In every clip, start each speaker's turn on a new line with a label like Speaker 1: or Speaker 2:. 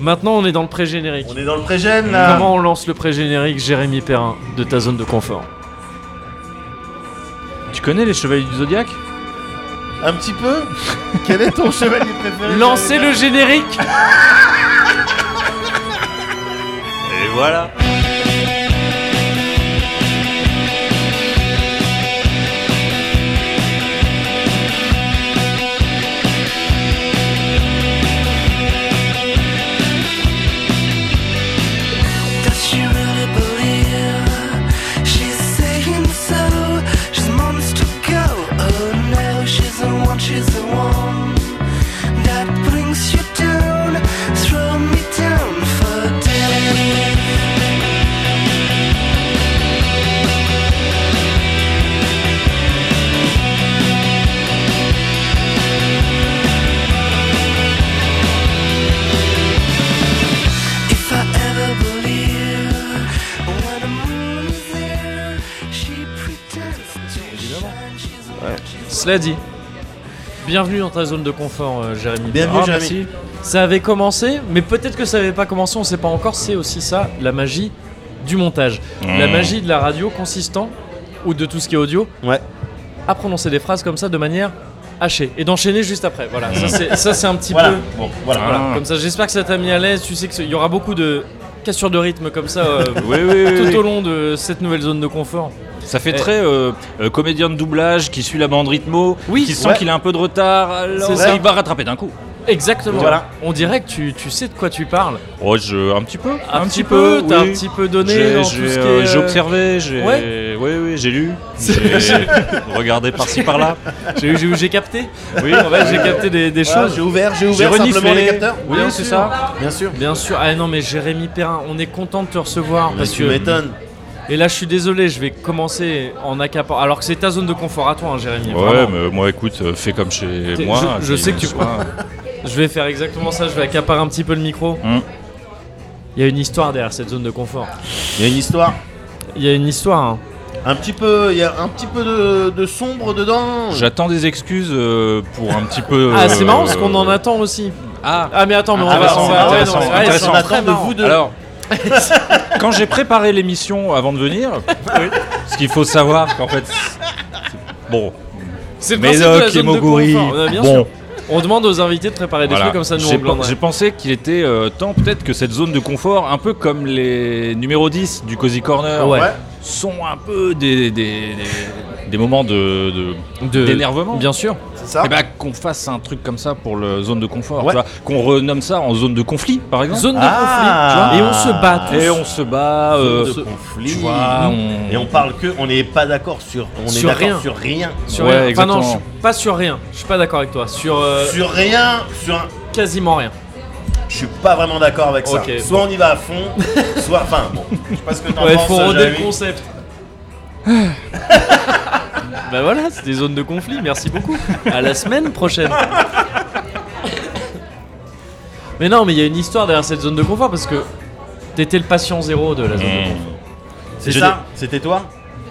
Speaker 1: Maintenant, on est dans le pré-générique.
Speaker 2: On est dans le pré-gène là.
Speaker 1: Comment on lance le pré-générique, Jérémy Perrin, de ta zone de confort
Speaker 3: Tu connais les Chevaliers du Zodiaque
Speaker 2: Un petit peu Quel est ton chevalier préféré
Speaker 1: Lancez le générique
Speaker 2: Et voilà
Speaker 4: Does she really believe she's saying so? She's months to go. Oh no, she's the one, she's the one that brings you down. Throw me down for dead. If I ever believe when the moon is there, she pretends to shine. She's the one, she's the
Speaker 1: Cela dit, bienvenue dans ta zone de confort, euh, Jérémy.
Speaker 2: Bienvenue,
Speaker 1: Perrin. Ah,
Speaker 2: Jérémy.
Speaker 1: Merci. Ça avait commencé, mais peut-être que ça n'avait pas commencé, on ne sait pas encore. C'est aussi ça, la magie du montage. La magie de la radio consistant, ou de tout ce qui est audio,
Speaker 2: Ouais.
Speaker 1: à prononcer des phrases comme ça de manière hachée et d'enchaîner juste après. Voilà, ça c'est- ça c'est un petit
Speaker 2: Voilà.
Speaker 1: peu.
Speaker 2: Bon, voilà.
Speaker 3: Ah.
Speaker 1: Voilà, comme ça, j'espère que ça t'a mis à l'aise. Tu sais qu'il y aura beaucoup de cassures de rythme comme ça euh,
Speaker 3: Oui, oui, oui.
Speaker 1: tout
Speaker 3: oui.
Speaker 1: au long de cette nouvelle zone de confort.
Speaker 3: Ça fait
Speaker 1: Eh.
Speaker 3: très euh, euh, comédien de doublage qui suit la bande rythmo,
Speaker 1: Oui.
Speaker 3: qui sent
Speaker 2: Ouais.
Speaker 3: qu'il a un peu de retard, alors
Speaker 1: C'est ça.
Speaker 3: il va rattraper d'un coup.
Speaker 1: Exactement.
Speaker 2: Voilà.
Speaker 1: On dirait que tu, tu sais de quoi tu parles.
Speaker 3: Oh, je, un petit peu.
Speaker 1: Un, petit peu, t'as
Speaker 3: oui.
Speaker 1: un petit peu donné
Speaker 3: J'ai
Speaker 1: dans tout
Speaker 3: j'ai,
Speaker 1: ce qui
Speaker 3: euh,
Speaker 1: est,
Speaker 3: j'ai
Speaker 1: euh,
Speaker 3: observé, j'ai
Speaker 1: ouais.
Speaker 3: oui, oui, j'ai lu, j'ai regardé par-ci par-là.
Speaker 1: J'ai j'ai- j'ai capté. Oui, en fait, j'ai capté des, des
Speaker 2: Voilà,
Speaker 1: choses.
Speaker 2: j'ai ouvert, j'ai ouvert simplement les capteurs.
Speaker 1: Oui,
Speaker 2: Bien
Speaker 1: c'est
Speaker 2: sûr.
Speaker 1: ça.
Speaker 2: Bien sûr.
Speaker 1: Bien sûr. Ah non, mais Jérémy Perrin, on est content de te recevoir
Speaker 2: Mais
Speaker 1: parce
Speaker 2: tu
Speaker 1: que.
Speaker 2: m'étonnes.
Speaker 1: Et là, je suis désolé, je vais commencer en accaparant. Alors que c'est ta zone de confort à toi, hein, Jérémy.
Speaker 3: Ouais,
Speaker 1: vraiment.
Speaker 3: mais moi, écoute, euh, fais comme chez
Speaker 1: T'es-
Speaker 3: moi. euh,
Speaker 1: je- je
Speaker 3: puis,
Speaker 1: sais que tu-
Speaker 3: voilà.
Speaker 1: Je vais faire exactement ça. Je vais accaparer un petit peu le micro.
Speaker 3: Hmm.
Speaker 1: Il y a une histoire derrière cette zone de confort.
Speaker 2: Il y a une histoire.
Speaker 1: Il y a une histoire. hein.
Speaker 2: Un petit peu, il y a un petit peu de, de sombre dedans.
Speaker 3: J'attends des excuses euh, pour un petit peu.
Speaker 1: Ah, c'est
Speaker 3: euh,
Speaker 1: marrant parce qu'on en attend aussi.
Speaker 3: Ah.
Speaker 1: Ah, mais attends, mais on
Speaker 3: Ah,
Speaker 1: va
Speaker 3: bah,
Speaker 1: s'en
Speaker 3: c'est
Speaker 1: va-
Speaker 3: intéressant,
Speaker 1: ouais, non, mais- ouais,
Speaker 3: intéressant.
Speaker 1: c'est
Speaker 2: On
Speaker 1: très
Speaker 2: attend de
Speaker 1: marrant.
Speaker 2: vous deux.
Speaker 3: Alors, quand j'ai préparé l'émission avant de venir, ce qu'il faut savoir, qu'en fait, c'est- bon,
Speaker 1: C'est le principe de la
Speaker 3: Médoc,
Speaker 1: zone de
Speaker 3: Moguri,
Speaker 1: confort. Ouais, bien sûr.
Speaker 3: bon,
Speaker 1: On demande aux invités de préparer des
Speaker 3: voilà.
Speaker 1: trucs comme ça, nous
Speaker 3: J'ai
Speaker 1: on blinde.
Speaker 3: pen- J'ai pensé qu'il était euh, temps peut-être que cette zone de confort, un peu comme les numéros 10 du Cozy Corner,
Speaker 1: Ouais.
Speaker 3: sont un peu des, des, des- des moments de- de,
Speaker 1: De-
Speaker 3: d'énervement.
Speaker 1: Bien sûr.
Speaker 2: C'est ça.
Speaker 3: Eh ben, qu'on fasse un truc comme ça pour la zone de confort,
Speaker 2: Ouais.
Speaker 3: tu vois. qu'on renomme ça en zone de conflit, par exemple.
Speaker 1: Zone de
Speaker 2: Ah.
Speaker 1: conflit. tu vois. Et on se bat tous.
Speaker 3: Et on se bat, euh,
Speaker 2: de
Speaker 3: se-
Speaker 2: conflit.
Speaker 3: tu vois, on...
Speaker 2: Et on parle que, on n'est pas d'accord sur, on est
Speaker 1: Sur
Speaker 2: d'accord
Speaker 1: rien.
Speaker 2: sur rien,
Speaker 1: Sur
Speaker 3: Ouais,
Speaker 1: rien. Enfin, non,
Speaker 3: exactement.
Speaker 1: je- pas sur rien. Je suis pas d'accord avec toi. Sur euh,
Speaker 2: sur rien, sur un.
Speaker 1: quasiment rien.
Speaker 2: Je suis pas vraiment d'accord avec ça.
Speaker 1: Ok,
Speaker 2: soit on y va à fond, soit, enfin, bon, je sais pas ce que t'en
Speaker 1: Ouais,
Speaker 2: penses.
Speaker 1: faut rôder le
Speaker 2: Jérémy.
Speaker 1: concept. bah voilà, c'est des zones de conflit, merci beaucoup. À la semaine prochaine. Mais non, mais il y a une histoire derrière cette zone de confort parce que t'étais le patient zéro de la zone de confort.
Speaker 2: C'est
Speaker 3: Je
Speaker 2: ça. C'était toi.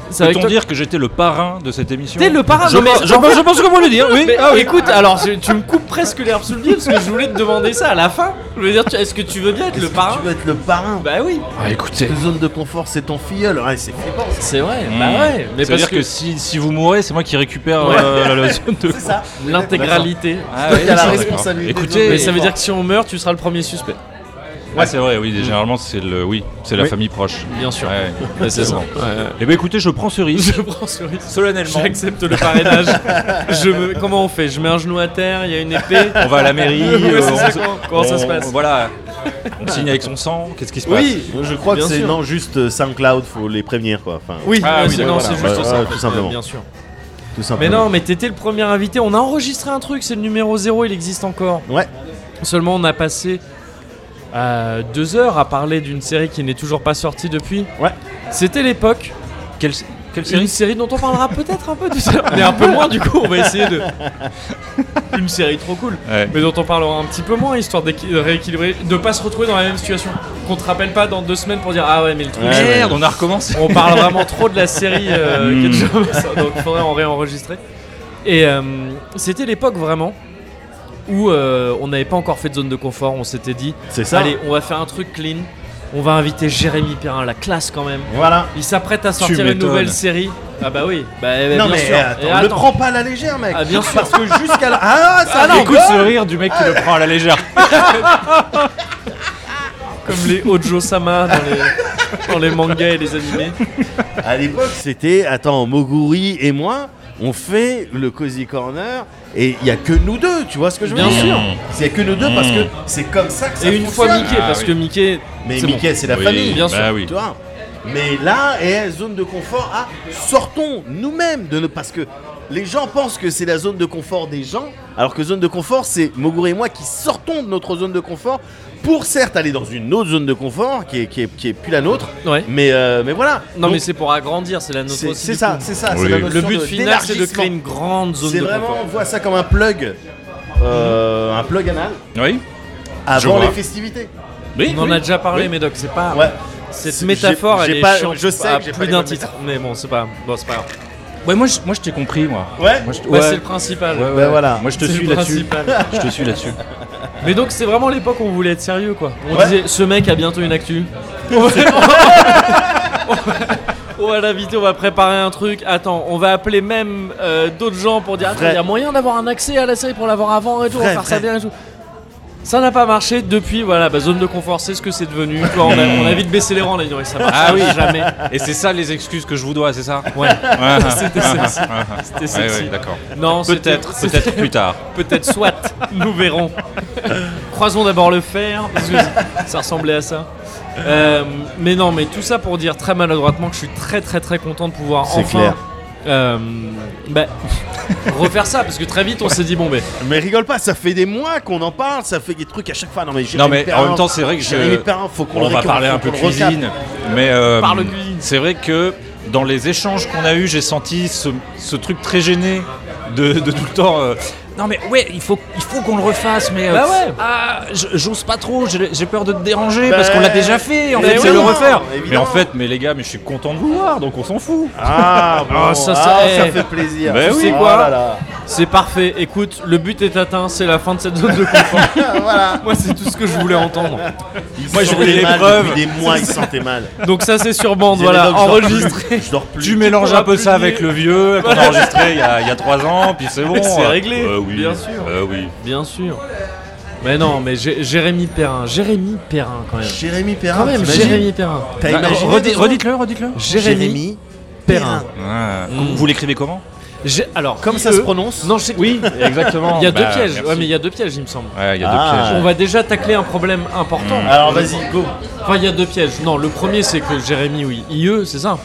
Speaker 1: C'est avec
Speaker 3: Mmh. Peut-on
Speaker 1: toi-
Speaker 3: dire que j'étais le parrain de cette émission
Speaker 1: T'es le parrain,
Speaker 3: Je,
Speaker 1: non, mais-
Speaker 3: pense- je pense- je pense qu'on peut le dire, oui.
Speaker 1: Mais,
Speaker 3: Ah oui.
Speaker 1: Écoute, alors tu tu me coupes presque l'herbe sous le pied parce que je voulais te demander ça à la fin. Je voulais dire, tu- est-ce que tu veux bien être
Speaker 2: Est-ce
Speaker 1: le
Speaker 2: que
Speaker 1: parrain
Speaker 2: Tu veux être le parrain.
Speaker 1: Bah oui,
Speaker 3: Ah, écoutez,
Speaker 2: La zone de confort, c'est ton filleul. Ouais, c'est flippant.
Speaker 1: c'est vrai, bah ouais. Mais
Speaker 3: Mmh. ça
Speaker 1: parce
Speaker 3: veut dire
Speaker 1: que,
Speaker 3: que, si, si vous mourez, c'est moi qui récupère
Speaker 1: Ouais.
Speaker 3: euh, la, la zone de confort.
Speaker 2: ça.
Speaker 1: l'intégralité.
Speaker 3: Ah,
Speaker 2: Toi,
Speaker 3: oui,
Speaker 2: t'as la
Speaker 3: d'accord.
Speaker 2: responsabilité de
Speaker 3: Écoutez,
Speaker 2: nos-
Speaker 1: Mais ça veut dire que si on meurt, tu seras le premier suspect.
Speaker 3: Ah, c'est vrai, oui, généralement c'est le, oui, c'est la
Speaker 1: Oui.
Speaker 3: famille proche.
Speaker 1: Bien sûr.
Speaker 3: Ouais.
Speaker 1: Ouais, c'est ça.
Speaker 3: Bon. Eh ben écoutez, je prends ce risque
Speaker 1: Je prends ce risque.
Speaker 3: solennellement.
Speaker 1: J'accepte le parrainage. Je me... Comment on fait Je mets un genou à terre, il y a une épée.
Speaker 3: On va à la mairie.
Speaker 1: Ouais,
Speaker 3: euh,
Speaker 1: c'est
Speaker 3: on
Speaker 1: ça,
Speaker 3: se-
Speaker 1: comment- comment ça se passe
Speaker 3: Voilà. On signe avec son sang. Qu'est-ce qui se passe
Speaker 1: Oui
Speaker 2: Je crois
Speaker 1: Bien
Speaker 2: que c'est
Speaker 1: sûr.
Speaker 2: non juste euh, SoundCloud, faut les prévenir quoi. Enfin,
Speaker 1: Oui,
Speaker 3: Ah
Speaker 1: ouais,
Speaker 3: oui,
Speaker 1: c'est-
Speaker 3: ouais,
Speaker 1: non,
Speaker 3: voilà.
Speaker 1: c'est juste
Speaker 2: Ouais,
Speaker 1: ça.
Speaker 2: ouais, tout simplement.
Speaker 1: Bien sûr.
Speaker 2: tout
Speaker 1: Mais
Speaker 2: simplement.
Speaker 1: non, mais t'étais le premier invité. On a enregistré un truc, c'est le numéro 0, il existe encore.
Speaker 2: Ouais.
Speaker 1: Seulement, on a passé euh, deux heures à parler d'une série qui n'est toujours pas sortie depuis.
Speaker 2: Ouais.
Speaker 1: C'était l'époque.
Speaker 3: Quelle, quelle
Speaker 1: Une
Speaker 3: série
Speaker 1: série dont on parlera peut-être un peu tout à l'heure. Mais un peu moins, du coup, on va essayer de. Une série trop cool.
Speaker 3: Ouais.
Speaker 1: mais dont on parlera un petit peu moins, histoire d'équi- de rééquilibrer, de pas se retrouver dans la même situation. Qu'on te rappelle pas dans deux semaines pour dire ah ouais mais le truc.
Speaker 2: Ouais,
Speaker 1: c'est-
Speaker 3: Merde, on a recommencé.
Speaker 1: On parle vraiment trop de la série euh,
Speaker 3: Mm.
Speaker 2: Hmm.
Speaker 1: qui est déjà passée, donc faudrait en réenregistrer. Et euh, c'était l'époque vraiment où euh, on n'avait pas encore fait de zone de confort, on s'était dit,
Speaker 2: C'est ça.
Speaker 1: allez, on va faire un truc clean, on va inviter Jérémy Perrin, la classe quand même.
Speaker 2: Voilà.
Speaker 1: Il s'apprête à sortir une
Speaker 3: m'étonnes.
Speaker 1: nouvelle série. Ah bah oui, bah, eh ben,
Speaker 2: non
Speaker 1: bien
Speaker 2: mais
Speaker 1: sûr.
Speaker 2: attends,
Speaker 1: Et
Speaker 2: le
Speaker 1: attends.
Speaker 2: prends pas à la légère, mec.
Speaker 1: Ah, bien sûr.
Speaker 2: Parce que jusqu'à la... Ah, ça
Speaker 1: Ah, non,
Speaker 2: rigole
Speaker 3: Écoute ce rire du mec qui le prend à la légère.
Speaker 1: comme les Ojo Sama dans les, dans les mangas et les animés.
Speaker 2: À l'époque, c'était attends, Moguri et moi, on fait le cozy corner et il y a que nous deux, tu vois ce que je veux
Speaker 1: Bien
Speaker 2: dire
Speaker 1: sûr. Hmm.
Speaker 2: Il y a que nous deux parce que c'est comme ça que ça
Speaker 1: Et une fois
Speaker 2: fonctionne.
Speaker 1: Mickey,
Speaker 3: Ah
Speaker 1: parce
Speaker 3: oui.
Speaker 1: que Mickey.
Speaker 2: Mais
Speaker 1: c'est bon.
Speaker 2: Mickey, c'est la
Speaker 3: Oui,
Speaker 2: famille,
Speaker 1: bien
Speaker 3: bah sûr. oui.
Speaker 2: tu vois. Mais là, et zone de confort, ah, sortons nous-mêmes de ne parce que les gens pensent que c'est la zone de confort des gens, alors que zone de confort, c'est Moguri et moi qui sortons de notre zone de confort pour certes aller dans une autre zone de confort qui est, qui est, qui est plus la nôtre,
Speaker 1: Ouais.
Speaker 2: mais, euh, mais voilà.
Speaker 1: Non,
Speaker 2: Donc,
Speaker 1: mais c'est pour agrandir, c'est la nôtre
Speaker 2: c'est
Speaker 1: aussi.
Speaker 2: c'est
Speaker 1: du
Speaker 2: ça,
Speaker 1: coup.
Speaker 2: c'est ça. c'est
Speaker 3: Oui.
Speaker 2: la
Speaker 1: Le
Speaker 2: notion
Speaker 1: but
Speaker 2: de-
Speaker 1: final, c'est de
Speaker 2: d'élargissement.
Speaker 1: créer une grande zone
Speaker 2: C'est
Speaker 1: de
Speaker 2: vraiment,
Speaker 1: confort.
Speaker 2: on voit ça comme un plug, euh, un plug anal,
Speaker 3: Oui
Speaker 2: avant
Speaker 3: vois.
Speaker 2: les festivités.
Speaker 3: Oui
Speaker 1: On en a déjà parlé,
Speaker 3: Oui.
Speaker 1: Médoc, c'est pas.
Speaker 2: Ouais.
Speaker 1: Cette
Speaker 2: C'est-
Speaker 1: métaphore,
Speaker 2: j'ai- j'ai
Speaker 1: elle est
Speaker 2: pas-
Speaker 1: chiante
Speaker 2: je sais
Speaker 1: à
Speaker 2: que j'ai pas
Speaker 1: plus
Speaker 2: les
Speaker 1: d'un
Speaker 2: bonnes
Speaker 1: titre. Mais bon, c'est pas, bon, c'est pas grave.
Speaker 3: Ouais, moi je, moi, je t'ai compris, moi.
Speaker 2: Ouais.
Speaker 3: Moi, je-
Speaker 1: Bah,
Speaker 3: ouais.
Speaker 1: c'est le principal.
Speaker 3: Ouais, ouais,
Speaker 2: Ben
Speaker 3: ouais.
Speaker 2: voilà.
Speaker 3: Moi je te
Speaker 1: C'est
Speaker 3: suis
Speaker 1: le
Speaker 3: là-dessus.
Speaker 1: principal.
Speaker 3: Je te suis là-dessus.
Speaker 1: Mais donc, c'est vraiment l'époque où on voulait être sérieux, quoi. On
Speaker 2: Ouais.
Speaker 1: disait, ce mec a bientôt une actu. On va l'inviter, on va préparer un truc. Attends, on va appeler même euh, d'autres gens pour dire Attends,
Speaker 2: Vrai.
Speaker 1: il y a moyen d'avoir un accès à la série pour l'avoir avant et tout, on va
Speaker 2: Vrai,
Speaker 1: faire ça
Speaker 2: vrai.
Speaker 1: bien et tout. Ça n'a pas marché depuis, voilà, bah, zone de confort, c'est ce que c'est devenu. Tu vois, on, a, on a vite baissé les rangs, on a dit, Ouais, ça marche
Speaker 3: Ah oui.
Speaker 1: jamais.
Speaker 3: Et c'est ça les excuses que je vous dois, c'est ça
Speaker 1: Ouais,
Speaker 3: Ouais.
Speaker 1: c'était sexy. C'était
Speaker 3: Ouais,
Speaker 1: sexy.
Speaker 3: ouais, d'accord.
Speaker 1: non, c'était-
Speaker 3: Peut-être, peut-être plus tard.
Speaker 1: Peut-être soit, nous verrons. Croisons d'abord le fer, parce que ça ressemblait à ça. Euh, mais non, mais tout ça pour dire très maladroitement que je suis très très très content de pouvoir
Speaker 2: C'est
Speaker 1: enfin
Speaker 2: clair.
Speaker 1: euh, bah, refaire ça, parce que très vite on s'est dit bon, mais
Speaker 2: Mais rigole pas, ça fait des mois qu'on en parle, ça fait des trucs à chaque fois. Non mais,
Speaker 3: Non
Speaker 2: Jérémy
Speaker 3: mais
Speaker 2: Perrin,
Speaker 3: en même temps c'est vrai que
Speaker 2: Jérémy
Speaker 3: je...
Speaker 2: Perrin, faut qu'on
Speaker 3: on
Speaker 2: le
Speaker 3: va
Speaker 2: récupère,
Speaker 3: parler
Speaker 2: faut
Speaker 3: un peu
Speaker 2: qu'on le recadre.
Speaker 3: cuisine, mais euh,
Speaker 1: Parle cuisine.
Speaker 3: c'est vrai que dans les échanges qu'on a eus, j'ai senti ce, ce truc très gêné de, de tout le temps. euh, non mais ouais, il faut, il faut qu'on le refasse, mais euh,
Speaker 1: Bah ouais.
Speaker 3: ah, j- j'ose pas trop, j'ai j'ai peur de te déranger
Speaker 2: Bah,
Speaker 3: parce qu'on l'a déjà fait. En
Speaker 2: mais
Speaker 3: fait, c'est le
Speaker 2: oui,
Speaker 3: refaire.
Speaker 2: évidemment.
Speaker 3: Mais en fait, mais les gars, mais je suis content de vous voir, donc on s'en fout.
Speaker 2: Ah, bon,
Speaker 1: Ah,
Speaker 2: ah,
Speaker 1: ça,
Speaker 2: ça,
Speaker 1: ça- eh.
Speaker 2: fait plaisir.
Speaker 3: Ben
Speaker 2: Tu
Speaker 3: oui.
Speaker 2: sais
Speaker 1: Oh
Speaker 2: quoi
Speaker 1: là c'est parfait. Écoute, le but est atteint, c'est la fin de cette zone de confort.
Speaker 2: Voilà.
Speaker 1: Moi, c'est tout ce que je voulais entendre.
Speaker 2: Il
Speaker 3: Moi, je
Speaker 2: sentait
Speaker 3: voulais les
Speaker 2: mal
Speaker 3: preuves.
Speaker 2: Depuis des mois, il sentait mal.
Speaker 1: Donc, ça, c'est sur
Speaker 2: Il
Speaker 1: bande,
Speaker 2: disait,
Speaker 1: voilà,
Speaker 2: mais non, je dors plus,
Speaker 1: enregistré.
Speaker 2: Je dors plus.
Speaker 3: Tu mélanges un
Speaker 1: pourras
Speaker 3: peu ça
Speaker 1: plus
Speaker 3: avec
Speaker 1: dire.
Speaker 3: le vieux qu'on a enregistré il y a, il y a trois ans, puis c'est bon.
Speaker 1: C'est
Speaker 3: euh,
Speaker 1: réglé,
Speaker 3: euh, oui,
Speaker 1: bien sûr.
Speaker 3: euh, oui.
Speaker 1: Bien sûr. Mais non, mais Jé- Jérémy Perrin, Jérémy Perrin quand même.
Speaker 2: Jérémy Perrin,
Speaker 1: Quand même,
Speaker 2: t'imagines
Speaker 1: Jérémy Perrin.
Speaker 2: T'as
Speaker 3: Bah,
Speaker 2: imaginé
Speaker 3: redis-
Speaker 2: deux
Speaker 3: Redites-le, redites-le.
Speaker 1: Jérémy, Perrin.
Speaker 3: Ah, Vous l'écrivez comment
Speaker 1: J'ai- Alors,
Speaker 2: Comme ça
Speaker 1: IE,
Speaker 2: se prononce
Speaker 1: Non, je sais.
Speaker 3: Oui, exactement.
Speaker 1: Il y a
Speaker 3: Bah,
Speaker 1: deux pièges.
Speaker 3: merci.
Speaker 1: Ouais, mais il y a deux pièges, il me semble.
Speaker 3: Ouais, il y a
Speaker 2: Ah.
Speaker 3: deux pièges.
Speaker 1: On va déjà tacler un problème important.
Speaker 2: Alors vas-y, go.
Speaker 1: Enfin, il y a deux pièges. Non, le premier, c'est que Jérémy, oui, IE, c'est ça.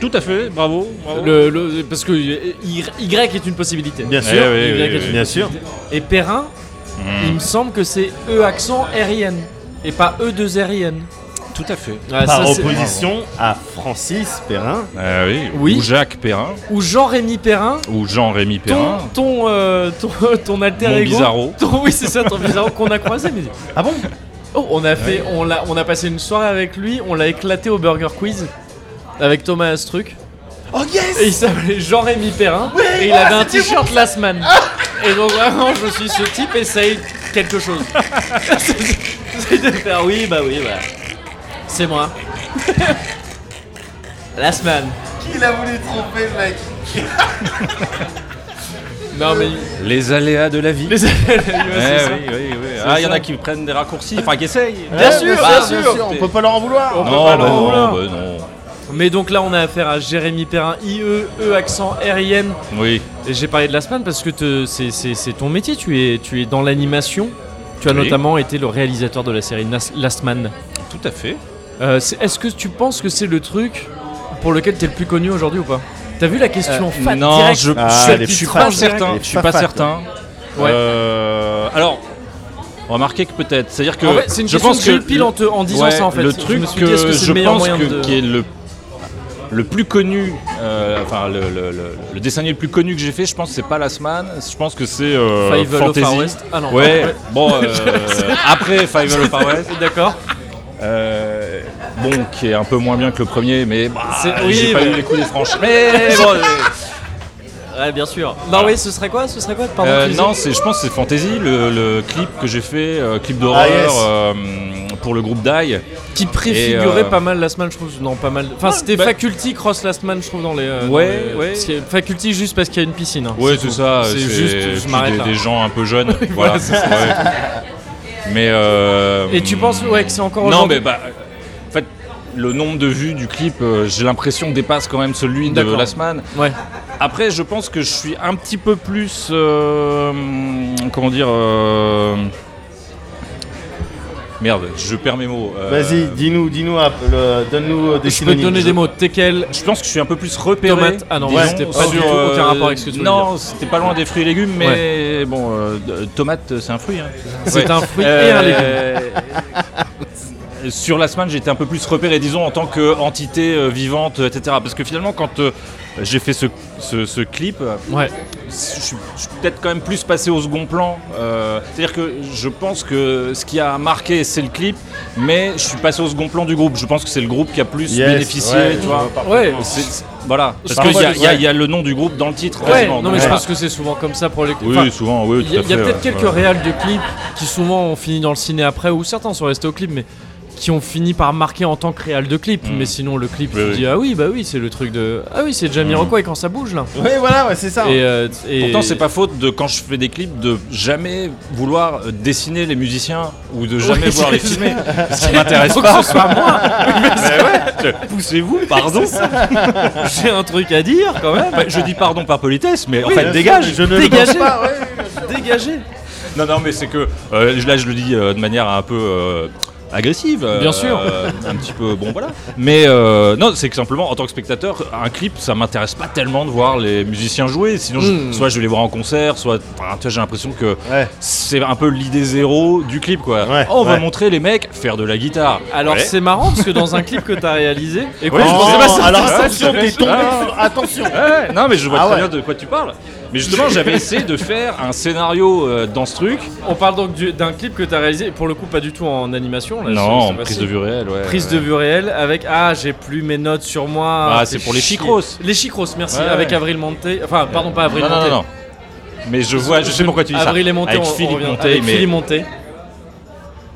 Speaker 3: Tout à fait, bravo.
Speaker 1: Le, le- parce que Y Y est une possibilité.
Speaker 2: Bien sûr.
Speaker 3: Eh oui,
Speaker 1: Il y a
Speaker 3: oui, Hmm.
Speaker 1: quelque
Speaker 3: oui.
Speaker 2: Bien sûr.
Speaker 1: Et Perrin, il me semble que c'est E accent RIN et pas E 2 RIN.
Speaker 3: Tout à fait.
Speaker 1: Ouais,
Speaker 2: Par
Speaker 1: ça, c'est-
Speaker 2: opposition à Francis Perrin.
Speaker 3: Euh, oui.
Speaker 1: Oui.
Speaker 3: Ou Jacques Perrin,
Speaker 1: Ou Jean-Rémy Perrin,
Speaker 3: ou Jean-Rémy Perrin.
Speaker 1: ton ton euh, ton, ton alter
Speaker 3: Mon
Speaker 1: ego
Speaker 3: bizarro.
Speaker 1: ton- oui c'est ça ton bizarro qu'on a croisé mais ah bon oh, on a fait on l'a on a passé une soirée avec lui on l'a éclaté au burger quiz avec Thomas Astruc
Speaker 2: Oh yes ah,
Speaker 1: et il s'appelait Jean Rémy Perrin et il avait un t-shirt Last Man et donc vraiment je me suis dit, ce type essaye quelque chose c'est de faire oui bah oui bah c'est moi Last Man
Speaker 2: Il a voulu tromper le mec.
Speaker 1: non mais
Speaker 3: Les aléas de la vie.
Speaker 1: les
Speaker 3: Eh oui, oui, oui. Ah, il y en
Speaker 1: ça.
Speaker 3: a qui prennent des raccourcis, enfin qui essayent.
Speaker 1: Bien sûr,
Speaker 2: bah,
Speaker 1: bien
Speaker 2: bien
Speaker 1: sûr.
Speaker 2: On peut pas leur en vouloir.
Speaker 1: On peut
Speaker 3: Non,
Speaker 1: pas
Speaker 3: bah
Speaker 1: leur en
Speaker 3: non,
Speaker 1: vouloir.
Speaker 3: bah non.
Speaker 1: Mais donc là, on a affaire à Jérémy Perrin, IE, E accent RIN.
Speaker 3: Oui.
Speaker 1: Et j'ai parlé de la semaine parce que te- c'est- c'est c'est ton métier, tu es, tu es dans l'animation. Tu as
Speaker 3: Oui.
Speaker 1: notamment été le réalisateur de la série Nas- Last Man.
Speaker 3: Tout à fait.
Speaker 1: Euh, c'est- Est-ce que tu penses que c'est le truc pour lequel t'es le plus connu aujourd'hui ou pas T'as vu la question en fat
Speaker 3: Euh, non,
Speaker 1: direct
Speaker 3: je-
Speaker 2: Ah,
Speaker 1: je
Speaker 2: les
Speaker 1: suis
Speaker 2: petits
Speaker 1: pas
Speaker 2: phrases
Speaker 1: certain.
Speaker 2: directes.
Speaker 3: Certain,
Speaker 2: Les
Speaker 3: je suis pas
Speaker 2: fafas,
Speaker 3: certain.
Speaker 1: Ouais.
Speaker 3: Euh, alors, remarquez que peut-être. C'est-à-dire que
Speaker 1: En fait, c'est une
Speaker 3: je
Speaker 1: question
Speaker 3: pense
Speaker 1: que
Speaker 3: que,
Speaker 1: j'ai eu pile en te- en disant
Speaker 3: ouais,
Speaker 1: ça, en fait.
Speaker 3: Le
Speaker 1: Je
Speaker 3: truc
Speaker 1: me suis
Speaker 3: que
Speaker 1: dit, est-ce que c'est
Speaker 3: je
Speaker 1: le meilleur
Speaker 3: pense
Speaker 1: moyen
Speaker 3: que-
Speaker 1: de-
Speaker 3: qui est le le plus connu, euh, enfin le, le- le- le dessin animé le plus connu que j'ai fait, je pense que c'est pas Last Man, je pense que c'est euh,
Speaker 1: Five Hello
Speaker 3: Fantasy.
Speaker 1: Far West. Ah non,
Speaker 3: ouais,
Speaker 1: ouais.
Speaker 3: bon, euh, après Five Hello Far West,
Speaker 1: D'accord.
Speaker 3: euh, bon, qui est un peu moins bien que le premier, mais bah,
Speaker 1: C'est- oui,
Speaker 3: j'ai pas
Speaker 1: mais-
Speaker 3: eu les coups des franches. Mais bon, euh,
Speaker 1: Ouais, bien sûr. Non,
Speaker 3: Voilà.
Speaker 1: oui, ce serait quoi Ce serait quoi Pardon,
Speaker 3: Euh,
Speaker 1: tu disais
Speaker 3: non, c'est, je pense que c'est Fantasy, le, le clip que j'ai fait, euh, clip d'horreur
Speaker 2: Ah, yes.
Speaker 3: euh, pour le groupe Die.
Speaker 1: qui préfigurait
Speaker 3: Et, euh,
Speaker 1: pas mal Last Man, je trouve. Non, pas mal. Enfin, c'était
Speaker 3: bah-
Speaker 1: Faculty Cross Last Man, je trouve, dans les. euh, dans
Speaker 3: Ouais,
Speaker 1: les-
Speaker 3: ouais.
Speaker 1: parce que Faculty juste parce qu'il y a une piscine. hein,
Speaker 3: Ouais,
Speaker 1: tout.
Speaker 3: c'est ça.
Speaker 1: C'est
Speaker 3: plus
Speaker 1: juste, je m'arrête
Speaker 3: des,
Speaker 1: là.
Speaker 3: des gens un peu jeunes. voilà. ouais. Mais. euh,
Speaker 1: Et tu penses, ouais, que c'est encore
Speaker 3: Non,
Speaker 1: aujourd'hui
Speaker 3: mais bah. En fait, le nombre de vues du clip, euh, j'ai l'impression dépasse quand même celui de
Speaker 1: D'accord.
Speaker 3: Last Man.
Speaker 1: Ouais.
Speaker 3: Après, je pense que je suis un petit peu plus. euh, comment dire. euh, Merde, je perds mes mots. euh,
Speaker 2: Vas-y, dis-nous, dis-nous, un peu le- donne-nous euh, des
Speaker 1: Je peux te
Speaker 2: synonymes.
Speaker 1: donner des mots. Teckel,
Speaker 3: Je pense que je suis un peu plus repéré.
Speaker 1: Tomate. Ah non,
Speaker 3: disons,
Speaker 1: ouais, c'était pas
Speaker 3: sur,
Speaker 1: du tout
Speaker 3: euh,
Speaker 1: aucun rapport avec ce que tu voulais
Speaker 3: Non, c'était pas loin des fruits et légumes, mais bon, euh, de- tomate, c'est un fruit. hein.
Speaker 1: c'est
Speaker 3: Ouais.
Speaker 1: un fruit et
Speaker 3: Euh,
Speaker 1: un légume.
Speaker 3: Sur la semaine, j'étais un peu plus repéré, disons, en tant qu'entité euh, vivante, etc. Parce que finalement, quand euh, j'ai fait ce, ce- ce clip, euh,
Speaker 1: Ouais.
Speaker 3: je suis je suis peut-être quand même plus passé au second plan. euh, C'est-à-dire que je pense que ce qui a marqué, c'est le clip, mais je suis passé au second plan du groupe. Je pense que c'est le groupe qui a plus
Speaker 2: Yes,
Speaker 3: bénéficié,
Speaker 2: ouais,
Speaker 3: tu vois.
Speaker 1: Ouais.
Speaker 3: C'est- c'est- Voilà, parce
Speaker 1: Parfois,
Speaker 3: qu'il y, a-
Speaker 2: je-
Speaker 3: y a-
Speaker 2: ouais.
Speaker 3: y a le nom du groupe dans le titre.
Speaker 1: Ouais,
Speaker 3: quasiment.
Speaker 1: non, mais je
Speaker 3: Voilà.
Speaker 1: pense que c'est souvent comme ça pour les clips.
Speaker 3: Oui,
Speaker 1: Enfin,
Speaker 3: souvent, oui,
Speaker 1: Il y
Speaker 3: tout
Speaker 1: a,
Speaker 3: à
Speaker 1: il
Speaker 3: fait.
Speaker 1: y a peut-être
Speaker 3: ouais.
Speaker 1: quelques
Speaker 3: Ouais.
Speaker 1: réals de clips qui souvent ont fini dans le ciné après, ou certains sont restés au clip, mais qui ont fini par marquer en tant que réal de clip. Mais sinon, le clip,
Speaker 3: Hmm. Oui,
Speaker 1: tu
Speaker 3: oui. Hmm.
Speaker 1: dis ah oui, bah oui, c'est le truc de ah oui, c'est Jamiroquai quand ça bouge là.
Speaker 2: Oui, voilà, ouais, c'est ça.
Speaker 1: Et, euh, et-
Speaker 3: Ah. Pourtant, c'est pas faute de quand je fais des clips de jamais vouloir euh, dessiner les musiciens ou de jamais
Speaker 1: Ouais,
Speaker 3: vouloir
Speaker 1: c'est-
Speaker 3: les filmer. Ça m'intéresse pas. Poussez-vous, pardon.
Speaker 1: J'ai un truc à dire quand même.
Speaker 3: Bah, je dis pardon par politesse, mais
Speaker 1: Oui,
Speaker 3: en fait,
Speaker 1: Eh bien
Speaker 3: dégage.
Speaker 2: Je ne le
Speaker 1: Dégagez,
Speaker 2: pense pas, ouais.
Speaker 1: dégagez.
Speaker 3: Non, non, mais c'est que euh, là, je le dis euh, de manière un peu euh, agressive. euh,
Speaker 1: Bien sûr.
Speaker 3: euh, un petit peu, bon, voilà. Mais euh, non, c'est que simplement, en tant que spectateur, un clip, ça m'intéresse pas tellement de voir les musiciens jouer. Sinon, je-
Speaker 1: Mm.
Speaker 3: soit je vais les voir en concert, soit enfin, tu vois, j'ai l'impression que
Speaker 2: Hmm. Ouais.
Speaker 3: c'est un peu l'idée zéro du clip, quoi.
Speaker 2: Ouais,
Speaker 3: Oh, on va
Speaker 2: ouais.
Speaker 3: montrer les mecs faire de la guitare.
Speaker 1: Alors
Speaker 3: Ouais.
Speaker 1: c'est marrant parce que dans un clip que t'as réalisé, et
Speaker 3: Ouais,
Speaker 2: Non,
Speaker 3: je pensais pas ça.
Speaker 2: alors
Speaker 3: Ouais,
Speaker 2: attention,
Speaker 3: ça-
Speaker 2: t'es tombé
Speaker 3: Ah.
Speaker 2: sur... Attention
Speaker 3: Ouais, non, mais je vois
Speaker 2: Ah
Speaker 3: très
Speaker 2: ouais.
Speaker 3: bien de quoi tu parles. Mais justement, j'avais essayé de faire un scénario euh, dans ce truc.
Speaker 1: on parle donc du- d'un clip que t'as réalisé, pour le coup pas du tout en animation. Là,
Speaker 3: Non,
Speaker 1: c'est- c'est
Speaker 3: prise
Speaker 1: facile.
Speaker 3: de vue réelle, ouais.
Speaker 1: Prise
Speaker 3: ouais.
Speaker 1: de vue réelle avec ah j'ai plus mes notes sur moi.
Speaker 3: Ah,
Speaker 1: c'est
Speaker 3: c'est pour les
Speaker 1: chier.
Speaker 3: chicros.
Speaker 1: Les chicros, merci.
Speaker 3: Ouais,
Speaker 1: avec
Speaker 3: ouais.
Speaker 1: Avril Monté. Enfin pardon pas Avril
Speaker 3: Non, non,
Speaker 1: Monté.
Speaker 3: non, non. Mais je vois, je sais pourquoi tu dis ça.
Speaker 1: Avril et Monté.
Speaker 3: Avec
Speaker 1: on, on
Speaker 3: Philippe
Speaker 1: revient-
Speaker 3: Monté,
Speaker 1: avec
Speaker 3: mais.
Speaker 1: Philippe Monté.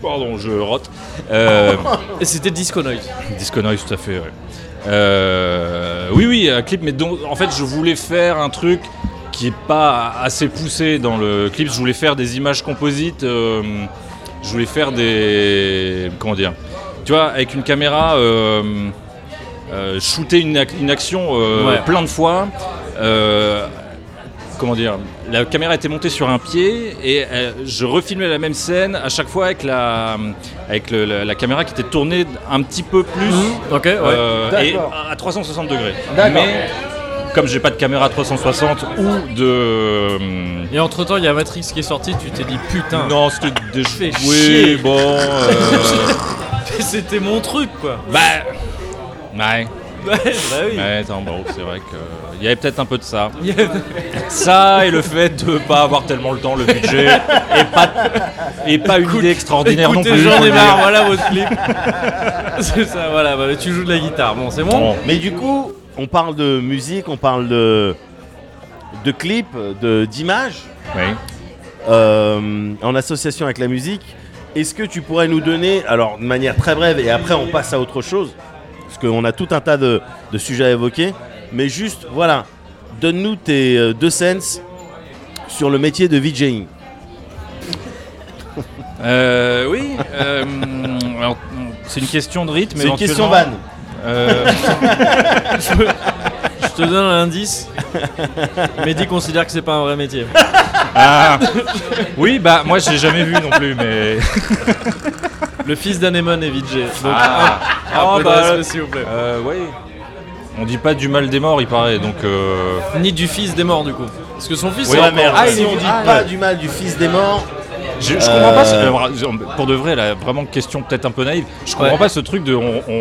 Speaker 3: Pardon, je rote. Euh,
Speaker 1: Et c'était Disco Noise.
Speaker 3: Disco Noise, tout à fait, ouais. Euh, oui, oui, un clip, mais donc, en fait, je voulais faire un truc qui est pas assez poussé dans le clip. Je voulais faire des images composites. euh, je voulais faire des. Comment dire Tu vois, avec une caméra. euh, euh, shooter une, ac- une action euh,
Speaker 1: Ouais.
Speaker 3: plein de fois. euh, comment dire La caméra était montée sur un pied et euh, je refilmais la même scène à chaque fois avec la, euh, avec le- la, la caméra qui était tournée un petit peu plus
Speaker 1: Ok ouais.
Speaker 3: euh, et
Speaker 2: D'accord.
Speaker 3: à- à 360 degrés.
Speaker 2: D'accord.
Speaker 3: Mais comme j'ai pas de caméra 360 ou de hum,
Speaker 1: Et entre temps il y a Matrix qui est sorti. Tu t'es dit putain.
Speaker 3: non, c'était des
Speaker 1: Fais chier.
Speaker 3: Oui, bon. euh,
Speaker 1: c'était mon truc quoi.
Speaker 3: bah.
Speaker 1: Ouais,
Speaker 3: Ouais,
Speaker 1: bah oui.
Speaker 3: ouais, attends, bon, c'est vrai qu'il y avait peut-être un peu de ça.
Speaker 1: Il y a-
Speaker 3: Ça et le fait de pas avoir tellement le temps, le budget, et pas, et pas une idée extraordinaire
Speaker 1: Écoutez,
Speaker 3: non plus.
Speaker 1: j'en
Speaker 3: faut
Speaker 1: ai
Speaker 3: le
Speaker 1: marre,
Speaker 3: dire.
Speaker 1: voilà votre clip. c'est ça, voilà, bah, tu joues de la guitare, bon, c'est bon.
Speaker 3: Bon,
Speaker 2: Mais du coup, on parle de musique, on parle de, de clips, de- d'images,
Speaker 3: oui.
Speaker 2: euh, en association avec la musique. Est-ce que tu pourrais nous donner, alors de manière très brève, et après on passe à autre chose, parce qu'on a tout un tas de, de sujets à évoquer, mais juste, voilà, donne-nous tes euh, deux cents sur le métier de VJing.
Speaker 3: Euh, oui. euh, alors, c'est une question de rythme.
Speaker 2: C'est une question
Speaker 3: éventuellement.
Speaker 2: vanne.
Speaker 3: Euh,
Speaker 1: Je te donne un indice. Mehdi considère que c'est pas un vrai métier.
Speaker 3: ah. Oui, bah moi j'ai jamais vu non plus, mais.
Speaker 1: Le fils d'Anemone est VJ. Donc,
Speaker 3: Ah.
Speaker 1: un
Speaker 3: Oh,
Speaker 1: peu de
Speaker 3: bah,
Speaker 1: respect, s'il vous plaît.
Speaker 3: euh, oui. On dit pas du mal des morts, il paraît. Donc, euh,
Speaker 1: Ni du fils des morts, du coup. Parce que son fils
Speaker 3: Oui,
Speaker 1: est
Speaker 3: la
Speaker 1: encore-
Speaker 3: merde.
Speaker 1: Ah, il
Speaker 2: si
Speaker 1: est
Speaker 2: on dit
Speaker 1: VJ.
Speaker 2: pas du mal du fils des morts,
Speaker 3: je, je comprends pas. ce-
Speaker 2: Euh.
Speaker 3: alors, Pour de vrai, là, vraiment question peut-être un peu naïve. Je comprends
Speaker 1: Ouais.
Speaker 3: pas ce truc de on, on,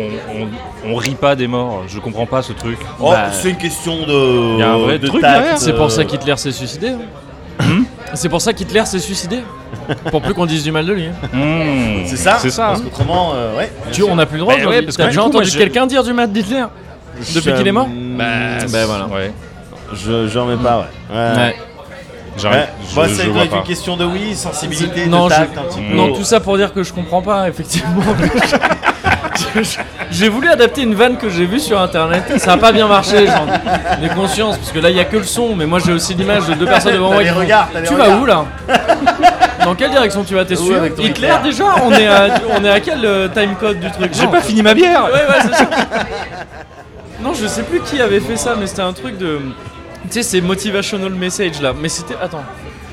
Speaker 3: on- on rit pas des morts. Je comprends pas ce truc.
Speaker 2: oh,
Speaker 1: Bah,
Speaker 2: c'est une question de,
Speaker 3: y a un vrai
Speaker 2: de
Speaker 3: truc
Speaker 2: tact,
Speaker 3: derrière. Hmm
Speaker 1: C'est pour ça
Speaker 2: euh,
Speaker 1: qu'Hitler s'est suicidé. hein. c'est pour ça qu'Hitler s'est suicidé. Pour plus qu'on dise du mal de lui. hein.
Speaker 3: Hmm.
Speaker 2: C'est ça
Speaker 3: C'est ça.
Speaker 2: Parce qu'autrement, euh, ouais.
Speaker 1: Tu, on a plus le droit.
Speaker 3: Bah,
Speaker 1: aujourd'hui.
Speaker 3: ouais, parce que
Speaker 1: T'as
Speaker 3: du
Speaker 1: déjà
Speaker 3: coup, moi,
Speaker 1: entendu
Speaker 3: j'ai-
Speaker 2: Ben,
Speaker 1: quelqu'un dire du mal d'Hitler Depuis qu'il est mort
Speaker 3: Bah,
Speaker 1: Bah, voilà.
Speaker 3: ouais.
Speaker 2: Je j'en mets pas, ouais. Ouais.
Speaker 1: Ouais.
Speaker 3: J'arrive.
Speaker 2: Ouais.
Speaker 3: je-
Speaker 2: Moi,
Speaker 3: je
Speaker 2: ça doit
Speaker 3: vois
Speaker 2: être
Speaker 3: pas.
Speaker 2: une question de oui, sensibilité,
Speaker 1: Non,
Speaker 2: de tact,
Speaker 1: je-
Speaker 2: un petit peu.
Speaker 1: Non, tout ça pour dire que je comprends pas, effectivement. Je- j'ai voulu adapter une vanne que j'ai vue sur internet. Ça a pas bien marché, j'en ai conscience, parce que là il y a que le son, mais moi j'ai aussi l'image de deux personnes devant
Speaker 2: T'as
Speaker 1: moi.
Speaker 2: les
Speaker 1: qui font,
Speaker 2: regards, t'as les
Speaker 1: tu vas
Speaker 2: regards.
Speaker 1: où là Dans quelle direction tu vas T'es sûr
Speaker 2: avec ton
Speaker 1: Hitler,
Speaker 2: Hitler
Speaker 1: déjà on est, à, on est à quel euh, timecode du truc
Speaker 3: J'ai
Speaker 1: Non.
Speaker 3: pas fini ma bière.
Speaker 1: Ouais, ouais, c'est ça. Non, je sais plus qui avait fait ça, mais c'était un truc de. Tu sais, ces motivational message là. Mais c'était. Attends.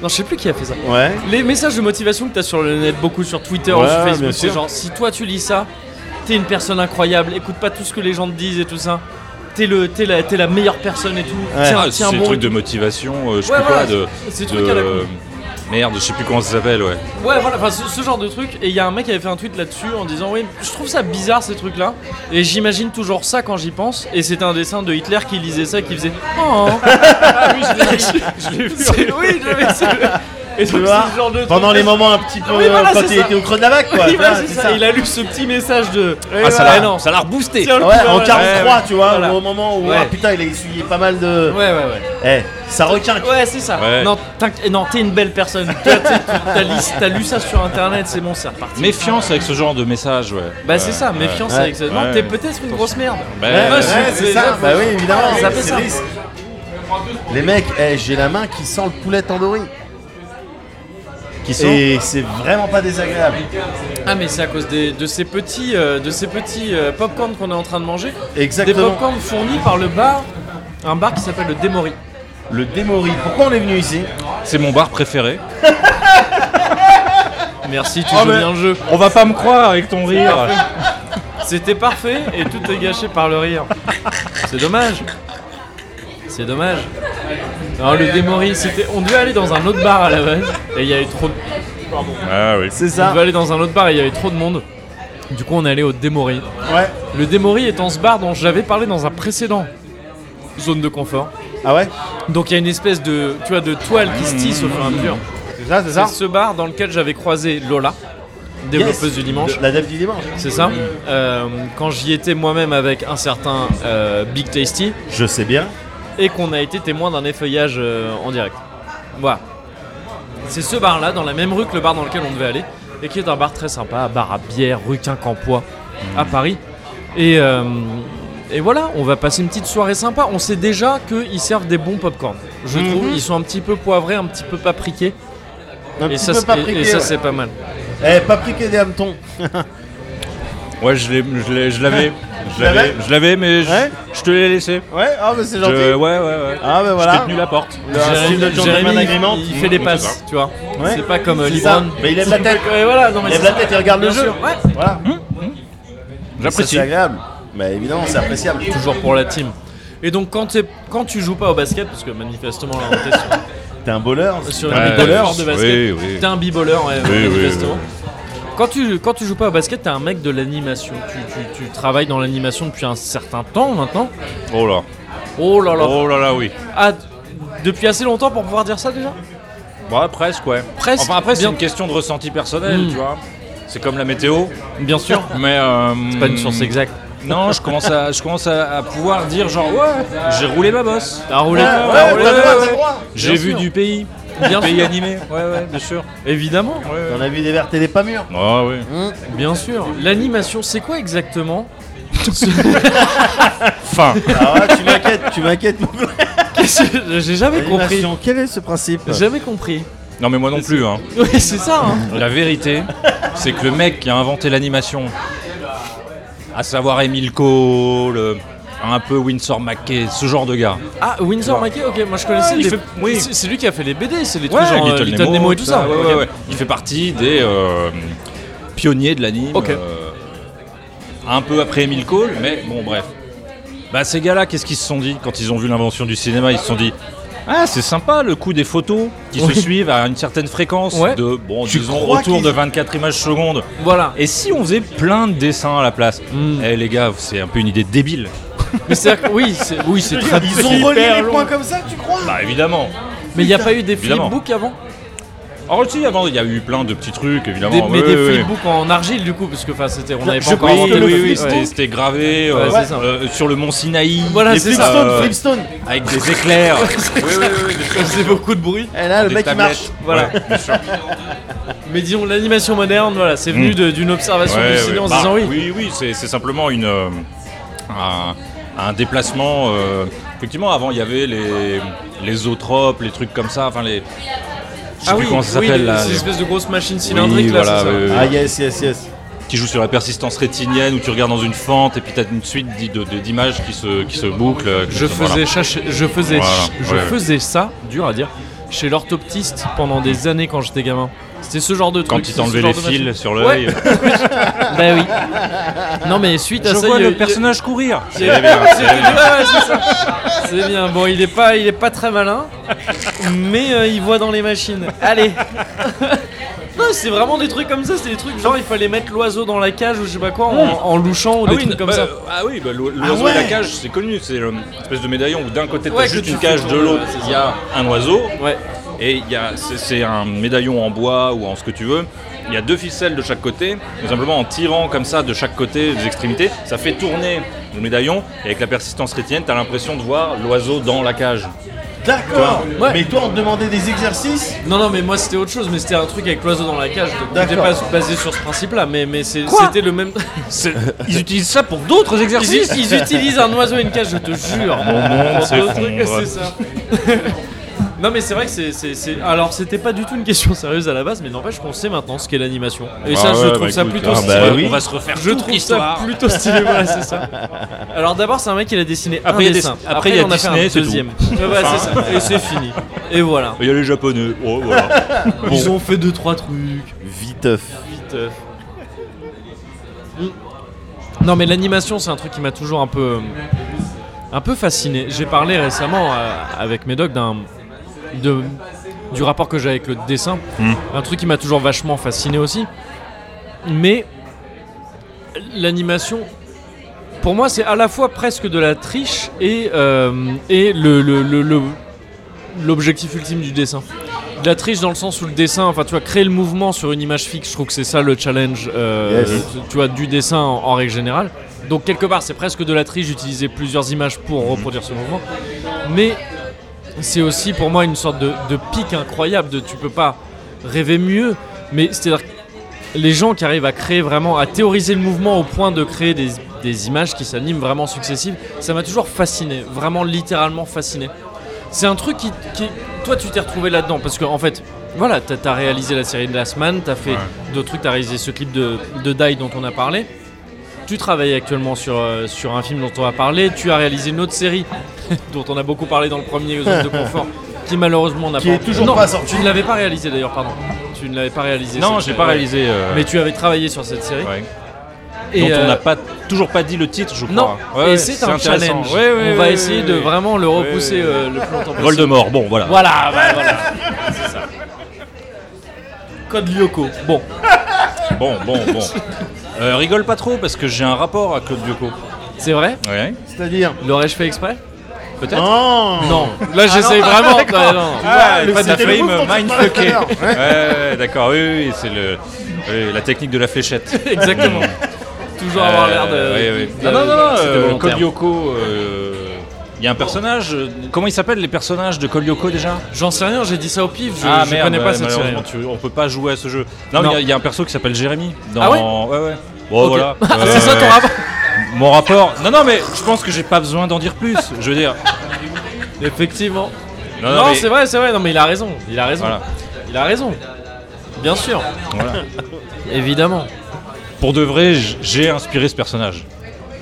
Speaker 1: Non, je sais plus qui a fait ça.
Speaker 2: Ouais.
Speaker 1: Les messages de motivation que t'as sur le net, beaucoup sur Twitter
Speaker 2: Ouais,
Speaker 1: ou sur
Speaker 2: bien
Speaker 1: Facebook,
Speaker 2: sûr.
Speaker 1: c'est genre si toi tu lis ça, t'es une personne incroyable, écoute pas tout ce que les gens te disent et tout ça. T'es le, t'es la, t'es la meilleure personne et tout.
Speaker 2: Ouais.
Speaker 1: Tiens,
Speaker 3: Ah,
Speaker 1: tiens
Speaker 3: c'est des
Speaker 1: bon.
Speaker 3: trucs de motivation, euh, je sais
Speaker 1: Ouais,
Speaker 3: plus quoi,
Speaker 1: voilà,
Speaker 3: de.
Speaker 1: c'est- c'est des
Speaker 3: de-
Speaker 1: trucs à la con.
Speaker 3: Merde, je sais plus comment ça s'appelle, ouais.
Speaker 1: Ouais, voilà, enfin, ce, ce genre de truc. Et il y a un mec qui avait fait un tweet là-dessus en disant Oui, je trouve ça bizarre ces trucs-là. Et j'imagine toujours ça quand j'y pense. Et c'était un dessin de Hitler qui lisait ça et qui faisait Oh oui, je l'ai vu. Oui, j'avais ça. Et
Speaker 2: Tu
Speaker 1: donc,
Speaker 2: vois,
Speaker 1: c'est le genre de
Speaker 2: pendant
Speaker 1: truc-
Speaker 2: les moments un petit peu
Speaker 1: Oui, voilà,
Speaker 2: quand
Speaker 1: c'est
Speaker 2: il
Speaker 1: ça.
Speaker 2: était au creux de la vague, quoi.
Speaker 1: Oui,
Speaker 2: tu
Speaker 1: voilà,
Speaker 2: vois,
Speaker 1: c'est
Speaker 2: c'est
Speaker 1: ça.
Speaker 2: ça.
Speaker 1: Il a lu ce petit message de.
Speaker 2: Ah, ça
Speaker 1: Ouais,
Speaker 2: l'a-
Speaker 1: Eh non.
Speaker 3: Ça l'a reboosté.
Speaker 1: Tiens, le
Speaker 2: Ouais,
Speaker 1: coup,
Speaker 2: en
Speaker 1: ouais,
Speaker 2: 43, tu vois,
Speaker 1: Voilà.
Speaker 2: au moment où
Speaker 1: Ouais.
Speaker 2: ah putain, il a essuyé pas mal de.
Speaker 1: Ouais, ouais, ouais.
Speaker 2: Eh, ça requinque.
Speaker 1: Ouais, c'est ça.
Speaker 3: Ouais.
Speaker 1: Non, t'inqui- non, t'es une belle personne. Toi, t'es- T'as lu, t'as lu ça sur internet, c'est bon, c'est reparti.
Speaker 3: Méfiance avec ce genre de message, ouais.
Speaker 1: Bah, c'est ça, méfiance
Speaker 2: ouais,
Speaker 1: avec ça. Non,
Speaker 3: ouais.
Speaker 1: t'es peut-être une grosse merde.
Speaker 3: Bah,
Speaker 2: Ouais,
Speaker 1: Moi,
Speaker 2: ouais,
Speaker 1: je-
Speaker 2: c'est ça.
Speaker 1: je-
Speaker 2: Bah oui, évidemment.
Speaker 1: Ça fait
Speaker 2: c'est
Speaker 1: ça.
Speaker 2: risque. Les mecs, eh, j'ai la main qui sent le poulet tandoori.
Speaker 3: Qui sont
Speaker 2: Et c'est vraiment pas désagréable.
Speaker 1: Ah, mais c'est à cause des- de ces petits, euh, de ces petits euh, popcorn qu'on est en train de manger. Des
Speaker 2: Exactement.
Speaker 1: popcorn fournis par le bar, un bar qui s'appelle le Démori.
Speaker 2: Le démori. Pourquoi on est venu ici
Speaker 3: C'est mon bar préféré.
Speaker 1: Merci, tu
Speaker 2: Oh,
Speaker 1: joues
Speaker 2: mais-
Speaker 1: bien le jeu.
Speaker 3: On va pas me croire avec ton rire.
Speaker 1: C'était parfait et tout est gâché par le rire. C'est dommage. C'est dommage. Alors le démori, c'était. On devait aller dans un autre bar à la base et il y avait trop. De...
Speaker 3: Ah oui.
Speaker 2: C'est
Speaker 1: On
Speaker 2: ça.
Speaker 1: devait aller dans un autre bar et il y avait trop de monde. Du coup, on est allé au démori.
Speaker 2: Ouais.
Speaker 1: Le démori étant ce bar dont j'avais parlé dans un précédent zone de confort.
Speaker 2: Ah ouais
Speaker 1: Donc il y a une espèce de, tu vois, de toile qui se tisse au fur et à mesure.
Speaker 2: C'est ça, c'est
Speaker 1: C'est
Speaker 2: ça
Speaker 1: ce bar dans lequel j'avais croisé Lola, développeuse
Speaker 2: Yes.
Speaker 1: du dimanche.
Speaker 2: Le- La dame du dimanche. hein.
Speaker 1: C'est ça. Euh, quand j'y étais moi-même avec un certain euh, Big Tasty
Speaker 2: Je sais bien.
Speaker 1: et qu'on a été témoin d'un effeuillage euh, en direct. Voilà. C'est ce bar-là, dans la même rue que le bar dans lequel on devait aller, et qui est un bar très sympa, bar à bière, rue Quincampoix,
Speaker 2: Hmm.
Speaker 1: à Paris. Et, euh, et voilà, on va passer une petite soirée sympa. On sait déjà qu'ils servent des bons popcorn. Je
Speaker 2: Hmm.
Speaker 1: trouve, ils sont un petit peu poivrés, un petit peu papriqués.
Speaker 2: Un
Speaker 1: Et
Speaker 2: petit
Speaker 1: ça,
Speaker 2: peu
Speaker 1: c'est- et- et
Speaker 2: papriqué.
Speaker 1: ça,
Speaker 2: ouais.
Speaker 1: c'est pas mal.
Speaker 2: Eh, papriqué des hannetons.
Speaker 3: Ouais, je l'ai- je l'ai- je l'avais. Je
Speaker 2: l'avais
Speaker 3: l'avais, je l'avais, mais je,
Speaker 2: Ouais.
Speaker 3: je te l'ai laissé.
Speaker 2: Ouais, ah bah c'est
Speaker 3: Je-
Speaker 2: gentil.
Speaker 3: ouais, ouais, ouais.
Speaker 2: Ah bah
Speaker 3: Je t'ai
Speaker 2: voilà.
Speaker 3: tenu la porte.
Speaker 2: Le style de gentleman agreement.
Speaker 1: il fait des
Speaker 3: Mmh,
Speaker 1: passes, tu vois.
Speaker 2: Ouais.
Speaker 1: C'est pas comme euh,
Speaker 2: C'est
Speaker 1: Libran.
Speaker 2: ça. Mais il lève la tête.
Speaker 1: Ouais, voilà, non, mais
Speaker 2: Il lève
Speaker 1: c'est
Speaker 2: la
Speaker 1: ça.
Speaker 2: tête et regarde le
Speaker 1: Bien
Speaker 2: jeu.
Speaker 1: sûr, ouais.
Speaker 2: Voilà. Ça,
Speaker 3: J'apprécie.
Speaker 2: C'est agréable. Bah évidemment, c'est appréciable.
Speaker 1: Toujours pour la team. Et donc quand, t'es- quand tu joues pas au basket, parce que manifestement là on était sur,
Speaker 2: T'es un bowler.
Speaker 1: Euh, sur
Speaker 3: Ouais,
Speaker 1: une biboleur
Speaker 3: oui,
Speaker 1: de basket,
Speaker 3: oui.
Speaker 1: t'es un biboleur ouais,
Speaker 3: Oui, oui,
Speaker 1: manifestement.
Speaker 3: oui,
Speaker 1: Quand tu, quand tu joues pas au basket, t'es un mec de l'animation. Tu, tu- tu travailles dans l'animation depuis un certain temps maintenant.
Speaker 3: Oh là.
Speaker 1: Oh là là.
Speaker 3: Oh là là, oui.
Speaker 1: Ah, depuis assez longtemps pour pouvoir dire ça déjà
Speaker 3: Ouais, presque, ouais.
Speaker 1: Presque,
Speaker 3: Enfin, après, c'est
Speaker 1: bien.
Speaker 3: une question de ressenti personnel,
Speaker 1: Mm.
Speaker 3: tu vois. C'est comme la météo,
Speaker 1: Bien sûr.
Speaker 3: mais. euh,
Speaker 1: C'est pas une source exacte.
Speaker 3: Non, je commence à, je commence à, à pouvoir dire genre ouais, j'ai roulé ma bosse.
Speaker 1: T'as roulé.
Speaker 2: Ah, Ouais, ouais,
Speaker 1: t'as
Speaker 2: t'as
Speaker 1: roulé,
Speaker 2: le droit,
Speaker 1: ouais,
Speaker 2: t'as
Speaker 1: ouais.
Speaker 2: le droit.
Speaker 3: J'ai vu
Speaker 1: sûr.
Speaker 3: du pays,
Speaker 1: Bien
Speaker 3: pays
Speaker 1: sûr.
Speaker 3: animé. Ouais, ouais, bien sûr.
Speaker 1: Évidemment.
Speaker 2: T'en as vu des vertes et des pas mûres.
Speaker 3: Ah oui.
Speaker 1: Bien sûr. L'animation, c'est quoi exactement
Speaker 3: Enfin,
Speaker 2: Ah ouais, tu m'inquiètes, tu m'inquiètes.
Speaker 1: J'ai jamais compris.
Speaker 2: Animation, Quel est ce principe
Speaker 1: J'ai Jamais compris.
Speaker 3: non mais moi non plus. Hein.
Speaker 1: Ouais, c'est ça. hein.
Speaker 3: La vérité, c'est que le mec qui a inventé l'animation, à savoir Emile Cole, un peu Winsor McKay, ce genre de gars.
Speaker 1: Ah, Windsor Mackey, ok, moi je connaissais.
Speaker 3: Ouais, Ah, il
Speaker 1: des-
Speaker 3: fait- oui.
Speaker 1: C'est c'est lui qui a fait les BD, c'est les trucs genre euh, Little, Nemo, et tout ça.
Speaker 3: ouais,
Speaker 1: ok.
Speaker 3: ouais, ouais. Il fait partie des euh, pionniers de l'anime.
Speaker 1: Ok.
Speaker 3: euh, un peu après Emile Cole, mais bon, bref. Bah, ces gars-là, qu'est-ce qu'ils se sont dit quand ils ont vu l'invention du cinéma Ils se sont dit. Ah, c'est sympa le coup des photos qui
Speaker 1: Oui.
Speaker 3: se suivent à une certaine fréquence
Speaker 1: Ouais.
Speaker 3: de bon
Speaker 2: Tu
Speaker 3: disons
Speaker 2: crois
Speaker 3: autour
Speaker 2: qu'ils-
Speaker 3: de 24 images secondes.
Speaker 1: Voilà.
Speaker 3: Et si on faisait plein de dessins à la place
Speaker 1: Mm.
Speaker 3: Eh les gars, c'est un peu une idée débile.
Speaker 1: Mais c'est-à-dire que- oui, c'est oui, c'est très
Speaker 2: Ils ont relié les points comme ça, tu crois
Speaker 3: Bah évidemment.
Speaker 1: Mais il n'y a pas eu des
Speaker 3: Évidemment.
Speaker 1: flipbooks avant
Speaker 3: Alors aussi, avant, il y a eu plein de petits trucs, évidemment.
Speaker 1: Des-
Speaker 3: Ouais,
Speaker 1: mais des
Speaker 3: ouais, ouais.
Speaker 1: flipbooks en argile du coup, parce que enfin c'était, on n'avait pas
Speaker 2: je
Speaker 1: encore
Speaker 2: pense
Speaker 1: inventé
Speaker 2: que
Speaker 1: le
Speaker 2: le
Speaker 3: Oui, oui,
Speaker 1: flipbook,
Speaker 3: c'était-
Speaker 1: ouais.
Speaker 3: c'était gravé
Speaker 1: Ouais,
Speaker 3: euh,
Speaker 1: c'est ça.
Speaker 3: euh, sur le mont Sinaï.
Speaker 1: Voilà,
Speaker 3: Les
Speaker 1: c'est
Speaker 3: flipstones,
Speaker 1: ça.
Speaker 2: Flipstone,
Speaker 3: euh,
Speaker 2: Flipstone.
Speaker 3: Avec des éclairs. oui, oui, oui, des
Speaker 1: Ça faisait beaucoup de bruit.
Speaker 2: Et Eh, là, le
Speaker 3: des
Speaker 2: mec il
Speaker 3: tablettes.
Speaker 2: marche.
Speaker 1: Voilà.
Speaker 3: Ouais, bien sûr.
Speaker 1: Mais disons, l'animation moderne, voilà, c'est venu
Speaker 3: Mm.
Speaker 1: de- d'une observation
Speaker 3: Ouais,
Speaker 1: du
Speaker 3: ouais.
Speaker 1: ciné en se
Speaker 3: Bah,
Speaker 1: disant oui.
Speaker 3: Oui, oui, c'est c'est simplement une, euh, un, un déplacement. euh, effectivement, avant, il y avait les, les zootropes, les trucs comme ça. Enfin, les. Je sais
Speaker 1: Ah
Speaker 3: plus
Speaker 1: oui,
Speaker 3: comment ça
Speaker 1: oui,
Speaker 3: s'appelle là.
Speaker 1: ces
Speaker 3: les-
Speaker 1: espèces de grosses machines cylindriques là,
Speaker 3: voilà,
Speaker 1: c'est ça.
Speaker 3: ouais, ouais.
Speaker 2: Ah yes, yes, yes.
Speaker 3: qui joue sur la persistance rétinienne où tu regardes dans une fente et puis t'as une suite d'i- de- de- d'images qui se, qui se bouclent. euh,
Speaker 1: Je
Speaker 3: voilà.
Speaker 1: faisais, chache- je faisais,
Speaker 3: Voilà,
Speaker 1: ch- je
Speaker 3: ouais.
Speaker 1: faisais ça, dur à dire, chez l'orthoptiste pendant des années quand j'étais gamin. C'était ce genre de truc.
Speaker 3: Quand ils
Speaker 1: c'est ce
Speaker 3: t'enlevaient
Speaker 1: genre
Speaker 3: les
Speaker 1: de machine.
Speaker 3: fils sur
Speaker 1: Ouais.
Speaker 3: l'œil. euh,
Speaker 1: Bah oui. Non mais suite à
Speaker 3: Je
Speaker 1: ça,
Speaker 3: vois
Speaker 1: il y a-
Speaker 3: le personnage courir.
Speaker 1: il y a- C'est ouais, ouais, c'est ça. C'est bien. Bon, il est pas, il est pas très malin, mais euh, il voit dans les machines. Allez. Non, c'est vraiment des trucs comme ça, c'est des trucs genre il fallait mettre l'oiseau dans la cage ou je sais pas quoi en, en louchant ou des trucs comme
Speaker 3: bah,
Speaker 1: ça.
Speaker 3: euh, ah oui, bah, l'o- l'oiseau
Speaker 2: ouais.
Speaker 3: et la cage, c'est connu, c'est euh, une espèce de médaillon où d'un côté t'as
Speaker 1: Ouais, que
Speaker 3: juste
Speaker 1: tu
Speaker 3: une cage,
Speaker 1: fous
Speaker 3: de
Speaker 1: ton-
Speaker 3: l'autre
Speaker 1: ouais, c'est
Speaker 3: il y a un oiseau
Speaker 1: Ouais.
Speaker 3: et il y a c'est- c'est un médaillon en bois ou en ce que tu veux. Il y a deux ficelles de chaque côté, mais simplement en tirant comme ça de chaque côté des extrémités, ça fait tourner le médaillon et avec la persistance rétinienne, t'as l'impression de voir l'oiseau dans la cage.
Speaker 2: D'accord.
Speaker 1: Ouais.
Speaker 2: Mais toi, on te demandait des exercices.
Speaker 1: Non, non, mais moi c'était autre chose, mais c'était un truc avec l'oiseau dans la cage, donc c'était
Speaker 2: D'accord.
Speaker 1: pas basé sur ce principe-là, mais, mais c'est- c'était le même.
Speaker 3: Ils utilisent ça pour d'autres
Speaker 1: ils, us- ils utilisent un oiseau et une cage, je te jure.
Speaker 3: Mon monde
Speaker 1: Pour d'autres trucs,
Speaker 3: s'effondre.
Speaker 1: C'est ça. Non mais c'est vrai que c'est, c'est- c'est- alors c'était pas du tout une question sérieuse à la base mais n'empêche qu'on sait maintenant ce qu'est l'animation et
Speaker 3: Ah
Speaker 1: ça je
Speaker 3: ouais,
Speaker 1: trouve
Speaker 3: bah
Speaker 1: ça
Speaker 3: écoute,
Speaker 1: plutôt
Speaker 3: ah
Speaker 1: stylé.
Speaker 2: bah oui.
Speaker 3: On va se refaire
Speaker 1: je trouve ça plutôt stylé voilà c'est ça alors d'abord c'est un mec qui a dessiné un
Speaker 3: Après, il y a
Speaker 1: dessin
Speaker 3: des- après, il y a
Speaker 1: on a fait
Speaker 3: Disney,
Speaker 1: un
Speaker 3: c'est tout.
Speaker 1: deuxième Ouais, ouais, c'est ça. et c'est fini et voilà
Speaker 3: Il y a les japonais. Oh, voilà. Bon.
Speaker 1: ils ont fait deux trois trucs
Speaker 2: Viteuf.
Speaker 1: Vite, euh. Non mais l'animation c'est un truc qui m'a toujours un peu un peu fasciné. J'ai parlé récemment euh, avec Médoc d'un de du rapport que j'ai avec le dessin,
Speaker 3: Mm.
Speaker 1: un truc qui m'a toujours vachement fasciné aussi. Mais l'animation pour moi c'est à la fois presque de la triche et euh, et le- le- le- le l'objectif ultime du dessin. De la triche dans le sens où le dessin, enfin tu vois, créer le mouvement sur une image fixe, je trouve que c'est ça le challenge, euh,
Speaker 2: Yes.
Speaker 1: tu- tu vois, du dessin en, en règle générale. Donc quelque part, c'est presque de la triche d'utiliser plusieurs images pour reproduire ce mouvement. Mais c'est aussi pour moi une sorte de, de pic incroyable de tu peux pas rêver mieux, mais c'est-à-dire que les gens qui arrivent à créer vraiment, à théoriser le mouvement au point de créer des, des images qui s'animent vraiment successives, ça m'a toujours fasciné, vraiment littéralement fasciné. C'est un truc qui, qui- Toi, tu t'es retrouvé là-dedans parce que, en fait, voilà, t'as as réalisé la série de Last Man, t'as fait
Speaker 3: Ouais.
Speaker 1: d'autres trucs, t'as réalisé ce clip de, de Die dont on a parlé. Tu travailles actuellement sur, euh, sur un film dont on va parler. Tu as réalisé une autre série dont on a beaucoup parlé dans le premier Zone de Confort, qui malheureusement n'a
Speaker 2: Qui
Speaker 1: pas.
Speaker 2: est toujours
Speaker 1: non,
Speaker 2: pas sorti.
Speaker 1: Tu ne l'avais pas réalisé d'ailleurs, pardon. Tu ne l'avais pas réalisé.
Speaker 3: Non,
Speaker 1: cette-
Speaker 3: j'ai pas
Speaker 1: ouais.
Speaker 3: réalisé. euh,
Speaker 1: Mais tu avais travaillé sur cette série.
Speaker 3: ouais.
Speaker 1: Et,
Speaker 3: dont on
Speaker 1: euh,
Speaker 3: n'a pas, toujours pas dit le titre, je
Speaker 1: Non,
Speaker 3: crois. Ouais,
Speaker 1: et
Speaker 3: ouais,
Speaker 1: c'est un
Speaker 3: intéressant.
Speaker 1: challenge.
Speaker 3: Ouais, ouais,
Speaker 1: on va
Speaker 3: ouais,
Speaker 1: essayer
Speaker 3: ouais,
Speaker 1: de
Speaker 3: ouais.
Speaker 1: vraiment le repousser
Speaker 3: ouais, ouais.
Speaker 1: euh, le plus longtemps possible.
Speaker 3: Voldemort, bon voilà.
Speaker 1: Voilà, bah, voilà. C'est ça. Code Lyoko. Bon,
Speaker 3: Bon, bon, bon. Euh, rigole pas trop parce que j'ai un rapport à Claude Ducot.
Speaker 1: c'est vrai
Speaker 3: Ouais,
Speaker 2: C'est-à-dire.
Speaker 1: L'aurais-je fait exprès
Speaker 3: peut-être.
Speaker 2: Non.
Speaker 1: Non. Là, j'essaye vraiment. bah, non.
Speaker 3: Ah,
Speaker 2: le-
Speaker 3: pas
Speaker 2: c'était
Speaker 3: t'as
Speaker 2: le
Speaker 3: failli
Speaker 2: move
Speaker 3: me
Speaker 2: dont tu parlais
Speaker 3: mindfucker.
Speaker 2: tout à
Speaker 3: Ouais, ouais, d'accord, oui, oui, oui, c'est le, oui, la technique de la fléchette.
Speaker 1: Exactement. Toujours avoir l'air de.
Speaker 3: Euh, oui, oui.
Speaker 1: de-
Speaker 3: Ah non, non, non,
Speaker 1: c'était
Speaker 3: euh,
Speaker 1: volontaire.
Speaker 3: Kolyoko, euh, il y a un personnage. euh, Comment il s'appelle les personnages de Kolyoko déjà
Speaker 1: J'en sais rien, j'ai dit ça au pif, je, je connais
Speaker 3: bah,
Speaker 1: pas cette série.
Speaker 3: malheureusement, tu- on peut pas jouer à ce jeu. Non, mais
Speaker 1: Non.
Speaker 3: il y a- il y, a un perso qui s'appelle Jérémy. Dans...
Speaker 1: Ah ouais
Speaker 3: Ouais, ouais.
Speaker 1: Ok.
Speaker 3: Bon, Oh, voilà.
Speaker 1: Ah, c'est ça ton
Speaker 3: Euh,
Speaker 1: rapport
Speaker 3: Mon rapport. Non, non, mais je pense que j'ai pas besoin d'en dire plus. Je veux dire.
Speaker 1: Effectivement.
Speaker 3: Non,
Speaker 1: Non,
Speaker 3: non, Ah, mais-
Speaker 1: c'est vrai, c'est vrai, non mais il a raison, il a raison.
Speaker 3: Voilà.
Speaker 1: Il a raison. Bien sûr,
Speaker 3: Voilà.
Speaker 1: évidemment.
Speaker 3: Pour de vrai, j- j'ai inspiré ce personnage.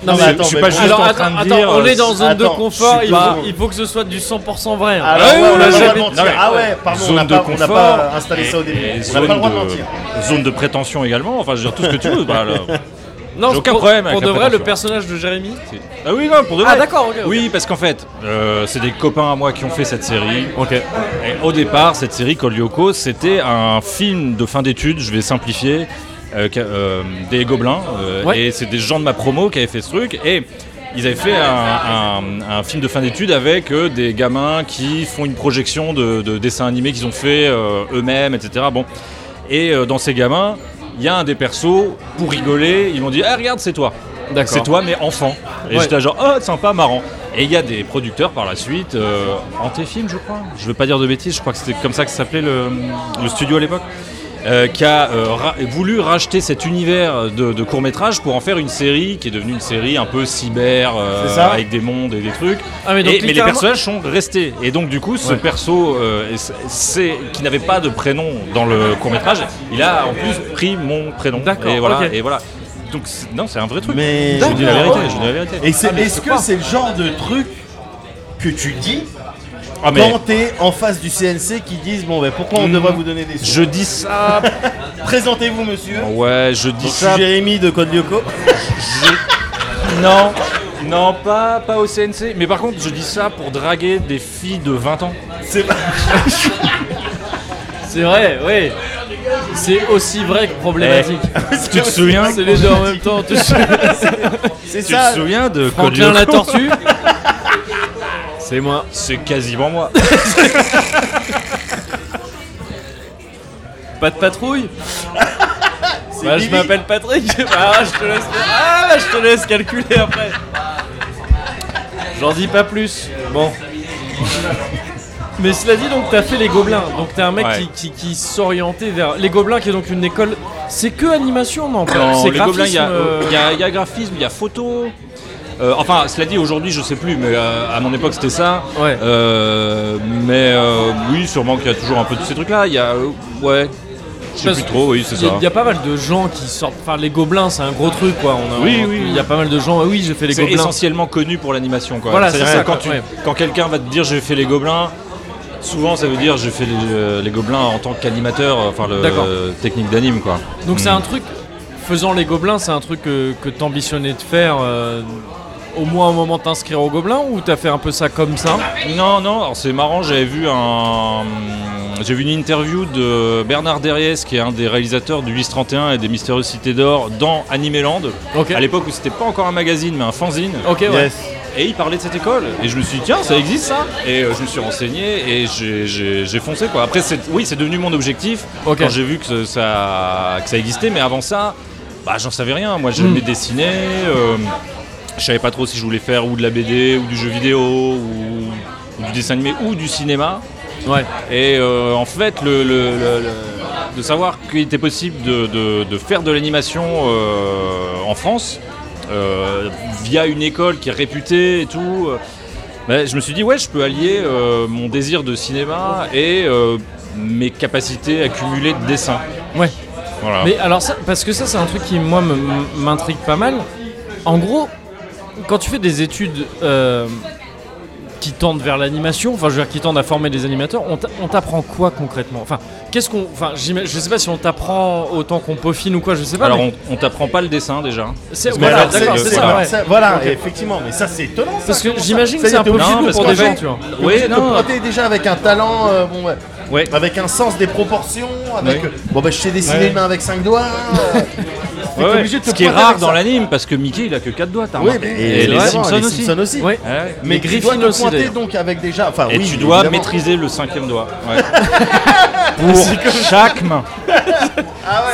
Speaker 2: Non, mais
Speaker 3: Je-
Speaker 2: Bah, attends,
Speaker 3: je suis
Speaker 2: mais
Speaker 3: pas
Speaker 2: bon,
Speaker 3: juste-
Speaker 1: Alors
Speaker 3: en
Speaker 1: attends,
Speaker 3: train de
Speaker 1: attends,
Speaker 3: dire,
Speaker 1: on
Speaker 3: euh,
Speaker 1: est dans zone de
Speaker 2: attends,
Speaker 1: confort,
Speaker 2: je
Speaker 1: il
Speaker 2: suis
Speaker 1: faut,
Speaker 2: pas-
Speaker 1: il faut que ce soit du 100% vrai. hein.
Speaker 2: Alors,
Speaker 3: Ah oui,
Speaker 2: ouais, on
Speaker 3: oui,
Speaker 2: n'a
Speaker 3: oui,
Speaker 2: pas le
Speaker 3: oui.
Speaker 2: droit de
Speaker 3: Non, mais-
Speaker 2: mentir. Ah ouais, pardon, on
Speaker 3: zone
Speaker 2: n'a
Speaker 3: de
Speaker 2: pas, on n'a
Speaker 3: confort.
Speaker 2: pas installé ça au
Speaker 3: et- et
Speaker 2: début. On n'a
Speaker 3: zone,
Speaker 2: pas le droit de
Speaker 3: de,
Speaker 2: mentir.
Speaker 3: zone de prétention également. Enfin, je veux dire tout ce que tu veux. Bah, là.
Speaker 1: Non,
Speaker 3: J'ai aucun
Speaker 1: pour,
Speaker 3: problème avec
Speaker 1: pour de
Speaker 3: la
Speaker 1: vrai, le
Speaker 3: prétention.
Speaker 1: personnage de Jérémy.
Speaker 3: Ah oui, non, pour de
Speaker 1: Ah,
Speaker 3: vrai.
Speaker 1: d'accord, ok, ok.
Speaker 3: Oui, parce qu'en fait, euh, c'est des copains à moi qui ont fait cette série. Ok. Et au départ, cette série Kolyoko, c'était un film de fin d'études, je vais simplifier, euh, qu'a- euh, des gobelins. euh,
Speaker 1: Ouais.
Speaker 3: Et c'est des gens de ma promo qui avaient fait ce truc. Et Ils avaient fait un, un- un film de fin d'études avec euh, des gamins qui font une projection de, de dessins animés qu'ils ont fait euh, eux-mêmes, etc. Bon. Et euh, dans ces gamins, il y a un des persos, pour rigoler, ils m'ont dit Ah, regarde, c'est toi.
Speaker 1: D'accord.
Speaker 3: C'est toi, mais enfant. Et
Speaker 1: Ouais.
Speaker 3: j'étais genre Oh, sympa, marrant. Et il y a des producteurs par la suite, euh, Antéfilm, je crois. Je veux pas dire de bêtises, je crois que c'était comme ça que s'appelait le, le studio à l'époque. euh, qui a euh, ra- voulu racheter cet univers de, de court métrage pour en faire une série qui est devenue une série un peu cyber euh,
Speaker 2: C'est ça
Speaker 3: avec des mondes et des trucs.
Speaker 1: Ah, mais
Speaker 3: Et-
Speaker 1: donc
Speaker 3: mais, les
Speaker 1: littéralement-
Speaker 3: personnages sont restés. Et donc du coup, ce
Speaker 1: Ouais.
Speaker 3: perso euh, c'est- c'est- qui n'avait pas de prénom dans le court métrage, il a en plus pris mon prénom.
Speaker 1: D'accord,
Speaker 3: Et voilà.
Speaker 1: ok.
Speaker 3: Et voilà. Donc c'est- non, c'est un vrai truc.
Speaker 2: Mais.
Speaker 3: Je vous dis la vérité. Je vous dis la vérité.
Speaker 2: Et c'est- est-ce que c'est le genre de truc que tu dis
Speaker 3: Ah, mais
Speaker 2: quand t'es en face du CNC qui disent bon ben pourquoi on
Speaker 3: Mm.
Speaker 2: devrait vous donner des sous
Speaker 3: je dis ça.
Speaker 2: Présentez-vous monsieur.
Speaker 3: Ouais, je dis
Speaker 2: Je
Speaker 3: ça.
Speaker 2: suis Jérémy de Code Lyoko.
Speaker 3: Non, non, pas pas au CNC. Mais par contre, je dis ça pour draguer des filles de 20 ans.
Speaker 2: C'est pas-
Speaker 1: C'est vrai, oui. C'est aussi vrai que problématique.
Speaker 3: Eh, Tu te souviens
Speaker 1: C'est les deux en même temps. Tu
Speaker 2: C'est
Speaker 3: Tu te
Speaker 2: ça.
Speaker 3: souviens de Eh. Code
Speaker 1: Franklin la
Speaker 3: Lyoko
Speaker 1: tortue C'est moi.
Speaker 3: C'est quasiment moi.
Speaker 1: Pas de patrouille
Speaker 2: c'est
Speaker 1: Bah, je
Speaker 2: Bibi.
Speaker 1: m'appelle Patrick. Ah, je te laisse. Ah, bah, je te laisse calculer après. J'en dis pas plus. Bon. Mais cela dit, donc t'as fait les gobelins. Donc t'es un mec
Speaker 3: Ouais.
Speaker 1: qui, qui, qui s'orientait vers les gobelins, qui est donc une école. C'est que animation, non pas-
Speaker 3: Non,
Speaker 1: C'est
Speaker 3: les gobelins, il y, a- oh,
Speaker 1: graphisme, euh,
Speaker 3: il y a- il y a graphisme, il y a photo. Euh, enfin, cela dit, aujourd'hui, je sais plus, mais euh, à mon époque, c'était ça.
Speaker 1: Ouais.
Speaker 3: Euh, mais euh, oui, sûrement qu'il y a toujours un peu de ces trucs-là. Il y a, euh, ouais, je sais
Speaker 1: Parce
Speaker 3: plus trop. Oui, c'est
Speaker 1: Il y a-
Speaker 3: ça.
Speaker 1: il y, a pas mal de gens qui sortent. Enfin, les gobelins, c'est un gros truc, quoi. On a-
Speaker 3: Oui,
Speaker 1: on-
Speaker 3: oui,
Speaker 1: Il y a pas mal de gens. Ah Oui, j'ai fait les
Speaker 3: C'est
Speaker 1: gobelins.
Speaker 3: essentiellement connu pour l'animation, quoi.
Speaker 1: Voilà,
Speaker 3: C'est-à-dire
Speaker 1: c'est ça,
Speaker 3: que quand,
Speaker 1: quoi,
Speaker 3: tu-
Speaker 1: ouais.
Speaker 3: quand quelqu'un va te dire j'ai fait les gobelins, souvent ça veut dire j'ai fait les, euh, les gobelins en tant qu'animateur, enfin le
Speaker 1: D'accord.
Speaker 3: euh, technique d'anime, quoi.
Speaker 1: Donc
Speaker 3: Hmm.
Speaker 1: c'est un truc. Faisant les gobelins, c'est un truc que, que t'ambitionnais de faire. euh, au moins au moment de t'inscrire aux gobelins ou t'as fait un peu ça comme ça
Speaker 3: Non, non, alors c'est marrant, j'avais vu un. J'ai vu une interview de Bernard Derriès, qui est un des réalisateurs du 831 et des Mystérieuses Cités d'Or dans Animeland,
Speaker 1: Ok.
Speaker 3: à l'époque où c'était pas encore un magazine mais un fanzine.
Speaker 1: Ok, ouais.
Speaker 2: Yes.
Speaker 3: Et il parlait de cette école. Et je me suis dit, tiens, ça existe ça Et euh, je me suis renseigné et j'ai- j'ai j'ai foncé quoi. Après, c'est- oui, c'est devenu mon objectif
Speaker 1: Ok.
Speaker 3: quand j'ai vu que ce- ça, que ça existait, mais avant ça, bah, j'en savais rien. Moi, j'aimais dessiner. euh, je savais pas trop si je voulais faire ou de la BD ou du jeu vidéo ou, ou du dessin animé ou du cinéma.
Speaker 1: Ouais.
Speaker 3: Et euh, en fait, le, le- le- le- de savoir qu'il était possible de, de- de faire de l'animation euh, en France, euh, via une école qui est réputée et tout, euh, bah, je me suis dit, ouais, je peux allier euh, mon désir de cinéma et euh, mes capacités accumulées de dessin.
Speaker 1: Ouais.
Speaker 3: Voilà.
Speaker 1: Mais alors ça, parce que ça c'est un truc qui moi me- m'intrigue pas mal. En gros, quand tu fais des études euh, qui tendent vers l'animation, enfin je veux dire qui tendent à former des animateurs, on t'a- on t'apprend quoi concrètement Enfin, qu'est-ce qu'on, enfin j'ima- je sais pas si on t'apprend autant qu'on peaufine ou quoi, je sais pas.
Speaker 3: Alors,
Speaker 1: mais
Speaker 3: on, on t'apprend pas le dessin déjà.
Speaker 1: c'est-
Speaker 3: Parce que
Speaker 1: voilà,
Speaker 3: alors,
Speaker 1: d'accord,
Speaker 3: c'est-
Speaker 1: c'est
Speaker 3: c'est
Speaker 1: ça.
Speaker 3: pas-
Speaker 1: ouais.
Speaker 2: Voilà, effectivement, mais ça c'est étonnant. ça,
Speaker 1: Parce que
Speaker 2: comment ça
Speaker 1: j'imagine que
Speaker 2: Ça y est,
Speaker 1: c'est un
Speaker 2: t'es
Speaker 1: peu
Speaker 2: obligé
Speaker 1: flou
Speaker 2: de te
Speaker 1: pour des
Speaker 2: projeter.
Speaker 1: gens, tu vois.
Speaker 2: T'es
Speaker 3: Oui,
Speaker 2: obligé de te
Speaker 3: non.
Speaker 2: projeter déjà avec un talent, euh, bon, ouais,
Speaker 3: Ouais.
Speaker 2: avec un sens des proportions, avec
Speaker 3: Oui.
Speaker 2: bon bah je sais dessiner
Speaker 3: Ouais.
Speaker 2: une main avec cinq doigts. euh, t'es
Speaker 3: Ouais, ouais.
Speaker 2: obligé de te
Speaker 3: Ce qui est
Speaker 2: pointer
Speaker 3: rare
Speaker 2: avec
Speaker 3: dans
Speaker 2: ça.
Speaker 3: l'anime, parce que Mickey il a que 4 doigts, t'as
Speaker 2: Oui,
Speaker 3: remarqué.
Speaker 2: mais
Speaker 3: Et les
Speaker 2: évidemment,
Speaker 3: Simpsons aussi.
Speaker 2: aussi.
Speaker 1: Ouais.
Speaker 3: Ouais.
Speaker 2: Mais
Speaker 1: Les
Speaker 2: tu dois
Speaker 1: Griffin
Speaker 2: te
Speaker 1: aussi,
Speaker 2: pointer
Speaker 1: d'ailleurs.
Speaker 2: donc avec déjà. Enfin,
Speaker 1: Ah
Speaker 3: Et
Speaker 2: oui,
Speaker 3: tu dois
Speaker 2: évidemment.
Speaker 3: maîtriser le cinquième doigt. Ouais. pour chaque main.
Speaker 2: Ah ouais,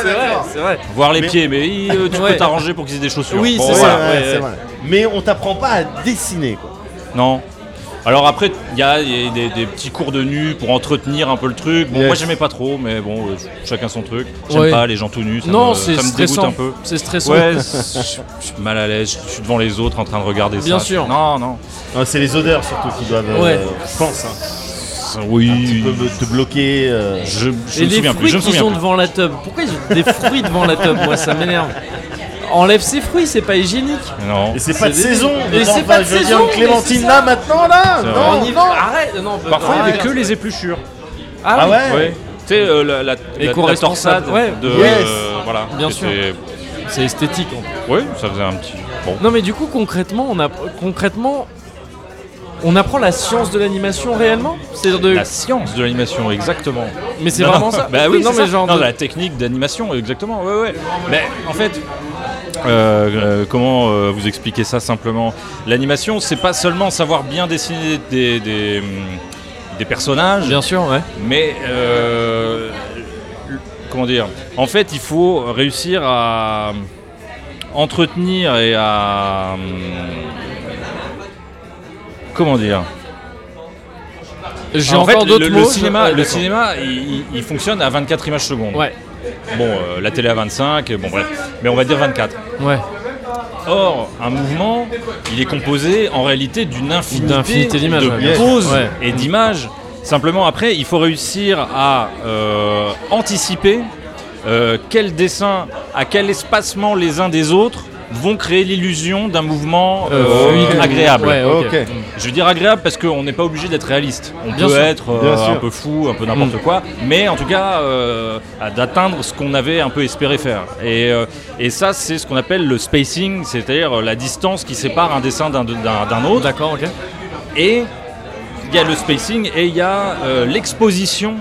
Speaker 1: C'est vrai,
Speaker 2: d'accord.
Speaker 1: c'est vrai.
Speaker 3: Voir les
Speaker 2: Mais-
Speaker 3: pieds, mais il, euh, tu
Speaker 1: Ouais.
Speaker 3: peux t'arranger pour qu'ils aient des chaussures.
Speaker 1: Oui, c'est
Speaker 2: Ouais,
Speaker 1: ça.
Speaker 2: ouais,
Speaker 1: ouais,
Speaker 2: c'est
Speaker 1: ouais.
Speaker 2: vrai. Mais on t'apprend pas à dessiner quoi.
Speaker 3: Non. Alors après, il y a, il y a des, des petits cours de nu pour entretenir un peu le truc. Bon,
Speaker 2: Yes.
Speaker 3: moi j'aimais pas trop, mais bon, euh, chacun son truc. J'aime
Speaker 1: Ouais.
Speaker 3: pas les gens tout nus, ça,
Speaker 1: non,
Speaker 3: me,
Speaker 1: c'est
Speaker 3: ça me dégoûte
Speaker 1: stressant.
Speaker 3: un peu.
Speaker 1: C'est stressant.
Speaker 3: Ouais, je je suis mal à l'aise, je suis devant les autres en train de regarder ça.
Speaker 1: Bien sûr.
Speaker 3: Non, non.
Speaker 2: Ah, c'est les odeurs surtout qui doivent, euh,
Speaker 1: Ouais.
Speaker 2: je pense, hein, qui
Speaker 3: Oui.
Speaker 2: peuvent te bloquer. euh.
Speaker 3: Je, je
Speaker 1: Et
Speaker 3: me
Speaker 1: les
Speaker 3: souviens
Speaker 1: fruits
Speaker 3: plus, je me
Speaker 1: qu'ils
Speaker 3: souviens
Speaker 1: ont
Speaker 3: plus.
Speaker 1: devant la tub. Pourquoi ils ont des fruits devant la tub Moi, ça m'énerve. Enlève ces fruits, c'est pas hygiénique.
Speaker 3: Non.
Speaker 2: Et c'est pas de
Speaker 1: C'est des-
Speaker 2: saison.
Speaker 1: Mais
Speaker 2: dedans,
Speaker 1: c'est pas
Speaker 2: enfin,
Speaker 1: de
Speaker 2: je veux dire,
Speaker 1: saison,
Speaker 2: une Clémentine
Speaker 1: mais c'est
Speaker 2: là
Speaker 1: ça.
Speaker 2: maintenant là.
Speaker 3: vrai.
Speaker 2: Non,
Speaker 1: On y
Speaker 2: non.
Speaker 1: va. Arrête, non. on peut
Speaker 3: Parfois,
Speaker 1: pas.
Speaker 3: il n'y avait
Speaker 1: Arrête.
Speaker 3: que les épluchures.
Speaker 1: Ah,
Speaker 2: Ah
Speaker 1: oui.
Speaker 2: ouais.
Speaker 3: Ouais. Tu sais, euh, la, la, la, la
Speaker 1: Éco-responsable.
Speaker 3: torsade
Speaker 1: Ouais.
Speaker 3: de. euh,
Speaker 2: Yes.
Speaker 3: voilà.
Speaker 1: Bien
Speaker 3: C'était-
Speaker 1: C'est esthétique. en fait.
Speaker 3: Oui, ça faisait un petit. Bon.
Speaker 1: Non, mais du coup, concrètement, on a concrètement, on apprend la science de l'animation réellement. C'est-à-dire de.
Speaker 3: La science de l'animation, exactement.
Speaker 1: Mais c'est
Speaker 3: Non,
Speaker 1: vraiment
Speaker 3: non,
Speaker 1: ça.
Speaker 3: Bah oui,
Speaker 1: non,
Speaker 3: c'est
Speaker 1: mais
Speaker 3: ça.
Speaker 1: genre.
Speaker 3: Non,
Speaker 1: de-
Speaker 3: la technique d'animation, exactement. Ouais, ouais. Mais en fait, Euh, euh, comment euh, vous expliquer ça simplement L'animation, c'est pas seulement savoir bien dessiner des, des, hum, des personnages,
Speaker 1: Bien sûr, ouais.
Speaker 3: mais euh, le- comment dire En fait, il faut réussir à entretenir et à hum, comment dire
Speaker 1: J'ai
Speaker 3: En fait,
Speaker 1: encore
Speaker 3: le,
Speaker 1: d'autres
Speaker 3: le
Speaker 1: mots. je-
Speaker 3: cinéma,
Speaker 1: ah,
Speaker 3: le
Speaker 1: d'accord.
Speaker 3: cinéma, il, il- il fonctionne à 24 images secondes.
Speaker 1: Ouais,
Speaker 3: Bon, euh, la télé à 25, bon bref, mais on va dire 24.
Speaker 1: ouais.
Speaker 3: Or, un mouvement, il est composé en réalité d'une infinité,
Speaker 1: D'infinité d'images,
Speaker 3: de
Speaker 1: ouais, bien sûr.
Speaker 3: poses
Speaker 1: Ouais.
Speaker 3: et d'images. Simplement, après, il faut réussir à euh, anticiper euh, quel dessin, à quel espacement les uns des autres vont créer l'illusion d'un mouvement euh,
Speaker 1: fluide.
Speaker 3: agréable.
Speaker 1: Ouais, ok.
Speaker 2: Ok.
Speaker 3: Je veux dire agréable parce qu'on n'est pas obligé d'être réaliste. On
Speaker 1: Bien
Speaker 3: peut
Speaker 1: sûr.
Speaker 3: être euh,
Speaker 2: Bien sûr.
Speaker 3: un peu fou, un peu n'importe
Speaker 1: Mm.
Speaker 3: quoi, mais en tout cas euh, à- d'atteindre ce qu'on avait un peu espéré faire. Et, euh, et ça, c'est ce qu'on appelle le spacing, c'est-à-dire euh, la distance qui sépare un dessin d'un- d'un d'un autre.
Speaker 1: D'accord, ok.
Speaker 3: Et il y a le spacing et il y a euh, l'exposition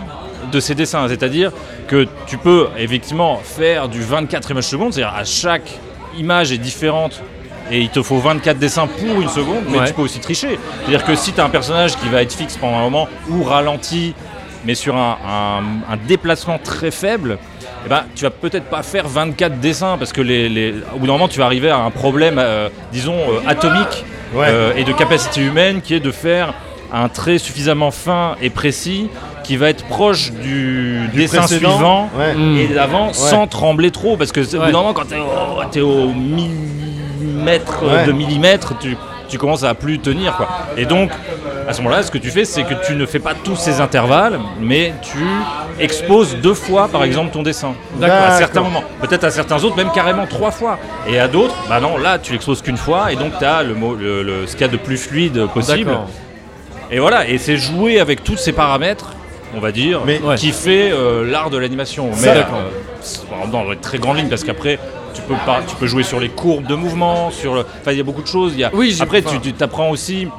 Speaker 3: de ces dessins, c'est-à-dire que tu peux effectivement faire du 24 images secondes, c'est-à-dire à chaque image est différente et il te faut 24 dessins pour une seconde, mais
Speaker 1: Ouais.
Speaker 3: tu peux aussi tricher. C'est-à-dire que si tu as un personnage qui va être fixe pendant un moment ou ralenti, mais sur un, un- un déplacement très faible, eh ben, tu vas peut-être pas faire 24 dessins parce que les, les- au bout d'un moment tu vas arriver à un problème, euh, disons, euh, atomique
Speaker 2: Ouais.
Speaker 3: euh, et de capacité humaine qui est de faire un trait suffisamment fin et précis qui va être proche du, dessin
Speaker 2: Précédent,
Speaker 3: suivant
Speaker 2: ouais.
Speaker 1: Mm.
Speaker 3: et d'avant sans trembler trop parce que c'est- au bout
Speaker 1: Ouais.
Speaker 3: d'un moment quand t'es au, t'es au millimètre euh,
Speaker 2: Ouais.
Speaker 3: de millimètre tu, tu commences à plus tenir quoi et donc à ce moment là ce que tu fais c'est que tu ne fais pas tous ces intervalles mais tu exposes deux fois par exemple ton dessin
Speaker 2: D'accord.
Speaker 3: à certains moments peut-être à certains autres même carrément trois fois et à d'autres bah non là tu l'exposes qu'une fois et donc tu as le, mo- le, le- ce qu'il y a de plus fluide possible
Speaker 1: D'accord.
Speaker 3: et voilà, et c'est jouer avec tous ces paramètres, on va dire,
Speaker 2: Mais-
Speaker 1: Ouais.
Speaker 3: qui fait euh, l'art de l'animation. Mais
Speaker 2: Ça,
Speaker 1: d'accord.
Speaker 3: euh, c'est- bon, dans les très grandes lignes, parce qu'après, tu peux pas, tu peux jouer sur les courbes de mouvement, sur le, enfin, il y a beaucoup de choses. il Y a-
Speaker 1: Oui, j'ai-
Speaker 3: après,
Speaker 1: enfin-
Speaker 3: tu t'apprends aussi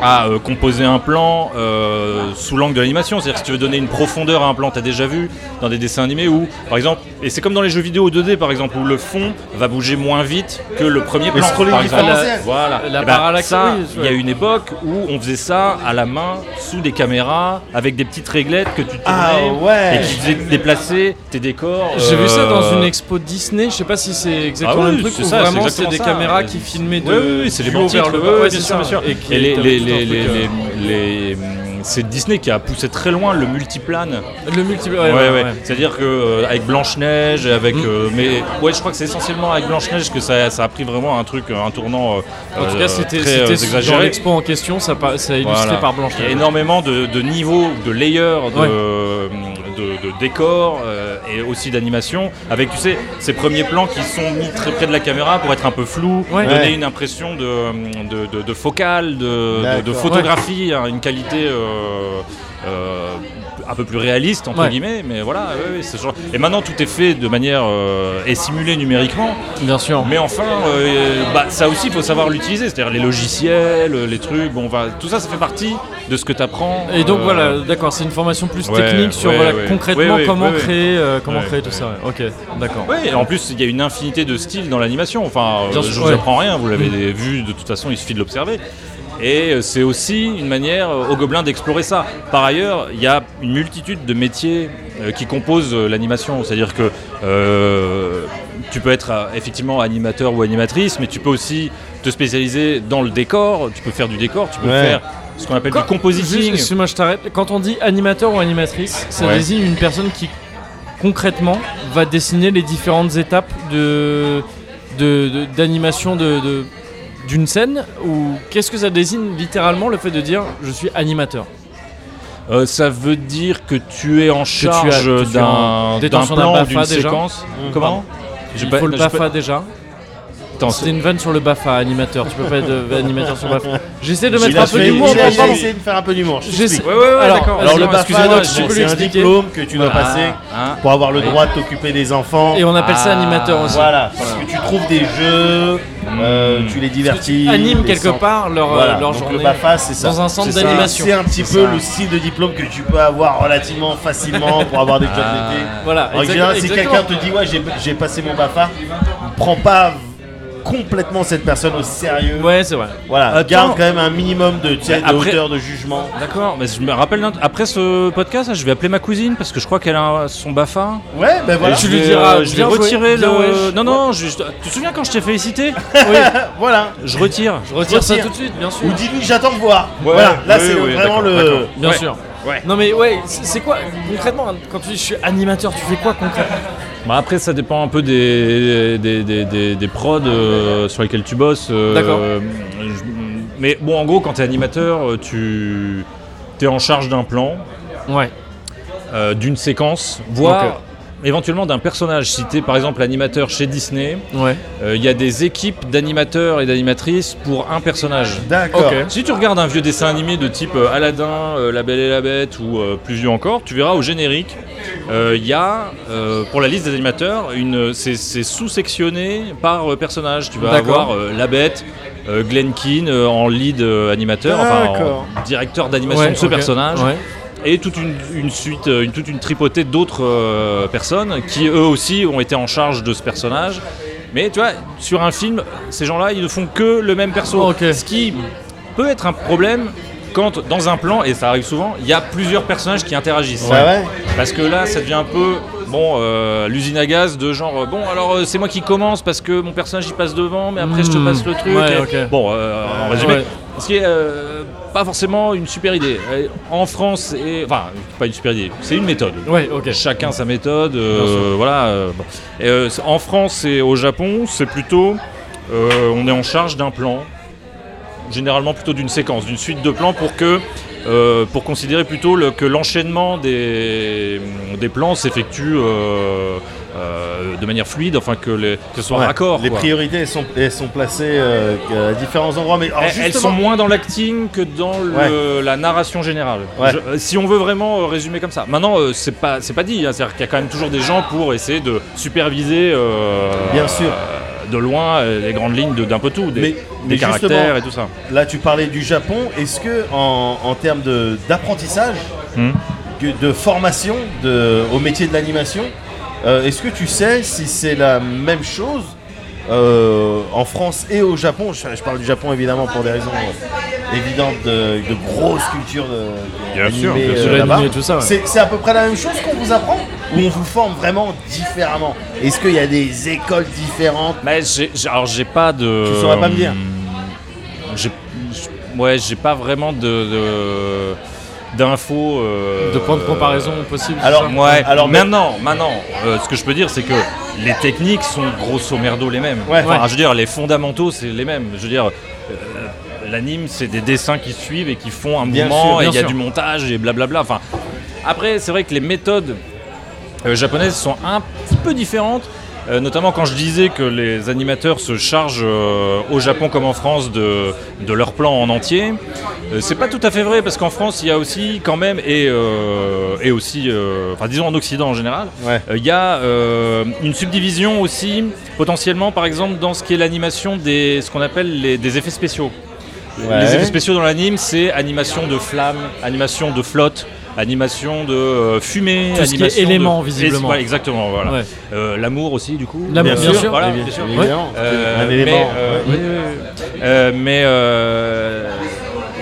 Speaker 3: à euh, composer un plan euh, sous l'angle de l'animation. C'est-à-dire que si tu veux donner une profondeur à un plan, t'as déjà vu dans des dessins animés où, par exemple, et c'est comme dans les jeux vidéo 2D par exemple, où le fond va bouger moins vite que le premier plan.
Speaker 2: scrolling
Speaker 3: par exemple.
Speaker 2: différentiel.
Speaker 3: Voilà.
Speaker 1: La
Speaker 3: Eh ben,
Speaker 1: parallaxe,
Speaker 3: ça,
Speaker 1: oui,
Speaker 3: il y a
Speaker 1: ouais.
Speaker 3: une époque où on faisait ça à la main, sous des caméras, avec des petites réglettes que tu tournais
Speaker 2: Ah ouais.
Speaker 3: et qui faisaient déplacer tes décors.
Speaker 1: J'ai vu ça dans
Speaker 3: euh,
Speaker 1: une expo Disney, je sais pas si c'est exactement
Speaker 3: Ah oui,
Speaker 1: le truc
Speaker 3: c'est
Speaker 1: ou
Speaker 3: ça, c'est
Speaker 1: vraiment c'est
Speaker 3: exactement
Speaker 1: des
Speaker 3: ça.
Speaker 1: caméras
Speaker 3: Et-
Speaker 1: qui filmaient de
Speaker 3: Oui, oui, oui, c'est les
Speaker 1: du
Speaker 3: bons
Speaker 1: haut vers
Speaker 3: titres,
Speaker 1: le
Speaker 3: ouais,
Speaker 1: bas,
Speaker 3: ouais,
Speaker 1: c'est
Speaker 3: bien sûr,
Speaker 1: ça.
Speaker 3: bien sûr.
Speaker 1: Et qui
Speaker 3: Et les-
Speaker 1: t'avais
Speaker 3: les-
Speaker 1: tout un
Speaker 3: les-
Speaker 1: truc, euh,
Speaker 3: les- les- c'est Disney qui a poussé très loin le multiplane.
Speaker 1: euh, le multi ouais,
Speaker 3: Ouais,
Speaker 1: ouais, ouais.
Speaker 3: ouais. C'est-à-dire que euh, avec Blanche Neige, avec euh, mais ouais, je crois que c'est essentiellement avec Blanche Neige que ça, ça a pris vraiment un truc, euh, un tournant. euh,
Speaker 1: En tout
Speaker 3: euh,
Speaker 1: cas, c'était
Speaker 3: très, euh,
Speaker 1: c'était dans
Speaker 3: exagéré.
Speaker 1: l'expo en question, ça, par- ça illustré
Speaker 3: Voilà.
Speaker 1: par Blanche.
Speaker 3: Il y a énormément de, de niveaux, de layers, de,
Speaker 1: Ouais.
Speaker 3: de- de décors euh, et aussi d'animation. Avec, tu sais, ces premiers plans qui sont mis très près de la caméra pour être un peu flou,
Speaker 1: Ouais.
Speaker 3: donner
Speaker 2: Ouais.
Speaker 3: une impression de, de, de- de focale, de- de, de
Speaker 2: D'accord.
Speaker 3: photographie, hein, une qualité. euh, euh, un peu plus réaliste entre
Speaker 1: Ouais.
Speaker 3: guillemets mais voilà ouais, ouais, c'est ce genre- et maintenant tout est fait de manière euh, et simulé numériquement
Speaker 1: Bien sûr.
Speaker 3: mais enfin, euh, bah, ça aussi, il faut savoir l'utiliser. C'est-à-dire les logiciels, euh, les trucs, bon, va, tout ça, ça fait partie de ce que euh, tu apprends.
Speaker 1: Et donc voilà, d'accord, c'est une formation plus
Speaker 3: ouais,
Speaker 1: technique sur
Speaker 3: ouais,
Speaker 1: voilà,
Speaker 3: ouais.
Speaker 1: concrètement
Speaker 3: Ouais, ouais,
Speaker 1: comment
Speaker 3: ouais, ouais.
Speaker 1: créer, euh, comment
Speaker 3: Ouais,
Speaker 1: créer tout
Speaker 3: ouais.
Speaker 1: ça. ouais. Ok, d'accord.
Speaker 3: Oui, en plus, il y a une infinité de styles dans l'animation. Enfin, euh,
Speaker 1: Bien
Speaker 3: je
Speaker 1: sûr,
Speaker 3: vous
Speaker 1: ouais. Mm.
Speaker 3: apprends rien, vous l'avez vu, de toute façon, il suffit de l'observer. Et euh, c'est aussi une manière euh, aux gobelins d'explorer ça. Par ailleurs, il y a une multitude de métiers euh, qui composent euh, l'animation. C'est-à-dire que euh, tu peux être euh, effectivement animateur ou animatrice, mais tu peux aussi te spécialiser dans le décor. Tu peux faire du décor, tu peux
Speaker 2: Ouais.
Speaker 3: faire ce qu'on appelle
Speaker 1: Quand-
Speaker 3: du compositing.
Speaker 1: Juste, Excuse-moi, je t'arrête. Quand on dit animateur ou animatrice, ça
Speaker 3: Ouais.
Speaker 1: désigne une personne qui concrètement va dessiner les différentes étapes de de- de- d'animation de, de- d'une scène ou qu'est-ce que ça désigne littéralement le fait de dire je suis animateur
Speaker 3: Euh, ça veut dire que tu es en
Speaker 1: tu as-
Speaker 3: charge
Speaker 1: que tu es en
Speaker 3: d'un Mmh. d'un
Speaker 1: détention d'un
Speaker 3: plan,
Speaker 1: BAFA
Speaker 3: d'une
Speaker 1: déjà.
Speaker 3: séquence. Comment
Speaker 1: Il faut le
Speaker 3: je peux-
Speaker 1: BAFA déjà
Speaker 3: Attends,
Speaker 1: C'était
Speaker 3: c'est-
Speaker 1: une vanne sur le BAFA, animateur. Tu peux pas être euh, animateur sur BAFA. J'essaie de mettre
Speaker 2: Il a
Speaker 1: un peu
Speaker 2: fait-
Speaker 1: d'humour
Speaker 2: il a
Speaker 1: dans le
Speaker 2: essayé de faire un peu d'humour. je
Speaker 1: J'essaie.
Speaker 2: t'explique.
Speaker 3: Ouais, ouais, ouais,
Speaker 1: Alors,
Speaker 3: d'accord.
Speaker 1: alors
Speaker 2: Alors le
Speaker 1: Excusez-moi, excusez-moi,
Speaker 2: BAFA, donc,
Speaker 1: je peux
Speaker 2: c'est un
Speaker 1: l'expliquer.
Speaker 2: diplôme que tu dois
Speaker 3: Voilà.
Speaker 2: passer
Speaker 3: Hein.
Speaker 2: pour avoir le
Speaker 3: Oui.
Speaker 2: droit de t'occuper des enfants.
Speaker 1: Et on appelle ça
Speaker 3: Ah,
Speaker 1: animateur aussi.
Speaker 2: Voilà, parce que tu trouves des jeux, euh, tu les divertis.
Speaker 1: Anime
Speaker 2: des
Speaker 1: Hmm. quelque
Speaker 2: centres-
Speaker 1: part leur, euh,
Speaker 2: Voilà,
Speaker 1: leur
Speaker 2: donc
Speaker 1: journée.
Speaker 2: le BAFA, c'est ça.
Speaker 1: Dans un centre
Speaker 2: C'est ça.
Speaker 1: d'animation.
Speaker 2: C'est un petit
Speaker 3: C'est
Speaker 2: peu
Speaker 3: ça.
Speaker 2: le style de diplôme que tu peux avoir relativement facilement pour avoir des jobs
Speaker 3: Ah.
Speaker 2: d'été.
Speaker 1: Voilà,
Speaker 2: En
Speaker 1: exact-
Speaker 2: général, si
Speaker 1: exactement.
Speaker 2: quelqu'un te dit, ouais, j'ai- j'ai passé mon BAFA, prends pas complètement cette personne au sérieux.
Speaker 1: Ouais, c'est vrai.
Speaker 2: Voilà,
Speaker 3: Attends.
Speaker 2: garde quand même un minimum de, tu sais, de
Speaker 3: après-
Speaker 2: hauteur de jugement.
Speaker 3: D'accord, mais je me rappelle d'un- après ce podcast, là, je vais appeler ma cousine parce que je crois qu'elle a un- son bafa.
Speaker 2: Ouais, ben
Speaker 3: Et
Speaker 2: voilà.
Speaker 1: tu
Speaker 3: je
Speaker 1: lui
Speaker 3: vais,
Speaker 1: diras,
Speaker 3: euh, je vais
Speaker 1: bien joué,
Speaker 3: retirer
Speaker 1: bien
Speaker 3: le.
Speaker 1: wesh.
Speaker 3: Non, non, je- je- tu te souviens quand je t'ai félicité
Speaker 1: Oui,
Speaker 2: Voilà.
Speaker 3: Je retire.
Speaker 1: je retire ça
Speaker 2: Retire.
Speaker 1: tout de suite, bien sûr.
Speaker 2: Ou dis-lui, j'attends de voir. voilà, là
Speaker 3: oui,
Speaker 2: c'est
Speaker 3: oui,
Speaker 2: vraiment
Speaker 3: d'accord,
Speaker 2: le.
Speaker 3: d'accord.
Speaker 1: Bien
Speaker 3: Ouais.
Speaker 1: sûr.
Speaker 3: Ouais.
Speaker 1: Non mais ouais, c'est c'est quoi concrètement hein, quand tu dis je suis animateur, tu fais quoi concrètement
Speaker 3: Bah après, ça dépend un peu des, des, des, des- des prods euh, sur lesquels tu bosses. euh,
Speaker 1: D'accord.
Speaker 3: je- mais bon, en gros, quand t'es animateur, euh, tu es en charge d'un plan,
Speaker 1: Ouais.
Speaker 3: euh, d'une séquence, voire
Speaker 1: Donc,
Speaker 3: éventuellement d'un personnage. Si t'es par exemple animateur chez Disney,
Speaker 1: Ouais.
Speaker 3: euh, il y a des équipes d'animateurs et d'animatrices pour un personnage.
Speaker 2: D'accord.
Speaker 1: Ok.
Speaker 3: Si tu regardes un vieux dessin animé de type euh, Aladdin, euh, La Belle et la Bête ou euh, plus vieux encore, tu verras au générique, euh, il y a euh, pour la liste des animateurs, une, c'est, c'est sous-sectionné par euh, personnage. Tu vas
Speaker 1: D'accord.
Speaker 3: avoir euh, La Bête, euh, Glen Keane euh, en lead euh, animateur,
Speaker 2: D'accord.
Speaker 3: enfin en directeur d'animation
Speaker 1: Ouais,
Speaker 3: de ce
Speaker 1: ok.
Speaker 3: personnage,
Speaker 1: Ouais.
Speaker 3: et toute une, une suite, euh, une, toute une tripotée d'autres euh, personnes qui eux aussi ont été en charge de ce personnage. Mais tu vois, sur un film, ces gens-là, ils ne font que le même perso.
Speaker 1: Ok.
Speaker 3: Ce qui peut être un problème quand, dans un plan, et ça arrive souvent, il y a plusieurs personnages qui interagissent.
Speaker 2: Bah ouais.
Speaker 3: Parce que là, ça devient un peu, bon, euh, l'usine à gaz de genre, euh, bon, alors euh, c'est moi qui commence parce que mon personnage il passe devant, mais après je te
Speaker 1: Hmm.
Speaker 3: passe le truc.
Speaker 1: Ouais,
Speaker 3: Et-
Speaker 1: ok.
Speaker 3: Bon, euh, en résumé,
Speaker 1: Ouais.
Speaker 3: ce qui est euh, pas forcément une super idée. Euh, En France, et, enfin, pas une super idée, c'est une méthode.
Speaker 1: Ouais, OK.
Speaker 3: Chacun sa méthode, euh,
Speaker 1: Bien sûr.
Speaker 3: voilà. euh, bon. Et, euh, c- en France et au Japon, c'est plutôt, euh, on est en charge d'un plan, généralement plutôt d'une séquence, d'une suite de plans pour que, euh, pour considérer plutôt le- que l'enchaînement des, des plans s'effectue euh, euh, de manière fluide, enfin que, les, que ce soit
Speaker 2: Ouais,
Speaker 3: raccord.
Speaker 2: Les
Speaker 3: quoi.
Speaker 2: priorités elles sont, elles sont placées euh, à différents endroits, mais alors,
Speaker 3: Eh, Elles- Elles sont
Speaker 2: justement-
Speaker 3: moins dans l'acting que dans le- la narration générale.
Speaker 2: Ouais.
Speaker 3: Je- euh, si on veut vraiment euh, résumer comme ça. Maintenant, euh, c'est pas c'est pas dit. hein. C'est-à-dire qu'il y a quand même toujours des gens pour essayer de superviser. euh,
Speaker 2: Bien sûr.
Speaker 3: euh, de loin euh, les grandes lignes de- d'un peu tout, des,
Speaker 2: Mais-
Speaker 3: des
Speaker 2: mais
Speaker 3: caractères et tout ça.
Speaker 2: Là, tu parlais du Japon. Est-ce que en, en termes de- d'apprentissage,
Speaker 3: Hmm.
Speaker 2: que- de formation de, au métier de l'animation, euh, est-ce que tu sais si c'est la même chose euh, en France et au Japon je, je parle du Japon évidemment pour des raisons euh, évidentes de, de grosses cultures de, de
Speaker 3: Bien sûr,
Speaker 2: animées,
Speaker 3: bien
Speaker 1: sûr,
Speaker 2: euh, là-bas.
Speaker 1: l'animé et tout ça, ouais.
Speaker 2: C'est c'est à peu près la même chose qu'on vous apprend ou on vous forme vraiment différemment Est-ce qu'il y a des écoles différentes
Speaker 3: Mais j'ai- j'ai- alors j'ai pas de. Hmm,
Speaker 2: Tu saurais pas me dire.
Speaker 3: J'ai- j'- Ouais, j'ai pas vraiment de. de- d'infos. euh,
Speaker 1: De points de comparaison possible. c'est
Speaker 2: alors,
Speaker 1: ça
Speaker 3: Ouais,
Speaker 2: Alors,
Speaker 3: alors
Speaker 2: mais-
Speaker 3: maintenant, maintenant, euh, ce que je peux dire, c'est que les techniques sont grosso merdo les mêmes.
Speaker 2: Ouais.
Speaker 3: Enfin,
Speaker 1: Ouais.
Speaker 3: je veux dire, les fondamentaux, c'est les mêmes. Je veux dire, euh, l'anime, c'est des dessins qui suivent et qui font un
Speaker 2: Bien sûr,
Speaker 3: mouvement, et
Speaker 1: bien
Speaker 3: il y a
Speaker 1: sûr.
Speaker 3: du montage, et blablabla. Enfin, après, c'est vrai que les méthodes euh, japonaises sont un petit peu différentes. euh, notamment quand je disais que les animateurs se chargent euh, au Japon comme en France de, de leur plan en entier, euh, c'est pas tout à fait vrai parce qu'en France il y a aussi quand même et, euh, et aussi, euh, enfin disons en Occident en général,
Speaker 2: Ouais.
Speaker 3: euh, il y a euh, une subdivision aussi potentiellement par exemple dans ce qui est l'animation des ce qu'on appelle les, des effets spéciaux.
Speaker 2: Ouais.
Speaker 3: Les effets spéciaux dans l'anime, c'est animation de flamme, animation de flotte, animation de euh, fumée,
Speaker 1: Tout ce qui est
Speaker 3: animation de-
Speaker 1: élément, visiblement.
Speaker 3: Ouais, exactement, voilà.
Speaker 1: Ouais.
Speaker 3: Euh, L'amour aussi, du coup.
Speaker 1: L'amour, bien sûr.
Speaker 3: voilà,
Speaker 2: Évi-
Speaker 3: bien sûr.
Speaker 2: évidemment.
Speaker 3: Euh,
Speaker 2: un
Speaker 3: mais,
Speaker 2: élément.
Speaker 3: euh,
Speaker 2: ouais.
Speaker 3: oui, oui, oui. Euh, mais euh,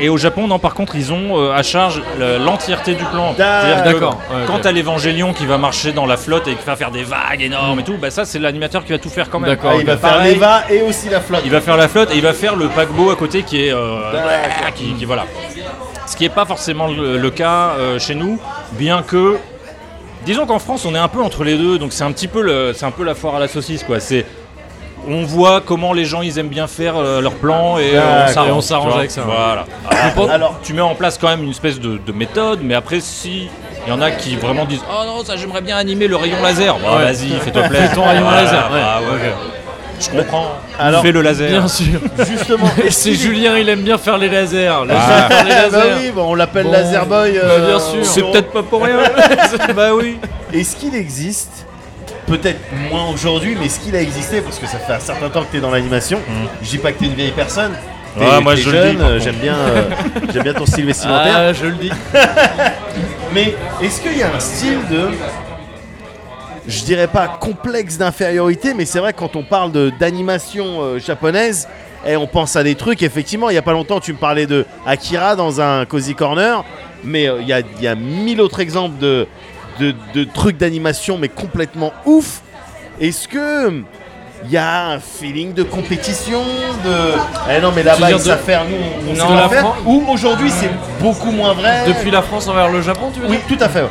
Speaker 3: et au Japon, non, par contre, ils ont euh, à charge le- l'entièreté du plan. C'est-à-dire que
Speaker 1: D'accord. Ouais, ok.
Speaker 3: Quand t'as l'évangélion qui va marcher dans la flotte et qui va faire des vagues énormes et tout, bah ça, c'est l'animateur qui va tout faire quand même.
Speaker 1: D'accord.
Speaker 2: Ah, il va faire
Speaker 3: Pareil,
Speaker 2: l'Eva et aussi la flotte.
Speaker 3: il va faire la flotte et il va faire le paquebot à côté qui est euh,
Speaker 2: D'accord.
Speaker 3: qui, qui- voilà. Ce qui n'est pas forcément le, le cas euh, chez nous, bien que disons qu'en France on est un peu entre les deux, donc c'est un petit peu le, c'est un peu la foire à la saucisse quoi. C'est on voit comment les gens ils aiment bien faire euh, leurs plans et
Speaker 2: D'accord.
Speaker 3: euh, on s'arrange,
Speaker 1: Et on s'arrange
Speaker 3: tu vois.
Speaker 1: avec ça, ouais.
Speaker 3: Voilà.
Speaker 1: pense-
Speaker 2: Alors,
Speaker 3: Tu mets en place quand même une espèce de, de méthode, mais après si il y en a qui vraiment disent oh non ça j'aimerais bien animer le rayon laser, bah
Speaker 1: Ouais.
Speaker 3: vas-y fais-toi plaisir.
Speaker 1: Ton rayon
Speaker 3: Voilà,
Speaker 1: laser, ouais.
Speaker 3: bah, ouais. Je comprends.
Speaker 2: Alors-
Speaker 3: Fais le laser.
Speaker 1: Bien sûr.
Speaker 2: Justement.
Speaker 1: C'est Julien, il aime bien faire les lasers. Laser
Speaker 3: Ah.
Speaker 1: pour les
Speaker 2: Ah bah
Speaker 1: lasers.
Speaker 2: oui, bon, on l'appelle euh,
Speaker 1: Bon,
Speaker 2: Laser Boy.
Speaker 1: bah bien sûr.
Speaker 3: C'est peut-être pas pour rien. bah oui.
Speaker 2: Est-ce qu'il existe, peut-être moins aujourd'hui, mais est-ce qu'il a existé Parce que ça fait un certain temps que t'es dans l'animation. Je dis pas que t'es une vieille personne. T'es
Speaker 3: Ouais, moi,
Speaker 2: t'es
Speaker 3: je le dis,
Speaker 2: jeune,
Speaker 3: par
Speaker 2: euh,
Speaker 3: contre.
Speaker 2: j'aime bien, euh, j'aime bien ton style vestimentaire.
Speaker 1: Ah, je le dis.
Speaker 2: Mais est-ce qu'il y a un style de. Je dirais pas complexe d'infériorité, mais c'est vrai que quand on parle de- d'animation euh, japonaise, et on pense à des trucs, effectivement, il y a pas longtemps tu me parlais de Akira dans un Cozy Corner, mais euh, il y, a, il y a mille autres exemples de, de, de trucs d'animation, mais complètement ouf. Est-ce que hum, il y a un feeling de compétition de... Eh non, mais
Speaker 1: veux
Speaker 2: là-bas,
Speaker 1: dire
Speaker 2: ils savent
Speaker 1: de-
Speaker 2: faire, nous, on, on
Speaker 1: de
Speaker 2: sait pas
Speaker 1: la
Speaker 2: faire.
Speaker 1: Fran-
Speaker 2: Ou aujourd'hui, c'est beaucoup moins vrai.
Speaker 1: Depuis la France envers le Japon, tu veux
Speaker 2: Oui,
Speaker 1: dire Euh,
Speaker 2: tout à fait. ouais.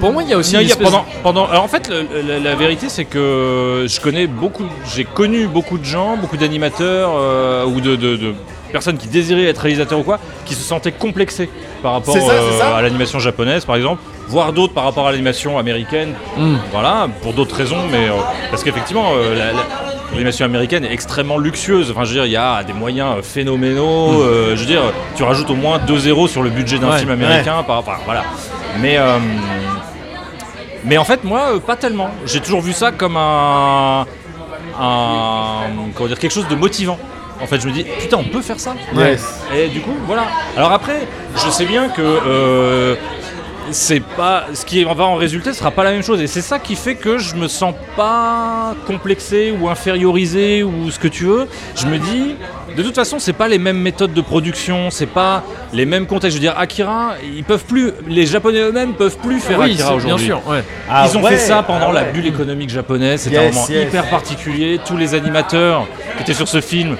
Speaker 1: Pour moi, il y a aussi
Speaker 3: Non,
Speaker 1: une
Speaker 3: il y a
Speaker 1: espèce-
Speaker 3: pendant, pendant- alors en fait, le- le- la, la vérité, c'est que je connais beaucoup, j'ai connu beaucoup de gens, beaucoup d'animateurs euh, ou de, de- de personnes qui désiraient être réalisateurs ou quoi, qui se sentaient complexés par rapport euh,
Speaker 2: C'est ça, c'est ça.
Speaker 3: à l'animation japonaise, par exemple, voire d'autres par rapport à l'animation américaine.
Speaker 1: Hmm.
Speaker 3: Voilà, pour d'autres raisons, mais euh, parce qu'effectivement, euh, la- la- l'animation américaine est extrêmement luxueuse. Enfin, je veux dire, il y a des moyens euh, phénoménaux. euh, je veux dire, tu rajoutes au moins 2 zéros sur le budget d'un
Speaker 1: Hmm. Ouais,
Speaker 3: film américain. Par, enfin, voilà. Mais euh, mais en fait, moi, euh, pas tellement. J'ai toujours vu ça comme un, un- comment dire, quelque chose de motivant. En fait, je me dis, putain, on peut faire ça.
Speaker 2: Yes.
Speaker 3: Et du coup, voilà. Alors après, je sais bien que euh, c'est pas ce qui va en résulter sera pas la même chose. Et c'est ça qui fait que je me sens pas complexé ou infériorisé ou ce que tu veux. Je me dis, de toute façon, c'est pas les mêmes méthodes de production, c'est pas les mêmes contextes. Je veux dire, Akira, ils peuvent plus, les Japonais eux-mêmes peuvent plus faire
Speaker 1: Oui,
Speaker 3: Akira
Speaker 1: c'est- bien
Speaker 3: aujourd'hui.
Speaker 1: sûr. Ouais.
Speaker 2: Ah
Speaker 3: Ils ont
Speaker 2: ouais,
Speaker 3: fait ça pendant
Speaker 2: ah
Speaker 3: la
Speaker 2: ouais.
Speaker 3: bulle économique japonaise, c'était
Speaker 2: Yes,
Speaker 3: un moment
Speaker 2: yes.
Speaker 3: hyper particulier. Tous les animateurs qui étaient sur ce film,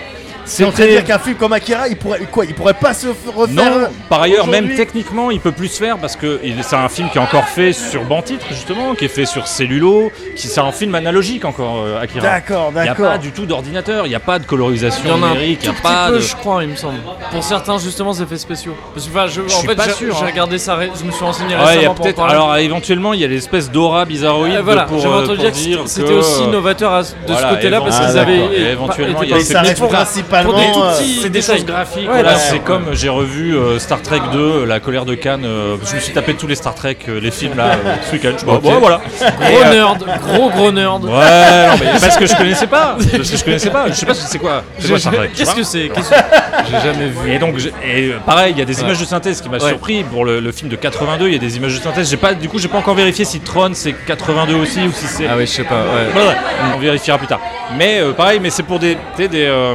Speaker 2: C'est en train de
Speaker 3: c'était
Speaker 2: dire qu'un film comme Akira, il pourrait quoi Il pourrait pas se f- refaire
Speaker 3: non,
Speaker 2: euh,
Speaker 3: par ailleurs, même
Speaker 2: aujourd'hui
Speaker 3: techniquement, il peut plus se faire parce que il- c'est un film qui est encore fait sur banc titre, justement, qui est fait sur cellulo, qui c'est un film analogique encore, euh, Akira.
Speaker 2: D'accord,
Speaker 3: Il n'y a
Speaker 2: d'accord.
Speaker 3: pas du tout d'ordinateur, il n'y a pas de colorisation
Speaker 1: Il y en a un
Speaker 3: numérique, il
Speaker 1: tout
Speaker 3: n'y
Speaker 1: petit
Speaker 3: a pas
Speaker 1: peu,
Speaker 3: de.
Speaker 1: je crois, il me semble. Pour certains, justement, effets spéciaux. Parce que, enfin, je, en
Speaker 3: suis
Speaker 1: fait,
Speaker 3: pas
Speaker 1: j'ai-
Speaker 3: sûr,
Speaker 1: j'ai
Speaker 3: hein.
Speaker 1: regardé ça, ré- je me suis renseigné
Speaker 3: Ouais, il y a
Speaker 1: récemment pour en
Speaker 3: peut-être.
Speaker 1: parler.
Speaker 3: Alors, éventuellement, il y a l'espèce d'aura bizarroïde
Speaker 1: Euh, voilà,
Speaker 3: pour,
Speaker 1: j'avais
Speaker 3: euh,
Speaker 1: entendu
Speaker 3: pour
Speaker 1: dire que c'était c'était
Speaker 3: que,
Speaker 1: aussi
Speaker 3: euh,
Speaker 1: innovateur à- de
Speaker 3: voilà,
Speaker 1: ce côté-là parce
Speaker 2: éventuellement-
Speaker 1: qu'ils
Speaker 2: Ah,
Speaker 1: avaient
Speaker 3: d'accord. Et
Speaker 1: pas-
Speaker 3: éventuellement,
Speaker 1: été-
Speaker 3: il y a
Speaker 2: Mais
Speaker 3: ces
Speaker 2: ça
Speaker 3: petits
Speaker 2: reste
Speaker 1: pour-
Speaker 2: principalement.
Speaker 1: pour des tout
Speaker 2: euh,
Speaker 1: petits-
Speaker 3: C'est des
Speaker 1: détails.
Speaker 3: choses graphiques.
Speaker 1: Ouais, bah,
Speaker 3: voilà,
Speaker 1: bien
Speaker 3: c'est
Speaker 1: sûr.
Speaker 3: comme euh, j'ai revu euh, Star Trek 2, euh, La colère de Cannes. euh, je me suis tapé tous les Star Trek, euh, les films là, euh, ce week-end. Je sais pas, bon, voilà.
Speaker 1: Gros nerd, gros gros nerd.
Speaker 3: Ouais,
Speaker 1: euh,
Speaker 3: non, mais parce que je connaissais pas. Parce que je connaissais pas. Je sais pas ce que c'est quoi. C'est quoi Star Trek je sais
Speaker 1: Qu'est-ce
Speaker 3: pas.
Speaker 1: que c'est Qu'est-ce que- J'ai jamais vu.
Speaker 3: Et donc, j'ai- et euh, pareil, il y a des images de synthèse qui m'a
Speaker 1: Ouais.
Speaker 3: surpris pour le, le film de 82. Il y a des images de synthèse. J'ai pas, du coup, j'ai pas encore vérifié si Tron c'est 82 aussi ou si c'est.
Speaker 1: Ah oui, je sais pas. ouais.
Speaker 3: Voilà, on vérifiera plus tard. Mais euh, pareil, mais c'est pour des, tu sais, des, euh,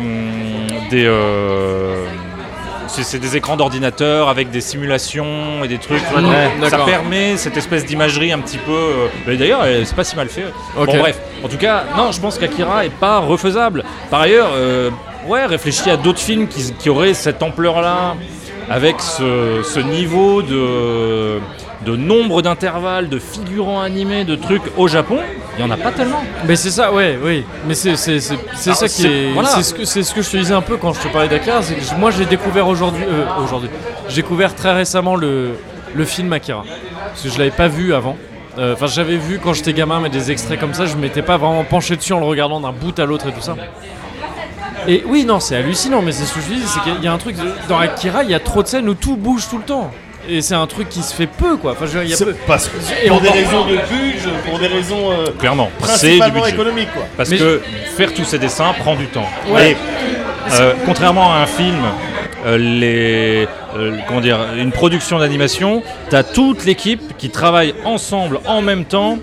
Speaker 3: des, euh, c'est c'est des écrans d'ordinateur avec des simulations et des trucs. tu vois, donc
Speaker 1: Ouais,
Speaker 3: ça
Speaker 1: d'accord.
Speaker 3: permet cette espèce d'imagerie un petit peu. euh, mais D'ailleurs, euh, c'est pas si mal fait.
Speaker 1: Ok.
Speaker 3: Bon bref, en tout cas, non, je pense qu'Akira est pas refaisable. Par ailleurs, euh, ouais, réfléchis à d'autres films qui, qui auraient cette ampleur-là, avec ce, ce niveau de de nombre d'intervalles, de figurants animés, de trucs au Japon, il n'y en a pas tellement.
Speaker 1: Mais c'est ça, ouais, oui. Mais c'est c'est- c'est- c'est
Speaker 3: Alors,
Speaker 1: ça qui
Speaker 3: c'est-
Speaker 1: est.
Speaker 3: voilà.
Speaker 1: C'est ce que c'est ce que je te disais un peu quand je te parlais d'Akira. C'est que je- moi, j'ai découvert aujourd'hui, euh, aujourd'hui, j'ai découvert très récemment le le film Akira parce que je l'avais pas vu avant. Euh, Enfin, j'avais vu quand j'étais gamin, mais des extraits comme ça, je m'étais pas vraiment penché dessus en le regardant d'un bout à l'autre et tout ça. Et oui, non, c'est hallucinant, mais c'est ce que je dis, c'est qu'il y a un truc dans Akira, il y a trop de scènes où tout bouge tout le temps. Et c'est un truc qui se fait peu, quoi. Enfin, je veux dire, il y a
Speaker 2: c'est
Speaker 1: peu.
Speaker 2: parce que
Speaker 1: Et
Speaker 2: pour
Speaker 1: encore-
Speaker 2: des raisons de budget, pour des raisons euh,
Speaker 3: Clairement, c'est du
Speaker 2: principalement
Speaker 3: budget.
Speaker 2: économiques, quoi.
Speaker 3: Parce
Speaker 1: Mais
Speaker 3: que faire tous ces dessins prend du temps.
Speaker 1: Ouais.
Speaker 3: Et, euh, contrairement à un film, euh, les, euh, comment dire, une production d'animation, t'as toute l'équipe qui travaille ensemble en même temps,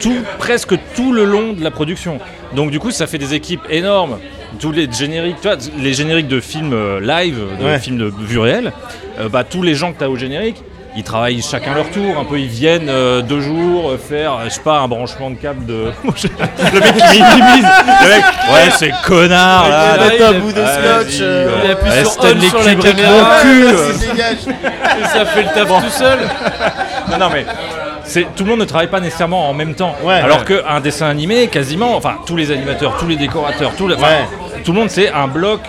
Speaker 3: tout, presque tout le long de la production. Donc du coup, ça fait des équipes énormes. Tous les génériques, tu vois, les génériques de films euh, live, de
Speaker 2: Ouais.
Speaker 3: films de vue réelle, euh, bah, tous les gens que t'as au générique. Ils travaillent chacun leur tour, un peu ils viennent euh, deux jours euh, faire, euh, je sais pas, un branchement de câble de. le mec qui minimise Le mec, ouais, c'est connard là,
Speaker 1: là,
Speaker 2: Mettre
Speaker 1: il
Speaker 2: un
Speaker 1: a-
Speaker 2: bout de
Speaker 3: Vas-y,
Speaker 2: scotch. euh,
Speaker 1: Il appuie
Speaker 3: ouais,
Speaker 1: sur on
Speaker 3: Stanley
Speaker 1: sur la
Speaker 3: Kubrick,
Speaker 1: caméra.
Speaker 3: mon cul,
Speaker 2: voilà,
Speaker 3: euh.
Speaker 2: c'est dégage.
Speaker 1: Et ça fait le taf tout seul.
Speaker 3: Non, non, mais c'est tout le monde ne travaille pas nécessairement en même temps.
Speaker 2: Ouais,
Speaker 3: Alors
Speaker 2: ouais.
Speaker 3: qu'un dessin animé, quasiment, enfin tous les animateurs, tous les décorateurs, tout le, enfin,
Speaker 2: Ouais.
Speaker 3: tout le monde, c'est un bloc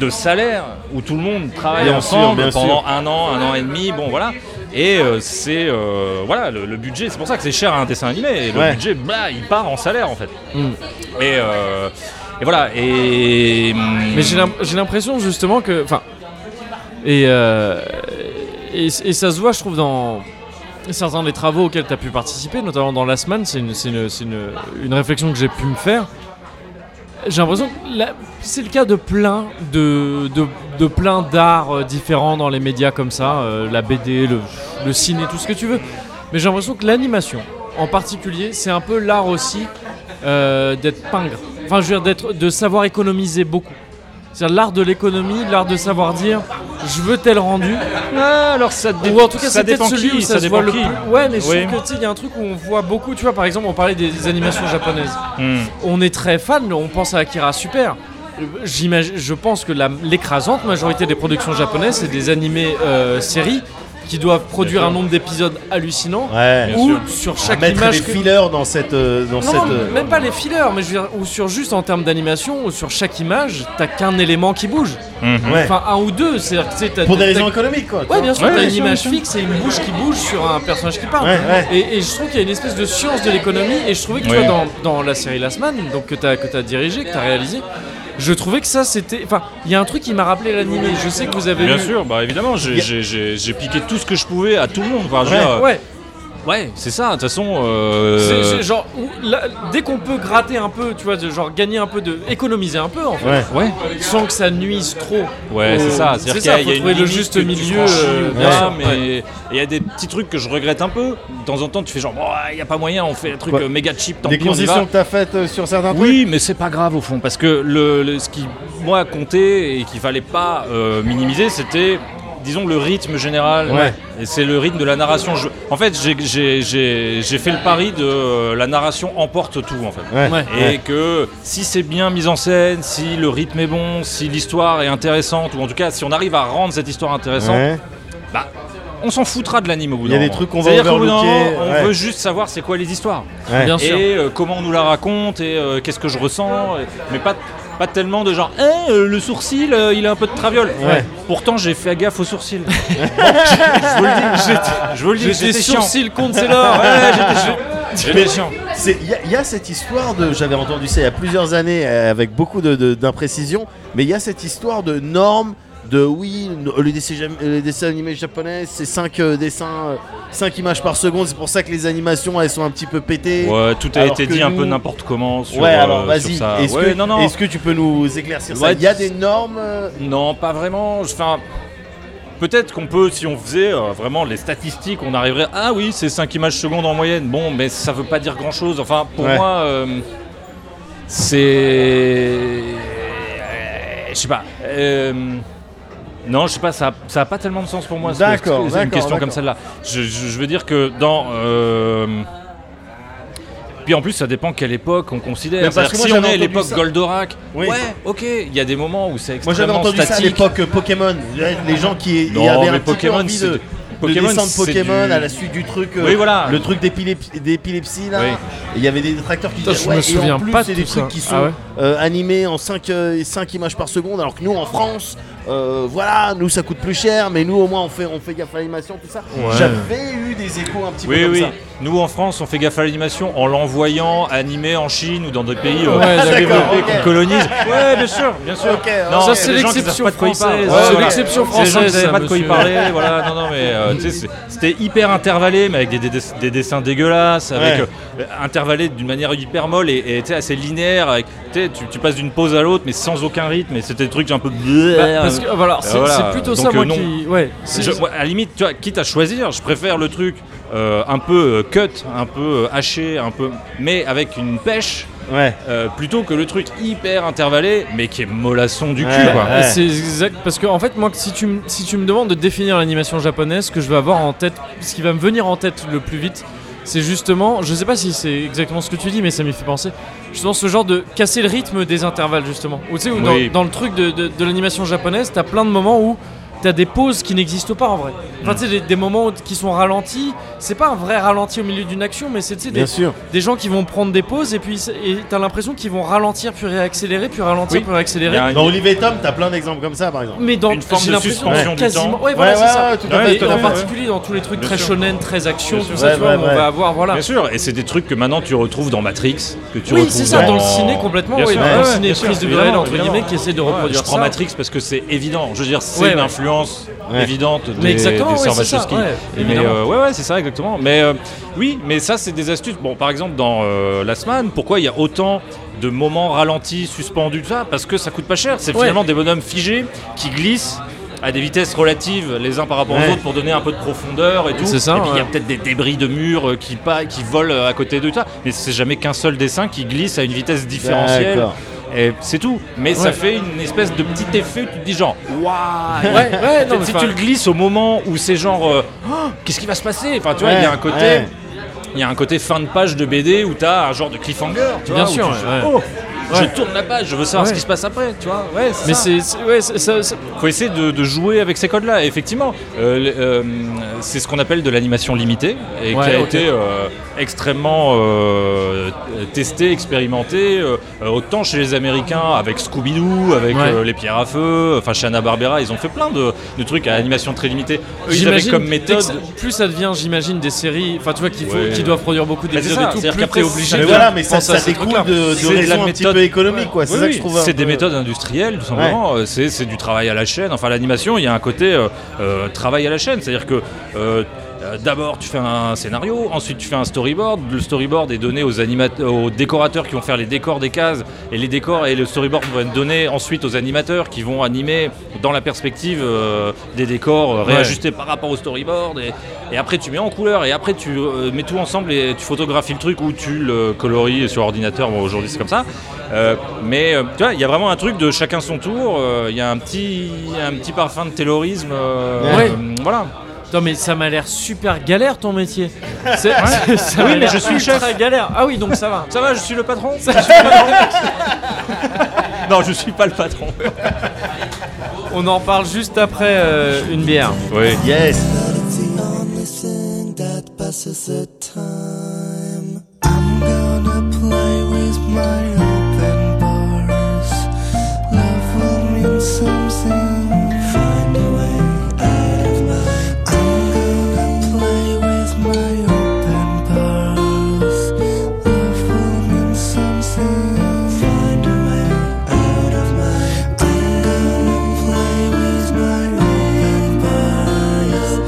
Speaker 3: de salaire où tout le monde travaille
Speaker 2: Bien sûr,
Speaker 3: ensemble
Speaker 2: bien
Speaker 3: pendant un an, un an et demi, bon voilà. Et euh, c'est euh, voilà le, le budget, c'est pour ça que c'est cher à un dessin animé. Et le
Speaker 2: Ouais.
Speaker 3: budget, bah, il part en salaire en fait.
Speaker 1: Mm.
Speaker 3: Et, euh, et voilà. Et
Speaker 1: Mais j'ai l'im- j'ai l'impression justement que. Enfin. Et, euh, et, et ça se voit, je trouve, dans certains des travaux auxquels tu as pu participer, notamment dans Last Man, c'est une, c'est une, c'est une, une réflexion que j'ai pu me faire. J'ai l'impression que la- c'est le cas de plein de, de, de plein d'arts euh, différents dans les médias comme ça, euh, la BD, le, le ciné, tout ce que tu veux. Mais j'ai l'impression que l'animation, en particulier, c'est un peu l'art aussi euh, d'être pingre. Enfin, je veux dire, d'être, de savoir économiser beaucoup. C'est-à-dire l'art de l'économie, l'art de savoir dire je veux tel rendu.
Speaker 3: Ah, alors ça, dé-
Speaker 1: Ou en tout cas,
Speaker 3: ça
Speaker 1: c'est peut-être
Speaker 3: dépend
Speaker 1: celui
Speaker 3: qui,
Speaker 1: où ça,
Speaker 3: ça
Speaker 1: se
Speaker 3: dépend
Speaker 1: voit le
Speaker 3: qui.
Speaker 1: plus. Ouais, mais je
Speaker 3: Oui.
Speaker 1: trouve que tu sais, il y a un truc où on voit beaucoup. Tu vois, par exemple, on parlait des, des animations japonaises.
Speaker 3: Hmm.
Speaker 1: On est très fan, on pense à Akira Super. J'imagine, je pense que la- l'écrasante majorité des productions japonaises, c'est des animés euh, séries qui doivent produire
Speaker 3: sûr.
Speaker 1: un nombre d'épisodes hallucinants.
Speaker 2: Ouais.
Speaker 3: Bien
Speaker 1: Ou
Speaker 3: sûr.
Speaker 1: sur
Speaker 2: À
Speaker 1: chaque
Speaker 2: mettre les
Speaker 1: image que-
Speaker 2: fillers dans cette. euh, dans
Speaker 1: non,
Speaker 2: cette
Speaker 1: non,
Speaker 2: euh,
Speaker 1: même pas les fillers, mais je veux dire, ou sur juste en termes d'animation, ou sur chaque image, t'as qu'un élément qui bouge.
Speaker 3: Mhm.
Speaker 2: Ouais.
Speaker 1: Enfin, un ou deux, c'est-à-dire que tu sais, t'as-
Speaker 2: Pour des
Speaker 1: t'as-
Speaker 2: raisons économiques, quoi. tu
Speaker 1: Ouais,
Speaker 2: vois.
Speaker 1: bien sûr,
Speaker 3: Ouais,
Speaker 1: t'as
Speaker 3: bien
Speaker 1: une
Speaker 3: sûr,
Speaker 1: image
Speaker 3: bien sûr.
Speaker 1: fixe et une bouche qui bouge sur un personnage qui parle.
Speaker 2: Ouais, ouais.
Speaker 1: Et, et je trouve qu'il y a une espèce de science de l'économie. Et je trouvais que tu vois,
Speaker 3: Ouais.
Speaker 1: dans, dans la série Last Man, donc que t'as que t'as dirigé, que t'as réalisé, je trouvais que ça c'était. Enfin, il y a un truc qui m'a rappelé l'animé. Je sais que vous avez
Speaker 2: Euh,
Speaker 3: Bien
Speaker 1: lu-
Speaker 3: sûr, bah évidemment, j'ai- j'ai j'ai- j'ai piqué tout ce que je pouvais à tout le monde. Enfin, je veux
Speaker 2: Ouais.
Speaker 3: dire, euh,
Speaker 1: Ouais,
Speaker 3: ouais, c'est ça. De toute façon, euh,
Speaker 1: c'est c'est genre où- là, dès qu'on peut gratter un peu, tu vois, de- genre gagner un peu de économiser un peu en fait.
Speaker 2: Ouais.
Speaker 3: ouais,
Speaker 1: sans que ça nuise trop.
Speaker 3: Ouais,
Speaker 1: au-
Speaker 3: c'est ça.
Speaker 1: euh, C'est
Speaker 3: C'est-à-dire
Speaker 1: ça,
Speaker 3: qu'il y
Speaker 1: faut
Speaker 3: a, il
Speaker 1: trouver
Speaker 3: y a une
Speaker 1: le
Speaker 3: limite
Speaker 1: juste
Speaker 3: que tu
Speaker 1: milieu.
Speaker 3: franchis,
Speaker 1: euh,
Speaker 3: bien
Speaker 1: bien
Speaker 3: sûr,
Speaker 1: sûr.
Speaker 3: mais et il y a des petits trucs que je regrette un peu. De temps en temps, tu fais genre, Bon, il n'y a pas moyen, on fait un truc
Speaker 2: Quoi
Speaker 3: euh, méga cheap, tant
Speaker 2: Des
Speaker 3: pis, on y va.
Speaker 2: concessions que t'as faites euh, sur certains trucs.
Speaker 3: Oui, mais c'est pas grave au fond, parce que le, le- ce qui, moi, comptait et qu'il fallait pas euh, minimiser, c'était, disons, le rythme général.
Speaker 2: Ouais.
Speaker 3: Et c'est le rythme de la narration. Je- en fait, j'ai- j'ai j'ai- j'ai fait le pari de euh, la narration emporte tout, en fait.
Speaker 2: Ouais.
Speaker 1: Ouais.
Speaker 3: Et que si c'est bien mis en scène, si le rythme est bon, si l'histoire est intéressante, ou en tout cas si on arrive à rendre cette histoire intéressante,
Speaker 2: Ouais.
Speaker 3: bah, on s'en foutra de l'anime au bout
Speaker 2: Il y a
Speaker 3: d'un
Speaker 2: des
Speaker 3: moment.
Speaker 2: trucs qu'on va
Speaker 3: C'est-à-dire qu'au bout d'un
Speaker 2: overlooker,
Speaker 3: moment, On
Speaker 2: ouais.
Speaker 3: veut juste savoir c'est quoi les histoires
Speaker 2: Ouais.
Speaker 1: Bien sûr.
Speaker 3: et euh, comment on nous la raconte et euh, qu'est-ce que je ressens, et- mais pas, pas tellement de genre Eh, euh, le sourcil euh, il a un peu de traviole.
Speaker 2: Ouais.
Speaker 3: Pourtant j'ai fait gaffe aux sourcils. Bon, je, je vous le dis, j'étais- je vous le dis,
Speaker 1: J'étais
Speaker 3: j'étais chiant.
Speaker 1: sourcil contre Taylor.
Speaker 3: Ouais, ouais, j'étais chiant. J'étais chiant.
Speaker 2: C'est- Il y, a- il y a cette histoire de, j'avais entendu ça il y a plusieurs années euh, avec beaucoup de- de- d'imprécisions, mais il y a cette histoire de normes, de oui, no- le dessin, jam- le dessin animé japonais, c'est 5 dessins, 5 images par seconde, c'est pour ça que les animations elles sont un petit peu pétées.
Speaker 3: Ouais, tout a
Speaker 2: Alors
Speaker 3: été
Speaker 2: que
Speaker 3: dit un
Speaker 2: nous-
Speaker 3: peu n'importe comment sur,
Speaker 2: Ouais,
Speaker 3: euh,
Speaker 2: alors
Speaker 3: sur
Speaker 2: vas-y,
Speaker 3: ça.
Speaker 2: est-ce
Speaker 3: Ouais,
Speaker 2: que,
Speaker 3: non, non.
Speaker 2: est-ce que tu peux nous éclaircir ça
Speaker 3: Ouais,
Speaker 2: Il y a
Speaker 3: dis-
Speaker 2: des normes euh,
Speaker 3: Non, pas vraiment. Enfin, peut-être qu'on peut, si on faisait euh, vraiment les statistiques, on arriverait. Ah oui, c'est 5 images secondes en moyenne. Bon, mais ça veut pas dire grand-chose. Enfin, pour
Speaker 2: Ouais.
Speaker 3: moi, euh, c'est. euh, Je sais pas. euh, Non, je sais pas, ça, ça a pas tellement de sens pour moi. ce-
Speaker 2: D'accord,
Speaker 3: c'est une
Speaker 2: d'accord,
Speaker 3: question comme
Speaker 2: d'accord.
Speaker 3: celle-là. Je, je- je veux dire que dans. euh, Puis en plus, ça dépend quelle époque on
Speaker 2: Mais
Speaker 3: considère.
Speaker 2: parce
Speaker 3: C'est-à-dire
Speaker 2: que
Speaker 3: que
Speaker 2: moi,
Speaker 3: si on
Speaker 2: j'avais
Speaker 3: est à
Speaker 2: entendu
Speaker 3: l'époque
Speaker 2: ça.
Speaker 3: Goldorak,
Speaker 2: Oui.
Speaker 3: ouais, ok, il y a des moments où c'est
Speaker 2: Moi j'avais
Speaker 3: extrêmement
Speaker 2: entendu ça à
Speaker 3: statique.
Speaker 2: l'époque euh, Pokémon, les gens qui
Speaker 3: Non,
Speaker 2: y avaient un
Speaker 3: mais
Speaker 2: petit peu
Speaker 3: Pokémon,
Speaker 2: envie
Speaker 3: c'est
Speaker 2: de,
Speaker 3: du-
Speaker 2: de
Speaker 3: Pokémon,
Speaker 2: descendre
Speaker 3: c'est
Speaker 2: Pokémon
Speaker 3: du-
Speaker 2: à la suite du truc, euh,
Speaker 3: Oui, voilà.
Speaker 2: le truc d'épilep- d'épilepsie là.
Speaker 3: Oui.
Speaker 2: Et Il y avait des détracteurs qui
Speaker 1: Putain,
Speaker 2: disaient
Speaker 1: je me
Speaker 2: ouais, et en
Speaker 1: souviens
Speaker 2: plus
Speaker 1: pas de
Speaker 2: c'est des
Speaker 1: tout
Speaker 2: trucs
Speaker 1: ça.
Speaker 2: qui
Speaker 1: Ah
Speaker 2: sont
Speaker 1: ouais.
Speaker 2: euh, animés en 5, images par seconde, alors que nous en France, euh, voilà, nous ça coûte plus cher, mais nous au moins on fait, on fait gaffe à l'animation, tout ça. J'avais eu des échos un petit peu
Speaker 3: Oui,
Speaker 2: comme
Speaker 3: oui.
Speaker 2: ça.
Speaker 3: Nous en France, on fait gaffe à l'animation en l'envoyant animé en Chine ou dans des pays euh,
Speaker 1: Ouais,
Speaker 3: sous-développés
Speaker 2: d'accord,
Speaker 3: qu'on
Speaker 2: ok.
Speaker 3: colonise. Ouais, bien sûr, bien sûr.
Speaker 2: Ok,
Speaker 3: Non,
Speaker 1: Ça,
Speaker 3: mais
Speaker 1: c'est
Speaker 3: les gens qui
Speaker 1: l'exception
Speaker 3: savent pas de quoi ils parlent.
Speaker 1: française.
Speaker 3: Ouais,
Speaker 1: C'est
Speaker 3: voilà.
Speaker 1: l'exception
Speaker 3: C'est les gens
Speaker 1: française,
Speaker 3: qui savent pas de quoi ils
Speaker 1: monsieur.
Speaker 3: parlaient. Voilà, non, non, mais euh, tu sais, c'est- c'était hyper intervallé, mais avec des, des- des dessins dégueulasses, avec
Speaker 2: Ouais.
Speaker 3: euh, intervallé d'une manière hyper molle et, et, tu sais, assez linéaire. Avec, tu, sais, tu- tu passes d'une pause à l'autre, mais sans aucun rythme. Et c'était des trucs un peu.
Speaker 1: Bah, parce que voilà, c'est
Speaker 3: voilà.
Speaker 1: c'est plutôt ça
Speaker 3: Donc,
Speaker 1: moi
Speaker 3: euh, non.
Speaker 1: qui. Ouais. c'est-
Speaker 3: Je- moi, à la limite, tu vois, quitte à choisir, je préfère le truc euh, un peu euh, cut, un peu euh, haché, un peu, mais avec une pêche,
Speaker 2: Ouais.
Speaker 3: euh, plutôt que le truc hyper intervallé, mais qui est mollasson du
Speaker 2: Ouais,
Speaker 3: cul. Quoi.
Speaker 2: ouais.
Speaker 1: C'est exact parce que en fait moi si tu me si tu me demandes de définir l'animation japonaise ce que je vais avoir en tête ce qui va me venir en tête le plus vite c'est justement je sais pas si c'est exactement ce que tu dis mais ça m'y fait penser justement ce genre de casser le rythme des intervalles justement ou tu sais où dans,
Speaker 3: Oui.
Speaker 1: dans le truc de, de- de l'animation japonaise t'as plein de moments où t'as des pauses qui n'existent pas en vrai. Enfin,
Speaker 3: Mm.
Speaker 1: tu sais, des, des moments qui sont ralentis. C'est pas un vrai ralenti au milieu d'une action, mais c'est tu sais, des,
Speaker 2: Bien sûr.
Speaker 1: des gens qui vont prendre des pauses et puis et t'as l'impression qu'ils vont ralentir, puis réaccélérer, puis ralentir,
Speaker 3: Oui.
Speaker 1: puis réaccélérer.
Speaker 3: Il y a un-
Speaker 2: Dans Olivier Tom, t'as plein d'exemples comme ça, par exemple.
Speaker 1: Mais dans
Speaker 3: Une forme
Speaker 1: j'ai
Speaker 3: de
Speaker 1: l'impression
Speaker 3: suspension du
Speaker 1: quasiment.
Speaker 3: temps.
Speaker 1: Ouais, voilà,
Speaker 2: ouais,
Speaker 1: c'est ça.
Speaker 2: ouais, tout à
Speaker 3: Ouais,
Speaker 2: fait.
Speaker 1: Et
Speaker 2: tout à
Speaker 1: en
Speaker 2: fait, ouais.
Speaker 1: particulier dans tous les trucs
Speaker 3: Bien
Speaker 1: très
Speaker 3: sûr.
Speaker 1: shonen, très action,
Speaker 3: Bien
Speaker 1: tout
Speaker 3: sûr.
Speaker 1: ça, tu
Speaker 2: Ouais,
Speaker 1: vois,
Speaker 2: ouais,
Speaker 1: on
Speaker 2: ouais.
Speaker 1: va avoir voilà.
Speaker 3: Bien sûr, et c'est des trucs que maintenant tu retrouves dans Matrix, que tu
Speaker 1: Oui,
Speaker 3: retrouves
Speaker 1: c'est ça, dans le ciné complètement,
Speaker 3: Bien
Speaker 1: oui,
Speaker 3: sûr,
Speaker 1: dans
Speaker 2: ouais,
Speaker 1: le ciné
Speaker 3: bien sûr,
Speaker 1: prise de
Speaker 3: évidemment,
Speaker 1: virale entre
Speaker 3: évidemment.
Speaker 1: guillemets qui essaie de
Speaker 3: Je
Speaker 1: reproduire
Speaker 3: prends
Speaker 1: ça.
Speaker 3: Matrix parce que c'est évident. Je veux dire, c'est
Speaker 1: Ouais,
Speaker 3: une
Speaker 1: ouais.
Speaker 3: influence
Speaker 2: Ouais.
Speaker 3: évidente des,
Speaker 1: Mais exactement,
Speaker 3: des
Speaker 1: ouais, c'est
Speaker 3: Sarvachowski.
Speaker 1: ça, ouais,
Speaker 3: mais
Speaker 1: évidemment.
Speaker 3: euh, ouais, ouais, c'est ça, exactement. Mais euh, oui, mais ça, c'est des astuces. Bon, par exemple, dans euh, Last Man, pourquoi il y a autant de moments ralentis, suspendus, tout ça Parce que ça coûte pas cher. C'est
Speaker 1: Ouais.
Speaker 3: finalement des bonhommes figés qui glissent à des vitesses relatives les uns par rapport
Speaker 2: Ouais.
Speaker 3: aux autres pour donner un peu de profondeur et tout.
Speaker 1: C'est ça,
Speaker 3: Et puis, il y a
Speaker 1: ouais.
Speaker 3: peut-être des débris de murs euh, qui, pa- qui volent euh, à côté de toi. Mais c'est jamais qu'un seul dessin qui glisse à une vitesse différentielle.
Speaker 2: D'accord.
Speaker 3: Et c'est tout. Mais
Speaker 1: Ouais.
Speaker 3: ça fait une espèce de petit effet où tu te dis genre, waouh
Speaker 1: Ouais, ouais, non, mais
Speaker 3: Si
Speaker 1: enfin-
Speaker 3: tu le glisses au moment où c'est genre, euh, Oh, qu'est-ce qui va se passer Enfin, tu vois, il y a
Speaker 2: Ouais,
Speaker 3: un côté.
Speaker 2: ouais.
Speaker 3: Il y a un côté fin de page de BD où t'as un genre de cliffhanger, tu
Speaker 1: Bien
Speaker 3: vois, où
Speaker 1: sûr,
Speaker 3: tu
Speaker 1: ouais,
Speaker 3: fais,
Speaker 1: ouais.
Speaker 3: Oh,
Speaker 1: Ouais.
Speaker 3: je tourne la page, je veux savoir
Speaker 1: Ouais.
Speaker 3: ce qui se passe après, tu vois. Ouais, c'est
Speaker 1: Mais
Speaker 3: ça.
Speaker 1: c'est c'est- ouais, c'est- ça- ça-
Speaker 3: Faut essayer de, de jouer avec ces codes-là. Et effectivement, euh, le- euh, c'est ce qu'on appelle de l'animation limitée et
Speaker 1: Ouais,
Speaker 3: qui a
Speaker 1: ok.
Speaker 3: été euh, extrêmement euh, testé, expérimenté, euh, euh, autant chez les Américains avec Scooby-Doo, avec
Speaker 1: Ouais.
Speaker 3: euh, les pierres à feu, enfin Shanna Barbera, ils ont fait plein de, de trucs à animation très limitée. Eux, ils avaient
Speaker 1: j'imagine
Speaker 3: comme
Speaker 1: dès que
Speaker 3: méthode.
Speaker 1: ça- plus ça devient, j'imagine, des séries, enfin tu vois, qu'il faut-
Speaker 3: Ouais.
Speaker 1: qui doivent produire beaucoup
Speaker 3: Bah, c'est
Speaker 1: d'épisodes
Speaker 3: ça,
Speaker 1: et tout.
Speaker 3: c'est-à-dire
Speaker 1: plus
Speaker 3: qu'après,
Speaker 1: près-
Speaker 3: obligé
Speaker 2: Mais
Speaker 3: de-
Speaker 2: voilà, mais ça,
Speaker 1: Penser à
Speaker 2: ça
Speaker 1: ces
Speaker 2: découle
Speaker 1: trucs-là.
Speaker 2: de,
Speaker 3: C'est
Speaker 2: de
Speaker 3: de la
Speaker 2: raisons un petit
Speaker 3: méthode.
Speaker 2: peu économiques, quoi. C'est
Speaker 3: Oui,
Speaker 2: ça que
Speaker 3: oui,
Speaker 2: je trouve. un
Speaker 3: c'est des
Speaker 2: peu-
Speaker 3: méthodes industrielles, tout simplement. Euh, C'est c'est du travail à la chaîne. Enfin, l'animation, il y a un côté euh, euh, travail à la chaîne. C'est-à-dire que euh, euh, d'abord, tu fais un scénario, ensuite, tu fais un storyboard. Le storyboard est donné aux, animate- aux décorateurs qui vont faire les décors des cases. Et les décors et le storyboard vont être donnés ensuite aux animateurs qui vont animer dans la perspective euh, des décors euh, réajustés par rapport au storyboard. Et, et après, tu mets en couleur. Et après, tu euh, mets tout ensemble et tu photographies le truc ou tu le coloris sur ordinateur. Bon, aujourd'hui, c'est comme ça. Euh, mais euh, tu vois, il y a vraiment un truc de chacun son tour. euh, Il y a un petit, un petit parfum de terrorisme. euh,
Speaker 1: Ouais.
Speaker 3: euh, voilà.
Speaker 1: Non mais ça m'a l'air super galère ton métier. C'est- ça
Speaker 3: Oui,
Speaker 1: m'a
Speaker 3: mais
Speaker 1: l'air
Speaker 3: je suis le chef.
Speaker 1: ultra galère. Ah oui, donc ça va.
Speaker 3: Ça va, je suis le patron. Je suis le patron. non, je suis pas le patron.
Speaker 1: On en parle juste après euh, une bière.
Speaker 3: Oui.
Speaker 2: Yes.
Speaker 4: But it's the only thing that passes the time. I'm gonna play with my open bars. Love will mean something. Find a way out of my. I'm gonna play with my open bars. Love will mean something. Find a way out of my. I'm gonna play with my open bars.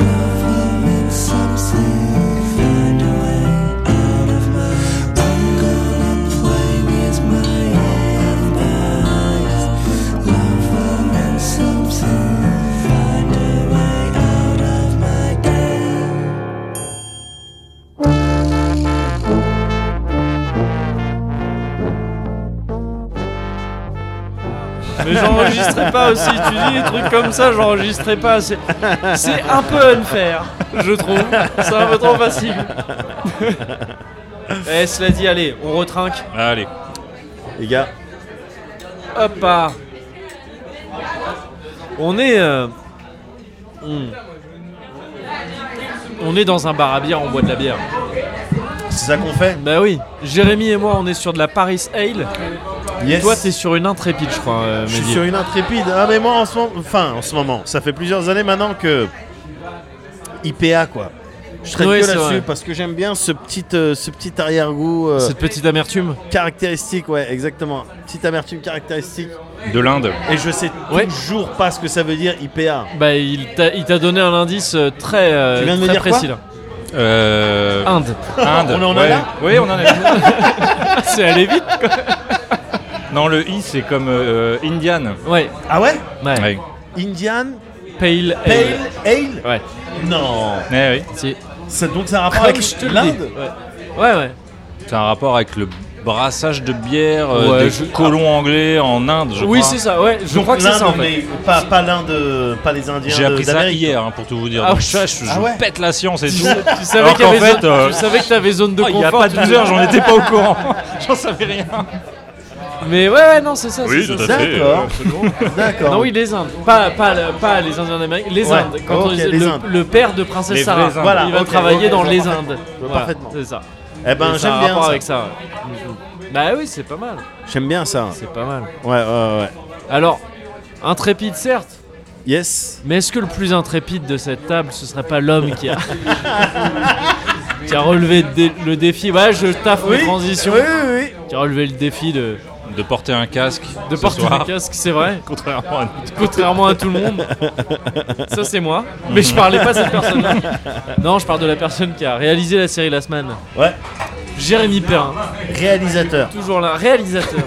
Speaker 4: Love will mean something. Find a way out of my. I'm gonna play with my open bars. Love will mean something. Find a way out of my day.
Speaker 1: Mais j'enregistrais pas aussi. Tu dis des trucs comme ça, j'enregistrais pas. C'est c'est un peu unfair, je trouve. C'est un peu trop facile. Eh, cela dit, allez, on retrinque.
Speaker 3: Allez.
Speaker 2: Les gars,
Speaker 1: Hop ah. On est. euh, hmm. On est dans un bar à bière, on boit de la bière.
Speaker 2: c'est ça qu'on fait.
Speaker 1: Bah oui, Jérémy et moi, on est sur de la Paris Ale.
Speaker 2: Yes.
Speaker 1: Toi, t'es sur une intrépide, je crois. euh,
Speaker 2: Je suis
Speaker 1: Mehdi.
Speaker 2: sur une intrépide. Ah mais moi en ce moment, enfin en ce moment, ça fait plusieurs années maintenant que IPA quoi. Je traite
Speaker 1: Oui,
Speaker 2: que
Speaker 1: c'est vrai.
Speaker 2: là-dessus parce que j'aime bien ce petit, euh, ce petit arrière-goût euh,
Speaker 1: Cette petite amertume.
Speaker 2: caractéristique, ouais, exactement. Petite amertume caractéristique.
Speaker 3: De l'Inde.
Speaker 2: Et je sais
Speaker 1: Ouais.
Speaker 2: toujours pas ce que ça veut dire IPA.
Speaker 1: Bah, il t'a il t'a donné un indice euh, très, euh,
Speaker 2: Tu viens de me
Speaker 1: très
Speaker 2: dire quoi
Speaker 1: précis là.
Speaker 3: Euh,
Speaker 1: Inde.
Speaker 3: Inde.
Speaker 2: On en a
Speaker 3: ouais.
Speaker 2: là
Speaker 3: Oui, on en a. là.
Speaker 1: C'est allé vite.
Speaker 3: non, le i c'est comme euh, Indian.
Speaker 1: Ouais.
Speaker 2: Ah ouais
Speaker 1: ouais.
Speaker 3: Ouais.
Speaker 2: Indian
Speaker 1: Pale Ale.
Speaker 2: Pale Ale
Speaker 1: Ouais. Ah,
Speaker 2: Non.
Speaker 3: Eh oui.
Speaker 1: Si.
Speaker 2: Ça- donc ça a un rapport avec Oh, l'Inde
Speaker 1: Ouais. Ouais, ouais.
Speaker 3: C'est un rapport avec le brassage de bière euh,
Speaker 1: Ouais,
Speaker 3: des
Speaker 1: je- ah.
Speaker 3: colons anglais en Inde, je
Speaker 1: oui,
Speaker 3: crois.
Speaker 1: c'est ça. Ouais. Je crois que c'est
Speaker 2: l'Inde,
Speaker 1: ça en fait.
Speaker 2: mais pas, pas l'Inde, pas les Indiens
Speaker 3: J'ai
Speaker 2: de-
Speaker 3: appris ça
Speaker 2: d'Amérique.
Speaker 3: hier, hein, pour tout vous dire.
Speaker 1: Ah
Speaker 3: Donc,
Speaker 1: ouais.
Speaker 3: je, je- je
Speaker 2: Ah ouais.
Speaker 3: pète la science et tout.
Speaker 1: Tu savais
Speaker 3: Alors
Speaker 1: qu'il y
Speaker 3: qu'en
Speaker 1: avait
Speaker 3: fait,
Speaker 1: zone-
Speaker 3: euh,
Speaker 1: tu savais que t'avais zone de
Speaker 3: Ah,
Speaker 1: confort.
Speaker 3: il n'y a pas
Speaker 1: tu
Speaker 3: 12
Speaker 1: disais-
Speaker 3: heures, j'en étais pas au courant. j'en savais rien.
Speaker 1: Mais ouais, ouais, non, c'est ça.
Speaker 3: Oui,
Speaker 1: c'est
Speaker 3: tout
Speaker 1: ça.
Speaker 3: à fait.
Speaker 2: D'accord. D'accord.
Speaker 1: Non, oui, les Indes. Pas, pas, le- pas les Indiens d'Amérique, les
Speaker 2: Ouais,
Speaker 1: Indes. Quand
Speaker 2: ok,
Speaker 1: on disait
Speaker 2: les
Speaker 1: le,
Speaker 2: Indes.
Speaker 1: le père de Princesse
Speaker 3: Les
Speaker 1: Sarah,
Speaker 3: vrais Indes.
Speaker 2: Voilà,
Speaker 1: il va
Speaker 2: ok,
Speaker 1: travailler
Speaker 2: ok,
Speaker 1: dans
Speaker 2: je
Speaker 1: Les
Speaker 2: vois
Speaker 1: Indes.
Speaker 2: parfaitement.
Speaker 1: C'est ça.
Speaker 2: Eh ben
Speaker 1: Et ça a
Speaker 2: j'aime
Speaker 1: un
Speaker 2: bien
Speaker 1: rapport
Speaker 2: ça.
Speaker 1: avec ça. ouais. Bah oui, c'est pas mal.
Speaker 2: J'aime bien ça.
Speaker 1: C'est pas mal.
Speaker 2: Ouais, ouais, ouais.
Speaker 1: Alors, intrépide certes,
Speaker 2: Yes.
Speaker 1: mais est-ce que le plus intrépide de cette table, ce serait pas l'homme qui a qui a relevé le, dé- le défi Ouais, je taffe mes transitions.
Speaker 2: Oui, oui, oui.
Speaker 1: Qui a relevé le défi de,
Speaker 3: De porter un casque.
Speaker 1: de
Speaker 3: ce
Speaker 1: porter
Speaker 3: soir.
Speaker 1: un casque, c'est vrai.
Speaker 3: Contrairement à nous.
Speaker 1: Contrairement à tout le monde. Ça, c'est moi. Mais je parlais pas de cette personne-là. Non, je parle de la personne qui a réalisé la série Last Man.
Speaker 2: Ouais.
Speaker 1: Jérémy Perrin,
Speaker 2: Réalisateur.
Speaker 1: toujours là, réalisateur.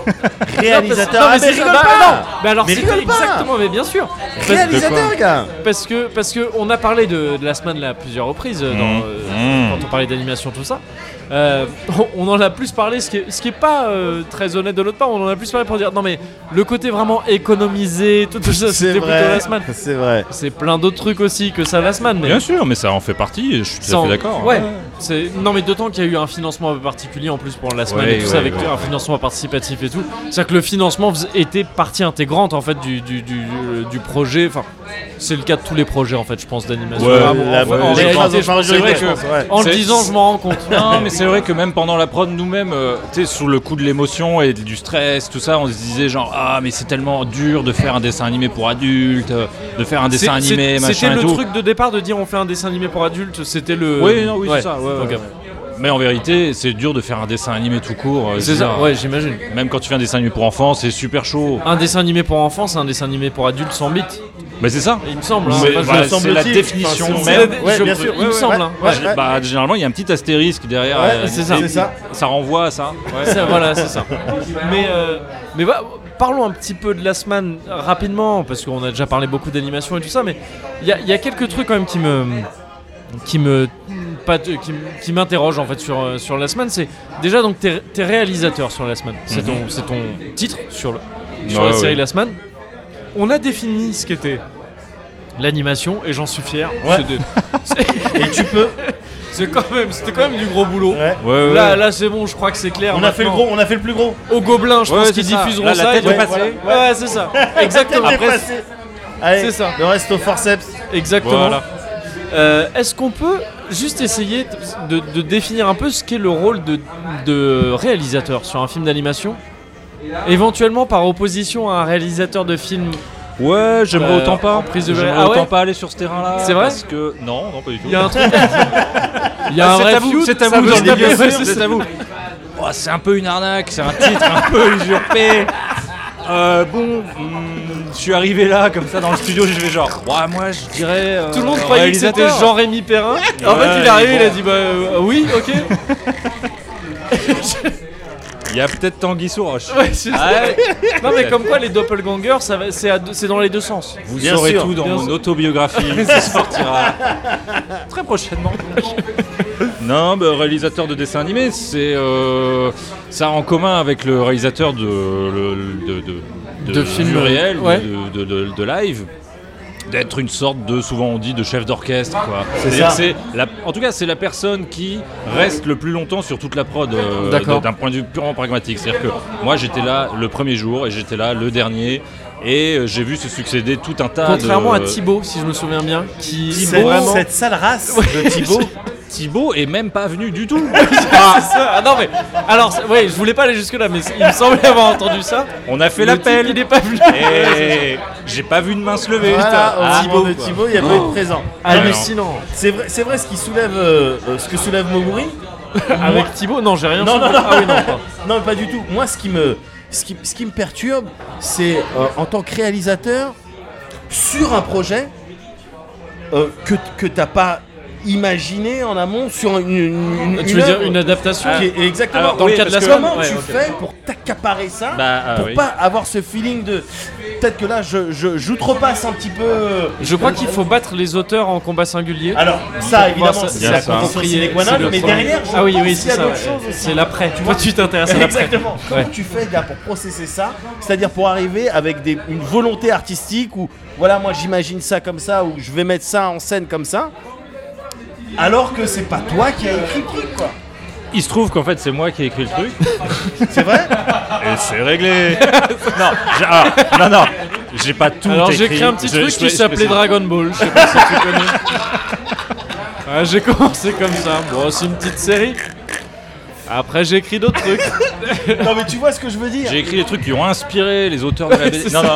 Speaker 2: Réalisateur.
Speaker 1: Non,
Speaker 2: Ah,
Speaker 1: mais,
Speaker 2: mais
Speaker 1: c'est-
Speaker 2: rigole
Speaker 1: bah,
Speaker 2: pas
Speaker 1: non. Mais alors,
Speaker 2: Mais
Speaker 1: c'était
Speaker 2: rigole pas
Speaker 1: exactement, mais bien sûr. Parce-
Speaker 2: Réalisateur, gars.
Speaker 1: Parce que, parce que on a parlé de, de la semaine là à plusieurs reprises euh, dans, euh,
Speaker 3: Mmh.
Speaker 1: quand on parlait d'animation tout ça. Euh, on, on en a plus parlé, ce qui est, ce qui est pas euh, très honnête de notre part. On en a plus parlé pour dire non mais le côté vraiment économisé, tout, tout ça,
Speaker 2: C'est
Speaker 1: c'était plutôt
Speaker 2: vrai.
Speaker 1: la semaine.
Speaker 2: C'est vrai.
Speaker 1: C'est plein d'autres trucs aussi que ça la semaine, mais
Speaker 3: Bien sûr, mais ça en fait partie, je suis tout à
Speaker 1: sans-
Speaker 3: fait d'accord. hein.
Speaker 1: Ouais. C'est non mais d'autant qu'il y a eu un financement un peu particulier en plus pour la semaine
Speaker 3: Ouais,
Speaker 1: et tout ça
Speaker 3: ouais,
Speaker 1: avec
Speaker 3: ouais.
Speaker 1: un financement participatif et tout. C'est-à-dire que le financement fais- était partie intégrante en fait du du, du, du projet. Enfin, c'est le cas de tous les projets en fait, je pense d'animation.
Speaker 3: Ouais,
Speaker 1: En-
Speaker 2: Euh, la-
Speaker 1: en,
Speaker 3: ouais,
Speaker 1: en
Speaker 3: les
Speaker 1: réalité,
Speaker 2: phrases
Speaker 1: je-
Speaker 2: en
Speaker 1: c'est vrai
Speaker 2: majorité, je pense, ouais.
Speaker 1: que en le
Speaker 3: C'est-
Speaker 1: disant, je m'en rends compte.
Speaker 3: Non, mais c'est vrai que même pendant la prod, nous-mêmes, euh, tu sais, sous le coup de l'émotion et du stress, tout ça, on se disait genre ah mais c'est tellement dur de faire un dessin animé pour adultes, euh, de faire un dessin
Speaker 1: C'est-
Speaker 3: animé,
Speaker 1: c'est- C'était
Speaker 3: machin et
Speaker 1: le
Speaker 3: tout.
Speaker 1: truc de départ de dire on fait un dessin animé pour adultes. C'était le.
Speaker 3: Oui, non, oui,
Speaker 1: Ouais.
Speaker 3: c'est ça. ouais, ouais,
Speaker 1: Ok.
Speaker 3: ouais. Mais en vérité, c'est dur de faire un dessin animé tout court. euh,
Speaker 1: C'est
Speaker 3: je veux
Speaker 1: ça.
Speaker 3: dire,
Speaker 1: Ouais, j'imagine.
Speaker 3: Même quand tu fais un dessin animé pour enfants, c'est super chaud.
Speaker 1: Un dessin animé pour enfants, c'est un dessin animé pour adultes sans bite.
Speaker 3: Mais c'est ça.
Speaker 1: Il me semble. hein.
Speaker 3: Mais bah,
Speaker 1: Enfin, je-
Speaker 3: voilà,
Speaker 2: semble-t-il.
Speaker 3: c'est la
Speaker 2: Enfin,
Speaker 3: définition
Speaker 2: c'est-
Speaker 1: c'est la
Speaker 3: même.
Speaker 1: dé-
Speaker 2: Ouais,
Speaker 1: je-
Speaker 2: bien sûr.
Speaker 1: il me
Speaker 2: ouais,
Speaker 1: semble,
Speaker 2: ouais,
Speaker 1: hein. Ouais.
Speaker 2: ouais, ouais.
Speaker 3: Bah, généralement, il y a un petit astérisque derrière.
Speaker 2: Ouais,
Speaker 3: euh,
Speaker 1: c'est ça.
Speaker 2: C'est ça.
Speaker 3: Ça renvoie à ça.
Speaker 1: Ça, voilà, c'est ça. Mais, euh, mais va- parlons un petit peu de Last Man rapidement, parce qu'on a déjà parlé beaucoup d'animation et tout ça, mais il y a, il y a quelques trucs quand même qui me qui me pas de- qui, m- qui m'interrogent en fait sur euh, sur Last Man c'est déjà donc t'es t'es réalisateur sur Last Man c'est
Speaker 2: Mhm.
Speaker 1: ton c'est ton titre sur le sur
Speaker 3: Ouais,
Speaker 1: la série
Speaker 3: ouais.
Speaker 1: Last Man on a défini ce qu'était l'animation et j'en suis fier
Speaker 2: Ouais.
Speaker 1: C'est de- c'est-
Speaker 2: Et tu peux.
Speaker 1: c'est quand même c'était quand même du gros boulot
Speaker 2: Ouais.
Speaker 3: Ouais, ouais.
Speaker 1: là là c'est bon je crois que c'est clair
Speaker 2: On a fait le
Speaker 1: maintenant
Speaker 2: gros, on a fait le plus gros.
Speaker 1: au gobelin, je
Speaker 3: Ouais,
Speaker 1: pense
Speaker 3: c'est
Speaker 1: qu'ils
Speaker 3: ça.
Speaker 1: diffuseront
Speaker 3: Là, la
Speaker 1: ça.
Speaker 3: tête
Speaker 1: et
Speaker 3: est
Speaker 1: tout.
Speaker 3: passée.
Speaker 1: Ouais, c'est ça. Exactement.
Speaker 2: Après,
Speaker 1: Après,
Speaker 2: Allez,
Speaker 1: C'est ça.
Speaker 2: Le reste au forceps.
Speaker 1: exactement.
Speaker 3: Voilà.
Speaker 1: Euh, Est-ce qu'on peut juste essayer de, de définir un peu ce qu'est le rôle de, de réalisateur sur un film d'animation Éventuellement par opposition à un réalisateur de film.
Speaker 3: Ouais, j'aimerais
Speaker 1: Euh,
Speaker 3: autant pas.
Speaker 1: en prise de
Speaker 3: J'aimerais
Speaker 1: verre. Ah
Speaker 3: autant
Speaker 1: ouais
Speaker 3: pas aller sur ce terrain-là.
Speaker 1: C'est vrai
Speaker 3: Parce que non, non pas du tout.
Speaker 1: Il y a un truc. Il y a un
Speaker 3: Ah, c'est
Speaker 1: vrai
Speaker 3: à vous,
Speaker 1: feud,
Speaker 3: c'est à
Speaker 1: ça
Speaker 3: vous
Speaker 1: veut
Speaker 3: dans le
Speaker 1: dire-
Speaker 3: milieu,
Speaker 1: Ouais,
Speaker 3: c'est-
Speaker 1: c'est
Speaker 3: c'est à vous. Oh, c'est un peu une arnaque, c'est un titre un peu usurpé. Euh, bon, hmm, je suis arrivé là comme ça dans le studio, je vais genre, ouais, moi je dirais. euh,
Speaker 1: Tout le monde croyait que c'était
Speaker 3: réalisateur.
Speaker 1: Jean-Rémy Perrin. En fait, il est
Speaker 3: mais
Speaker 1: arrivé,
Speaker 3: bon.
Speaker 1: il a dit bah euh, oui, ok.
Speaker 3: Il y a peut-être Tanguy Souroche.
Speaker 1: Ouais, c'est ça.
Speaker 2: Ah
Speaker 3: Ouais.
Speaker 1: Non mais comme quoi les doppelgangers, ça va- c'est à deux- c'est dans les deux sens.
Speaker 3: Vous
Speaker 2: Bien
Speaker 3: saurez
Speaker 2: sûr,
Speaker 3: tout dans
Speaker 1: bien
Speaker 3: mon
Speaker 1: sûr.
Speaker 3: autobiographie qui sortira très prochainement. non, bah, réalisateur de dessin animé, c'est euh, ça a en commun avec le réalisateur de le- de, de,
Speaker 1: De films,
Speaker 3: du réel,
Speaker 1: ouais.
Speaker 3: de, de- de- de live. D'être une sorte de, souvent on dit, de chef d'orchestre. quoi. C'est-à-dire
Speaker 2: ça.
Speaker 3: que c'est la- en tout cas, c'est la personne qui reste le plus longtemps sur toute la prod euh,
Speaker 1: D'accord.
Speaker 3: d'un point de vue purement pragmatique. C'est-à-dire que moi, j'étais là le premier jour et j'étais là le dernier. Et euh, j'ai vu se succéder tout un tas
Speaker 1: Contrairement
Speaker 3: de...
Speaker 1: à Thibaut, si je me souviens bien, qui
Speaker 2: C'est vraiment Ah, cette sale race de Thibaut.
Speaker 3: Thibaut est même pas venu du tout.
Speaker 1: Ah, c'est ça. Ah, non mais alors c'est- ouais, je voulais pas aller jusque là, mais il me semblait avoir entendu ça.
Speaker 3: On a fait
Speaker 1: Le type, Il
Speaker 3: l'appel.
Speaker 1: est pas venu.
Speaker 3: Et j'ai pas vu de main se lever.
Speaker 2: Voilà, au
Speaker 3: putain. Ah,
Speaker 2: moment de Thibaut, il n'y a pas eu de présent.
Speaker 1: Hallucinant.
Speaker 2: C'est vrai, c'est vrai ce qui soulève, euh, euh, ce que soulève Moguri.
Speaker 1: Avec Thibaut, non, j'ai rien.
Speaker 2: Ah, Non, non,
Speaker 1: senti.
Speaker 2: non.
Speaker 1: Ah oui, non. pas.
Speaker 2: Non, pas du tout. Moi, ce qui me, ce qui, ce qui me perturbe, c'est euh, en tant que réalisateur, sur un projet euh, que, que t'as pas imaginé en amont, sur une. une- une-
Speaker 1: Tu veux dire
Speaker 2: œuvre Ah.
Speaker 1: une adaptation
Speaker 2: qui est- Exactement.
Speaker 3: Alors,
Speaker 1: dans le
Speaker 3: oui,
Speaker 1: cas de la
Speaker 3: parce que-
Speaker 1: semaine
Speaker 2: Comment
Speaker 1: Ouais,
Speaker 2: tu
Speaker 1: ok.
Speaker 2: fais pour t'accaparer ça
Speaker 3: Bah, euh,
Speaker 2: Pour
Speaker 3: oui.
Speaker 2: pas avoir ce feeling de. Peut-être que là, je, je, j'outrepasse un petit peu. euh,
Speaker 1: Je crois qu'il faut battre les auteurs en combat singulier.
Speaker 2: Alors, Ah, ça, évidemment,
Speaker 1: ça,
Speaker 2: c'est
Speaker 1: bien
Speaker 2: la
Speaker 3: sûr.
Speaker 2: condition sine qua non,
Speaker 1: C'est le
Speaker 2: mais
Speaker 1: premier.
Speaker 2: derrière, je
Speaker 1: ah oui,
Speaker 2: pense
Speaker 1: oui,
Speaker 2: qu'il y
Speaker 1: c'est
Speaker 2: a
Speaker 1: ça.
Speaker 2: d'autres
Speaker 1: ouais.
Speaker 2: choses aussi.
Speaker 1: C'est l'après. Tu vois, tu t'intéresses à l'après.
Speaker 2: Exactement.
Speaker 1: Ouais.
Speaker 2: Comment tu fais là pour processer ça C'est-à-dire pour arriver avec des, une volonté artistique où voilà, moi j'imagine ça comme ça ou je vais mettre ça en scène comme ça. Alors que c'est pas toi qui as écrit le truc quoi.
Speaker 3: il se trouve qu'en fait, c'est moi qui ai écrit le truc.
Speaker 2: C'est vrai
Speaker 3: Et c'est réglé Non, j'ai- alors, non, non, j'ai pas tout
Speaker 1: Alors
Speaker 3: écrit.
Speaker 1: j'ai créé un petit
Speaker 3: Je-
Speaker 1: truc
Speaker 3: je-
Speaker 1: qui
Speaker 3: je-
Speaker 1: s'appelait Dragon Ball, je sais pas si tu connais. Ouais, j'ai commencé comme ça. Bon, c'est une petite série. Après, j'ai écrit d'autres trucs.
Speaker 3: Euh,
Speaker 2: Non, mais tu vois ce que je veux dire
Speaker 3: J'ai écrit des trucs qui ont inspiré les auteurs de la BD. Non, non,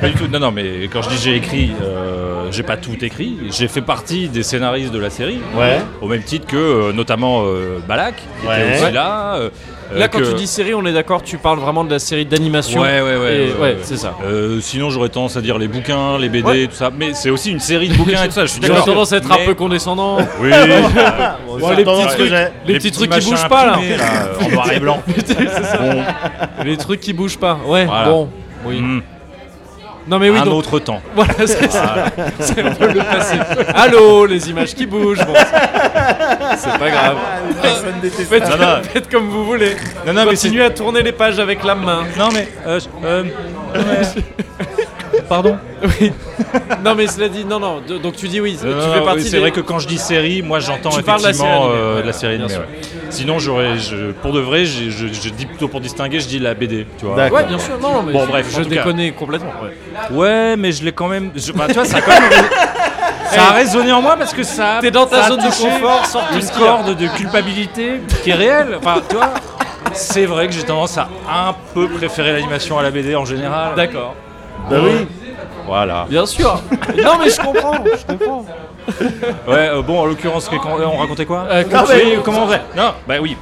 Speaker 3: pas du tout. Non, non, mais quand je dis j'ai écrit, euh, j'ai pas tout écrit. J'ai fait partie des scénaristes de la série.
Speaker 2: Ouais.
Speaker 3: Au même titre que euh, notamment euh, Balak, qui
Speaker 2: Ouais.
Speaker 3: était aussi là. euh, euh,
Speaker 1: Là, quand
Speaker 3: que-
Speaker 1: tu dis série, on est d'accord, tu parles vraiment de la série d'animation.
Speaker 3: Ouais, ouais, ouais.
Speaker 1: Et-
Speaker 3: ouais,
Speaker 1: ouais, c'est ça.
Speaker 3: Euh, sinon, j'aurais tendance à dire les bouquins, les BD,
Speaker 1: Ouais.
Speaker 3: tout ça. Mais c'est aussi une série de bouquins et tout ça. Je suis
Speaker 1: J'aurais
Speaker 3: d'accord.
Speaker 1: tendance à être
Speaker 3: Mais-
Speaker 1: un peu condescendant.
Speaker 3: Oui.
Speaker 2: Bon,
Speaker 1: Ouais,
Speaker 2: c'est
Speaker 1: les
Speaker 2: tendance
Speaker 1: petits
Speaker 2: que
Speaker 1: trucs.
Speaker 2: j'ai.
Speaker 1: Les, petits trucs qui bougent pas là.
Speaker 3: euh, En noir et blanc. Bon,
Speaker 1: Les trucs qui bougent pas. Ouais,
Speaker 3: Voilà.
Speaker 1: bon. Oui.
Speaker 3: mm,
Speaker 1: Non, mais oui,
Speaker 3: un
Speaker 1: donc.
Speaker 3: autre Ah. temps.
Speaker 1: Voilà, c'est ça. C'est un peu le passé. Allô, les images qui bougent. Bon, c'est- c'est pas grave.
Speaker 2: Personne déteste
Speaker 1: Faites,
Speaker 3: Non, non.
Speaker 1: faites comme vous voulez.
Speaker 3: Non, non, mais c'est-
Speaker 1: Continuez à tourner les pages avec la main.
Speaker 3: Non mais euh, je- euh, pardon.
Speaker 1: Non, mais cela dit, non, non. de- donc tu dis oui.
Speaker 3: Non,
Speaker 1: tu
Speaker 3: non,
Speaker 1: fais
Speaker 3: oui,
Speaker 1: partie
Speaker 3: c'est
Speaker 1: des-
Speaker 3: vrai que quand je dis série, moi j'entends
Speaker 1: Tu parles de la série
Speaker 3: effectivement
Speaker 1: animée,
Speaker 3: euh,
Speaker 1: ouais,
Speaker 3: de la série
Speaker 1: bien
Speaker 3: animée.
Speaker 1: sûr.
Speaker 3: ouais. Sinon, j'aurais, je- pour de vrai, j'ai- je, je dis plutôt pour distinguer, je dis la BD, tu vois.
Speaker 2: D'accord.
Speaker 1: Ouais, bien sûr. Non, mais
Speaker 3: Bon,
Speaker 1: je-
Speaker 3: bref, en
Speaker 1: je
Speaker 3: tout cas.
Speaker 1: déconne complètement. ouais.
Speaker 3: Ouais, mais je l'ai quand même. je- bah, tu vois, ça a quand même. ça a résonné en moi parce que ça.
Speaker 1: T'es dans ta
Speaker 3: ça a
Speaker 1: zone de
Speaker 3: touché
Speaker 1: confort, sors tout
Speaker 3: Une
Speaker 1: ce qu'il y a.
Speaker 3: corde de culpabilité qui est réelle. Enfin, tu vois. C'est vrai que j'ai tendance à un peu préférer l'animation à la BD en général.
Speaker 1: D'accord.
Speaker 2: Bah oui.
Speaker 3: Voilà.
Speaker 1: Bien sûr. non, mais je comprends. Je comprends.
Speaker 3: Ouais, euh, bon, en l'occurrence, que- quand- on racontait quoi
Speaker 1: Euh,
Speaker 3: Oui,
Speaker 1: quand tu-
Speaker 3: oui, comment on fait Non, bah oui.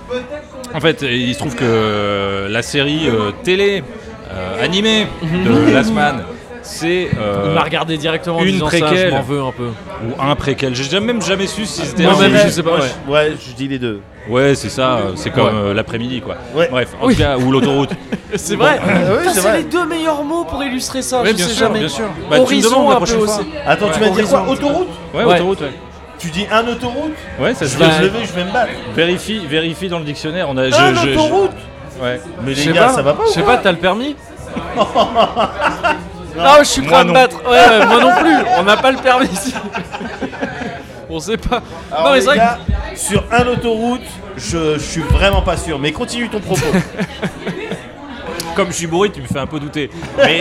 Speaker 3: En fait, il se trouve que euh, la série euh, télé euh, animée
Speaker 1: Mhm.
Speaker 3: de Last Man, c'est
Speaker 1: Il
Speaker 3: euh,
Speaker 1: m'a regardé directement en
Speaker 3: une
Speaker 1: disant ça.
Speaker 3: préquelle.
Speaker 1: Je m'en veux un peu.
Speaker 3: ou un préquel. J'ai jamais- même jamais su si c'était.
Speaker 1: Moi,
Speaker 3: un-
Speaker 1: même,
Speaker 2: Ouais,
Speaker 1: je sais pas,
Speaker 2: moi,
Speaker 1: ouais.
Speaker 2: je- Ouais, je dis les deux.
Speaker 3: Ouais, c'est ça. euh, C'est comme
Speaker 1: Ouais.
Speaker 3: euh, l'après-midi, quoi.
Speaker 2: Ouais.
Speaker 3: Bref, en
Speaker 1: Oui.
Speaker 3: tout cas, ou l'autoroute.
Speaker 1: C'est vrai.
Speaker 3: Ah
Speaker 2: oui,
Speaker 1: Putain,
Speaker 2: c'est
Speaker 1: c'est
Speaker 2: vrai.
Speaker 1: les deux meilleurs mots pour illustrer ça.
Speaker 3: Ouais,
Speaker 1: je
Speaker 3: bien
Speaker 1: sais
Speaker 3: sûr,
Speaker 1: jamais.
Speaker 3: bien sûr. Bah, tu me demandes
Speaker 1: Horizon
Speaker 3: la
Speaker 1: un peu
Speaker 3: prochaine fois.
Speaker 1: aussi.
Speaker 2: Attends, tu vas dire quoi Autoroute
Speaker 3: Ouais,
Speaker 1: Ouais.
Speaker 3: autoroute. Ouais,
Speaker 2: Tu dis un autoroute
Speaker 3: ouais ça se
Speaker 2: Je vais
Speaker 1: Bah,
Speaker 2: me lever, Ah, je vais me battre.
Speaker 3: Vérifie, vérifie dans le dictionnaire. On a. je-
Speaker 2: Un
Speaker 3: je- je-
Speaker 2: autoroute
Speaker 3: Ouais.
Speaker 2: Mais
Speaker 1: Je
Speaker 2: les
Speaker 1: sais
Speaker 2: gars,
Speaker 1: pas,
Speaker 2: ça va pas ou
Speaker 1: Je sais
Speaker 2: quoi
Speaker 1: pas, t'as le permis Ah, je suis prêt à me
Speaker 3: non.
Speaker 1: battre. Ouais, ouais, moi non plus. On n'a pas le permis ici. On sait pas.
Speaker 2: Alors,
Speaker 3: Ah,
Speaker 1: non, mais
Speaker 2: les
Speaker 1: c'est vrai.
Speaker 2: gars, sur un autoroute, je, je suis vraiment pas sûr. Mais continue ton propos.
Speaker 3: Comme je suis bourré, tu me fais un peu douter. Mais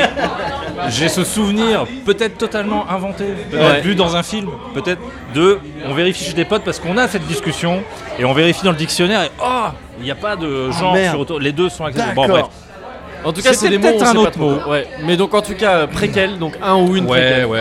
Speaker 3: j'ai ce souvenir, peut-être totalement inventé, peut-être
Speaker 1: Ouais.
Speaker 3: vu dans un film, peut-être de. On vérifie chez des potes parce qu'on a cette discussion et on vérifie dans le dictionnaire et oh, il n'y a pas de genre
Speaker 2: Ah, merde.
Speaker 3: sur auto. Les deux sont accessibles. Bon, bref.
Speaker 2: D'accord.
Speaker 1: que- En tout cas, c'est
Speaker 3: c'était
Speaker 1: des mots. on
Speaker 3: peut-être
Speaker 1: sait
Speaker 3: un
Speaker 1: pas
Speaker 3: autre
Speaker 1: trop.
Speaker 3: mot.
Speaker 1: Ouais. Mais donc, en tout cas, euh, préquel, donc un ou une
Speaker 3: Ouais, ouais,
Speaker 1: préquelle.
Speaker 3: ouais.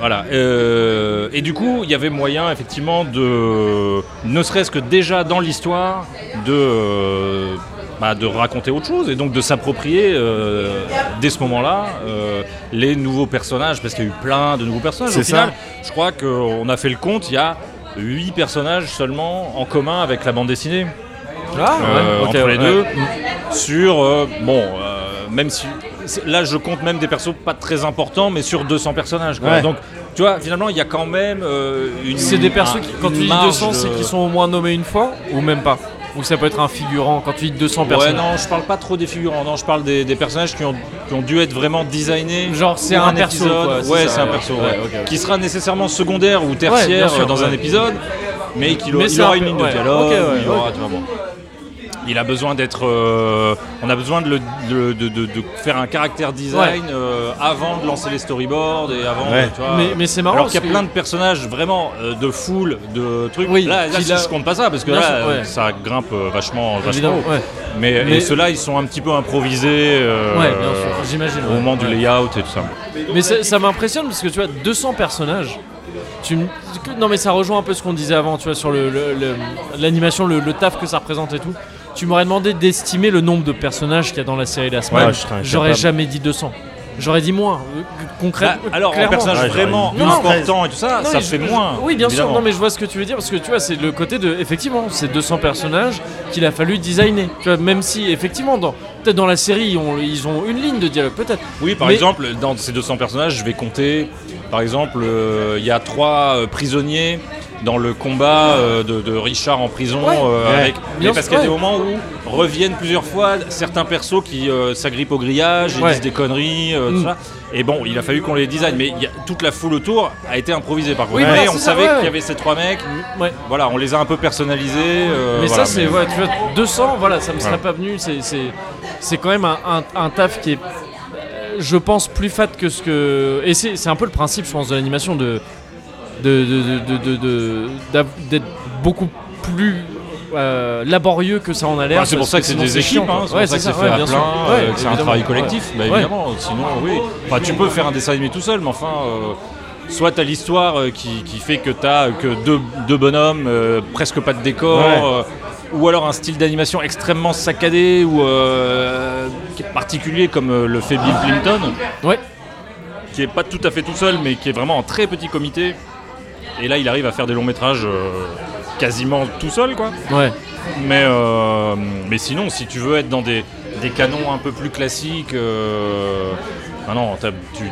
Speaker 3: Voilà. euh, et du coup, il y avait moyen, effectivement, de. Ne serait-ce que déjà dans l'histoire, de. euh, bah, de raconter autre chose et donc de s'approprier euh, dès ce moment-là euh, les nouveaux personnages parce qu'il y a eu plein de nouveaux personnages. Au
Speaker 2: C'est ça.
Speaker 3: final, je crois qu'on a fait le compte, il y a 8 personnages seulement en commun avec la bande dessinée
Speaker 1: Ah, ouais,
Speaker 3: euh,
Speaker 1: ok,
Speaker 3: entre les
Speaker 1: ouais.
Speaker 3: deux sur euh, bon euh, même si c'est- là je compte même des persos pas très importants mais sur 200 personnages quoi.
Speaker 2: Ouais.
Speaker 3: donc tu vois finalement il y a quand même euh, une
Speaker 1: C'est des
Speaker 3: un-
Speaker 1: persos qui, quand
Speaker 3: une
Speaker 1: tu dis
Speaker 3: marge
Speaker 1: 200, c'est
Speaker 3: de-
Speaker 1: qu'ils sont au moins nommés une fois ou même pas. Ou ça peut être un figurant quand tu dis 200
Speaker 3: Ouais,
Speaker 1: personnes.
Speaker 3: non, je parle pas trop des figurants, non, je parle des, des personnages qui ont, qui ont dû être vraiment designés.
Speaker 1: Genre, c'est
Speaker 3: pour
Speaker 1: un perso,
Speaker 3: épisode.
Speaker 1: quoi, c'est
Speaker 3: ouais,
Speaker 1: ça,
Speaker 3: c'est un
Speaker 1: ouais.
Speaker 3: perso,
Speaker 1: Ouais,
Speaker 3: ouais.
Speaker 1: ok, ok.
Speaker 3: Qui sera nécessairement secondaire ou tertiaire
Speaker 1: sûr,
Speaker 3: euh, dans
Speaker 1: ouais.
Speaker 3: un épisode, mais qui
Speaker 1: Mais
Speaker 3: il
Speaker 1: c'est
Speaker 3: aura
Speaker 1: un
Speaker 3: une
Speaker 1: peu-
Speaker 3: ligne de
Speaker 1: ouais,
Speaker 3: dialogue,
Speaker 1: ok, ouais,
Speaker 3: il aura, tu vois, bon. Il a besoin d'être. euh, on a besoin de, le- de- de- de- de faire un caractère design euh, avant de lancer les storyboards et avant.
Speaker 2: Ouais.
Speaker 3: tu vois.
Speaker 1: Mais- mais c'est marrant
Speaker 3: Alors qu'il y a
Speaker 1: parce que-
Speaker 3: plein de personnages vraiment euh, de foule, de trucs.
Speaker 1: Oui,
Speaker 3: là, là,
Speaker 1: qui l'a-
Speaker 3: je compte pas ça parce que
Speaker 1: Bien
Speaker 3: là,
Speaker 1: sûr, ouais.
Speaker 3: euh, ça grimpe euh, vachement, vachement.
Speaker 1: Évidemment,
Speaker 3: haut.
Speaker 1: ouais.
Speaker 3: Mais,
Speaker 1: Mais-
Speaker 3: et ceux-là, ils sont un petit peu improvisés euh,
Speaker 1: Ouais, bien sûr, j'imagine,
Speaker 3: au
Speaker 1: ouais.
Speaker 3: moment du
Speaker 1: Ouais.
Speaker 3: layout et tout ça.
Speaker 1: Mais ça, ça m'impressionne parce que tu vois, 200 personnages. Tu me- que- Non mais ça rejoint un peu ce qu'on disait avant, tu vois, sur l'animation, le, l'animation, le, le taf que ça représente et tout. Tu m'aurais demandé d'estimer le nombre de personnages qu'il y a dans la série La semaine.
Speaker 2: Ouais, je serais incapable.
Speaker 1: J'aurais jamais dit 200. J'aurais dit moins. euh, que-
Speaker 3: Bah,
Speaker 1: Concrètement.
Speaker 3: alors, en
Speaker 1: clairement.
Speaker 3: personnage
Speaker 2: Ouais,
Speaker 3: vraiment
Speaker 1: j'aurais dit-
Speaker 3: important et tout ça,
Speaker 1: Non,
Speaker 3: ça
Speaker 1: mais je-
Speaker 3: fait
Speaker 1: je-
Speaker 3: moins.
Speaker 1: Oui, bien sûr.
Speaker 3: évidemment.
Speaker 1: Non, mais je vois ce que tu veux dire parce que tu vois, c'est le côté de. Effectivement, c'est 200 personnages qu'il a fallu designer. Tu vois, même si, effectivement, dans... peut-être dans la série, on- ils ont une ligne de dialogue, peut-être.
Speaker 3: Oui, par
Speaker 1: Mais-
Speaker 3: exemple, dans ces 200 personnages, je vais compter. Par exemple, euh, il y a trois euh, prisonniers dans le combat euh, de, de Richard en prison.
Speaker 1: Ouais.
Speaker 3: euh,
Speaker 1: Ouais.
Speaker 3: avec- mais
Speaker 1: Bien
Speaker 3: parce
Speaker 1: sûr,
Speaker 3: qu'il y a
Speaker 1: ouais.
Speaker 3: des moments où reviennent plusieurs fois certains persos qui euh, s'agrippent au grillage, ils
Speaker 1: Ouais.
Speaker 3: disent des conneries, euh, tout
Speaker 1: Mm.
Speaker 3: ça. Et bon, il a fallu qu'on les design, mais il y a- toute la foule autour a été improvisée par contre.
Speaker 1: Oui,
Speaker 3: Mais
Speaker 1: voilà,
Speaker 3: on
Speaker 1: c'est ça,
Speaker 3: savait
Speaker 1: ouais,
Speaker 3: qu'il y
Speaker 1: ouais.
Speaker 3: avait ces trois mecs.
Speaker 1: Ouais.
Speaker 3: Voilà, on les a un peu personnalisés. euh,
Speaker 1: mais
Speaker 3: voilà,
Speaker 1: ça, c'est
Speaker 3: mais-
Speaker 1: ouais, tu vois, 200, voilà, ça me serait
Speaker 3: Voilà.
Speaker 1: pas venu. C'est- C'est c'est quand même un, un- un taf qui est, euh, je pense, plus fat que ce que. Et c'est c'est un peu le principe, je pense, de l'animation de de- de- de- de- de- de- d'av- d'être beaucoup plus euh, laborieux que ça en a l'air.
Speaker 3: Bah, c'est pour
Speaker 1: parce
Speaker 3: ça que c'est
Speaker 1: sinon,
Speaker 3: des équipes,
Speaker 1: chiant,
Speaker 3: hein,
Speaker 1: quoi.
Speaker 3: c'est
Speaker 1: Ouais,
Speaker 3: pour ça que c'est fait
Speaker 1: ouais,
Speaker 3: à
Speaker 1: bien
Speaker 3: plein,
Speaker 1: sûr.
Speaker 3: euh,
Speaker 1: Ouais,
Speaker 3: que c'est un
Speaker 1: évidemment.
Speaker 3: travail
Speaker 1: Ouais.
Speaker 3: collectif, bah,
Speaker 1: Ouais.
Speaker 3: évidemment. Sinon, oui. Enfin, tu peux faire un dessin animé tout seul, mais enfin, euh, soit t'as l'histoire euh, qui, qui fait que t'as euh, que deux, deux bonhommes, euh, presque pas de décor,
Speaker 1: Ouais.
Speaker 3: euh, ou alors un style d'animation extrêmement saccadé ou euh, qui est particulier comme euh, le fait Bill Plimpton,
Speaker 1: Ouais.
Speaker 3: qui est pas tout à fait tout seul, mais qui est vraiment en très petit comité. Et là, il arrive à faire des longs métrages euh, quasiment tout seul, quoi.
Speaker 1: Ouais.
Speaker 3: Mais, euh, mais sinon, si tu veux être dans des, des canons un peu plus classiques, euh, ah non, t'as-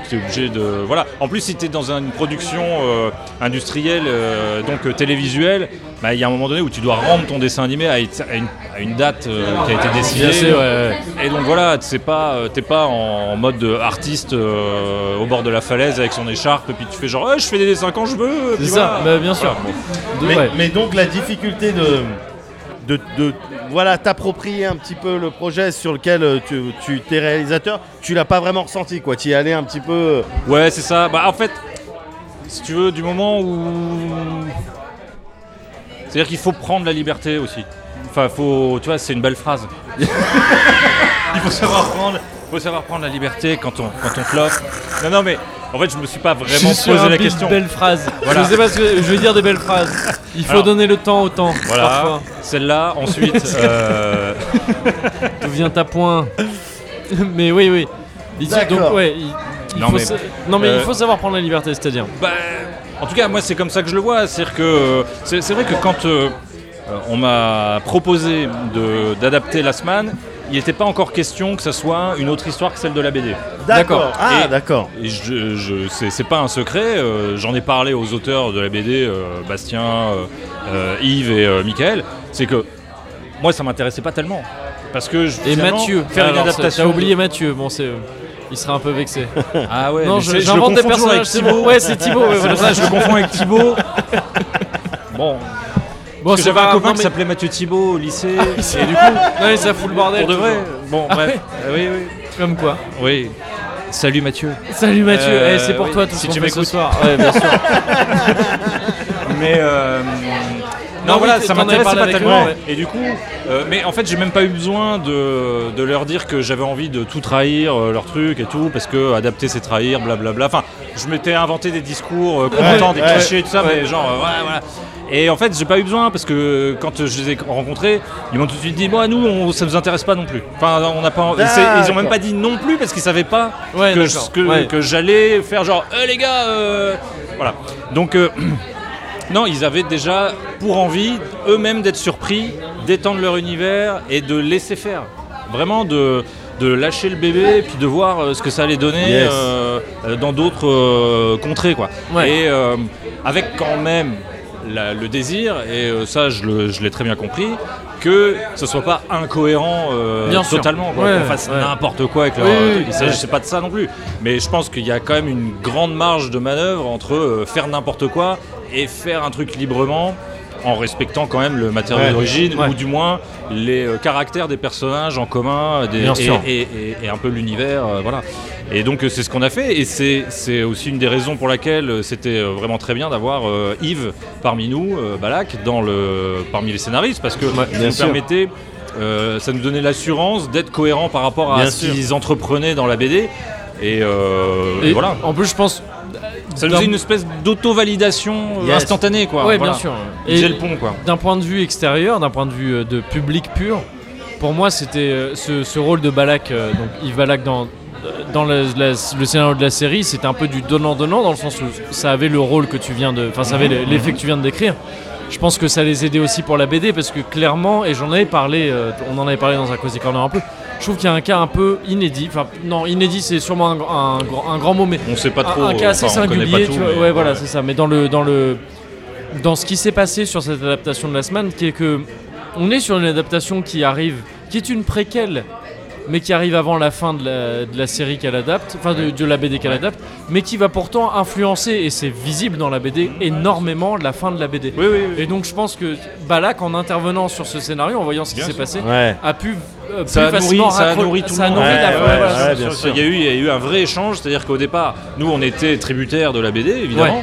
Speaker 3: tu es obligé de. Voilà. En plus, si tu es dans une production euh, industrielle, euh, donc euh, télévisuelle, bah, il y a un moment donné où tu dois rendre ton dessin animé à, une- à une, à une date euh, qui a été décidée.
Speaker 1: Bien sûr, ouais,
Speaker 3: Et donc voilà, c'est pas, euh, t'es pas en mode de artiste euh, au bord de la falaise avec son écharpe, et puis tu fais genre, Eh, je fais des dessins quand je veux. et puis
Speaker 1: C'est ça,
Speaker 3: voilà.
Speaker 1: bah, bien sûr.
Speaker 3: Voilà, bon.
Speaker 1: De-
Speaker 2: Mais,
Speaker 1: ouais.
Speaker 2: mais donc la difficulté de, de, de- voilà, t'approprier un petit peu le projet sur lequel euh, tu, tu t'es réalisateur, tu l'as pas vraiment ressenti quoi, tu y allais un petit peu... euh,
Speaker 3: Ouais, c'est ça. Bah, en fait, si tu veux, du moment où. C'est-à-dire qu'il faut prendre la liberté aussi. Enfin, faut. Tu vois, c'est une belle phrase. Il faut savoir prendre. Faut savoir prendre la liberté quand on quand on clope. Non, non, mais en fait, je me suis pas vraiment
Speaker 1: sur
Speaker 3: posé
Speaker 1: un
Speaker 3: la
Speaker 1: beat
Speaker 3: question.
Speaker 1: belle phrase.
Speaker 3: Voilà.
Speaker 1: Je sais pas ce que je vais dire des belles phrases. Il faut
Speaker 3: Alors.
Speaker 1: donner le temps au temps.
Speaker 3: Voilà,
Speaker 1: Parfois.
Speaker 3: celle-là. Ensuite, euh,
Speaker 1: D'où vient ta point Mais oui, oui. Il dit-
Speaker 2: D'accord.
Speaker 1: donc ouais. il- il
Speaker 3: Non,
Speaker 1: faut
Speaker 3: mais-
Speaker 1: sa- non mais
Speaker 3: euh,
Speaker 1: il faut savoir prendre la liberté, c'est-à-dire.
Speaker 3: Bah, en tout cas, moi, c'est comme ça que je le vois. C'est-à-dire que euh, c'est c'est vrai que quand euh, euh, on m'a proposé de- d'adapter Last Man, il n'était pas encore question que ça soit une autre histoire que celle de la BD.
Speaker 1: D'accord.
Speaker 2: Ah
Speaker 3: Et-
Speaker 2: d'accord.
Speaker 3: Et je, je- c'est c'est pas un secret. euh, J'en ai parlé aux auteurs de la BD, euh, Bastien, euh, euh, Yves et euh, Michael. C'est que moi, ça m'intéressait pas tellement. Parce que je,
Speaker 1: Et
Speaker 3: finalement,
Speaker 1: Mathieu,
Speaker 3: faire une
Speaker 1: Alors, ça-
Speaker 3: adaptation.
Speaker 1: T'as oublié Mathieu. Bon, c'est. euh, il sera un peu vexé.
Speaker 3: Ah ouais,
Speaker 1: non,
Speaker 3: mais
Speaker 1: je-
Speaker 3: c'est- je le
Speaker 1: j'invente des
Speaker 3: confonds toujours
Speaker 1: personnages.
Speaker 3: avec
Speaker 1: C'est
Speaker 3: Thibaut.
Speaker 1: bon. Ouais, c'est Thibaut. ouais,
Speaker 3: C'est
Speaker 1: voilà.
Speaker 3: pour ça que je le confonds avec Thibaut. Bon,
Speaker 1: Bon,
Speaker 3: Parce que j'avais
Speaker 1: pas
Speaker 3: un
Speaker 1: grave,
Speaker 3: copain
Speaker 1: non,
Speaker 3: qui
Speaker 1: mais-
Speaker 3: s'appelait Mathieu Thibault au lycée.
Speaker 1: Et du coup, non, mais ça fout le bordel.
Speaker 3: Pour de vrai.
Speaker 1: toujours.
Speaker 3: Bon,
Speaker 1: Ah
Speaker 3: bref. Euh, Oui,
Speaker 1: Comme quoi.
Speaker 3: oui, oui. Salut Mathieu.
Speaker 1: Salut Mathieu.
Speaker 3: Euh,
Speaker 1: Eh, c'est pour
Speaker 3: oui.
Speaker 1: toi tout
Speaker 3: Si
Speaker 1: ce qu'on
Speaker 3: tu
Speaker 1: fait ce
Speaker 3: m'écoutes.
Speaker 1: soir. Ouais, bien sûr.
Speaker 3: Mais euh, non,
Speaker 1: Non,
Speaker 3: voilà,
Speaker 1: oui,
Speaker 3: ça
Speaker 1: t'en avais
Speaker 3: m'intéresse
Speaker 1: parlé
Speaker 3: pas
Speaker 1: avec
Speaker 3: tellement.
Speaker 1: moi, ouais.
Speaker 3: Et du coup, euh, mais en fait, j'ai même pas eu besoin de, de leur dire que j'avais envie de tout trahir, euh, leur truc et tout, parce que adapter c'est trahir, blablabla. Enfin, je m'étais inventé des discours euh, contents, des
Speaker 2: ouais.
Speaker 3: clichés et tout ça, mais genre, euh, ouais, voilà. Et en fait, j'ai pas eu besoin parce que quand je les ai rencontrés, ils m'ont tout de suite dit, bon, à nous, on, ça nous intéresse pas non plus. Enfin, on n'a pas. et c'est- Ils ont même
Speaker 2: D'accord.
Speaker 3: pas dit non plus parce qu'ils savaient pas
Speaker 1: Ouais,
Speaker 3: que,
Speaker 1: d'accord.
Speaker 3: que-
Speaker 1: Ouais.
Speaker 3: que j'allais faire genre, Eh, les gars, euh, voilà. Donc. euh, Non, ils avaient déjà pour envie eux-mêmes d'être surpris, d'étendre leur univers et de laisser faire. Vraiment de, de lâcher le bébé et puis de voir euh, ce que ça allait donner
Speaker 2: Yes.
Speaker 3: euh, euh, dans d'autres euh, contrées. Quoi.
Speaker 1: Ouais.
Speaker 3: Et euh, avec quand même la- le désir, et euh, ça je, le- je l'ai très bien compris, que ce soit pas incohérent euh,
Speaker 1: Bien sûr.
Speaker 3: totalement. quoi,
Speaker 1: Ouais,
Speaker 3: qu'on fasse
Speaker 1: ouais.
Speaker 3: n'importe quoi avec leur. euh,
Speaker 1: Oui, oui, oui.
Speaker 3: Il s'agissait pas de ça non plus. Mais je pense qu'il y a quand même une grande marge de manœuvre entre euh, faire n'importe quoi et faire un truc librement en respectant quand même le matériel
Speaker 2: Ouais.
Speaker 3: d'origine
Speaker 1: Ouais.
Speaker 3: ou du moins les euh, caractères des personnages en commun des-
Speaker 1: Bien
Speaker 3: et,
Speaker 1: sûr.
Speaker 3: et- et- et un peu l'univers euh, voilà et donc euh, c'est ce qu'on a fait et c'est c'est aussi une des raisons pour laquelle euh, c'était euh, vraiment très bien d'avoir euh, Yves parmi nous euh, Balak dans le parmi les scénaristes parce que ça
Speaker 2: bien
Speaker 3: nous
Speaker 2: sûr.
Speaker 3: permettait euh, ça nous donnait l'assurance d'être cohérent par rapport à
Speaker 2: Bien
Speaker 3: ce
Speaker 2: sûr.
Speaker 3: qu'ils entreprenaient dans la BD et, euh, et
Speaker 1: Et
Speaker 3: voilà
Speaker 1: En plus, je pense.
Speaker 3: ça nous faisait une espèce d'auto-validation euh,
Speaker 2: Yes.
Speaker 3: instantanée quoi
Speaker 1: Ouais,
Speaker 3: Voilà.
Speaker 1: bien sûr.
Speaker 3: Il faisait le pont quoi
Speaker 1: d'un point de vue extérieur, d'un point de vue euh, de public pur, pour moi c'était euh, ce, ce rôle de Balak, euh, donc Yves Balak dans, euh, dans la- la- le scénario de la série, c'était un peu du donnant-donnant dans le sens où ça avait le rôle que tu viens de. Enfin, ça avait le- l'effet que tu viens de décrire. Je pense que ça les aidait aussi pour la BD parce que clairement, et j'en avais parlé, euh, on en avait parlé dans un Cozy Corner un peu, je trouve qu'il y a un cas un peu inédit. Enfin, non, inédit c'est sûrement un, grand- un grand- un grand mot, mais
Speaker 3: on sait pas
Speaker 1: un-
Speaker 3: trop
Speaker 1: un,
Speaker 3: euh,
Speaker 1: cas assez
Speaker 3: enfin, on connaît pas
Speaker 1: singulier,
Speaker 3: tout,
Speaker 1: tu vois.
Speaker 3: mais-
Speaker 1: Ouais, voilà, c'est ça. Mais dans le dans le dans ce qui s'est passé sur cette adaptation de la semaine, qui est que on est sur une adaptation qui arrive, qui est une préquelle, mais qui arrive avant la fin de la, de la série qu'elle adapte, enfin de, de la BD qu'elle adapte, mais qui va pourtant influencer, et c'est visible dans la BD, énormément la fin de la BD.
Speaker 3: Oui, oui, oui.
Speaker 1: Et donc je pense que Balak, en intervenant sur ce scénario, en voyant ce qui
Speaker 3: Bien
Speaker 1: s'est
Speaker 3: sûr.
Speaker 1: passé,
Speaker 2: Ouais.
Speaker 1: a pu euh,
Speaker 3: Ça
Speaker 1: plus
Speaker 3: a nourri-
Speaker 1: facilement
Speaker 3: ça a
Speaker 1: raccro-
Speaker 3: nourri tout
Speaker 1: ça a
Speaker 3: le monde.
Speaker 1: nourri
Speaker 2: Ouais,
Speaker 1: la-
Speaker 2: ouais,
Speaker 1: voilà,
Speaker 2: ouais,
Speaker 1: ça- ça-
Speaker 2: ouais, bien
Speaker 1: ça-
Speaker 2: sûr.
Speaker 3: Il y, a eu, il y a eu un vrai échange, c'est-à-dire qu'au départ, nous on était tributaires de la BD, évidemment,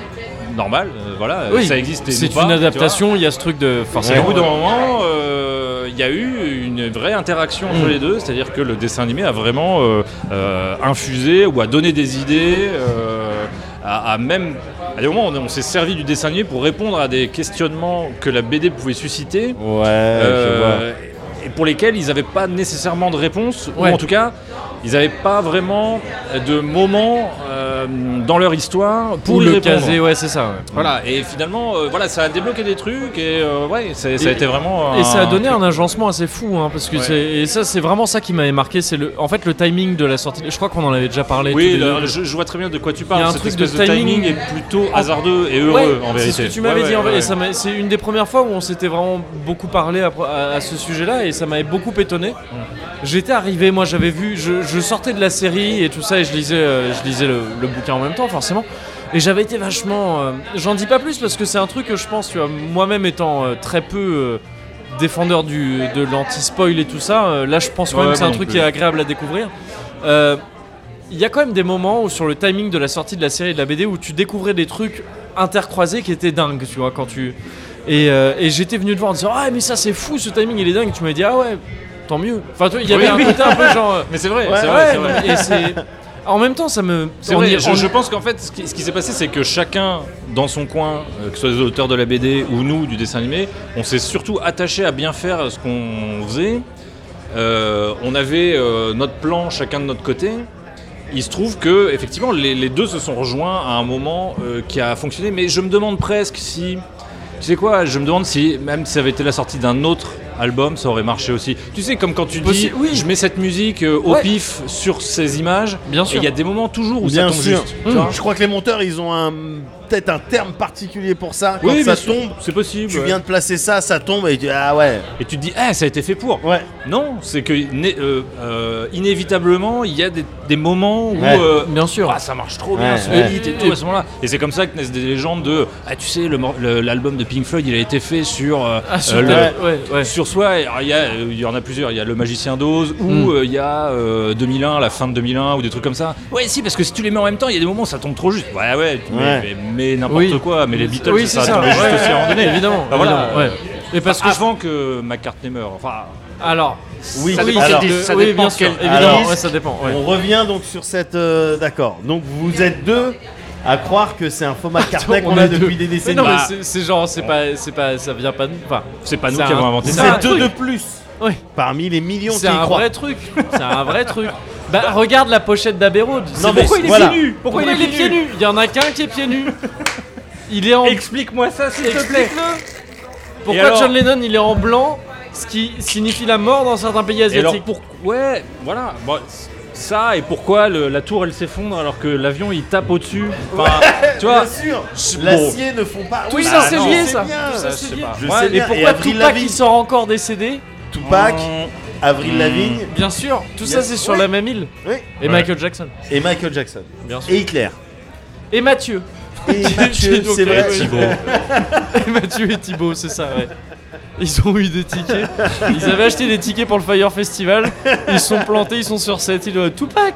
Speaker 3: normal, euh, voilà, euh,
Speaker 1: Ah, Oui,
Speaker 3: ça existe. et
Speaker 1: C'est
Speaker 3: nous pas,
Speaker 1: une
Speaker 3: tu vois.
Speaker 1: adaptation, il y a ce truc de
Speaker 3: Et au
Speaker 1: forcément.
Speaker 3: bout d'un moment, euh, il y a eu une vraie interaction
Speaker 1: Mm.
Speaker 3: entre les deux, c'est-à-dire que le dessin animé a vraiment euh, euh, infusé ou a donné des idées, euh, a, a même. À des moments, on, on s'est servi du dessin animé pour répondre à des questionnements que la BD pouvait susciter.
Speaker 2: Ouais, je vois.
Speaker 3: Euh, et pour lesquels ils n'avaient pas nécessairement de réponse,
Speaker 1: Ouais.
Speaker 3: ou en tout cas, ils n'avaient pas vraiment de moment euh, dans leur histoire pour
Speaker 1: Ou
Speaker 3: y
Speaker 1: le
Speaker 3: répondre. Ah,
Speaker 1: caser, ouais, c'est ça. ouais.
Speaker 3: Voilà, et finalement, euh, voilà, ça a débloqué des trucs, et euh, ouais, c'est- ça a
Speaker 1: Et-
Speaker 3: été vraiment.
Speaker 1: Et ça a
Speaker 3: un
Speaker 1: donné
Speaker 3: truc.
Speaker 1: un agencement assez fou, hein, parce que
Speaker 3: Ouais.
Speaker 1: c'est et ça c'est vraiment ça qui m'avait marqué, c'est le en fait le timing de la sortie. Je crois qu'on en avait déjà parlé. tous
Speaker 3: Oui,
Speaker 1: les
Speaker 3: le-
Speaker 1: deux.
Speaker 3: je, je vois très bien de quoi tu
Speaker 1: Il y a
Speaker 3: parles.
Speaker 1: un
Speaker 3: Cette
Speaker 1: truc
Speaker 3: espèce
Speaker 1: de
Speaker 3: de timing,
Speaker 1: timing
Speaker 3: est plutôt hasardeux et
Speaker 1: Ouais,
Speaker 3: heureux en vérité.
Speaker 1: c'est ce que tu m'avais
Speaker 3: Ouais,
Speaker 1: dit. en
Speaker 3: ouais,
Speaker 1: fait,
Speaker 3: ouais.
Speaker 1: et ça m'a- c'est une des premières fois où on s'était vraiment beaucoup parlé à, à- à ce sujet-là, et ça m'avait beaucoup étonné.
Speaker 3: Mm.
Speaker 1: J'étais arrivé, moi j'avais vu, je, je sortais de la série et tout ça, et je lisais, euh, je lisais le, le bouquin en même temps, forcément. Et j'avais été vachement. euh, J'en dis pas plus parce que c'est un truc que je pense, tu vois, moi-même étant euh, très peu euh, défendeur du, de l'anti-spoil et tout ça, euh, là je pense quand
Speaker 3: Ouais,
Speaker 1: même que c'est
Speaker 3: moi
Speaker 1: un
Speaker 3: non
Speaker 1: truc
Speaker 3: plus.
Speaker 1: qui est agréable à découvrir. Euh, il y a quand même des moments où sur le timing de la sortie de la série et de la BD où tu découvrais des trucs intercroisés qui étaient dingues, tu vois, quand tu... Et, euh, et j'étais venu te voir en disant « Ah mais ça c'est fou, ce timing il est dingue !» Tu m'as dit « Ah ouais, tant mieux !» Enfin, tu vois, il y avait
Speaker 3: Oui,
Speaker 1: un
Speaker 3: oui.
Speaker 1: côté un peu genre... euh,
Speaker 3: Mais c'est vrai,
Speaker 1: Ouais,
Speaker 3: c'est vrai, c'est vrai.
Speaker 1: ouais, et c'est... En même temps, ça me...
Speaker 3: C'est
Speaker 1: on
Speaker 3: vrai,
Speaker 1: y-
Speaker 3: je,
Speaker 1: on-
Speaker 3: je pense qu'en fait, ce qui, ce qui s'est passé, c'est que chacun, dans son coin, euh, que ce soit les auteurs de la BD ou nous, du dessin animé, on s'est surtout attaché à bien faire ce qu'on faisait. Euh, on avait euh, notre plan chacun de notre côté. Il se trouve que, effectivement, les, les deux se sont rejoints à un moment euh, qui a fonctionné. Mais je me demande presque si. Tu sais quoi Je me demande si, même si ça avait été la sortie d'un autre album, ça aurait marché aussi. Tu sais, comme quand tu dis,
Speaker 1: Possi- oui.
Speaker 3: je mets cette musique euh, au
Speaker 1: Ouais.
Speaker 3: pif sur ces images.
Speaker 1: Bien
Speaker 3: Et
Speaker 1: sûr.
Speaker 3: il y a des moments toujours où
Speaker 2: Bien
Speaker 3: ça tombe
Speaker 2: sûr.
Speaker 3: juste.
Speaker 1: Mm.
Speaker 3: tu vois.
Speaker 2: Je crois que les monteurs, ils ont un peut-être un terme particulier pour ça. Quand
Speaker 3: oui,
Speaker 2: ça
Speaker 3: bien sûr,
Speaker 2: tombe,
Speaker 3: c'est possible.
Speaker 2: Hmm. tu
Speaker 3: ouais.
Speaker 2: viens de placer ça, ça tombe et tu dis ah ouais.
Speaker 3: Et tu te dis, eh, ça a été fait pour.
Speaker 2: Ouais.
Speaker 3: Non, c'est que né- euh, euh, inévitablement, il y a des, des moments où
Speaker 2: Ouais.
Speaker 3: euh,
Speaker 1: Bien sûr.
Speaker 3: ah, ça marche trop
Speaker 2: Ouais,
Speaker 3: bien, ce
Speaker 1: ouais.
Speaker 3: hit et tout à ce moment-là. Et c'est comme ça que naissent des légendes de, ah, tu sais, le mor- le- l'album de Pink Floyd, il a été fait sur euh,
Speaker 1: Ah, sur-
Speaker 3: euh, le-
Speaker 1: ouais, ouais, ouais.
Speaker 3: Sur soi, alors, il y, a, euh, il y en a plusieurs. Il y a Le Magicien d'Oz ou
Speaker 2: Hmm.
Speaker 1: Mm.
Speaker 3: euh, il y a euh, 2001, la fin de 2001 ou des trucs comme ça. Ouais, si, parce que si tu les mets en même temps, il y a des moments où ça tombe trop juste. Ouais, ouais, mais,
Speaker 2: Ouais.
Speaker 3: mais- mais n'importe
Speaker 1: Oui.
Speaker 3: quoi. Mais les Beatles,
Speaker 1: Oui,
Speaker 3: ça,
Speaker 1: c'est
Speaker 3: a
Speaker 1: ça.
Speaker 3: tombé juste
Speaker 1: Ouais,
Speaker 3: aussi à un moment donné.
Speaker 1: Évidemment.
Speaker 3: Bah voilà. Ah,
Speaker 1: évidemment, ouais. Et parce que... je-
Speaker 3: Avant que McCartney meure. Enfin,
Speaker 1: Alors...
Speaker 2: Oui,
Speaker 3: ça
Speaker 2: oui,
Speaker 3: dépend,
Speaker 2: alors-
Speaker 3: quel- ça
Speaker 1: oui,
Speaker 3: dépend
Speaker 1: bien sûr,
Speaker 3: quel-
Speaker 1: évidemment,
Speaker 2: alors-
Speaker 1: ouais, ça dépend. ouais.
Speaker 2: On revient donc sur cette euh, d'accord. Donc vous êtes deux à croire que c'est un faux McCartney
Speaker 1: On
Speaker 2: qu'on a
Speaker 1: est deux.
Speaker 2: depuis des décennies.
Speaker 1: Mais non, mais
Speaker 3: Bah.
Speaker 1: c'est- c'est genre, c'est pas, c'est pas, ça vient pas de nous. Enfin,
Speaker 3: C'est pas nous
Speaker 1: C'est
Speaker 3: qui avons
Speaker 1: un-
Speaker 3: inventé
Speaker 2: vous
Speaker 1: c'est
Speaker 3: ça.
Speaker 1: un
Speaker 2: êtes deux
Speaker 1: truc.
Speaker 2: de plus
Speaker 1: oui.
Speaker 2: parmi les millions qui
Speaker 1: C'est
Speaker 2: y
Speaker 1: un
Speaker 2: croient.
Speaker 1: vrai truc. C'est un vrai truc. Bah regarde la pochette d'Abbey Road. C'est-
Speaker 2: mais
Speaker 1: pourquoi il est
Speaker 2: voilà.
Speaker 1: pieds nus Pourquoi, il est pieds nus Il y en a qu'un qui est pieds nus. Il est en.
Speaker 3: Explique-moi ça, s'il te plaît. Et
Speaker 1: Pourquoi
Speaker 3: alors
Speaker 1: John Lennon il est en blanc, ce qui signifie la mort dans certains pays
Speaker 3: Et alors,
Speaker 1: asiatiques.
Speaker 3: pour... ouais, voilà. Bon, c- ça et pourquoi le- la tour elle s'effondre alors que l'avion il tape au-dessus. Enfin, tu vois.
Speaker 2: Bien sûr.
Speaker 3: c'est- bon.
Speaker 2: L'acier ne fond pas.
Speaker 1: Tout
Speaker 2: Oui,
Speaker 1: ça
Speaker 2: bah
Speaker 1: c'est
Speaker 2: non,
Speaker 1: lié
Speaker 2: c'est
Speaker 1: ça.
Speaker 2: bien.
Speaker 1: Tout ça,
Speaker 3: je
Speaker 1: c'est
Speaker 3: sais
Speaker 1: lié.
Speaker 3: pas.
Speaker 2: Je
Speaker 1: Ouais,
Speaker 2: sais
Speaker 1: Et
Speaker 2: bien. Et
Speaker 1: pourquoi
Speaker 2: Avril
Speaker 1: Tupac
Speaker 2: Lavigne.
Speaker 1: il sort encore décédé
Speaker 2: Tupac,
Speaker 3: Hum,
Speaker 1: Mm.
Speaker 2: Avril Lavigne
Speaker 1: Bien sûr. Tout ça
Speaker 2: Yes.
Speaker 1: c'est sur
Speaker 2: Oui.
Speaker 1: la même île.
Speaker 2: oui.
Speaker 1: Et Michael Jackson.
Speaker 2: et Michael Jackson
Speaker 1: Bien sûr.
Speaker 2: et Hitler
Speaker 1: Et Mathieu.
Speaker 2: et Mathieu,
Speaker 1: donc
Speaker 2: c'est
Speaker 1: la
Speaker 2: vrai.
Speaker 1: Thibaut. Et Mathieu et Thibaut, c'est ça, ouais. Ils ont eu des tickets. Ils avaient acheté des tickets pour le Fire Festival. Ils se sont plantés, ils sont sur set. Ils ont tout pack.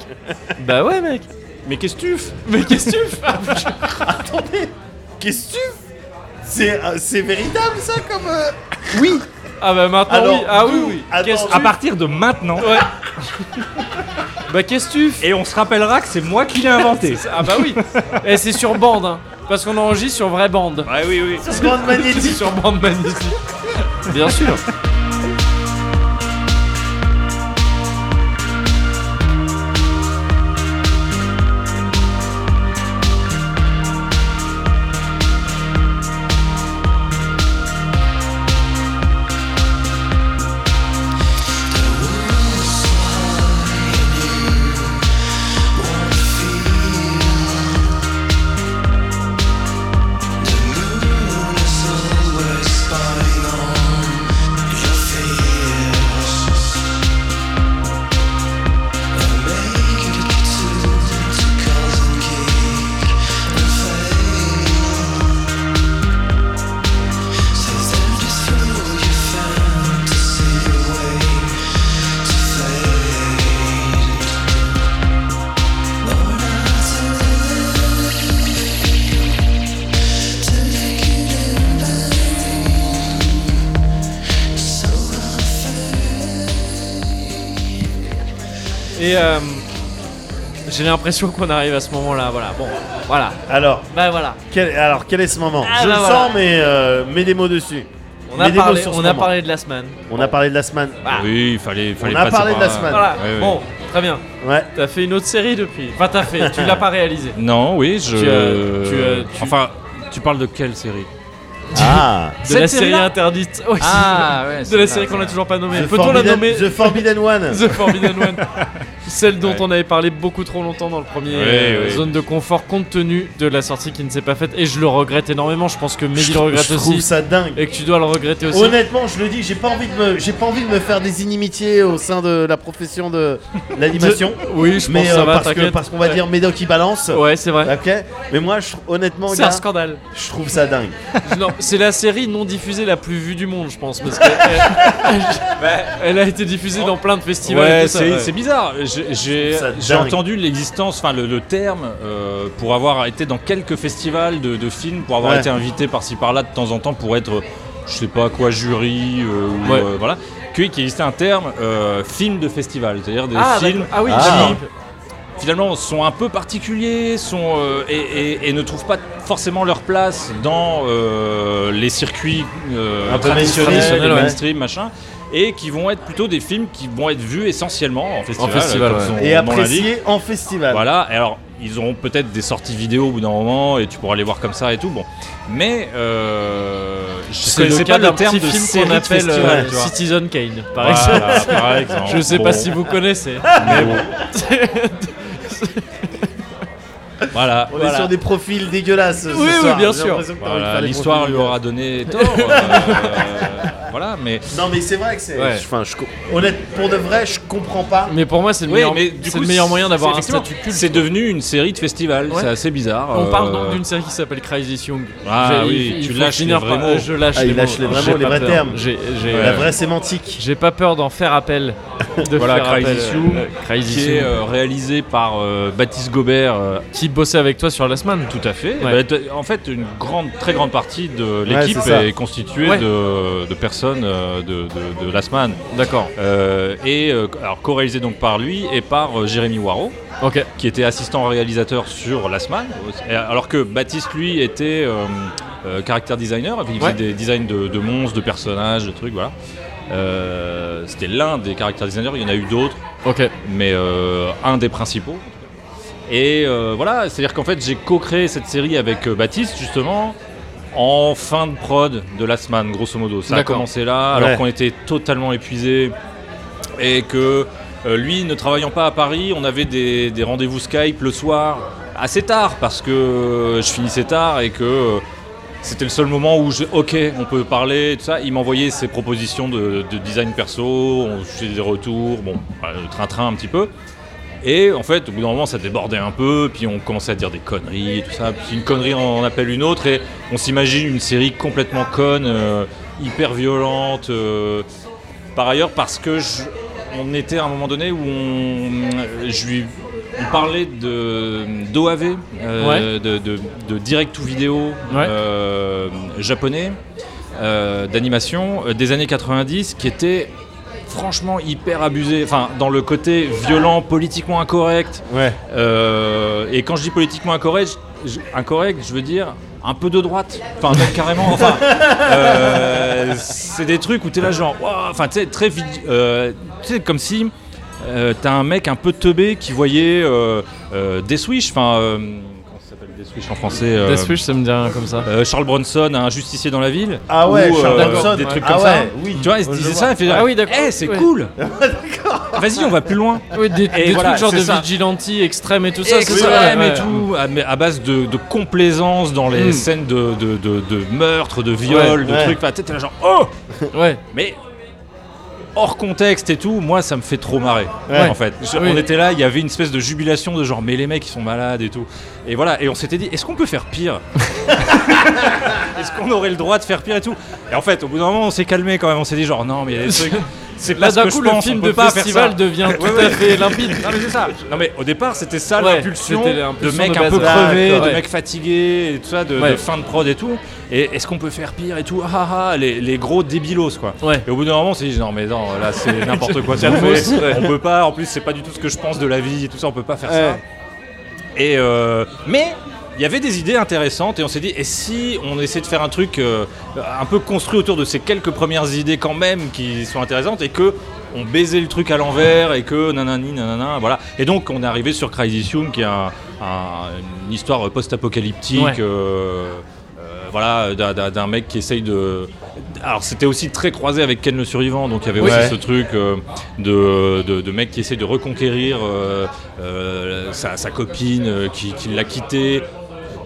Speaker 1: Bah ouais, mec.
Speaker 3: Mais qu'est-ce que tu fais
Speaker 1: Mais qu'est-ce que tu fais
Speaker 2: Attendez, qu'est-ce que tu C'est euh, c'est véritable ça comme euh, Oui.
Speaker 1: Ah bah maintenant,
Speaker 2: Alors,
Speaker 1: oui. Ah oui,
Speaker 2: d'où
Speaker 1: oui.
Speaker 2: Attends,
Speaker 1: Qu'est-ce que
Speaker 3: À
Speaker 1: tu
Speaker 3: partir de maintenant,
Speaker 1: Bah qu'est-ce que tu fais
Speaker 3: et on se rappellera que c'est moi qui l'ai inventé.
Speaker 1: Ah bah oui. Et c'est sur bande, hein. Parce qu'on enregistre sur vraie bande.
Speaker 3: Ouais, oui, oui.
Speaker 2: Grande
Speaker 1: C'est
Speaker 2: magnétique.
Speaker 1: sur bande magnétique. Bien sûr.
Speaker 4: The moon is so
Speaker 1: mais euh, j'ai l'impression qu'on arrive à ce moment-là. Voilà, bon, voilà,
Speaker 2: Alors,
Speaker 1: bah voilà.
Speaker 2: quel, alors, quel est ce moment
Speaker 1: Ah,
Speaker 2: Je
Speaker 1: bah
Speaker 2: le
Speaker 1: voilà.
Speaker 2: sens, mais euh, mets des mots dessus.
Speaker 1: On a
Speaker 2: Mets des mots
Speaker 1: parlé,
Speaker 2: sur ce
Speaker 1: on a
Speaker 2: moment.
Speaker 1: parlé de la semaine.
Speaker 2: On a parlé de la semaine.
Speaker 1: Ah.
Speaker 3: Oui, il fallait, fallait
Speaker 2: On a
Speaker 3: passer
Speaker 2: parlé
Speaker 3: par
Speaker 2: de la
Speaker 3: là.
Speaker 2: semaine.
Speaker 1: Voilà,
Speaker 3: Ouais, ouais.
Speaker 1: bon, très bien.
Speaker 2: Ouais.
Speaker 1: T'as fait une autre série depuis. Enfin, t'as fait, tu l'as pas réalisé.
Speaker 3: Non, oui, je.
Speaker 1: Tu, euh, tu, euh, tu-
Speaker 3: Enfin, tu parles de quelle série
Speaker 2: Ah.
Speaker 1: De
Speaker 3: Cette
Speaker 1: la série
Speaker 3: série-là
Speaker 1: interdite. Ouais,
Speaker 5: Ah, ouais,
Speaker 1: c'est- de la
Speaker 5: c'est
Speaker 1: série
Speaker 5: ça.
Speaker 1: qu'on a toujours pas nommée.
Speaker 2: The
Speaker 1: Peut-on la
Speaker 2: Forbidden-
Speaker 1: nommer
Speaker 2: The Forbidden One.
Speaker 1: The Forbidden One. Celle dont
Speaker 3: Ouais.
Speaker 1: on avait parlé beaucoup trop longtemps dans le premier
Speaker 3: Ouais,
Speaker 1: euh,
Speaker 3: ouais.
Speaker 1: zone de confort compte tenu de la sortie qui ne s'est pas faite et je le regrette énormément. Je pense que Mehdi
Speaker 2: Je-
Speaker 1: le regrette
Speaker 2: je trouve
Speaker 1: aussi
Speaker 2: ça dingue.
Speaker 1: et que tu dois le regretter aussi.
Speaker 2: Honnêtement, je le dis, j'ai pas envie de me, j'ai pas envie de me faire des inimitiés au sein de la profession de l'animation.
Speaker 1: Oui, je pense
Speaker 2: mais
Speaker 1: que ça
Speaker 2: euh,
Speaker 1: va.
Speaker 2: parce que
Speaker 1: t'inquiète.
Speaker 2: parce qu'on va
Speaker 1: Ouais.
Speaker 2: dire Médoc qui balance.
Speaker 1: Ouais, c'est vrai.
Speaker 2: Ok. Mais moi, je- honnêtement,
Speaker 1: C'est un
Speaker 2: gars,
Speaker 1: scandale.
Speaker 2: je trouve ça dingue.
Speaker 1: Non, c'est la série non diffusée la plus vue du monde, je pense, parce que elle, elle a été diffusée dans plein de festivals. et
Speaker 3: Ouais,
Speaker 1: tout ça,
Speaker 3: c'est
Speaker 1: ouais.
Speaker 3: c'est bizarre. J'ai- J'ai
Speaker 2: Ça
Speaker 3: j'ai
Speaker 2: dingue.
Speaker 3: entendu l'existence, enfin le, le terme, euh, pour avoir été dans quelques festivals de, de films, pour avoir
Speaker 2: Ouais.
Speaker 3: été invité par-ci par-là de temps en temps pour être, je sais pas quoi, jury euh, ou
Speaker 1: Ouais.
Speaker 3: euh, voilà. Que- Qu'il existait un terme euh, film de festival, c'est-à-dire des
Speaker 1: Ah,
Speaker 3: films
Speaker 1: d'accord. ah oui,
Speaker 2: Ah.
Speaker 1: j'ai-
Speaker 3: finalement sont un peu particuliers sont, euh, et, et- et ne trouvent pas forcément leur place dans euh, les circuits euh,
Speaker 2: Un peu
Speaker 3: traditionnels,
Speaker 2: mainstream,
Speaker 3: les
Speaker 2: ouais.
Speaker 3: mainstream, machin, et qui vont être plutôt des films qui vont être vus essentiellement en festival,
Speaker 1: festival,
Speaker 3: comme
Speaker 1: ouais.
Speaker 3: son
Speaker 2: Et
Speaker 3: nom l'indique.
Speaker 2: apprécié en festival.
Speaker 3: Voilà, et alors ils auront peut-être des sorties vidéo au bout d'un moment et tu pourras les voir comme ça et tout. Bon, mais euh, je
Speaker 1: C'est
Speaker 3: connaissais
Speaker 1: le cas
Speaker 3: pas
Speaker 1: d'un
Speaker 3: le terme
Speaker 1: petit
Speaker 3: de
Speaker 1: film
Speaker 3: série
Speaker 1: qu'on
Speaker 3: de
Speaker 1: appelle euh,
Speaker 3: festival, tu vois.
Speaker 1: Citizen Kane, par exemple.
Speaker 3: Voilà, par exemple.
Speaker 1: Je sais pas
Speaker 3: Bon.
Speaker 1: si vous connaissez.
Speaker 3: Voilà.
Speaker 2: On
Speaker 3: Voilà.
Speaker 2: est sur des profils dégueulasses.
Speaker 1: Oui, oui, bien sûr.
Speaker 3: Voilà, l'histoire lui aura donné tort. euh, voilà, mais.
Speaker 2: Non, mais c'est vrai que c'est.
Speaker 3: Ouais.
Speaker 2: Enfin, je co- honnête, pour de vrai, je comprends pas.
Speaker 1: Mais pour moi, c'est le,
Speaker 3: Oui,
Speaker 1: meilleur,
Speaker 3: mais du
Speaker 1: c'est
Speaker 3: coup,
Speaker 1: le meilleur moyen d'avoir
Speaker 3: c'est-
Speaker 1: un
Speaker 3: effectivement,
Speaker 1: statut culte.
Speaker 3: C'est devenu une série de festivals,
Speaker 1: Ouais.
Speaker 3: c'est assez bizarre.
Speaker 1: On parle donc
Speaker 3: euh,
Speaker 1: d'une série qui s'appelle Crazy Young.
Speaker 3: Ah
Speaker 1: J'ai-
Speaker 3: oui,
Speaker 1: il- il
Speaker 3: tu
Speaker 1: faut
Speaker 3: lâches les
Speaker 1: finir
Speaker 3: vrais
Speaker 1: par-
Speaker 3: mots.
Speaker 1: Je lâche
Speaker 2: Ah,
Speaker 1: les
Speaker 2: il lâche
Speaker 1: mots.
Speaker 2: les vrais
Speaker 1: J'ai
Speaker 2: mots, les
Speaker 1: pas
Speaker 2: vrais
Speaker 1: peur.
Speaker 2: termes.
Speaker 1: J'ai j'ai- euh,
Speaker 2: La
Speaker 3: Ouais.
Speaker 2: vraie sémantique.
Speaker 1: j'ai pas peur d'en faire appel. De
Speaker 3: Voilà,
Speaker 1: faire
Speaker 3: Crazy
Speaker 1: appel,
Speaker 3: Young,
Speaker 1: euh, Crazy
Speaker 3: qui est
Speaker 1: Young.
Speaker 3: euh, réalisée par euh, Baptiste Gobert. euh,
Speaker 1: Qui bossait avec toi sur la semaine.
Speaker 3: tout à fait.
Speaker 1: Ouais.
Speaker 3: Bah, t- en fait, une grande, très grande partie de l'équipe
Speaker 2: c'est ça.
Speaker 3: est constituée
Speaker 1: Ouais.
Speaker 3: de, de personnes euh, de, de, de Lastman.
Speaker 1: D'accord.
Speaker 3: Euh, et euh, alors co-réalisé donc par lui et par euh, Jérémy Waro.
Speaker 1: Ok.
Speaker 3: qui était assistant réalisateur sur Last Man, alors que Baptiste, lui, était euh, euh, caractère designer, il faisait
Speaker 1: Ouais.
Speaker 3: des designs de, de monstres, de personnages, de trucs, voilà. Euh, C'était l'un des caractère designers, il y en a eu d'autres,
Speaker 1: Ok.
Speaker 3: mais euh, un des principaux. Et euh, voilà, c'est-à-dire qu'en fait, j'ai co-créé cette série avec euh, Baptiste, justement, en fin de prod de Last Man, grosso modo. Ça a
Speaker 1: D'accord.
Speaker 3: commencé là, alors
Speaker 2: Ouais.
Speaker 3: qu'on était totalement épuisés et que euh, lui, ne travaillant pas à Paris, on avait des, des rendez-vous Skype le soir assez tard parce que euh, je finissais tard et que euh, c'était le seul moment où je, ok, on peut parler, tout ça. Il m'envoyait ses propositions de, de design perso, on faisait des retours, bon, voilà, le train-train un petit peu. Et en fait, au bout d'un moment, ça débordait un peu, puis on commençait à dire des conneries et tout ça. Puis une connerie en appelle une autre, et on s'imagine une série complètement conne, euh, hyper violente. euh, par ailleurs, parce que je- on était à un moment donné où on, je lui- on parlait de d'OAV, euh, de, de- de direct to vidéo
Speaker 1: Ouais.
Speaker 3: euh, japonais, euh, d'animation euh, des années 90, qui était franchement hyper abusé, enfin dans le côté violent, politiquement incorrect.
Speaker 2: Ouais.
Speaker 3: Euh, et quand je dis politiquement incorrect, je, incorrect, je veux dire un peu de droite, enfin même carrément. Enfin, euh, c'est des trucs où t'es là genre, Ouah enfin tu sais très vite, euh, tu sais comme si euh, t'as un mec un peu teubé qui voyait euh, euh, des Swish, enfin euh, comment ça s'appelle des Swish en français. euh,
Speaker 1: Death Wish, ça me dit rien comme ça.
Speaker 3: euh, Charles Bronson, un justicier dans la ville.
Speaker 2: Ah ouais,
Speaker 3: ou,
Speaker 2: Charles
Speaker 3: euh,
Speaker 2: Bronson,
Speaker 3: des trucs
Speaker 2: ouais.
Speaker 3: comme
Speaker 2: Ah
Speaker 3: ça.
Speaker 2: ouais, oui.
Speaker 3: Tu vois, ils se
Speaker 2: Je
Speaker 3: disaient
Speaker 2: vois.
Speaker 3: ça, ils faisaient
Speaker 1: Ah oui, d'accord.
Speaker 3: Eh, c'est
Speaker 1: Ouais.
Speaker 3: cool. Vas-y, on va plus loin.
Speaker 1: Oui, des, des
Speaker 3: voilà,
Speaker 1: trucs genre
Speaker 3: c'est
Speaker 1: de
Speaker 3: ça.
Speaker 1: vigilante extrême et tout ça. c'est ça,
Speaker 3: extrême
Speaker 1: ouais, ouais.
Speaker 3: et tout, à, mais à base de, de complaisance dans les
Speaker 1: Mm.
Speaker 3: scènes de, de, de, de meurtre, de viol,
Speaker 2: Ouais,
Speaker 3: de
Speaker 2: ouais.
Speaker 3: trucs. Enfin, t'es là genre, oh
Speaker 1: Ouais.
Speaker 3: Mais hors contexte et tout, moi ça me fait trop marrer
Speaker 2: Ouais.
Speaker 3: en fait. Je-
Speaker 1: Oui.
Speaker 3: On était là, il y avait une espèce de jubilation de genre mais les mecs ils sont malades et tout. Et voilà, et on s'était dit est-ce qu'on peut faire pire Est-ce qu'on aurait le droit de faire pire et tout Et en fait, au bout d'un moment, on s'est calmé quand même, on s'est dit genre non mais il y a des trucs C'est pas
Speaker 1: Là
Speaker 3: ce
Speaker 1: d'un
Speaker 3: que
Speaker 1: coup
Speaker 3: je
Speaker 1: le
Speaker 3: pense, on
Speaker 1: film
Speaker 3: peut
Speaker 1: de
Speaker 3: pas faire
Speaker 1: festival
Speaker 3: ça.
Speaker 1: devient tout
Speaker 3: ouais.
Speaker 1: à fait limpide.
Speaker 3: Non mais c'est ça. Non mais au départ c'était ça
Speaker 1: Ouais,
Speaker 3: l'impulsion
Speaker 1: c'était
Speaker 3: de
Speaker 1: l'impulsion
Speaker 3: mec
Speaker 1: de
Speaker 3: un peu
Speaker 1: base.
Speaker 3: crevé,
Speaker 1: D'accord,
Speaker 3: de
Speaker 1: ouais.
Speaker 3: mec fatigué et tout ça, de, de
Speaker 1: Ouais.
Speaker 3: fin de prod et tout. Et est-ce qu'on peut faire pire et tout ah, ah, ah, les, les gros débilos quoi.
Speaker 1: Ouais.
Speaker 3: Et au bout d'un moment on s'est dit non mais non là c'est n'importe quoi. ce qu'on
Speaker 1: Calmos,
Speaker 3: fait.
Speaker 1: ouais.
Speaker 3: On peut pas. En plus c'est pas du tout ce que je pense de la vie et tout ça. On peut pas faire ça.
Speaker 2: Ouais.
Speaker 3: Et euh, mais il y avait des idées intéressantes et on s'est dit et si on essaie de faire un truc euh, un peu construit autour de ces quelques premières idées quand même qui sont intéressantes et que on baisait le truc à l'envers et que nanani nanana voilà et donc on est arrivé sur Cryzicium qui est un- un- une histoire post-apocalyptique
Speaker 1: Ouais.
Speaker 3: euh, euh, voilà d'un- d'un d'un mec qui essaye de alors c'était aussi très croisé avec Ken le survivant donc il y avait
Speaker 2: Ouais.
Speaker 3: aussi ce truc euh, de, de, de mec qui essaie de reconquérir euh, euh, sa, sa copine euh, qui, qui l'a quitté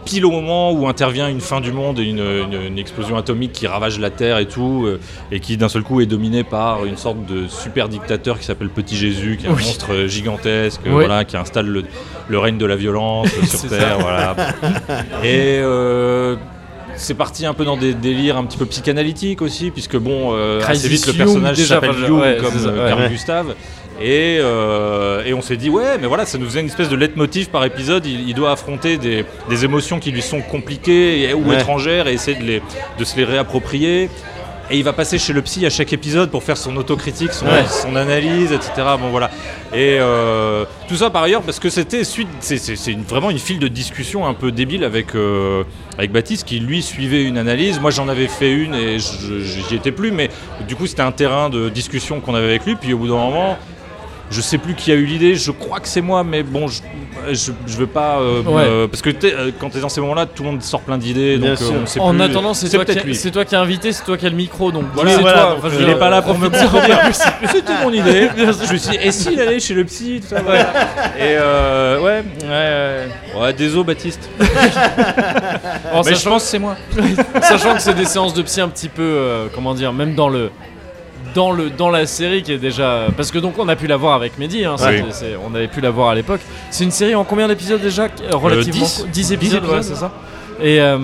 Speaker 3: pile au moment où intervient une fin du monde et une, une- une explosion atomique qui ravage la Terre et tout, euh, et qui d'un seul coup est dominé par une sorte de super dictateur qui s'appelle Petit Jésus, qui est un
Speaker 1: Oui.
Speaker 3: monstre euh, gigantesque, euh,
Speaker 1: Oui.
Speaker 3: voilà, qui installe le, le règne de la violence euh, sur
Speaker 1: C'est
Speaker 3: Terre. Voilà. Et euh, c'est parti un peu dans des délires un petit peu psychanalytiques aussi, puisque bon, euh, assez
Speaker 1: Crisis
Speaker 3: vite le
Speaker 1: Jung,
Speaker 3: personnage
Speaker 1: déjà,
Speaker 3: s'appelle
Speaker 1: enfin,
Speaker 3: Jung
Speaker 1: ouais,
Speaker 3: comme
Speaker 1: c'est ça,
Speaker 3: euh,
Speaker 1: ouais.
Speaker 3: Carl Gustave. Et, euh, et on s'est dit, ouais, mais voilà, ça nous faisait une espèce de leitmotiv par épisode. Il, il doit affronter des, des émotions qui lui sont compliquées et- ou
Speaker 2: Ouais.
Speaker 3: étrangères et essayer de, les, de se les réapproprier. Et il va passer chez le psy à chaque épisode pour faire son autocritique, son,
Speaker 1: Ouais.
Speaker 3: son analyse, etc. Bon voilà. Et euh, tout ça par ailleurs parce que c'était suite, c'est- c'est c'est une- vraiment une file de discussion un peu débile avec euh, avec Baptiste qui lui suivait une analyse. Moi j'en avais fait une et je- je- j'y étais plus, mais du coup c'était un terrain de discussion qu'on avait avec lui. Puis au bout d'un moment, je sais plus qui a eu l'idée, je crois que c'est moi, mais bon, je, je, je veux pas. euh,
Speaker 1: Ouais.
Speaker 3: me- parce que t'es- euh, quand t'es dans ces moments-là, tout le monde sort plein d'idées,
Speaker 2: Bien
Speaker 3: donc euh,
Speaker 2: sûr.
Speaker 3: on sait
Speaker 1: En
Speaker 3: plus.
Speaker 1: attendant, c'est toi,
Speaker 3: peut-être
Speaker 1: qui-
Speaker 3: lui.
Speaker 1: c'est toi qui as invité, c'est toi qui as le micro, donc
Speaker 3: Voilà,
Speaker 1: c'est
Speaker 2: voilà,
Speaker 1: toi.
Speaker 2: donc,
Speaker 1: je
Speaker 3: Il
Speaker 1: veux
Speaker 3: est
Speaker 1: dire,
Speaker 3: pas là
Speaker 1: euh,
Speaker 3: pour me
Speaker 1: profite-en.
Speaker 3: contredire. C'était mon idée. Je me suis dit, et s'il allait chez le psy tout ça, voilà. Et euh, ouais, ouais, ouais. Ouais, désolé, Baptiste.
Speaker 1: En
Speaker 3: Mais je
Speaker 1: sachant-
Speaker 3: pense que c'est moi.
Speaker 1: Sachant que c'est des séances de psy un petit peu, euh, comment dire, même dans le dans le dans la série qui est déjà parce que donc on a pu la voir avec Mehdi, hein,
Speaker 3: Ouais.
Speaker 1: c'est- c'est- on avait pu la voir à l'époque. C'est une série en combien d'épisodes déjà euh, Relativement
Speaker 3: dix.
Speaker 1: co- dix épisodes,
Speaker 3: épisodes.
Speaker 1: ouais, c'est ça. Et euh,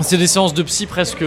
Speaker 1: c'est des séances de psy presque.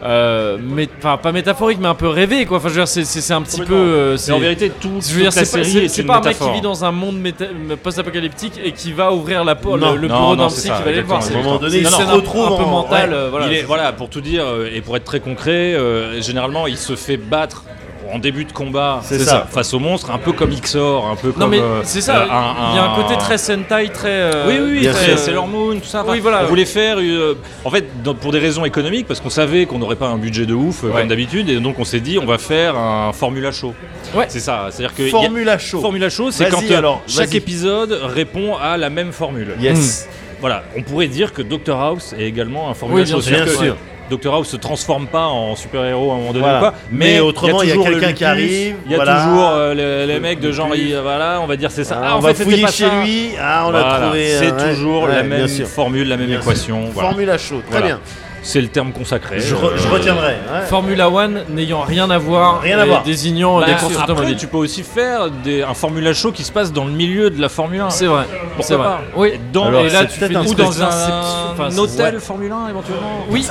Speaker 1: euh, mé- enfin, pas métaphoriques mais un peu rêvées quoi. Enfin, je veux dire, c'est- c'est c'est un petit peu.
Speaker 3: Complètement.
Speaker 1: euh, c'est-
Speaker 3: Mais en vérité, tout,
Speaker 1: je veux dire,
Speaker 3: toute la
Speaker 1: c'est pas,
Speaker 3: série
Speaker 1: c'est-
Speaker 3: est
Speaker 1: c'est
Speaker 3: une
Speaker 1: pas un mec qui
Speaker 3: métaphore.
Speaker 1: vit dans un monde méta- euh, post-apocalyptique et qui va ouvrir la porte,
Speaker 2: Non.
Speaker 1: le, le
Speaker 3: Non,
Speaker 1: bureau
Speaker 3: non,
Speaker 1: d'un
Speaker 3: c'est
Speaker 1: psy
Speaker 3: ça,
Speaker 1: qui va aller le voir.
Speaker 3: exactement.
Speaker 1: C'est-
Speaker 2: moment donné,
Speaker 1: c'est
Speaker 2: il
Speaker 1: une
Speaker 2: se
Speaker 1: scène
Speaker 2: retrouve
Speaker 1: un peu
Speaker 2: en-
Speaker 1: mentale.
Speaker 2: ouais.
Speaker 1: euh, voilà.
Speaker 3: Il est, voilà, pour tout dire euh, et pour être très concret, euh, généralement il se fait battre en début de combat
Speaker 2: C'est ça.
Speaker 3: face au monstre, un peu comme Xor, un peu
Speaker 1: Non
Speaker 3: comme.
Speaker 1: mais
Speaker 3: euh,
Speaker 1: c'est ça.
Speaker 3: euh, un-
Speaker 1: Il y a un
Speaker 3: un-
Speaker 1: côté très Sentai, très. euh,
Speaker 3: Oui, oui, oui,
Speaker 2: Bien
Speaker 3: très-
Speaker 2: sûr.
Speaker 3: Sailor Moon, tout ça.
Speaker 1: Oui,
Speaker 3: Enfin,
Speaker 1: voilà.
Speaker 3: On voulait faire, euh, en fait, dans- pour des raisons économiques, parce qu'on savait qu'on n'aurait pas un budget de ouf, euh,
Speaker 1: Ouais.
Speaker 3: comme d'habitude, et donc on s'est dit, on va faire un formula show.
Speaker 1: Ouais.
Speaker 3: C'est ça, c'est-à-dire que. il y a-
Speaker 2: Formula chaud.
Speaker 3: Formula show, c'est
Speaker 2: Vas-y,
Speaker 3: quand euh,
Speaker 2: alors,
Speaker 3: chaque
Speaker 2: vas-y.
Speaker 3: épisode répond à la même formule.
Speaker 2: Yes.
Speaker 3: Voilà, on pourrait dire que Doctor House est également un formula
Speaker 1: Oui, bien
Speaker 3: show.
Speaker 1: sûr.
Speaker 3: C'est-à-dire
Speaker 2: Bien
Speaker 3: que euh,
Speaker 2: sûr.
Speaker 3: Doctor House se transforme pas en super-héros à un moment donné
Speaker 2: Voilà.
Speaker 3: ou pas.
Speaker 2: Mais autrement, il y a
Speaker 3: toujours le
Speaker 2: quelqu'un qui
Speaker 3: Lucas,
Speaker 2: arrive,
Speaker 3: Il y a
Speaker 2: voilà.
Speaker 3: toujours euh, les, les
Speaker 2: Le
Speaker 3: mecs de genre,
Speaker 2: Lucas.
Speaker 3: il- voilà, on va dire c'est ça. Ah,
Speaker 2: Ah, on
Speaker 3: en
Speaker 2: va
Speaker 3: fait, c'était
Speaker 2: fouiller
Speaker 3: pas
Speaker 2: chez
Speaker 3: ça.
Speaker 2: lui. Ah, on l'a
Speaker 3: Voilà,
Speaker 2: trouvé.
Speaker 3: C'est
Speaker 2: ouais.
Speaker 3: toujours
Speaker 2: Ouais,
Speaker 3: la
Speaker 2: bien
Speaker 3: même
Speaker 2: sûr.
Speaker 3: formule, la même
Speaker 2: Bien sûr.
Speaker 3: équation. voilà.
Speaker 2: Formula chaud. Très
Speaker 3: Voilà.
Speaker 2: bien.
Speaker 3: C'est le terme consacré.
Speaker 2: Je, re- je
Speaker 3: Euh,
Speaker 2: retiendrai. ouais.
Speaker 1: Formula One n'ayant rien à voir,
Speaker 2: Rien à
Speaker 1: et
Speaker 2: voir.
Speaker 1: désignant
Speaker 3: bah,
Speaker 1: des courses
Speaker 3: après,
Speaker 1: automobiles.
Speaker 3: tu peux aussi faire des- un Formula Show qui se passe dans le milieu de la Formule 1.
Speaker 1: C'est vrai.
Speaker 3: Pourquoi
Speaker 1: C'est vrai.
Speaker 3: pas
Speaker 1: Oui.
Speaker 3: Dans-
Speaker 2: Alors,
Speaker 1: et là,
Speaker 2: c'est
Speaker 1: tu
Speaker 2: peut-être
Speaker 1: fais
Speaker 2: un-
Speaker 1: une
Speaker 3: Ou
Speaker 2: Parce
Speaker 1: espèce
Speaker 3: dans
Speaker 1: d'inception.
Speaker 3: un,
Speaker 1: Enfin, c'est-
Speaker 3: hôtel Formule 1 éventuellement.
Speaker 1: Oui.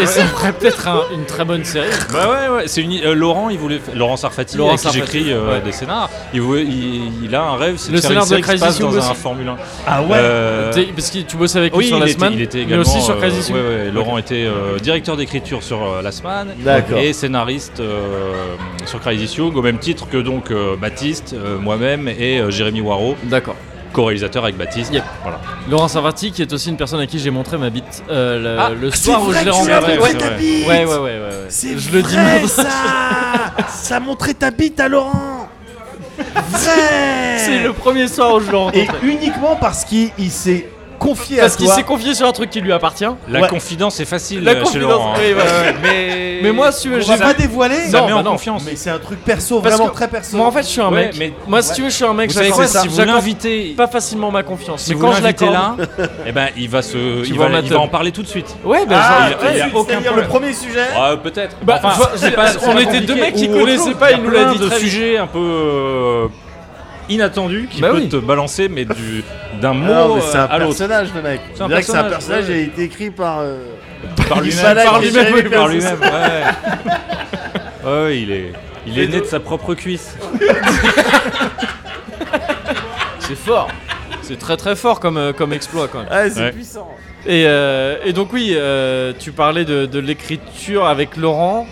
Speaker 1: Et ça pourrait peut-être un- une très bonne série.
Speaker 3: Bah ouais, ouais. C'est une... euh, Laurent, il voulait fa- Laurent Sarfati,
Speaker 1: Laurent
Speaker 3: avec qui
Speaker 1: Sarfati,
Speaker 3: j'écris euh,
Speaker 1: ouais.
Speaker 3: des scénars. Il, voulait- il- il a un rêve, c'est
Speaker 1: Le
Speaker 3: de faire
Speaker 1: scénar
Speaker 3: une
Speaker 1: de
Speaker 3: série qui se
Speaker 1: Crazy
Speaker 3: passe dans
Speaker 1: Song
Speaker 3: un
Speaker 1: aussi.
Speaker 3: Formule 1.
Speaker 2: Ah ouais.
Speaker 3: Euh,
Speaker 1: T'es- Parce que tu bossais avec lui
Speaker 3: Oui,
Speaker 1: sur
Speaker 3: il
Speaker 1: la
Speaker 3: était,
Speaker 1: semaine,
Speaker 3: il était
Speaker 1: mais
Speaker 3: également.
Speaker 1: aussi sur
Speaker 3: euh,
Speaker 1: Crazy Six.
Speaker 3: ouais, ouais, Laurent était euh, directeur d'écriture sur euh, la semaine
Speaker 2: D'accord.
Speaker 3: et scénariste euh, sur Crazy Young, au même titre que donc euh, Baptiste, euh, moi-même et euh, Jérémy Waro,
Speaker 1: D'accord.
Speaker 3: co-réalisateur avec Baptiste.
Speaker 1: Yep.
Speaker 3: Voilà.
Speaker 1: Laurent Savati, qui est aussi une personne à qui j'ai montré ma bite euh, le,
Speaker 3: Ah,
Speaker 1: le
Speaker 2: C'est
Speaker 1: soir où
Speaker 2: vrai
Speaker 1: je l'ai
Speaker 2: que tu
Speaker 3: rencontré,
Speaker 2: as
Speaker 1: rencontré.
Speaker 2: montré
Speaker 3: ouais,
Speaker 2: ta
Speaker 3: ouais.
Speaker 2: bite.
Speaker 1: Ouais, ouais, ouais, ouais, ouais.
Speaker 2: C'est
Speaker 1: Je le dis
Speaker 2: vrai,
Speaker 1: maintenant.
Speaker 2: ça. ça a montré ta bite à Laurent. Vrai.
Speaker 1: C'est le premier soir où je l'ai
Speaker 2: Et
Speaker 1: rencontré.
Speaker 2: uniquement parce qu'il il s'est confié
Speaker 1: Parce
Speaker 2: à
Speaker 1: qu'il
Speaker 2: toi.
Speaker 1: s'est confié sur un truc qui lui appartient.
Speaker 3: La
Speaker 2: Ouais.
Speaker 3: confidence est facile
Speaker 1: La
Speaker 3: euh, chez Laurent.
Speaker 1: confidence.
Speaker 3: hein.
Speaker 1: oui, voilà.
Speaker 3: Mais...
Speaker 1: Mais moi, si tu veux,
Speaker 2: J'ai
Speaker 1: j'ai
Speaker 2: pas dévoilé.
Speaker 3: Ça
Speaker 1: Non,
Speaker 3: met
Speaker 1: bah
Speaker 3: en
Speaker 1: non.
Speaker 3: confiance.
Speaker 2: Mais c'est un truc perso,
Speaker 1: Parce
Speaker 2: vraiment
Speaker 1: que
Speaker 2: très perso.
Speaker 1: Moi en fait je suis un
Speaker 3: Ouais,
Speaker 1: mec.
Speaker 3: mais-
Speaker 1: Moi si tu veux je suis un mec.
Speaker 3: Vous savez,
Speaker 1: j'accorde-
Speaker 3: c'est ça, si vous
Speaker 1: j'accorde
Speaker 3: l'invitez-
Speaker 1: pas facilement ma confiance.
Speaker 3: Si
Speaker 1: mais
Speaker 3: vous
Speaker 1: quand je
Speaker 3: l'invitez
Speaker 1: l'accorde.
Speaker 3: là, eh ben, il va, se,
Speaker 1: Tu
Speaker 3: il
Speaker 1: vois ma
Speaker 3: va, il va
Speaker 1: teub.
Speaker 3: en parler tout de suite.
Speaker 1: Ouais bah
Speaker 2: Ah,
Speaker 1: je-
Speaker 3: il- il y a
Speaker 2: ouais,
Speaker 3: aucun
Speaker 2: c'est-à-dire le premier
Speaker 3: problème.
Speaker 2: sujet.
Speaker 3: Ah, peut-être.
Speaker 1: Bah, tu vois,
Speaker 3: c'est
Speaker 1: je-
Speaker 3: pas- c'est
Speaker 1: on
Speaker 3: pas
Speaker 1: était deux
Speaker 3: compliqué.
Speaker 1: mecs qui
Speaker 3: Ou autre
Speaker 1: connaissaient
Speaker 3: chose.
Speaker 1: pas,
Speaker 3: Il y a
Speaker 1: il nous l'a
Speaker 3: plein
Speaker 1: dit
Speaker 3: de
Speaker 1: très vite.
Speaker 3: sujets un peu euh, inattendus qui
Speaker 1: Bah
Speaker 3: peut
Speaker 1: oui.
Speaker 3: te balancer, mais du- d'un
Speaker 2: Ah
Speaker 3: mot
Speaker 2: non, mais
Speaker 3: euh,
Speaker 2: c'est un
Speaker 3: à l'autre.
Speaker 2: personnage, le mec.
Speaker 3: C'est un
Speaker 2: On dirait que C'est un
Speaker 3: personnage,
Speaker 2: personnage qui
Speaker 3: ouais.
Speaker 2: a été écrit par. euh,
Speaker 3: Par
Speaker 2: Il
Speaker 3: lui-même.
Speaker 2: balade
Speaker 3: Par
Speaker 2: les
Speaker 3: lui-même.
Speaker 2: Jérémy
Speaker 3: oui, Par
Speaker 2: Persis.
Speaker 3: lui-même. Ouais. Ouais, il est. Il est né de sa propre cuisse.
Speaker 1: C'est fort. C'est très très fort comme, euh, comme exploit quand même.
Speaker 2: Ah, c'est
Speaker 3: Ouais.
Speaker 2: puissant.
Speaker 1: Et, euh, et donc oui, euh, tu parlais de, de l'écriture avec Laurent.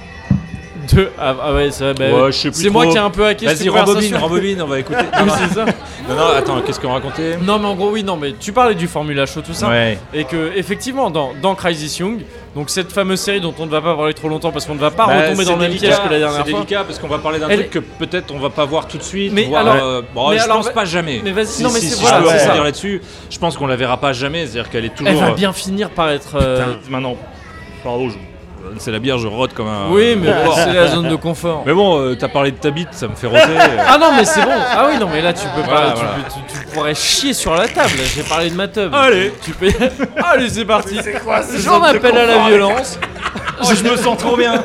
Speaker 1: De, ah, ah ouais, ça, bah,
Speaker 3: Ouais, je sais plus
Speaker 1: c'est moi
Speaker 3: trop.
Speaker 1: qui ai un peu hacké cette
Speaker 3: Vas-y, rembobine,
Speaker 1: conversation.
Speaker 3: rembobine, on va écouter. Non,
Speaker 1: Oui,
Speaker 3: non,
Speaker 1: c'est ça.
Speaker 3: non, non, attends, qu'est-ce qu'on racontait
Speaker 1: Non mais en gros oui, non mais tu parlais du Formula Show tout ça.
Speaker 3: Ouais.
Speaker 1: Et que effectivement dans, dans Crisis Young, donc cette fameuse série dont on ne va pas parler trop longtemps parce qu'on ne va pas
Speaker 3: Bah,
Speaker 1: retomber dans
Speaker 3: c'est
Speaker 1: le même
Speaker 3: délicat,
Speaker 1: piège que la dernière
Speaker 3: C'est
Speaker 1: fois.
Speaker 3: délicat parce qu'on va parler d'un
Speaker 1: Elle-
Speaker 3: truc que peut-être on va pas voir tout de suite.
Speaker 1: Mais
Speaker 3: voire,
Speaker 1: alors-
Speaker 3: euh, bon,
Speaker 1: mais
Speaker 3: je
Speaker 1: alors-
Speaker 3: pense pas jamais.
Speaker 1: Mais vas-y,
Speaker 3: Si,
Speaker 1: non mais
Speaker 3: si,
Speaker 1: c'est
Speaker 3: si,
Speaker 1: voilà,
Speaker 3: je peux
Speaker 2: ouais.
Speaker 1: c'est ça.
Speaker 3: revenir là-dessus. Je pense qu'on la verra pas jamais. C'est-à-dire qu'elle est toujours.
Speaker 1: Elle va
Speaker 3: euh,
Speaker 1: bien finir par être. euh,
Speaker 3: putain, Maintenant, pardon, je- c'est la bière, je rote comme un.
Speaker 1: Oui mais
Speaker 3: porc.
Speaker 1: c'est la zone de confort.
Speaker 3: Mais bon, euh, t'as parlé de ta bite, ça me fait roter. euh.
Speaker 1: Ah non mais c'est bon. Ah oui non mais là tu peux
Speaker 3: Voilà,
Speaker 1: pas. tu
Speaker 3: voilà.
Speaker 1: peux- Tu, tu pourrais chier sur la table. J'ai parlé de ma teub.
Speaker 3: Allez.
Speaker 1: Tu peux. Allez c'est parti. Oh,
Speaker 2: quoi ce
Speaker 1: J'en appelle à la violence.
Speaker 3: je me sens trop bien.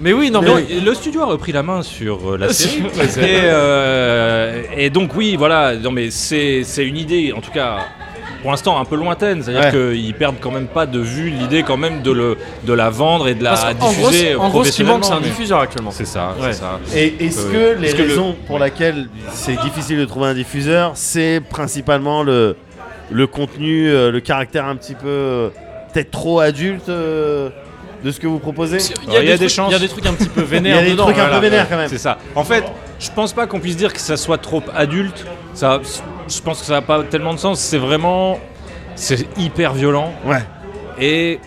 Speaker 1: Mais oui non mais.
Speaker 3: Non, et le studio a repris la main sur euh, la série.
Speaker 1: Sur la série.
Speaker 3: et, euh, et donc oui, voilà. Non mais c'est c'est une idée, en tout cas pour l'instant un peu lointaine. C'est-à-dire qu'ils perdent quand même pas de vue l'idée quand même de le de la vendre et de la
Speaker 1: parce qu'en gros,
Speaker 3: diffuser
Speaker 1: c'est- en gros, ce qui
Speaker 3: professionnellement.
Speaker 1: manque, c'est un
Speaker 3: mais-
Speaker 1: diffuseur actuellement.
Speaker 3: C'est ça,
Speaker 1: Ouais.
Speaker 3: c'est ça.
Speaker 2: Et est-ce
Speaker 3: Euh,
Speaker 2: que les
Speaker 3: parce que le-
Speaker 2: raisons pour lesquelles c'est difficile de trouver un diffuseur, c'est principalement le, le contenu, euh, le caractère un petit peu euh, peut-être trop adulte euh, de ce que vous proposez
Speaker 1: Il y a,
Speaker 3: Il y
Speaker 1: des,
Speaker 3: a des
Speaker 1: trucs-
Speaker 3: chances.
Speaker 1: Il y a des trucs un petit peu
Speaker 2: Il y a
Speaker 1: vénères
Speaker 2: des
Speaker 1: dedans.
Speaker 2: trucs un peu
Speaker 1: voilà.
Speaker 2: vénères quand même.
Speaker 3: C'est ça. En fait, je pense pas qu'on puisse dire que ça soit trop adulte. Ça, je pense que ça n'a pas tellement de sens. C'est vraiment, c'est hyper violent
Speaker 2: Ouais.
Speaker 3: et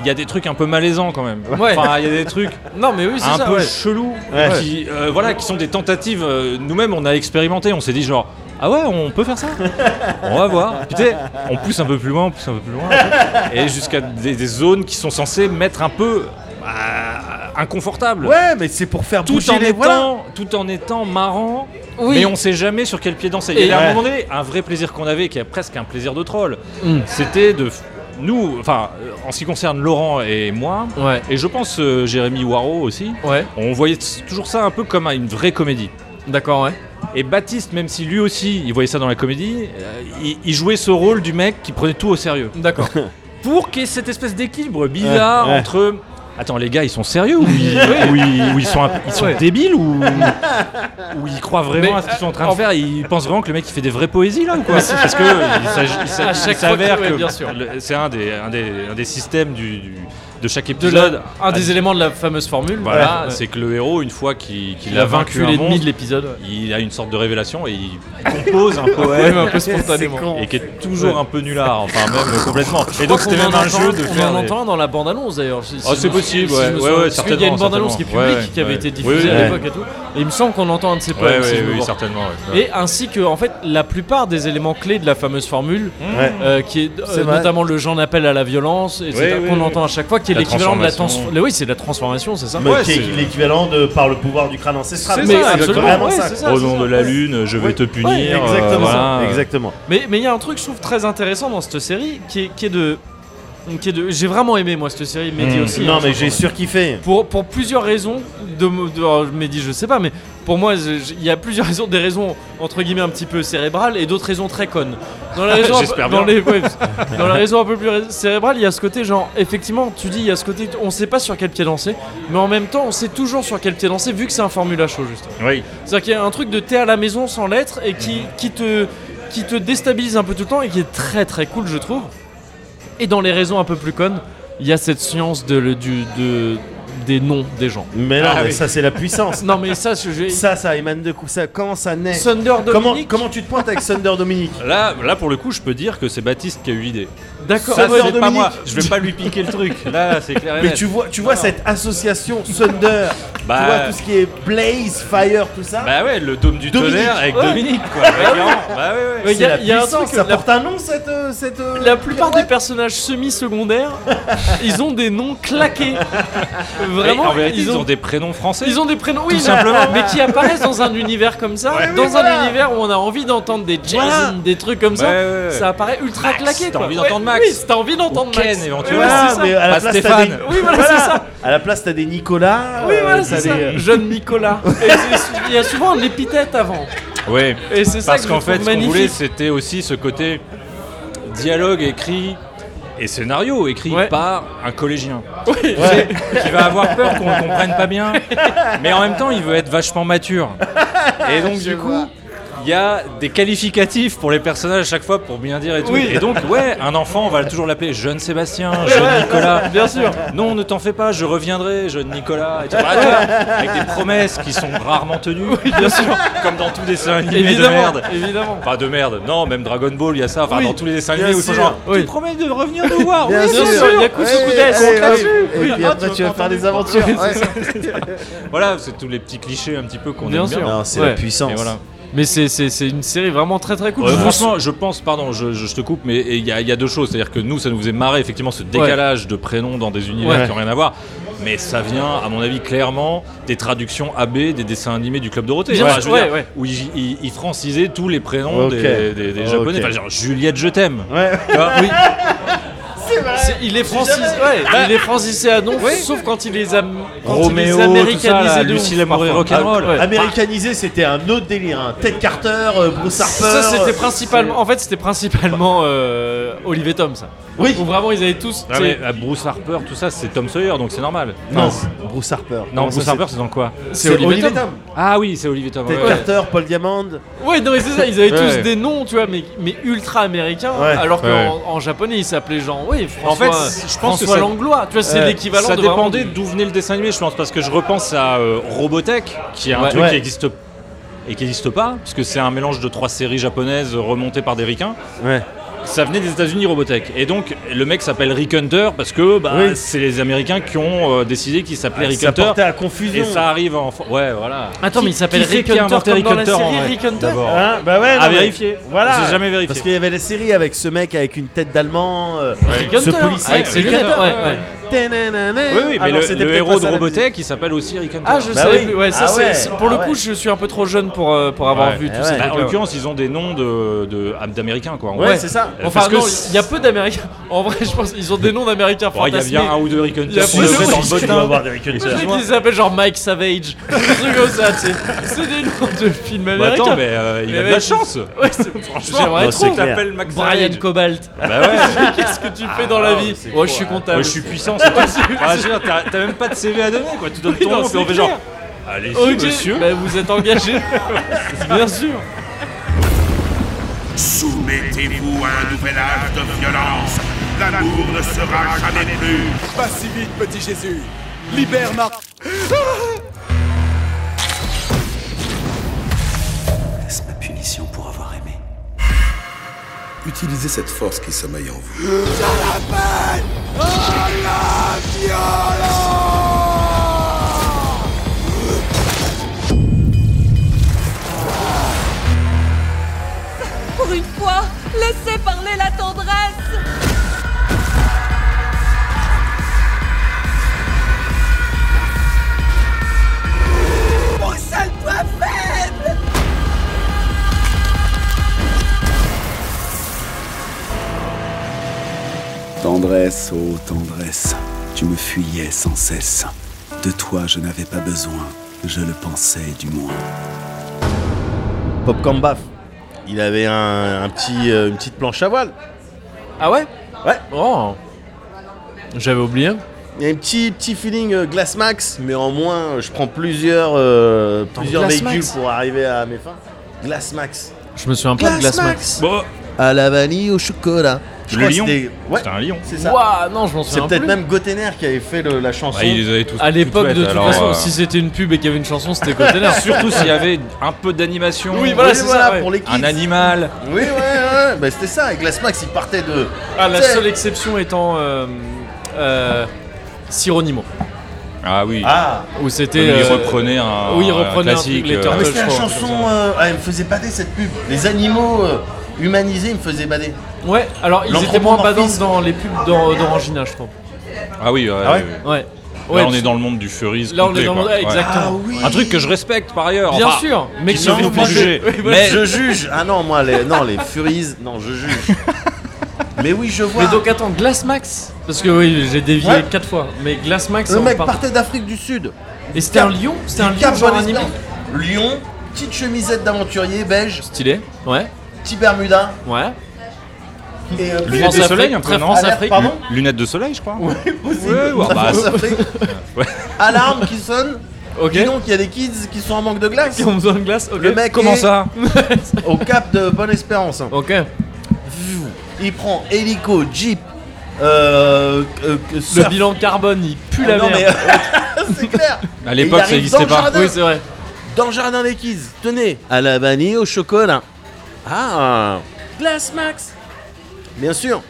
Speaker 3: il y a des trucs un peu malaisants quand même.
Speaker 1: Ouais.
Speaker 3: Enfin, il y a des trucs
Speaker 1: Non, mais oui, c'est
Speaker 3: un
Speaker 1: ça.
Speaker 3: peu
Speaker 1: ouais.
Speaker 3: chelous
Speaker 2: Ouais.
Speaker 3: qui, euh, voilà, qui sont des tentatives. euh, Nous-mêmes, on a expérimenté. On s'est dit genre. Ah ouais, on peut faire ça On va voir. Puis tu sais, on pousse un peu plus loin, on pousse un peu plus loin. Et jusqu'à des, des zones qui sont censées mettre un peu bah, inconfortable
Speaker 2: Ouais, mais c'est pour faire
Speaker 3: tout
Speaker 2: bouger
Speaker 3: en,
Speaker 2: les
Speaker 3: étant,
Speaker 2: voilà.
Speaker 3: tout en étant marrant,
Speaker 1: Oui.
Speaker 3: mais on sait jamais sur quel pied danser.
Speaker 1: Et-
Speaker 3: Il y a
Speaker 2: Ouais.
Speaker 3: un moment donné, un vrai plaisir qu'on avait, qui est presque un plaisir de troll, c'était de. f- Nous, enfin, euh, en ce qui concerne Laurent et moi,
Speaker 1: Ouais.
Speaker 3: et je pense euh, Jérémy Waro aussi,
Speaker 1: Ouais,
Speaker 3: on voyait s- toujours ça un peu comme un- une vraie comédie.
Speaker 1: d'accord, ouais.
Speaker 3: Et Baptiste, même si lui aussi, il voyait ça dans la comédie, euh, il, il jouait ce rôle du mec qui prenait tout au sérieux.
Speaker 1: D'accord.
Speaker 3: Pour qu'il y ait cette espèce d'équilibre bizarre
Speaker 2: Ouais, ouais.
Speaker 3: entre. Attends, les gars, ils sont sérieux ou ils, ou ils- ou ils sont, un- ils sont
Speaker 1: Ouais.
Speaker 3: débiles ou, ou ils croient vraiment
Speaker 1: Mais,
Speaker 3: à ce qu'ils sont en train
Speaker 1: en-
Speaker 3: de faire Ils pensent vraiment que le mec il fait des vraies poésies là ou quoi Parce que il s'ag- il s'a-
Speaker 1: À
Speaker 3: il
Speaker 1: chaque fois
Speaker 3: s'avère
Speaker 1: que-
Speaker 3: que,
Speaker 1: ouais, bien sûr.
Speaker 3: le- c'est un des, un, des, un des systèmes du, du- de chaque
Speaker 1: De
Speaker 3: épisode.
Speaker 1: la- un des
Speaker 3: Ah,
Speaker 1: éléments de la fameuse formule.
Speaker 3: Voilà,
Speaker 1: Ouais.
Speaker 3: c'est que le héros, une fois qu'il qu'il
Speaker 1: Il a vaincu
Speaker 3: un
Speaker 1: l'ennemi
Speaker 3: monstre,
Speaker 1: de l'épisode. ouais.
Speaker 3: il a une sorte de révélation et il compose un
Speaker 1: Ouais,
Speaker 3: poème
Speaker 1: mais un peu spontanément.
Speaker 2: con.
Speaker 3: et qui est toujours un peu nulard, enfin même euh, complètement. Et
Speaker 1: Je crois
Speaker 3: donc c'était
Speaker 1: qu'on
Speaker 3: même
Speaker 1: en
Speaker 3: un jeu
Speaker 1: entend-
Speaker 3: de
Speaker 1: On
Speaker 3: faire.
Speaker 1: en
Speaker 3: des-
Speaker 1: entend dans la bande-annonce d'ailleurs. si-
Speaker 3: Ah,
Speaker 1: si
Speaker 3: c'est
Speaker 1: je me-
Speaker 3: possible,
Speaker 1: si
Speaker 3: ouais,
Speaker 1: je me
Speaker 3: ouais,
Speaker 1: souviens.
Speaker 3: ouais,
Speaker 1: Parce qu'il y a une
Speaker 3: certainement,
Speaker 1: bande-annonce qui est publique,
Speaker 3: certainement.
Speaker 1: qui avait
Speaker 3: Ouais,
Speaker 1: été
Speaker 3: ouais.
Speaker 1: diffusée
Speaker 3: Oui,
Speaker 1: à
Speaker 3: oui,
Speaker 1: l'époque et tout. Et il me semble qu'on entend un de ces
Speaker 3: Ouais,
Speaker 1: poèmes. si
Speaker 3: ouais,
Speaker 1: je me
Speaker 3: oui,
Speaker 1: trompe.
Speaker 3: certainement. ouais.
Speaker 1: Et ainsi que, en fait, la plupart des éléments clés de la fameuse formule,
Speaker 2: Ouais.
Speaker 1: euh, qui est euh,
Speaker 2: C'est vrai.
Speaker 1: notamment le genre d'appel à la violence, etc.,
Speaker 3: Oui, oui,
Speaker 1: qu'on
Speaker 3: oui.
Speaker 1: entend à chaque fois, qui est
Speaker 3: La
Speaker 1: l'équivalent de la
Speaker 3: transformation.
Speaker 1: transformation. Oui, c'est de la transformation, c'est ça
Speaker 2: Mais
Speaker 3: Ouais,
Speaker 2: qui est
Speaker 3: c'est-
Speaker 2: l'équivalent de par le pouvoir du crâne ancestral.
Speaker 3: C'est
Speaker 1: Mais
Speaker 3: ça,
Speaker 2: c'est
Speaker 1: absolument,
Speaker 2: vraiment
Speaker 1: ouais,
Speaker 2: ça.
Speaker 1: c'est ça,
Speaker 3: Au
Speaker 1: c'est
Speaker 3: nom
Speaker 1: ça.
Speaker 3: de la lune, je vais te punir.
Speaker 1: Ouais,
Speaker 3: euh,
Speaker 2: Exactement.
Speaker 3: voilà.
Speaker 2: Exactement.
Speaker 1: Mais mais il y a un truc, je trouve, très intéressant dans cette série, qui est, qui est de... Qui est de j'ai vraiment aimé, moi, cette série, Mehdi
Speaker 3: Mm.
Speaker 1: aussi. hein,
Speaker 2: Hmm. Non, mais
Speaker 1: je
Speaker 2: j'ai
Speaker 1: pense.
Speaker 2: surkiffé.
Speaker 1: Pour, pour plusieurs raisons, de, mo- de- alors, Mehdi, je sais pas, mais pour moi, je- je- il y a plusieurs raisons, des raisons, entre guillemets, un petit peu cérébrales, et d'autres raisons très connes. Dans la raison, un peu-
Speaker 3: J'espère
Speaker 1: dans
Speaker 3: bien.
Speaker 1: les- ouais, dans la raison un peu plus ré- cérébrale, il y a ce côté, genre, effectivement, tu dis, il y a ce côté, on sait pas sur quel pied danser, mais en même temps, on sait toujours sur quel pied danser, vu que c'est un formula show, juste.
Speaker 3: Oui.
Speaker 1: C'est-à-dire qu'il y a un truc de thé à la maison sans lettres et qui, qui, te, qui te déstabilise un peu tout le temps et qui est très très cool, je trouve. Et dans les raisons un peu plus connes, il y a cette science de, le- du, de, des noms des gens.
Speaker 2: Mais non,
Speaker 3: Ah
Speaker 2: mais
Speaker 3: oui.
Speaker 2: ça c'est la puissance.
Speaker 1: Non, mais ça, je, j'ai-
Speaker 2: Ça, ça émane de coup. Ça, comment ça naît
Speaker 1: Thunder
Speaker 2: Comment,
Speaker 1: Dominique.
Speaker 2: comment tu te pointes avec Thunder Dominique
Speaker 3: Là, là, pour le coup, je peux dire que c'est Baptiste qui a eu l'idée.
Speaker 1: D'accord.
Speaker 3: Ça,
Speaker 2: Ah ouais,
Speaker 3: c'est pas
Speaker 2: Dominique.
Speaker 3: moi. Je vais pas lui piquer le truc. Là, c'est clair et
Speaker 2: Mais
Speaker 3: net.
Speaker 2: tu vois, tu vois cette association Thunder,
Speaker 3: Bah.
Speaker 2: tu vois tout ce qui est Blaze, Fire, tout ça.
Speaker 3: Bah ouais, le dôme du
Speaker 2: Dominique.
Speaker 3: tonnerre avec
Speaker 1: Ouais.
Speaker 3: Dominique, quoi. Vraiment. bah ouais, ouais.
Speaker 1: Ouais,
Speaker 2: c'est
Speaker 1: y a-
Speaker 2: la
Speaker 1: y a un
Speaker 2: puissance,
Speaker 1: truc,
Speaker 2: ça
Speaker 1: la-
Speaker 2: porte un nom cette, euh, cette euh,
Speaker 1: La plupart des personnages semi-secondaires, ils ont des noms claqués. Vraiment,
Speaker 3: Et en vérité,
Speaker 1: ils ont,
Speaker 3: des prénoms français.
Speaker 1: ils ont des prénoms, oui, mais-
Speaker 3: simplement.
Speaker 1: mais qui apparaissent dans un univers comme ça,
Speaker 2: Ouais, oui,
Speaker 1: dans un
Speaker 2: voilà.
Speaker 1: univers où on a envie d'entendre des Jason,
Speaker 2: Voilà.
Speaker 1: des trucs comme ça.
Speaker 3: Ouais, ouais, ouais.
Speaker 1: Ça apparaît ultra
Speaker 3: Max,
Speaker 1: claqué.
Speaker 3: t'as
Speaker 1: quoi.
Speaker 3: envie d'entendre Max.
Speaker 1: Oui, si t'as envie d'entendre
Speaker 3: Ou Ken,
Speaker 1: Max.
Speaker 3: éventuellement. Ah, euh,
Speaker 1: Ouais, c'est ça. Bah,
Speaker 2: Voilà, mais à la
Speaker 3: Pas
Speaker 2: place t'as
Speaker 3: Stéphane.
Speaker 2: des
Speaker 1: Oui, voilà, c'est ça.
Speaker 2: à la place t'as des Nicolas.
Speaker 1: Oui,
Speaker 2: euh,
Speaker 1: voilà,
Speaker 2: t'as
Speaker 1: c'est ça.
Speaker 2: des-
Speaker 1: Jeune Nicolas. Et c'est- Il y a souvent l'épithète avant.
Speaker 3: Ouais.
Speaker 1: Et c'est ça
Speaker 3: Parce
Speaker 1: que
Speaker 3: qu'en
Speaker 1: je
Speaker 3: fait,
Speaker 1: trouve
Speaker 3: ce qu'on
Speaker 1: magnifique.
Speaker 3: voulait, c'était aussi ce côté dialogue écrit et scénario écrit
Speaker 1: Ouais.
Speaker 3: par un collégien. Tu sais, Qui va avoir peur qu'on ne comprenne pas bien. Mais en même temps, il veut être vachement mature. Et donc, du coup, il y a des qualificatifs pour les personnages à chaque fois pour bien dire et tout. Et donc, ouais, un enfant, on va toujours l'appeler jeune Sébastien, jeune Nicolas.
Speaker 1: Bien sûr.
Speaker 3: Non, ne t'en fais pas, je reviendrai, jeune Nicolas. Et tout. Ah, tu vois, avec des promesses qui sont rarement tenues, bien sûr, comme dans tout dessin animé de
Speaker 1: Évidemment.
Speaker 3: merde.
Speaker 1: Évidemment.
Speaker 3: Pas de merde, non, même Dragon Ball, il y a ça, enfin
Speaker 1: Oui,
Speaker 3: dans tous les dessins
Speaker 2: bien
Speaker 3: animés où ils sont
Speaker 2: sûr,
Speaker 3: genre,
Speaker 1: oui.
Speaker 3: tu promets de revenir nous
Speaker 2: Oh
Speaker 3: voir, oui,
Speaker 1: sûr. sûr, Yakuza
Speaker 2: Ouais,
Speaker 1: Kudes, on
Speaker 2: allez,
Speaker 1: crache
Speaker 2: hop,
Speaker 1: dessus.
Speaker 2: Et
Speaker 1: Oui,
Speaker 2: puis
Speaker 1: ah,
Speaker 2: après,
Speaker 1: tu
Speaker 2: tu
Speaker 1: vas
Speaker 2: vas faire
Speaker 1: faire
Speaker 2: des aventures. ouais.
Speaker 3: Voilà, c'est tous les petits clichés un petit peu qu'on
Speaker 1: Bien
Speaker 3: aime
Speaker 1: sûr.
Speaker 3: bien.
Speaker 2: Non, c'est
Speaker 1: Ouais.
Speaker 2: la puissance.
Speaker 3: Et voilà.
Speaker 1: Mais c'est- c'est c'est une série vraiment très très cool.
Speaker 3: Euh,
Speaker 1: Je vous-
Speaker 3: franchement, je pense, pardon, je, je- je te coupe, mais il y, a- il y a deux choses. C'est-à-dire que nous, ça nous faisait marrer, effectivement, ce décalage de prénoms dans des univers
Speaker 1: Ouais.
Speaker 3: qui n'ont rien à voir. Mais ça vient, à mon avis, clairement des traductions AB des dessins animés du Club Dorothée.
Speaker 1: Bien
Speaker 3: Enfin,
Speaker 1: sûr,
Speaker 3: je veux
Speaker 1: ouais,
Speaker 3: dire,
Speaker 1: ouais.
Speaker 3: Où ils, ils- ils francisaient tous les prénoms
Speaker 2: Ok.
Speaker 3: des, des- des
Speaker 2: Ok.
Speaker 3: japonais. Enfin, genre Juliette, je t'aime.
Speaker 2: Ouais.
Speaker 3: Tu vois
Speaker 1: Oui. C'est- Il est francisé, ouais, il est francisé à non, sauf quand il les a quand il
Speaker 3: Roméo,
Speaker 1: les
Speaker 3: tout ça, là,
Speaker 1: américanisés de
Speaker 3: Lucie
Speaker 1: ouf,
Speaker 3: Lamoureux et
Speaker 1: parfois. Ah,
Speaker 3: Rock'n'Roll.
Speaker 1: Ouais.
Speaker 2: Américanisé, c'était un autre délire. hein. Ted Carter, euh, Bruce Harper.
Speaker 1: Ça c'était
Speaker 2: euh,
Speaker 1: principalement, en fait c'était principalement euh, Olivier Tom ça.
Speaker 2: Oui.
Speaker 1: Où vraiment ils avaient tous.
Speaker 3: Ah,
Speaker 1: tu sais,
Speaker 3: mais, euh, Bruce Harper, tout ça, c'est Tom Sawyer, donc c'est normal.
Speaker 2: Non, Bruce Harper.
Speaker 3: Non,
Speaker 2: Comment ça,
Speaker 3: Bruce Harper, c'est dans quoi
Speaker 2: C'est Olivier Tom.
Speaker 3: Ah oui, c'est Olivier Tom.
Speaker 2: Ted
Speaker 3: ouais, ouais.
Speaker 2: Carter, Paul Diamond.
Speaker 1: Ouais, non, mais c'est ça, ils avaient
Speaker 3: Ouais.
Speaker 1: tous des noms, tu vois, mais, mais ultra américains,
Speaker 2: Ouais.
Speaker 1: alors qu'en
Speaker 3: Ouais.
Speaker 1: en japonais, ils s'appelaient genre, oui, François,
Speaker 3: En fait, c- je pense que
Speaker 1: François
Speaker 3: ça-
Speaker 1: Langlois, tu vois, c'est
Speaker 2: Ouais.
Speaker 1: l'équivalent
Speaker 3: Ça
Speaker 1: de vraiment
Speaker 3: dépendait
Speaker 1: du-
Speaker 3: d'où venait le dessin animé, je pense, parce que je repense à euh, Robotech, qui est un
Speaker 1: Ouais.
Speaker 3: truc
Speaker 2: Ouais.
Speaker 3: qui existe et qui n'existe pas, puisque c'est un mélange de trois séries japonaises remontées par des ricains.
Speaker 2: Ouais.
Speaker 3: Ça venait des États-Unis, Robotech. Et donc, le mec s'appelle Rick Hunter parce que bah,
Speaker 2: Oui. Ah,
Speaker 3: c'est les Américains qui ont euh, décidé qu'il s'appelait Rick
Speaker 2: ça
Speaker 3: Hunter.
Speaker 2: portait à confusion.
Speaker 3: Et ça arrive en. Fr- Ouais, voilà.
Speaker 1: Attends, mais il
Speaker 3: Qui-
Speaker 1: s'appelle
Speaker 3: qui c'est
Speaker 1: Rick
Speaker 3: qui a
Speaker 1: Hunter
Speaker 3: inventé
Speaker 1: comme
Speaker 3: Rick
Speaker 1: dans la
Speaker 3: Hunter, en
Speaker 1: série
Speaker 3: vrai
Speaker 1: Rick Hunter
Speaker 3: D'abord.
Speaker 2: Hein, bah ouais, non,
Speaker 3: à
Speaker 2: mais-
Speaker 3: vérifier.
Speaker 2: Voilà.
Speaker 3: J'ai jamais vérifié.
Speaker 2: Parce qu'il y avait la série avec ce mec avec une tête d'allemand. euh,
Speaker 1: Rick Hunter,
Speaker 2: Ce policier.
Speaker 1: avec ses
Speaker 2: Rick
Speaker 1: lunettes,
Speaker 2: Hunter,
Speaker 1: ouais,
Speaker 2: ouais.
Speaker 1: ouais.
Speaker 2: Tananana.
Speaker 3: Oui, oui, mais
Speaker 2: Ah non,
Speaker 3: le,
Speaker 2: c'était
Speaker 3: le
Speaker 2: peut-être
Speaker 3: héros
Speaker 2: pas
Speaker 3: de
Speaker 2: ça, la musique.
Speaker 3: Robotech, il s'appelle aussi Rick Hunter.
Speaker 1: Ah, je
Speaker 2: Bah
Speaker 1: savais
Speaker 2: oui.
Speaker 1: plus, ouais, ça
Speaker 2: Ah
Speaker 1: c'est.
Speaker 2: ouais.
Speaker 1: c'est- Pour le
Speaker 2: Ah
Speaker 1: coup,
Speaker 2: ouais.
Speaker 1: je suis un peu trop jeune pour, euh, pour avoir
Speaker 3: Ouais.
Speaker 1: vu tout
Speaker 2: Ah
Speaker 1: ça. euh,
Speaker 2: ouais.
Speaker 3: Bah, en l'occurrence, ils ont des noms de- euh, de- d'Américains, quoi. en
Speaker 2: Ouais,
Speaker 3: vrai.
Speaker 2: c'est ça.
Speaker 3: Euh,
Speaker 1: Enfin,
Speaker 3: parce que
Speaker 1: non,
Speaker 3: c'est-
Speaker 1: il y a peu d'Américains. En vrai, je pense qu'ils ont des noms d'Américains
Speaker 3: Bon, il y a
Speaker 1: fantasmés.
Speaker 3: bien un ou deux Rick Hunter
Speaker 1: y a
Speaker 3: qui le
Speaker 1: plus de-
Speaker 3: fait dans le
Speaker 1: Tu dois
Speaker 3: bottin.
Speaker 1: Je sais qu'ils s'appellent genre Mike Savage. Un truc comme ça, tu sais. C'est des noms de films
Speaker 3: Bah,
Speaker 1: américains.
Speaker 3: attends, mais euh, il
Speaker 1: Mais
Speaker 3: a de
Speaker 1: mec,
Speaker 3: la chance.
Speaker 1: Ouais, c'est- J'aimerais
Speaker 2: Non,
Speaker 1: trop.
Speaker 2: c'est clair.
Speaker 3: T'appelles Max
Speaker 1: Brian
Speaker 3: Savage. Ah,
Speaker 1: Cobalt.
Speaker 3: Bah ouais.
Speaker 1: Qu'est-ce que tu fais dans la vie Ouais, je suis comptable.
Speaker 3: Ouais, hein je suis puissant, c'est pas Ah, je veux dire, t'as t'as même pas de CV à donner, quoi. Tu donnes ton
Speaker 1: non,
Speaker 3: nom, puis on
Speaker 1: c'est
Speaker 3: fait genre.
Speaker 1: clair.
Speaker 3: Allez,
Speaker 1: Ok,
Speaker 3: monsieur.
Speaker 1: bah, vous êtes engagé. Bien sûr.
Speaker 5: Soumettez-vous à un nouvel âge de violence. L'amour ne sera jamais plus.
Speaker 6: Pas si vite, petit Jésus Libère ma...
Speaker 7: Est-ce ma punition pour avoir aimé Utilisez cette force qui sommeille en vous.
Speaker 8: Pour une fois, laissez parler la tendresse Mon sale doigt faible
Speaker 7: Tendresse, ô tendresse, tu me fuyais sans cesse. De toi, je n'avais pas besoin, je le pensais du moins.
Speaker 2: Popcorn Baff. Il avait un, un petit, euh, une petite planche à voile.
Speaker 1: Ah ouais
Speaker 2: Ouais.
Speaker 1: Oh. J'avais oublié.
Speaker 2: Il y a un petit, petit feeling euh, Glassmax, mais en moins, euh, je prends plusieurs, euh, plusieurs
Speaker 1: Glassmax.
Speaker 2: véhicules pour arriver à mes fins. Glassmax.
Speaker 1: Je me souviens pas de Glassmax.
Speaker 3: Bon,
Speaker 2: À la vanille au chocolat. Je
Speaker 3: Le
Speaker 2: crois que
Speaker 3: lion.
Speaker 2: c'était- Ouais,
Speaker 3: c'est un lion.
Speaker 2: c'est ça.
Speaker 1: Waouh, non, je m'en
Speaker 2: C'est
Speaker 1: souviens
Speaker 2: peut-être
Speaker 1: plus.
Speaker 2: même Gotener qui avait fait le- la chanson.
Speaker 3: Bah, il les avait tous.
Speaker 1: À l'époque,
Speaker 3: toutes
Speaker 1: de
Speaker 3: faites,
Speaker 1: toute
Speaker 3: alors,
Speaker 1: façon,
Speaker 3: euh,
Speaker 1: si c'était une pub et qu'il y avait une chanson, c'était Container.
Speaker 3: Surtout s'il y avait un peu d'animation.
Speaker 1: Oui, voilà,
Speaker 2: Oui,
Speaker 1: c'est
Speaker 2: voilà,
Speaker 1: ça, ouais.
Speaker 2: pour les kids.
Speaker 3: Un animal.
Speaker 2: Oui, ouais, ouais. Bah, c'était ça. Et Glassmax, il partait de.
Speaker 1: Ah, la
Speaker 2: Tu sais-
Speaker 1: seule exception étant. Euh, euh, Sironimo.
Speaker 3: Ah oui.
Speaker 2: Ah,
Speaker 1: Où c'était.
Speaker 3: Il
Speaker 1: euh,
Speaker 3: reprenait un.
Speaker 1: oui, il reprenait un
Speaker 3: classique.
Speaker 1: truc, les
Speaker 3: euh,
Speaker 2: ah, mais
Speaker 1: Turtles.
Speaker 2: c'était la
Speaker 1: je crois, un truc comme
Speaker 2: chanson. euh, ah, elle me faisait bader cette pub. Les animaux euh, humanisés, ils me faisaient bader.
Speaker 1: Ouais, alors ils étaient moins badants
Speaker 2: L'anthropomorphisme.
Speaker 1: dans les pubs d'Or- d'Orangina, je trouve.
Speaker 3: Ah oui, ouais,
Speaker 2: Ah ouais
Speaker 3: ouais, ouais.
Speaker 1: Ouais. ouais
Speaker 3: Là, on est dans le monde du furisme.
Speaker 1: Là, on est dans le monde. ouais,
Speaker 2: Ah
Speaker 1: Exactement.
Speaker 2: oui.
Speaker 3: Un truc que je respecte par ailleurs.
Speaker 1: Bien
Speaker 3: Ah, enfin,
Speaker 1: sûr, mais
Speaker 3: qui
Speaker 1: que
Speaker 3: ne
Speaker 1: non,
Speaker 3: fait
Speaker 1: moi,
Speaker 3: pas juger.
Speaker 1: je- oui, voilà.
Speaker 3: Mais
Speaker 2: Je juge. Ah non, moi, les, non, les Furies, non, je juge. Mais oui, je vois.
Speaker 1: Mais donc attends, Glassmax Parce que oui, j'ai dévié
Speaker 2: Ouais.
Speaker 1: 4 fois. Mais Glassmax,
Speaker 2: le
Speaker 1: on
Speaker 2: mec
Speaker 1: part-
Speaker 2: partait d'Afrique du Sud.
Speaker 1: Et c'était un lion C'était un lion
Speaker 2: Cap
Speaker 1: genre
Speaker 2: Bon
Speaker 1: animé
Speaker 2: Espérance. Lyon, petite chemisette d'aventurier beige,
Speaker 1: Stylé. Ouais.
Speaker 2: petit Bermuda.
Speaker 1: Ouais.
Speaker 2: Et, euh,
Speaker 3: Lunettes de
Speaker 1: France-Afrique,
Speaker 3: soleil un peu,
Speaker 1: très
Speaker 3: non
Speaker 1: France-Afrique.
Speaker 2: Pardon
Speaker 3: Lunettes de soleil, je crois.
Speaker 2: possible.
Speaker 3: Ah, Ouais, ouais,
Speaker 2: Ça
Speaker 3: bah,
Speaker 2: fait-
Speaker 3: ça-
Speaker 2: ça fait-
Speaker 3: Ouais.
Speaker 2: Alarme qui sonne.
Speaker 1: Ok.
Speaker 2: Dis donc, il y a des kids qui sont en manque de glace.
Speaker 1: Ils ont besoin de glace Ok.
Speaker 2: Le mec
Speaker 3: Comment
Speaker 2: est
Speaker 3: ça
Speaker 2: au cap de Bonne Espérance.
Speaker 1: Ok.
Speaker 2: Il prend hélico, jeep, euh, euh,
Speaker 1: Le
Speaker 2: surf.
Speaker 1: bilan carbone, il pue la
Speaker 2: Ah Non, euh,
Speaker 1: merde.
Speaker 2: mais- euh, c'est clair.
Speaker 3: À
Speaker 2: Et il
Speaker 3: l'époque, ça
Speaker 2: arrive
Speaker 3: n'existait
Speaker 2: dans le
Speaker 3: pas.
Speaker 2: jardin.
Speaker 1: Oui, c'est vrai.
Speaker 2: Dans le jardin des kids, tenez, à la vanille au chocolat. Ah, glace Max. Bien sûr.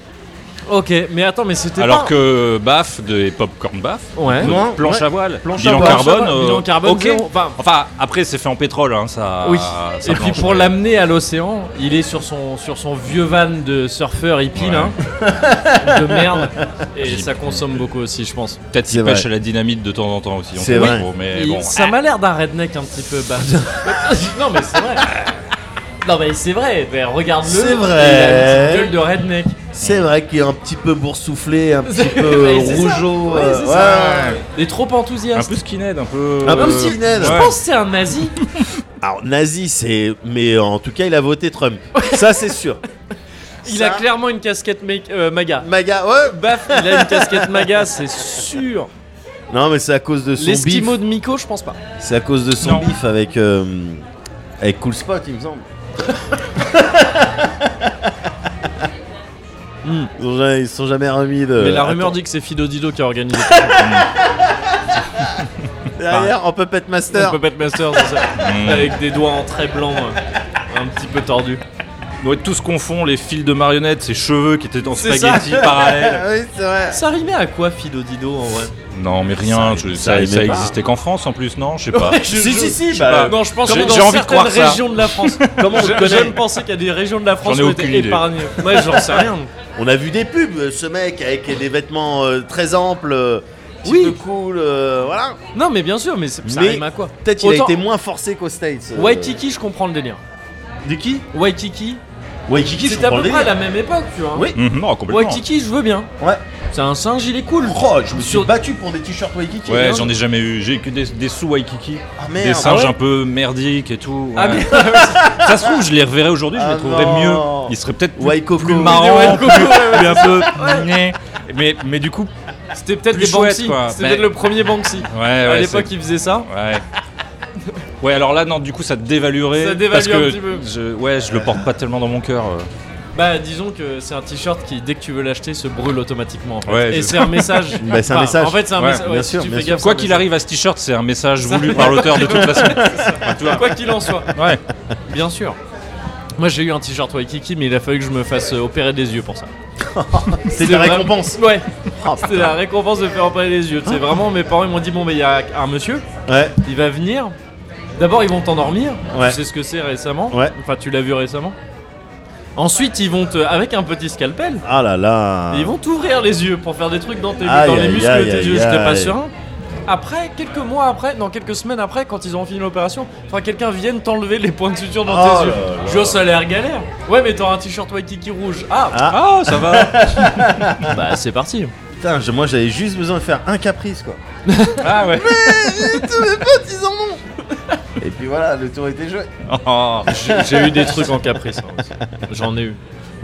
Speaker 1: Ok, mais attends, mais c'était
Speaker 3: Alors
Speaker 1: pas-
Speaker 3: que BAF, des popcorn BAF,
Speaker 1: Ouais.
Speaker 3: de
Speaker 2: Non,
Speaker 3: planche
Speaker 2: ouais.
Speaker 3: à voile,
Speaker 2: Planche à
Speaker 3: bilan,
Speaker 2: voile.
Speaker 3: carbone,
Speaker 1: Planche à voile,
Speaker 3: euh,
Speaker 1: bilan carbone,
Speaker 3: ok.
Speaker 1: zéro. Enfin-
Speaker 3: Enfin, après, c'est fait en pétrole, hein, ça.
Speaker 1: Oui.
Speaker 3: ça
Speaker 1: Et puis
Speaker 3: planche,
Speaker 1: pour
Speaker 3: mais-
Speaker 1: l'amener à l'océan, il est sur son, sur son vieux van de surfeur hippie
Speaker 3: Ouais.
Speaker 1: là, de merde. Et ça consomme beaucoup aussi, je pense.
Speaker 3: Peut-être
Speaker 2: C'est
Speaker 3: qu'il pêche
Speaker 2: vrai.
Speaker 3: à la dynamite de temps en temps aussi. on
Speaker 2: C'est
Speaker 3: sait pas
Speaker 2: vrai.
Speaker 3: trop, mais
Speaker 1: Il-
Speaker 3: bon.
Speaker 1: Ça m'a l'air d'un redneck un petit peu bas. non mais c'est vrai. Non mais c'est vrai. Ben, regarde-le.
Speaker 2: C'est vrai.
Speaker 1: Il a une petite gueule de redneck.
Speaker 2: C'est vrai qu'il est un petit peu boursouflé, un petit peu
Speaker 1: Ouais, c'est ça.
Speaker 2: rougeau.
Speaker 1: Ouais,
Speaker 2: euh,
Speaker 1: c'est
Speaker 2: ouais,
Speaker 1: ça.
Speaker 2: ouais.
Speaker 1: Il est trop
Speaker 3: Un
Speaker 1: enthousiaste.
Speaker 3: peu skinhead, un peu.
Speaker 2: Un peu
Speaker 3: euh,
Speaker 2: skinhead.
Speaker 1: Je
Speaker 3: ouais.
Speaker 1: pense que c'est un nazi.
Speaker 2: Alors nazi, c'est. Mais euh, en tout cas, il a voté Trump. Ça, c'est sûr.
Speaker 1: Il
Speaker 2: Ça.
Speaker 1: a clairement une casquette make- euh, MAGA.
Speaker 2: Maga, ouais.
Speaker 1: Baf, il a une casquette MAGA, c'est sûr.
Speaker 2: Non, mais c'est à cause de son bif.
Speaker 1: L'estimo de Miko, je pense pas.
Speaker 2: C'est à cause de son
Speaker 3: Non.
Speaker 2: bif avec euh, avec Cool Spot, il me semble. Hmm. Ils, ont jamais- ils se sont jamais remis de.
Speaker 1: Mais la rumeur
Speaker 2: Euh, Attends,
Speaker 1: dit que c'est Fido Dido qui a organisé.
Speaker 2: derrière en Puppet Master.
Speaker 1: On peut pas être master, c'est ça.
Speaker 2: Hmm.
Speaker 3: Mm.
Speaker 1: Avec des doigts en trait blanc, euh, un petit peu tordus.
Speaker 3: Ouais, tous confond les fils de marionnettes, ses cheveux qui étaient en
Speaker 1: C'est
Speaker 3: spaghetti
Speaker 1: ça.
Speaker 3: parallèles.
Speaker 2: Ah oui, c'est vrai.
Speaker 1: Ça rimait à quoi Fido Dido en vrai
Speaker 3: Non, mais rien,
Speaker 2: Ça-
Speaker 3: je-
Speaker 2: ça
Speaker 3: ça,
Speaker 2: aimait
Speaker 3: ça
Speaker 2: pas.
Speaker 3: existait qu'en France en plus, non Je sais pas.
Speaker 1: Je-
Speaker 2: Si,
Speaker 1: je-
Speaker 2: si, si,
Speaker 1: je-
Speaker 2: bah,
Speaker 1: non, je pense
Speaker 3: j'ai-
Speaker 1: que dans
Speaker 3: j'ai envie de
Speaker 1: certaines
Speaker 3: croire ça.
Speaker 1: régions de la France. Comment
Speaker 3: Je-
Speaker 1: J'aime penser qu'il y a des régions de la France
Speaker 3: J'en ai
Speaker 1: qui ont été
Speaker 3: aucune idée.
Speaker 1: épargnées. Moi, j'en sais rien.
Speaker 2: On a vu des pubs, ce mec avec des vêtements euh, très amples, euh, petit
Speaker 1: Oui.
Speaker 2: peu cool, euh, voilà.
Speaker 1: Non, mais bien sûr, mais c'est- ça
Speaker 2: Mais
Speaker 1: rime à quoi
Speaker 2: Peut-être il a
Speaker 1: Autant-
Speaker 2: été moins forcé qu'aux States. euh,
Speaker 1: Waikiki, je comprends le délire.
Speaker 2: Du qui
Speaker 1: Waikiki,
Speaker 2: Waikiki,
Speaker 1: c'était à peu près à la même époque, tu vois.
Speaker 2: Oui.
Speaker 3: Mhm, non, complètement.
Speaker 1: Waikiki, je veux bien.
Speaker 2: Ouais.
Speaker 1: C'est un singe, il est cool.
Speaker 2: Oh, je me suis
Speaker 1: Sur-
Speaker 2: battu pour des t-shirts Waikiki. hein.
Speaker 3: Ouais,
Speaker 1: bien.
Speaker 3: j'en ai jamais eu. J'ai eu que des, des sous Waikiki.
Speaker 2: Ah, merde.
Speaker 3: Des singes
Speaker 2: Ah ouais
Speaker 3: un peu merdiques et tout.
Speaker 1: Ah,
Speaker 3: ouais.
Speaker 1: mais-
Speaker 3: Ça se trouve, je les reverrais aujourd'hui, je
Speaker 2: Ah
Speaker 3: les trouverais
Speaker 2: non.
Speaker 3: mieux. Ils seraient peut-être plus,
Speaker 2: Waikoko.
Speaker 3: plus marrants,
Speaker 1: Waikoko,
Speaker 3: plus, plus un peu. gné. Mais, mais du coup,
Speaker 1: C'était peut-être
Speaker 3: Plus
Speaker 1: des Banksy.
Speaker 3: chouette, quoi.
Speaker 1: C'était
Speaker 3: Mais-
Speaker 1: peut-être le premier Banksy.
Speaker 3: ouais, ouais.
Speaker 1: à l'époque,
Speaker 3: c'est-
Speaker 1: il faisait ça.
Speaker 3: Ouais. Ouais, alors là, non, du coup, ça te dévaluerait.
Speaker 1: Ça dévalue
Speaker 3: parce que
Speaker 1: un petit peu.
Speaker 3: Je, ouais, je le porte pas tellement dans mon cœur. euh.
Speaker 1: Bah, disons que c'est un t-shirt qui, dès que tu veux l'acheter, se brûle automatiquement. en fait.
Speaker 3: Ouais,
Speaker 1: Et
Speaker 3: c'est-
Speaker 1: c'est un message.
Speaker 2: Bah, c'est un
Speaker 1: Enfin,
Speaker 2: message.
Speaker 1: En fait, c'est un
Speaker 3: Ouais,
Speaker 1: message.
Speaker 2: bien sûr,
Speaker 1: tu
Speaker 2: bien
Speaker 1: fais
Speaker 2: sûr.
Speaker 1: gaffe,
Speaker 3: Quoi
Speaker 1: c'est un
Speaker 3: qu'il
Speaker 1: message.
Speaker 3: arrive à ce t-shirt, c'est un message voulu par l'auteur de toute façon. Ah, tu vois.
Speaker 1: Quoi qu'il en soit.
Speaker 3: Ouais.
Speaker 1: Bien sûr. Moi, j'ai eu un t-shirt Waikiki, mais il a fallu que je me fasse euh, opérer des yeux pour ça.
Speaker 2: C'est
Speaker 1: C'était
Speaker 2: la
Speaker 1: vraiment-
Speaker 2: récompense.
Speaker 1: Ouais.
Speaker 2: Oh,
Speaker 1: C'était la récompense de faire opérer les yeux. C'est vraiment, mes parents ils m'ont dit bon, mais il y a un monsieur,
Speaker 2: Ouais,
Speaker 1: il va venir. D'abord, ils vont t'endormir.
Speaker 2: Ouais.
Speaker 1: Tu sais ce que c'est récemment.
Speaker 2: Ouais.
Speaker 1: Enfin, tu l'as vu récemment. Ensuite, ils vont te, avec un petit scalpel,
Speaker 2: ah là là.
Speaker 1: Et ils vont t'ouvrir les yeux pour faire des trucs dans, tes,
Speaker 2: Aïe,
Speaker 1: dans les
Speaker 2: aïe,
Speaker 1: muscles
Speaker 2: aïe,
Speaker 1: de tes
Speaker 2: aïe,
Speaker 1: yeux, j'étais pas
Speaker 2: aïe.
Speaker 1: serein. Après, quelques mois après, non, quelques semaines après, quand ils ont fini l'opération, enfin, quelqu'un vienne t'enlever les points de suture dans
Speaker 2: Oh
Speaker 1: tes yeux.
Speaker 2: là là.
Speaker 1: Je vois, ça a l'air galère. Ouais, mais t'auras un t-shirt Waikiki rouge. Ah,
Speaker 3: Ah, ça va.
Speaker 1: bah c'est parti.
Speaker 2: Putain, je- moi j'avais juste besoin de faire un caprice quoi.
Speaker 3: Ah ouais.
Speaker 2: Tous mes potes ils en ont Et puis voilà, le tour était joué.
Speaker 3: Oh.
Speaker 1: J'ai j'ai eu des trucs en caprice. hein, aussi. J'en ai eu.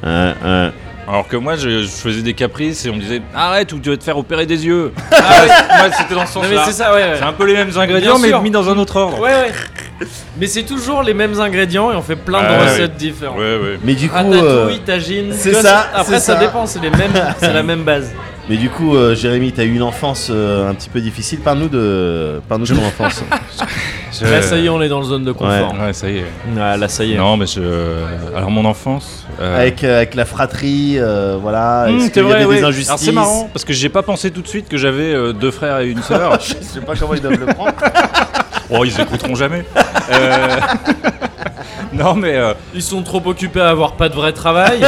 Speaker 3: Alors que moi, je, je faisais des caprices et on me disait arrête ou tu vas te faire opérer des yeux. Ah ouais, moi, c'était dans ce
Speaker 1: Non, mais
Speaker 3: sens-là.
Speaker 1: c'est ça, ouais.
Speaker 3: C'est
Speaker 1: ouais.
Speaker 3: un peu les mêmes ingrédients, mais
Speaker 1: sûr.
Speaker 3: mis dans un autre ordre.
Speaker 1: Ouais, ouais. Mais c'est toujours les mêmes ingrédients et on fait plein de
Speaker 3: Ah, ouais.
Speaker 1: recettes différentes.
Speaker 3: Ouais, ouais.
Speaker 2: Mais du coup, euh,
Speaker 1: Ratatouille, tagine,
Speaker 2: c'est
Speaker 1: gosse-
Speaker 2: ça,
Speaker 1: Après,
Speaker 2: c'est
Speaker 1: ça
Speaker 2: ça.
Speaker 1: dépend, c'est les mêmes, c'est la même base.
Speaker 2: mais du coup, euh, Jérémy, t'as eu une enfance euh, un petit peu difficile. Parle-nous de, parle-nous de ton enfance.
Speaker 3: Je-
Speaker 1: Là, ça y est, on est dans la zone de confort.
Speaker 3: Ouais, ça y est.
Speaker 1: Ah, Euh, là, ça y est.
Speaker 3: Non, mais je. Alors, mon enfance. euh,
Speaker 2: avec, euh, avec la fratrie, euh, voilà.
Speaker 3: hmm,
Speaker 2: Est-ce
Speaker 3: c'est
Speaker 2: qu'il y
Speaker 3: vrai,
Speaker 2: avait
Speaker 3: ouais.
Speaker 2: des
Speaker 3: Alors,
Speaker 2: injustices
Speaker 3: c'est marrant parce que j'ai pas pensé tout de suite que j'avais euh, deux frères et une sœur.
Speaker 2: Je sais pas comment ils doivent le prendre.
Speaker 3: oh, ils écouteront jamais. Euh, non, mais euh,
Speaker 1: Ils sont trop occupés à avoir pas de vrai travail.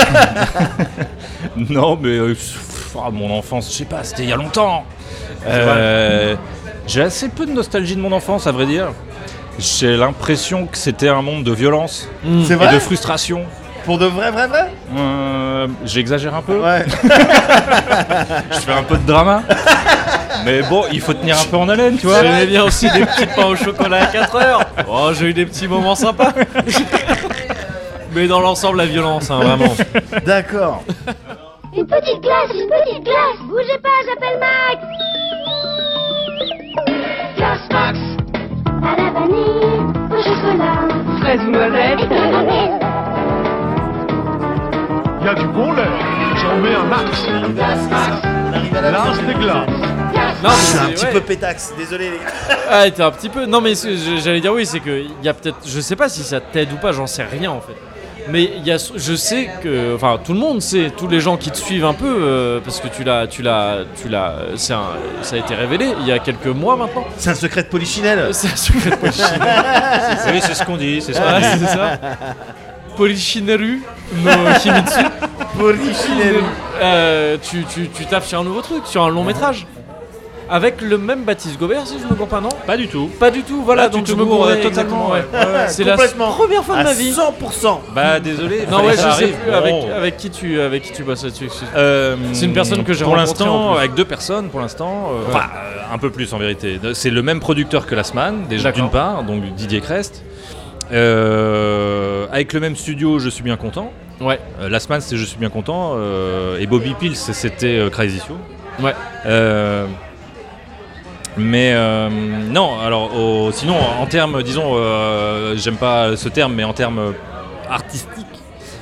Speaker 3: non, mais euh, pff, ah, mon enfance, je sais pas, c'était il y a longtemps. Euh, j'ai assez peu de nostalgie de mon enfance, à vrai dire. J'ai l'impression que c'était un monde de violence
Speaker 2: C'est
Speaker 3: et de
Speaker 2: vrai
Speaker 3: frustration.
Speaker 2: Pour de vrai, vrai, vrai
Speaker 3: Euh, J'exagère un peu.
Speaker 2: Ouais.
Speaker 3: Je fais un peu de drama. mais bon, il faut tenir un peu en haleine, tu vois.
Speaker 1: J'aimais bien aussi des petits pains au chocolat à 4 heures. Oh, j'ai eu des petits moments sympas. mais dans l'ensemble, la violence, hein, vraiment.
Speaker 2: D'accord.
Speaker 9: Une petite glace, une petite glace Bougez pas, j'appelle Max Glace Max À la vanille, au chocolat,
Speaker 8: Fraise ou
Speaker 9: et
Speaker 8: noisette
Speaker 9: dans la vanille.
Speaker 10: Il y a du bon lait. J'en mets un max. Linge des glaces.
Speaker 1: Non,
Speaker 2: C'est un
Speaker 1: mais-
Speaker 2: petit
Speaker 1: ouais.
Speaker 2: peu pétax, désolé les gars.
Speaker 1: Ah, t'es un petit peu. Non, mais c'est- je- j'allais dire oui, c'est que il y a peut-être. Je sais pas si ça t'aide ou pas, j'en sais rien en fait. Mais il y a, je sais que, enfin, tout le monde sait, tous les gens qui te suivent un peu, euh, parce que tu l'as, tu l'as, tu l'as, euh, c'est un- ça a été révélé il y a quelques mois maintenant.
Speaker 2: C'est un secret de polichinelle.
Speaker 1: C'est un secret de Polichinelle.
Speaker 3: Oui, c'est ce qu'on dit, c'est ça.
Speaker 1: Ouais, c'est ça. Polichinelu no Himitsu.
Speaker 2: Polichinelle.
Speaker 1: Euh, tu, tu, tu tapes sur un nouveau truc, sur un long métrage. Avec le même Baptiste Gobert, si je me gourre pas, non
Speaker 3: Pas du tout.
Speaker 1: Pas du tout, voilà,
Speaker 3: Là, tu
Speaker 1: donc
Speaker 3: te
Speaker 1: je me
Speaker 3: gourres,
Speaker 1: gourrais
Speaker 3: euh, totalement,
Speaker 1: exactement, ouais. C'est la
Speaker 2: Complètement.
Speaker 1: première fois de
Speaker 2: à
Speaker 1: ma vie.
Speaker 2: 100%.
Speaker 3: Bah désolé.
Speaker 1: Non,
Speaker 3: fallait
Speaker 1: ouais,
Speaker 3: que
Speaker 1: je
Speaker 3: ça
Speaker 1: sais
Speaker 3: arrive.
Speaker 1: plus avec,
Speaker 3: Bon.
Speaker 1: avec qui tu, avec qui tu bosses là-dessus. excuse-
Speaker 3: Euh,
Speaker 1: C'est une personne que j'ai
Speaker 3: Pour
Speaker 1: rencontrée, en
Speaker 3: l'instant,
Speaker 1: plus.
Speaker 3: avec deux personnes, pour l'instant, euh, enfin euh, un peu plus en vérité. C'est le même producteur que Last Man, déjà
Speaker 1: D'accord.
Speaker 3: d'une part, donc Didier Crest. Euh, avec le même studio, je suis bien content.
Speaker 1: Ouais,
Speaker 3: Euh, Last Man, c'est je suis bien content. euh, et Bobby Pills, c'était euh, Crazy Show.
Speaker 1: ouais.
Speaker 3: Euh, mais euh, non, alors au- sinon en termes, disons, euh, j'aime pas ce terme, mais en termes artistiques,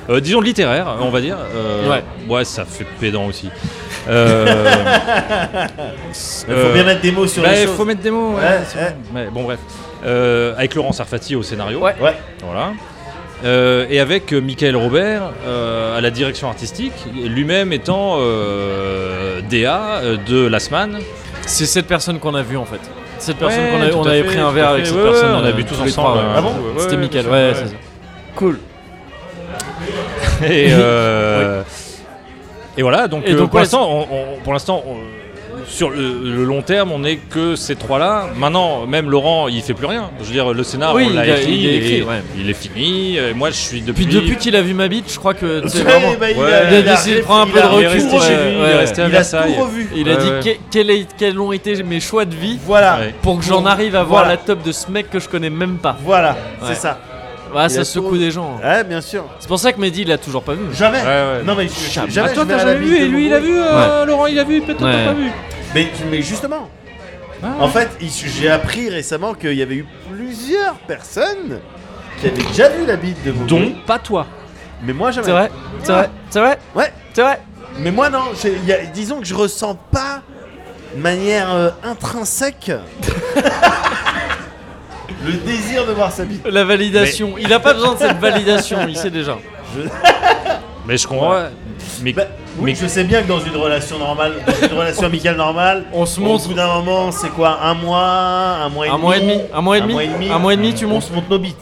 Speaker 3: euh, disons littéraire, on va dire. euh,
Speaker 1: Ouais.
Speaker 3: ça fait pédant aussi. Euh,
Speaker 2: Il faut
Speaker 3: euh,
Speaker 2: bien mettre des mots sur
Speaker 3: bah,
Speaker 2: les choses.
Speaker 3: faut mettre des mots. ouais,
Speaker 2: Ouais,
Speaker 3: c'est vrai. Ouais, bon bref, Euh, avec Laurent Sarfati au scénario.
Speaker 1: Ouais.
Speaker 2: Ouais.
Speaker 3: Voilà. Euh, et avec euh, Michael Robert euh, à la direction artistique, lui-même étant euh, DA euh, de Last Man.
Speaker 1: C'est cette personne qu'on a vue en fait. Cette personne
Speaker 3: Ouais,
Speaker 1: qu'on a,
Speaker 3: tout
Speaker 1: on
Speaker 3: à
Speaker 1: avait
Speaker 3: fait,
Speaker 1: pris un
Speaker 3: tout
Speaker 1: verre
Speaker 3: à
Speaker 1: avec
Speaker 3: fait.
Speaker 1: cette
Speaker 3: Ouais,
Speaker 1: personne.
Speaker 3: ouais, on a
Speaker 1: euh,
Speaker 3: bu tous
Speaker 1: les
Speaker 3: ensemble,
Speaker 1: trois,
Speaker 3: hein.
Speaker 1: ouais.
Speaker 3: Ah bon Ouais,
Speaker 1: C'était
Speaker 3: ouais,
Speaker 1: Mickaël,
Speaker 3: tout
Speaker 1: ouais,
Speaker 3: à fait,
Speaker 1: c'est
Speaker 3: ouais.
Speaker 1: ça. Cool.
Speaker 3: Et, euh, et voilà, donc,
Speaker 1: Et
Speaker 3: euh,
Speaker 1: donc,
Speaker 3: pour
Speaker 1: ouais,
Speaker 3: l'instant, on- on- pour l'instant, on- sur le, le long terme, on n'est que ces trois-là. Maintenant, même Laurent, il fait plus rien. Je veux dire, le scénar,
Speaker 1: Oui,
Speaker 3: on l'a
Speaker 1: il a-
Speaker 3: écrit,
Speaker 1: il est
Speaker 3: et-
Speaker 1: écrit, ouais.
Speaker 3: il est fini. Et moi, je suis depuis.
Speaker 1: Puis depuis qu'il a vu ma bite, je crois que. tu sais,
Speaker 2: Ouais,
Speaker 1: vraiment,
Speaker 2: bah, il
Speaker 3: Ouais.
Speaker 2: a-
Speaker 1: il a
Speaker 2: il a-
Speaker 1: décidé de prendre un peu de
Speaker 2: il a-
Speaker 3: il est
Speaker 1: recul.
Speaker 3: resté chez
Speaker 1: ouais,
Speaker 3: lui, il
Speaker 1: ouais.
Speaker 3: est resté à
Speaker 2: Il a
Speaker 3: Versailles.
Speaker 2: tout revu.
Speaker 1: Il a
Speaker 3: Ouais,
Speaker 1: dit
Speaker 3: ouais.
Speaker 1: que- quel est- quels ont été mes choix de vie
Speaker 2: Voilà.
Speaker 3: Ouais.
Speaker 1: pour que j'en arrive à voir
Speaker 2: Voilà.
Speaker 1: la top de ce mec que je connais même pas.
Speaker 2: Voilà,
Speaker 1: Ouais.
Speaker 2: c'est ça.
Speaker 1: Voilà,
Speaker 2: Il a
Speaker 1: ça
Speaker 2: tout
Speaker 1: secoue
Speaker 2: revu.
Speaker 1: des gens. hein.
Speaker 2: Ouais, bien sûr.
Speaker 1: C'est pour ça que Mehdi il l'a toujours pas vu.
Speaker 2: Jamais.
Speaker 3: Ouais, ouais.
Speaker 2: Non mais je-
Speaker 1: Jamais.
Speaker 2: jamais.
Speaker 3: Ah, toi,
Speaker 2: je vais
Speaker 3: t'as
Speaker 2: à la
Speaker 3: jamais
Speaker 2: bise
Speaker 3: vu,
Speaker 2: de
Speaker 3: et lui, il a
Speaker 2: Bobo.
Speaker 3: vu, euh, Laurent, il a vu, peut-être
Speaker 1: Ouais.
Speaker 3: t'as pas vu.
Speaker 2: Mais, tu- mais justement. En fait, il- j'ai appris récemment qu'il y avait eu plusieurs personnes qui avaient déjà vu la bite de Bobo.
Speaker 1: pas toi.
Speaker 2: Mais moi jamais.
Speaker 1: C'est vrai, c'est vrai, c'est vrai,
Speaker 2: Ouais.
Speaker 1: c'est vrai.
Speaker 2: Mais moi non. j'ai- il y a- disons que je ressens pas de manière euh, intrinsèque le désir de voir sa bite.
Speaker 1: La validation. Il a pas besoin de cette validation, il sait déjà.
Speaker 3: Mais je comprends. Mais,
Speaker 2: Bah, oui, je
Speaker 3: mais-
Speaker 2: sais bien que dans une relation normale, dans une relation amicale normale,
Speaker 1: On se
Speaker 2: Au
Speaker 1: montre.
Speaker 2: bout d'un moment, c'est quoi Un mois, un mois et
Speaker 1: Un
Speaker 2: demi
Speaker 1: mois et demi, un mois et demi, un mois et demi, tu
Speaker 2: on
Speaker 1: montes.
Speaker 2: se monte nos bites.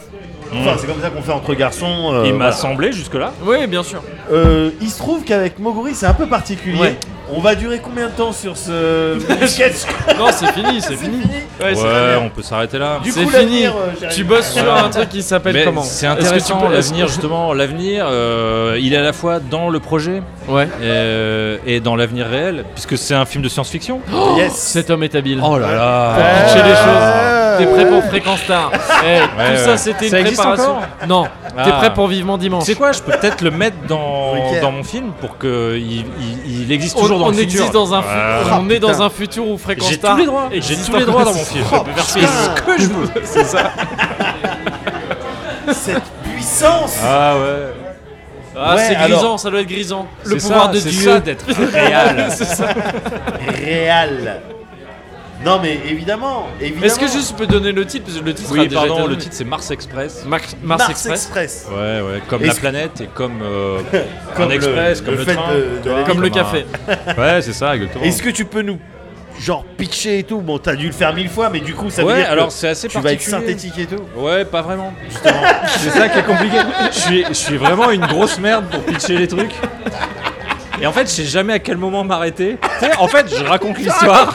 Speaker 2: Enfin, c'est comme ça qu'on fait entre garçons. euh,
Speaker 3: il m'a
Speaker 2: voilà.
Speaker 3: semblé jusque-là.
Speaker 1: Oui, bien sûr.
Speaker 2: Euh, il se trouve qu'avec Moguri, c'est un peu particulier.
Speaker 1: Ouais.
Speaker 2: On va durer combien de temps sur ce sketch
Speaker 1: Non, c'est fini, c'est
Speaker 2: C'est
Speaker 1: fini.
Speaker 2: fini.
Speaker 1: Ouais, c'est
Speaker 3: Ouais, on peut s'arrêter là.
Speaker 2: Du
Speaker 1: C'est
Speaker 2: coup,
Speaker 1: fini.
Speaker 2: l'avenir, euh, Jérémy.
Speaker 1: tu bosses sur
Speaker 3: Ouais.
Speaker 1: un truc qui s'appelle
Speaker 3: Mais
Speaker 1: comment
Speaker 3: c'est
Speaker 1: Est-ce que tu
Speaker 3: intéressant
Speaker 1: peux- est-ce que-
Speaker 3: l'avenir justement l'avenir euh, il est à la fois dans le projet
Speaker 1: Ouais.
Speaker 3: euh, et dans l'avenir réel puisque c'est un film de science-fiction
Speaker 2: Yes.
Speaker 1: Cet homme est habile.
Speaker 3: oh là là
Speaker 1: Pitcher les choses. T'es prêt pour Fréquence Star. Eh, tout
Speaker 3: Ouais,
Speaker 1: ça,
Speaker 3: ouais.
Speaker 1: c'était
Speaker 3: Ça
Speaker 1: une
Speaker 3: existe
Speaker 1: préparation. Non. T'es
Speaker 3: Ah.
Speaker 1: prêt pour Vivement Dimanche.
Speaker 3: c'est quoi je peux peut-être le mettre dans,
Speaker 2: Rucker.
Speaker 3: dans mon film pour que il, il- il existe
Speaker 1: on,
Speaker 3: toujours dans
Speaker 1: on
Speaker 3: le
Speaker 1: existe
Speaker 3: futur
Speaker 1: dans un fu-
Speaker 3: Voilà.
Speaker 1: on est dans un futur où Fréquence
Speaker 3: j'ai
Speaker 1: Star
Speaker 3: tous les droits j'ai
Speaker 1: existe
Speaker 3: tous les
Speaker 1: encore.
Speaker 3: droits dans mon film
Speaker 2: Oh,
Speaker 3: je peux faire ce que je veux
Speaker 1: C'est ça.
Speaker 2: Cette puissance
Speaker 3: ah ouais
Speaker 1: Ah,
Speaker 2: Ouais,
Speaker 1: c'est
Speaker 2: alors-
Speaker 1: grisant, ça doit être grisant. Le
Speaker 3: C'est ça,
Speaker 1: pouvoir de
Speaker 3: c'est
Speaker 1: Dieu.
Speaker 3: ça d'être réel
Speaker 1: C'est ça.
Speaker 2: réelle. Non, mais évidemment. évidemment.
Speaker 1: Est-ce que juste peux donner le titre Parce que le titre a
Speaker 3: oui
Speaker 1: déjà été
Speaker 3: pardon
Speaker 1: donné.
Speaker 3: le titre c'est Mars Express
Speaker 1: Mar- Mars,
Speaker 2: Mars
Speaker 1: Express.
Speaker 2: Express
Speaker 3: ouais ouais comme
Speaker 2: Est-ce
Speaker 3: la
Speaker 2: que-
Speaker 3: planète et comme euh,
Speaker 2: Comme
Speaker 3: un
Speaker 2: le-
Speaker 3: express
Speaker 2: le
Speaker 3: comme le,
Speaker 2: fait
Speaker 3: train
Speaker 2: de-
Speaker 3: tu
Speaker 2: de
Speaker 3: vois,
Speaker 2: la-
Speaker 1: Comme le
Speaker 3: un-
Speaker 1: café.
Speaker 3: ouais c'est ça exactement
Speaker 2: Est-ce que tu peux nous, genre, pitcher et tout Bon, t'as dû le faire mille fois, mais du coup, ça veut
Speaker 3: ouais,
Speaker 2: dire que
Speaker 3: alors c'est assez
Speaker 2: tu vas être
Speaker 3: particulier.
Speaker 2: synthétique et tout.
Speaker 3: Ouais, pas vraiment, justement. c'est ça qui est compliqué. Je suis, je suis vraiment une grosse merde pour pitcher les trucs. Et en fait, je sais jamais à quel moment m'arrêter. Tu sais, en fait, je raconte l'histoire.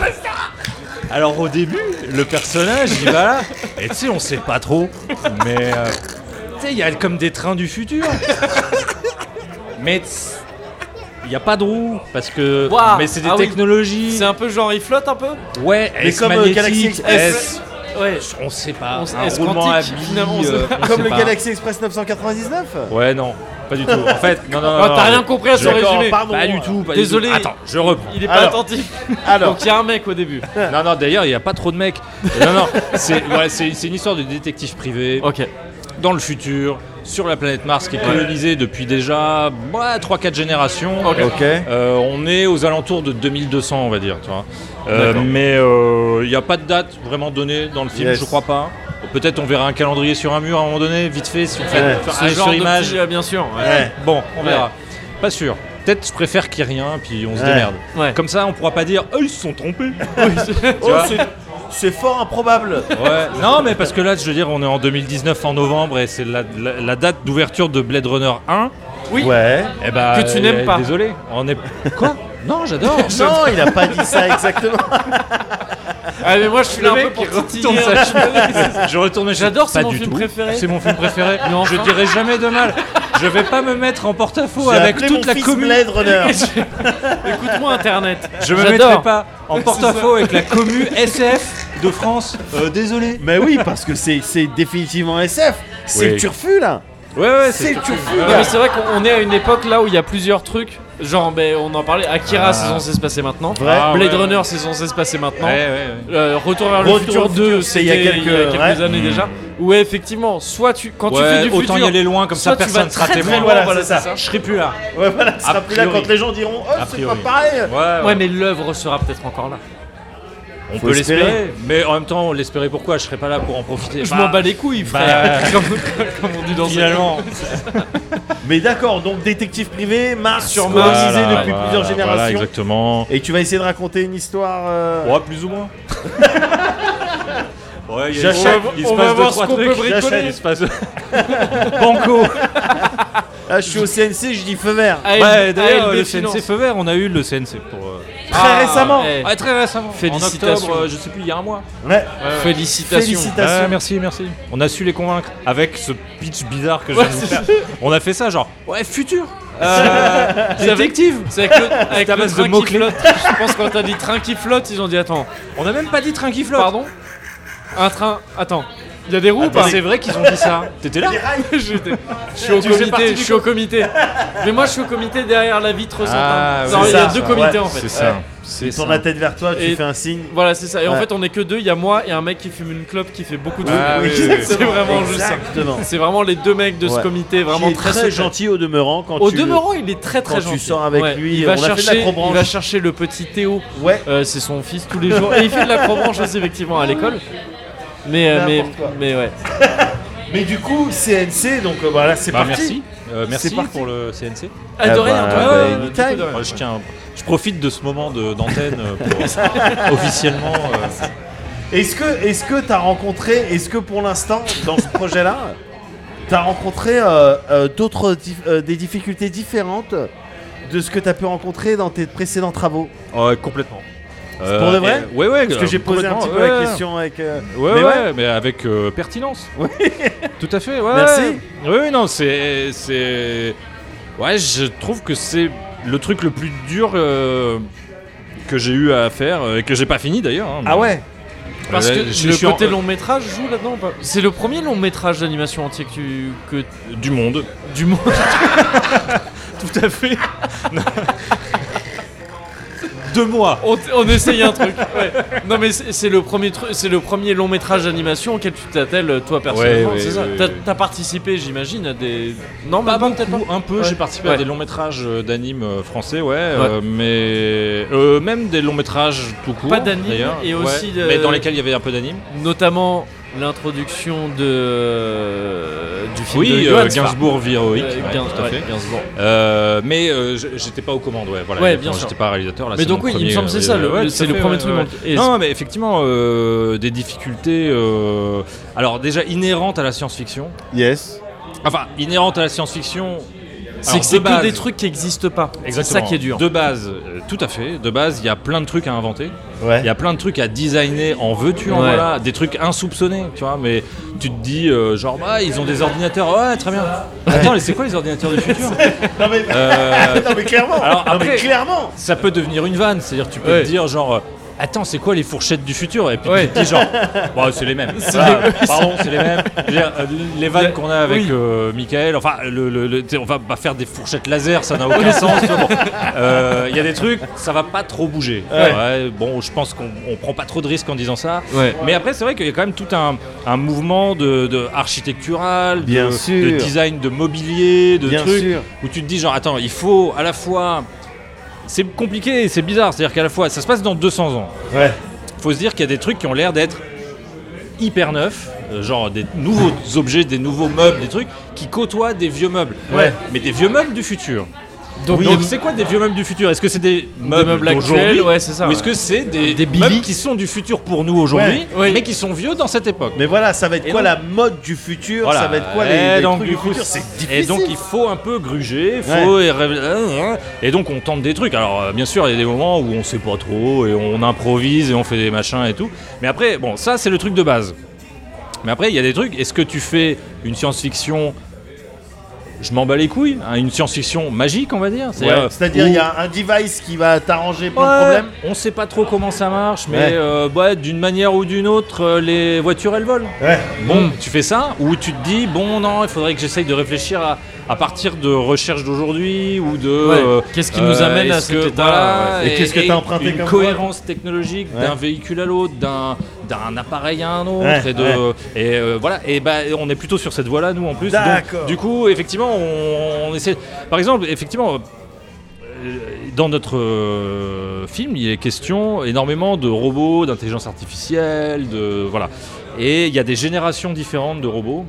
Speaker 3: Alors au début, le personnage, il va là. Et tu sais, on sait pas trop. Mais. euh, tu sais, il y a comme des trains du futur. Mais. tss, Il n'y a pas de roue. Parce que.
Speaker 1: Waouh,
Speaker 3: mais c'est des
Speaker 1: ah oui.
Speaker 3: technologies.
Speaker 1: C'est un peu genre il flotte un peu
Speaker 3: Ouais,
Speaker 2: Mais
Speaker 3: S
Speaker 2: comme, euh,
Speaker 3: magnétique,
Speaker 2: Galaxy Express.
Speaker 3: S.
Speaker 1: Ouais. On sait pas.
Speaker 3: un roulement à billes, euh, on
Speaker 2: Comme
Speaker 3: sait
Speaker 2: le
Speaker 3: pas.
Speaker 2: Galaxy Express 999
Speaker 3: Ouais, non, pas du tout. En fait, non, non, non.
Speaker 1: Ah, t'as
Speaker 3: non, non,
Speaker 1: rien
Speaker 3: Oh, mais-
Speaker 1: compris à son
Speaker 3: je-
Speaker 1: résumé.
Speaker 3: Pardon,
Speaker 1: Pas du
Speaker 3: alors.
Speaker 1: tout, pas du
Speaker 3: Désolé.
Speaker 1: tout.
Speaker 3: Attends, je reprends.
Speaker 1: Il est pas attentif.
Speaker 3: Alors.
Speaker 1: Donc il y a un mec au début.
Speaker 3: Non, non, d'ailleurs, il n'y a pas trop de mecs. Non, non, c'est voilà, c'est- c'est une histoire de détective privé. Dans le futur, sur la planète Mars qui est
Speaker 1: Oh. Ouais.
Speaker 3: colonisée depuis déjà bah, 3-4 générations.
Speaker 1: Ok. Ok.
Speaker 3: Euh, on est aux alentours de 2200, on va dire. Tu vois. Euh,
Speaker 1: D'accord.
Speaker 3: mais euh, il n'y a pas de date vraiment donnée dans le film,
Speaker 1: Yes.
Speaker 3: je crois pas. Peut-être on verra un calendrier sur un mur à un moment donné, vite fait, si on fait
Speaker 1: Ouais.
Speaker 3: enfin,
Speaker 1: Ce
Speaker 3: un
Speaker 1: genre
Speaker 3: sur
Speaker 1: de
Speaker 3: image.
Speaker 1: petit, euh, bien sûr, ouais.
Speaker 3: Ouais. Bon, on
Speaker 1: Ouais.
Speaker 3: verra. Pas sûr. Peut-être je préfère qu'il n'y ait rien, puis on se
Speaker 1: Ouais.
Speaker 3: démerde. Comme ça, on pourra pas dire Oh, ils se sont trompés
Speaker 2: Oh, c'est- C'est fort improbable
Speaker 3: Ouais. Non, mais parce que là, je veux dire, on est en 2019 en novembre et c'est la, la- la date d'ouverture de Blade Runner 1.
Speaker 1: Oui.
Speaker 2: Ouais.
Speaker 3: Et bah,
Speaker 1: Que tu n'aimes
Speaker 3: euh,
Speaker 1: pas.
Speaker 3: Désolé. On est. Quoi Non, j'adore.
Speaker 2: Non, il a pas dit ça exactement.
Speaker 1: Ah mais moi je suis
Speaker 3: Le
Speaker 1: là un
Speaker 3: mec
Speaker 1: peu pour
Speaker 3: qui retourne
Speaker 1: titiller.
Speaker 3: sa chemise. Je retourne, je dis,
Speaker 1: J'adore, c'est
Speaker 3: pas
Speaker 1: mon
Speaker 3: du
Speaker 1: film
Speaker 3: tout.
Speaker 1: préféré.
Speaker 3: C'est mon film préféré.
Speaker 1: Mais enfin.
Speaker 3: Je dirai jamais de mal. Je vais pas me mettre en porte-à-faux
Speaker 1: J'ai
Speaker 3: avec
Speaker 1: appelé
Speaker 3: toute
Speaker 1: mon
Speaker 3: la
Speaker 1: fils
Speaker 3: commune.
Speaker 1: Blade Runner. Écoute-moi internet.
Speaker 3: Je me
Speaker 1: J'adore.
Speaker 3: mettrai pas en porte-à-faux
Speaker 1: C'est ça.
Speaker 3: avec la commu SF de France. Euh, désolé.
Speaker 2: Mais oui, parce que c'est c'est définitivement SF. C'est
Speaker 3: Oui.
Speaker 2: le turfu là.
Speaker 3: Ouais, ouais,
Speaker 2: c'est le turfu.
Speaker 1: Non,
Speaker 2: là.
Speaker 1: mais c'est vrai qu'on est à une époque là où il y a plusieurs trucs. Genre, ben, on en parlait, Akira,
Speaker 3: Ah.
Speaker 1: c'est censé se passer maintenant.
Speaker 3: Vrai. Ah,
Speaker 1: Blade
Speaker 3: ouais.
Speaker 1: Runner, c'est censé se passer maintenant.
Speaker 3: Ouais, ouais, ouais.
Speaker 1: Euh, Retour vers
Speaker 3: Retour
Speaker 1: le futur
Speaker 3: au
Speaker 1: 2,
Speaker 3: futur, c'est il y a
Speaker 1: c'était
Speaker 3: quelques- ouais.
Speaker 1: années
Speaker 3: Mm.
Speaker 1: déjà. Ouais, effectivement, soit tu, quand tu
Speaker 3: Ouais,
Speaker 1: fais du
Speaker 3: autant
Speaker 1: futur,
Speaker 3: y aller loin, comme ça,
Speaker 1: soit tu
Speaker 3: personne
Speaker 1: vas
Speaker 3: sera
Speaker 1: très,
Speaker 3: témoin.
Speaker 1: très loin,
Speaker 3: Voilà,
Speaker 1: voilà,
Speaker 3: c'est ça.
Speaker 1: c'est ça.
Speaker 3: Je serai plus là.
Speaker 2: Ouais, voilà, ce
Speaker 3: A
Speaker 2: sera plus là
Speaker 3: priori.
Speaker 2: quand les gens diront Oh,
Speaker 3: A
Speaker 2: c'est pas
Speaker 3: priori.
Speaker 2: pareil
Speaker 3: Ouais,
Speaker 1: Ouais, mais l'œuvre sera peut-être encore là.
Speaker 3: On
Speaker 1: Faut
Speaker 3: peut
Speaker 1: espérer.
Speaker 3: l'espérer, mais en même temps, l'espérer pourquoi Je serais pas là pour en profiter.
Speaker 1: Je
Speaker 3: Bah,
Speaker 1: m'en bats les couilles,
Speaker 3: bah,
Speaker 1: frère. comme, comme on dit dans ce-
Speaker 3: Finalement.
Speaker 2: Mais d'accord, donc détective privé, Mars,
Speaker 1: Sur
Speaker 2: colonisé
Speaker 1: Mars.
Speaker 3: Voilà,
Speaker 2: depuis
Speaker 3: voilà,
Speaker 2: plusieurs générations.
Speaker 3: Voilà, exactement.
Speaker 2: Et tu vas essayer de raconter une histoire. euh,
Speaker 3: Ouais, plus ou moins. Ouais, il y a-
Speaker 2: J'achète.
Speaker 3: il
Speaker 1: On
Speaker 3: se
Speaker 1: va
Speaker 3: passe deux,
Speaker 1: voir ce
Speaker 3: trois
Speaker 1: qu'on peut
Speaker 3: trucs.
Speaker 1: bricoler.
Speaker 3: J'achète, il se passe- Banco
Speaker 2: Ah, je suis au CNC, je dis feu vert.
Speaker 1: Ah,
Speaker 3: Ouais,
Speaker 1: ALB
Speaker 3: d'ailleurs, le
Speaker 1: Finance.
Speaker 3: CNC Feu Vert, on a eu le CNC pour. euh,
Speaker 2: Très récemment.
Speaker 1: eh.
Speaker 3: ouais, très récemment. En
Speaker 1: Félicitations.
Speaker 3: octobre, euh, je sais plus, il y a un mois.
Speaker 2: Ouais.
Speaker 1: Félicitations.
Speaker 2: Félicitations.
Speaker 3: Ouais, merci, merci. Euh, On a su les convaincre avec ce pitch bizarre que je viens de vous faire. On a fait ça, genre, ouais, futur euh,
Speaker 1: C'est avec-
Speaker 3: Détective
Speaker 1: C'est avec le, avec
Speaker 3: à
Speaker 1: le
Speaker 3: base de
Speaker 1: train qui
Speaker 3: mots-clés.
Speaker 1: flotte. Je pense quand t'as dit train qui flotte, ils ont dit attends.
Speaker 3: On a même pas dit train qui flotte.
Speaker 1: Pardon Un train. Attends. Il y a des roues ou
Speaker 3: Attends,
Speaker 1: pas
Speaker 3: Ah, C'est vrai qu'ils ont dit ça. T'étais là
Speaker 1: J'étais- Je suis au
Speaker 3: Tu fais partie
Speaker 1: comité,
Speaker 3: du
Speaker 1: je suis au comité. Mais moi je suis au comité derrière la vitre sans
Speaker 3: Ah,
Speaker 1: teinte.
Speaker 3: oui,
Speaker 1: Non, Il y a
Speaker 2: c'est
Speaker 1: deux
Speaker 2: ça,
Speaker 1: comités
Speaker 2: ouais.
Speaker 1: en fait.
Speaker 3: C'est ça.
Speaker 2: Ouais.
Speaker 3: C'est ça.
Speaker 2: Tourne la tête vers toi, tu
Speaker 1: Et-
Speaker 2: fais un signe.
Speaker 1: Voilà, c'est ça. Et en
Speaker 2: Ouais.
Speaker 1: fait, on est que deux. Il y a moi et un mec qui fume une clope qui fait beaucoup de bruit.
Speaker 3: Ah, oui, oui, oui.
Speaker 1: C'est vraiment juste ça.
Speaker 2: Exactement.
Speaker 1: C'est vraiment les deux mecs de ce
Speaker 2: Ouais.
Speaker 1: comité,
Speaker 2: Qui
Speaker 1: vraiment
Speaker 2: est très,
Speaker 1: très, secret.
Speaker 2: gentil au demeurant quand
Speaker 1: Au
Speaker 2: tu le-
Speaker 1: demeurant, il est très très
Speaker 2: quand tu
Speaker 1: gentil.
Speaker 2: sors avec lui,
Speaker 1: il
Speaker 2: on a
Speaker 1: va,
Speaker 2: fait de
Speaker 1: chercher,
Speaker 2: l'acrobranche.
Speaker 1: il va chercher le petit Théo.
Speaker 2: Ouais.
Speaker 1: Euh, c'est son fils tous les jours. Et il fait de l'acrobranche aussi, effectivement, à l'école. Mais, euh, mais,
Speaker 2: N'importe quoi.
Speaker 1: mais ouais.
Speaker 2: Mais du coup, CNC, donc euh, bah, là c'est
Speaker 3: Bah,
Speaker 2: parti.
Speaker 3: merci. Euh, merci
Speaker 2: C'est parti.
Speaker 3: pour le CNC.
Speaker 1: Ah, de rien,
Speaker 2: bah,
Speaker 1: de rien,
Speaker 2: bah,
Speaker 1: ouais,
Speaker 2: anytime.
Speaker 1: du coup, de rien.
Speaker 3: Moi, je tiens, je profite de ce moment de- d'antenne euh, pour officiellement. euh,
Speaker 2: Est-ce que est-ce que t'as rencontré, est-ce que pour l'instant dans ce projet-là, t'as rencontré euh, euh, d'autres dif- euh, des difficultés différentes de ce que t'as pu rencontrer dans tes précédents travaux
Speaker 3: ouais, complètement. Euh,
Speaker 2: pour de vrai
Speaker 3: et- Ouais, ouais.
Speaker 2: Parce que j'ai posé un petit peu la question avec. euh,
Speaker 3: Ouais,
Speaker 2: mais
Speaker 3: ouais, mais avec euh, pertinence. Tout à fait. Ouais.
Speaker 2: Merci.
Speaker 3: Oui, oui, non, c'est, c'est, ouais, je trouve que c'est le truc le plus dur euh, que j'ai eu à faire euh, et que j'ai pas fini d'ailleurs. hein, mais-
Speaker 2: Ah ouais.
Speaker 1: Parce
Speaker 3: Ouais,
Speaker 1: que
Speaker 3: je suis
Speaker 1: le
Speaker 3: sûr,
Speaker 1: côté
Speaker 3: euh,
Speaker 1: long métrage joue là-dedans ou pas C'est le premier long métrage d'animation entier que tu. Que,
Speaker 3: Du monde.
Speaker 1: du monde.
Speaker 3: Tout à fait. Deux mois.
Speaker 1: on, on essaye un truc. ouais. Non mais c'est c'est le premier truc, c'est le premier long métrage d'animation auquel tu t'attelles toi personnellement.
Speaker 3: Ouais, ouais,
Speaker 1: c'est ça.
Speaker 3: ouais,
Speaker 1: T'as-
Speaker 3: ouais.
Speaker 1: T'as participé, j'imagine, à des. Non,
Speaker 3: Pas
Speaker 1: mais non, peut-être
Speaker 3: beaucoup, un peu. J'ai participé
Speaker 1: Ouais.
Speaker 3: à des longs métrages d'anime euh, français, ouais, euh, mais euh, même des longs métrages tout court.
Speaker 1: Pas d'anime,
Speaker 3: d'ailleurs,
Speaker 1: et
Speaker 3: ouais,
Speaker 1: aussi de-
Speaker 3: Mais dans lesquels il y avait un peu d'anime.
Speaker 1: Notamment l'introduction de du film
Speaker 3: Oui,
Speaker 1: de
Speaker 3: euh,
Speaker 1: Johann,
Speaker 3: Gainsbourg vie héroïque,
Speaker 1: Euh,
Speaker 3: ouais,
Speaker 1: Gain-
Speaker 3: tout à
Speaker 1: ouais,
Speaker 3: fait.
Speaker 1: Gainsbourg.
Speaker 3: Euh, mais euh, j- j'étais pas aux commandes, ouais, voilà.
Speaker 1: Ouais,
Speaker 3: Enfin,
Speaker 1: bien sûr.
Speaker 3: J'étais pas réalisateur là.
Speaker 1: Mais
Speaker 3: c'est
Speaker 1: donc
Speaker 3: mon
Speaker 1: oui, il me
Speaker 3: premier, euh,
Speaker 1: semble que c'est ça, le-
Speaker 3: ouais,
Speaker 1: le-
Speaker 3: tout
Speaker 1: c'est
Speaker 3: à
Speaker 1: le
Speaker 3: fait,
Speaker 1: premier
Speaker 3: ouais,
Speaker 1: truc
Speaker 3: ouais.
Speaker 1: dans le- et-
Speaker 3: Non, mais effectivement, euh, des difficultés. euh, alors déjà inhérentes à la science-fiction.
Speaker 2: Yes.
Speaker 3: Enfin, inhérentes à la science-fiction.
Speaker 1: C'est
Speaker 3: alors,
Speaker 1: que
Speaker 3: de
Speaker 1: c'est que
Speaker 3: base-
Speaker 1: des trucs qui n'existent pas. C'est
Speaker 3: Exactement.
Speaker 1: ça qui est dur.
Speaker 3: De base, euh, tout à fait. De base, il y a plein de trucs à inventer.
Speaker 2: Ouais.
Speaker 3: Il y a plein de trucs à designer en veux-tu, en
Speaker 1: Ouais.
Speaker 3: voilà, des trucs insoupçonnés, tu vois. Mais tu te dis, euh, genre, bah, ils ont des ordinateurs, ouais, très bien. Attends, mais c'est quoi les ordinateurs du futur
Speaker 2: Non mais,
Speaker 3: Euh,
Speaker 2: non, mais clairement.
Speaker 3: Alors,
Speaker 2: non, mais
Speaker 3: après-
Speaker 2: clairement.
Speaker 3: Ça peut devenir une vanne, c'est-à-dire tu peux
Speaker 1: Ouais.
Speaker 3: te dire genre euh, Attends, c'est quoi les fourchettes du futur Et puis tu te dis genre, Bon, c'est les mêmes.
Speaker 1: C'est
Speaker 3: Voilà,
Speaker 1: les- oui,
Speaker 3: pardon,
Speaker 1: c'est-
Speaker 3: c'est les mêmes. Je veux dire, euh, les vannes qu'on a avec
Speaker 1: Oui.
Speaker 3: euh, Michael, enfin, le, le- le- tu sais, on va pas faire des fourchettes laser, ça n'a aucun sens. tu vois, bon. Euh, Il y a des trucs, ça va pas trop bouger.
Speaker 1: Ouais.
Speaker 3: Ouais, bon, je pense qu'on on prend pas trop de risques en disant ça.
Speaker 1: Ouais.
Speaker 3: Mais après, c'est vrai qu'il y a quand même tout un, un mouvement de, de architectural, de-
Speaker 2: Bien
Speaker 3: de,
Speaker 2: sûr.
Speaker 3: design de mobilier, de
Speaker 2: Bien
Speaker 3: trucs
Speaker 2: sûr.
Speaker 3: où tu te dis genre, attends, il faut à la fois c'est compliqué, c'est bizarre. C'est-à-dire qu'à la fois, ça se passe dans 200 ans.
Speaker 2: Ouais.
Speaker 3: Faut se dire qu'il y a des trucs qui ont l'air d'être hyper neufs, euh, genre des nouveaux objets, des nouveaux meubles, des trucs qui côtoient des vieux meubles.
Speaker 1: Ouais.
Speaker 3: Mais des vieux meubles du futur.
Speaker 1: Donc-
Speaker 3: Donc,
Speaker 1: des-
Speaker 3: c'est quoi des vieux meubles du futur Est-ce que c'est des meubles,
Speaker 1: meubles actuels,
Speaker 3: d'aujourd'hui
Speaker 1: ouais, c'est ça,
Speaker 3: Ou est-ce
Speaker 1: ouais.
Speaker 3: que c'est des,
Speaker 1: Des Billy.
Speaker 3: meubles qui sont du futur pour nous aujourd'hui,
Speaker 1: Ouais, ouais.
Speaker 3: mais qui sont vieux dans cette époque
Speaker 2: Mais voilà, ça va être
Speaker 3: Et
Speaker 2: quoi
Speaker 3: donc-
Speaker 2: la mode du futur
Speaker 3: Voilà.
Speaker 2: Ça va être quoi
Speaker 3: Et
Speaker 2: les, les
Speaker 3: donc,
Speaker 2: trucs
Speaker 3: du
Speaker 2: du
Speaker 3: coup,
Speaker 2: futur C'est difficile.
Speaker 3: Et donc il faut un peu gruger, faut et, rêver- hein, et donc on tente des trucs. Alors euh, bien sûr il y a des moments où on sait pas trop et on improvise et on fait des machins et tout. Mais après bon ça c'est le truc de base. Mais après il y a des trucs. Est-ce que tu fais une science-fiction Je m'en bats les couilles. hein, une science-fiction magique on va dire. euh,
Speaker 2: Ouais. C'est-à-dire, il y
Speaker 3: où-
Speaker 2: a un device qui va t'arranger plein
Speaker 3: Ouais,
Speaker 2: de problèmes.
Speaker 3: On sait pas trop comment ça marche, mais
Speaker 2: Ouais.
Speaker 3: euh, ouais, d'une manière ou d'une autre, euh, les voitures elles volent.
Speaker 2: Ouais.
Speaker 3: Bon, tu fais ça, ou tu te dis, bon, non, il faudrait que j'essaye de réfléchir à, à partir de recherches d'aujourd'hui ou de. euh,
Speaker 1: Ouais. Qu'est-ce qui nous amène à
Speaker 3: est-ce
Speaker 1: cet
Speaker 3: que-
Speaker 1: état,
Speaker 3: voilà,
Speaker 1: ouais.
Speaker 2: Et qu'est-ce que t'as emprunté
Speaker 3: Une
Speaker 2: comme
Speaker 3: cohérence technologique
Speaker 2: Ouais.
Speaker 3: d'un véhicule à l'autre, d'un d'un appareil à un autre,
Speaker 2: Ouais,
Speaker 3: et de.
Speaker 2: ouais.
Speaker 3: Et euh, voilà, et bah, on est plutôt sur cette voie-là, nous en plus. Donc,
Speaker 2: D'accord.
Speaker 3: du coup, effectivement, on, on essaie. Par exemple, effectivement. Euh, dans notre euh, film, il est question énormément de robots, d'intelligence artificielle, de voilà. Et il y a des générations différentes de robots.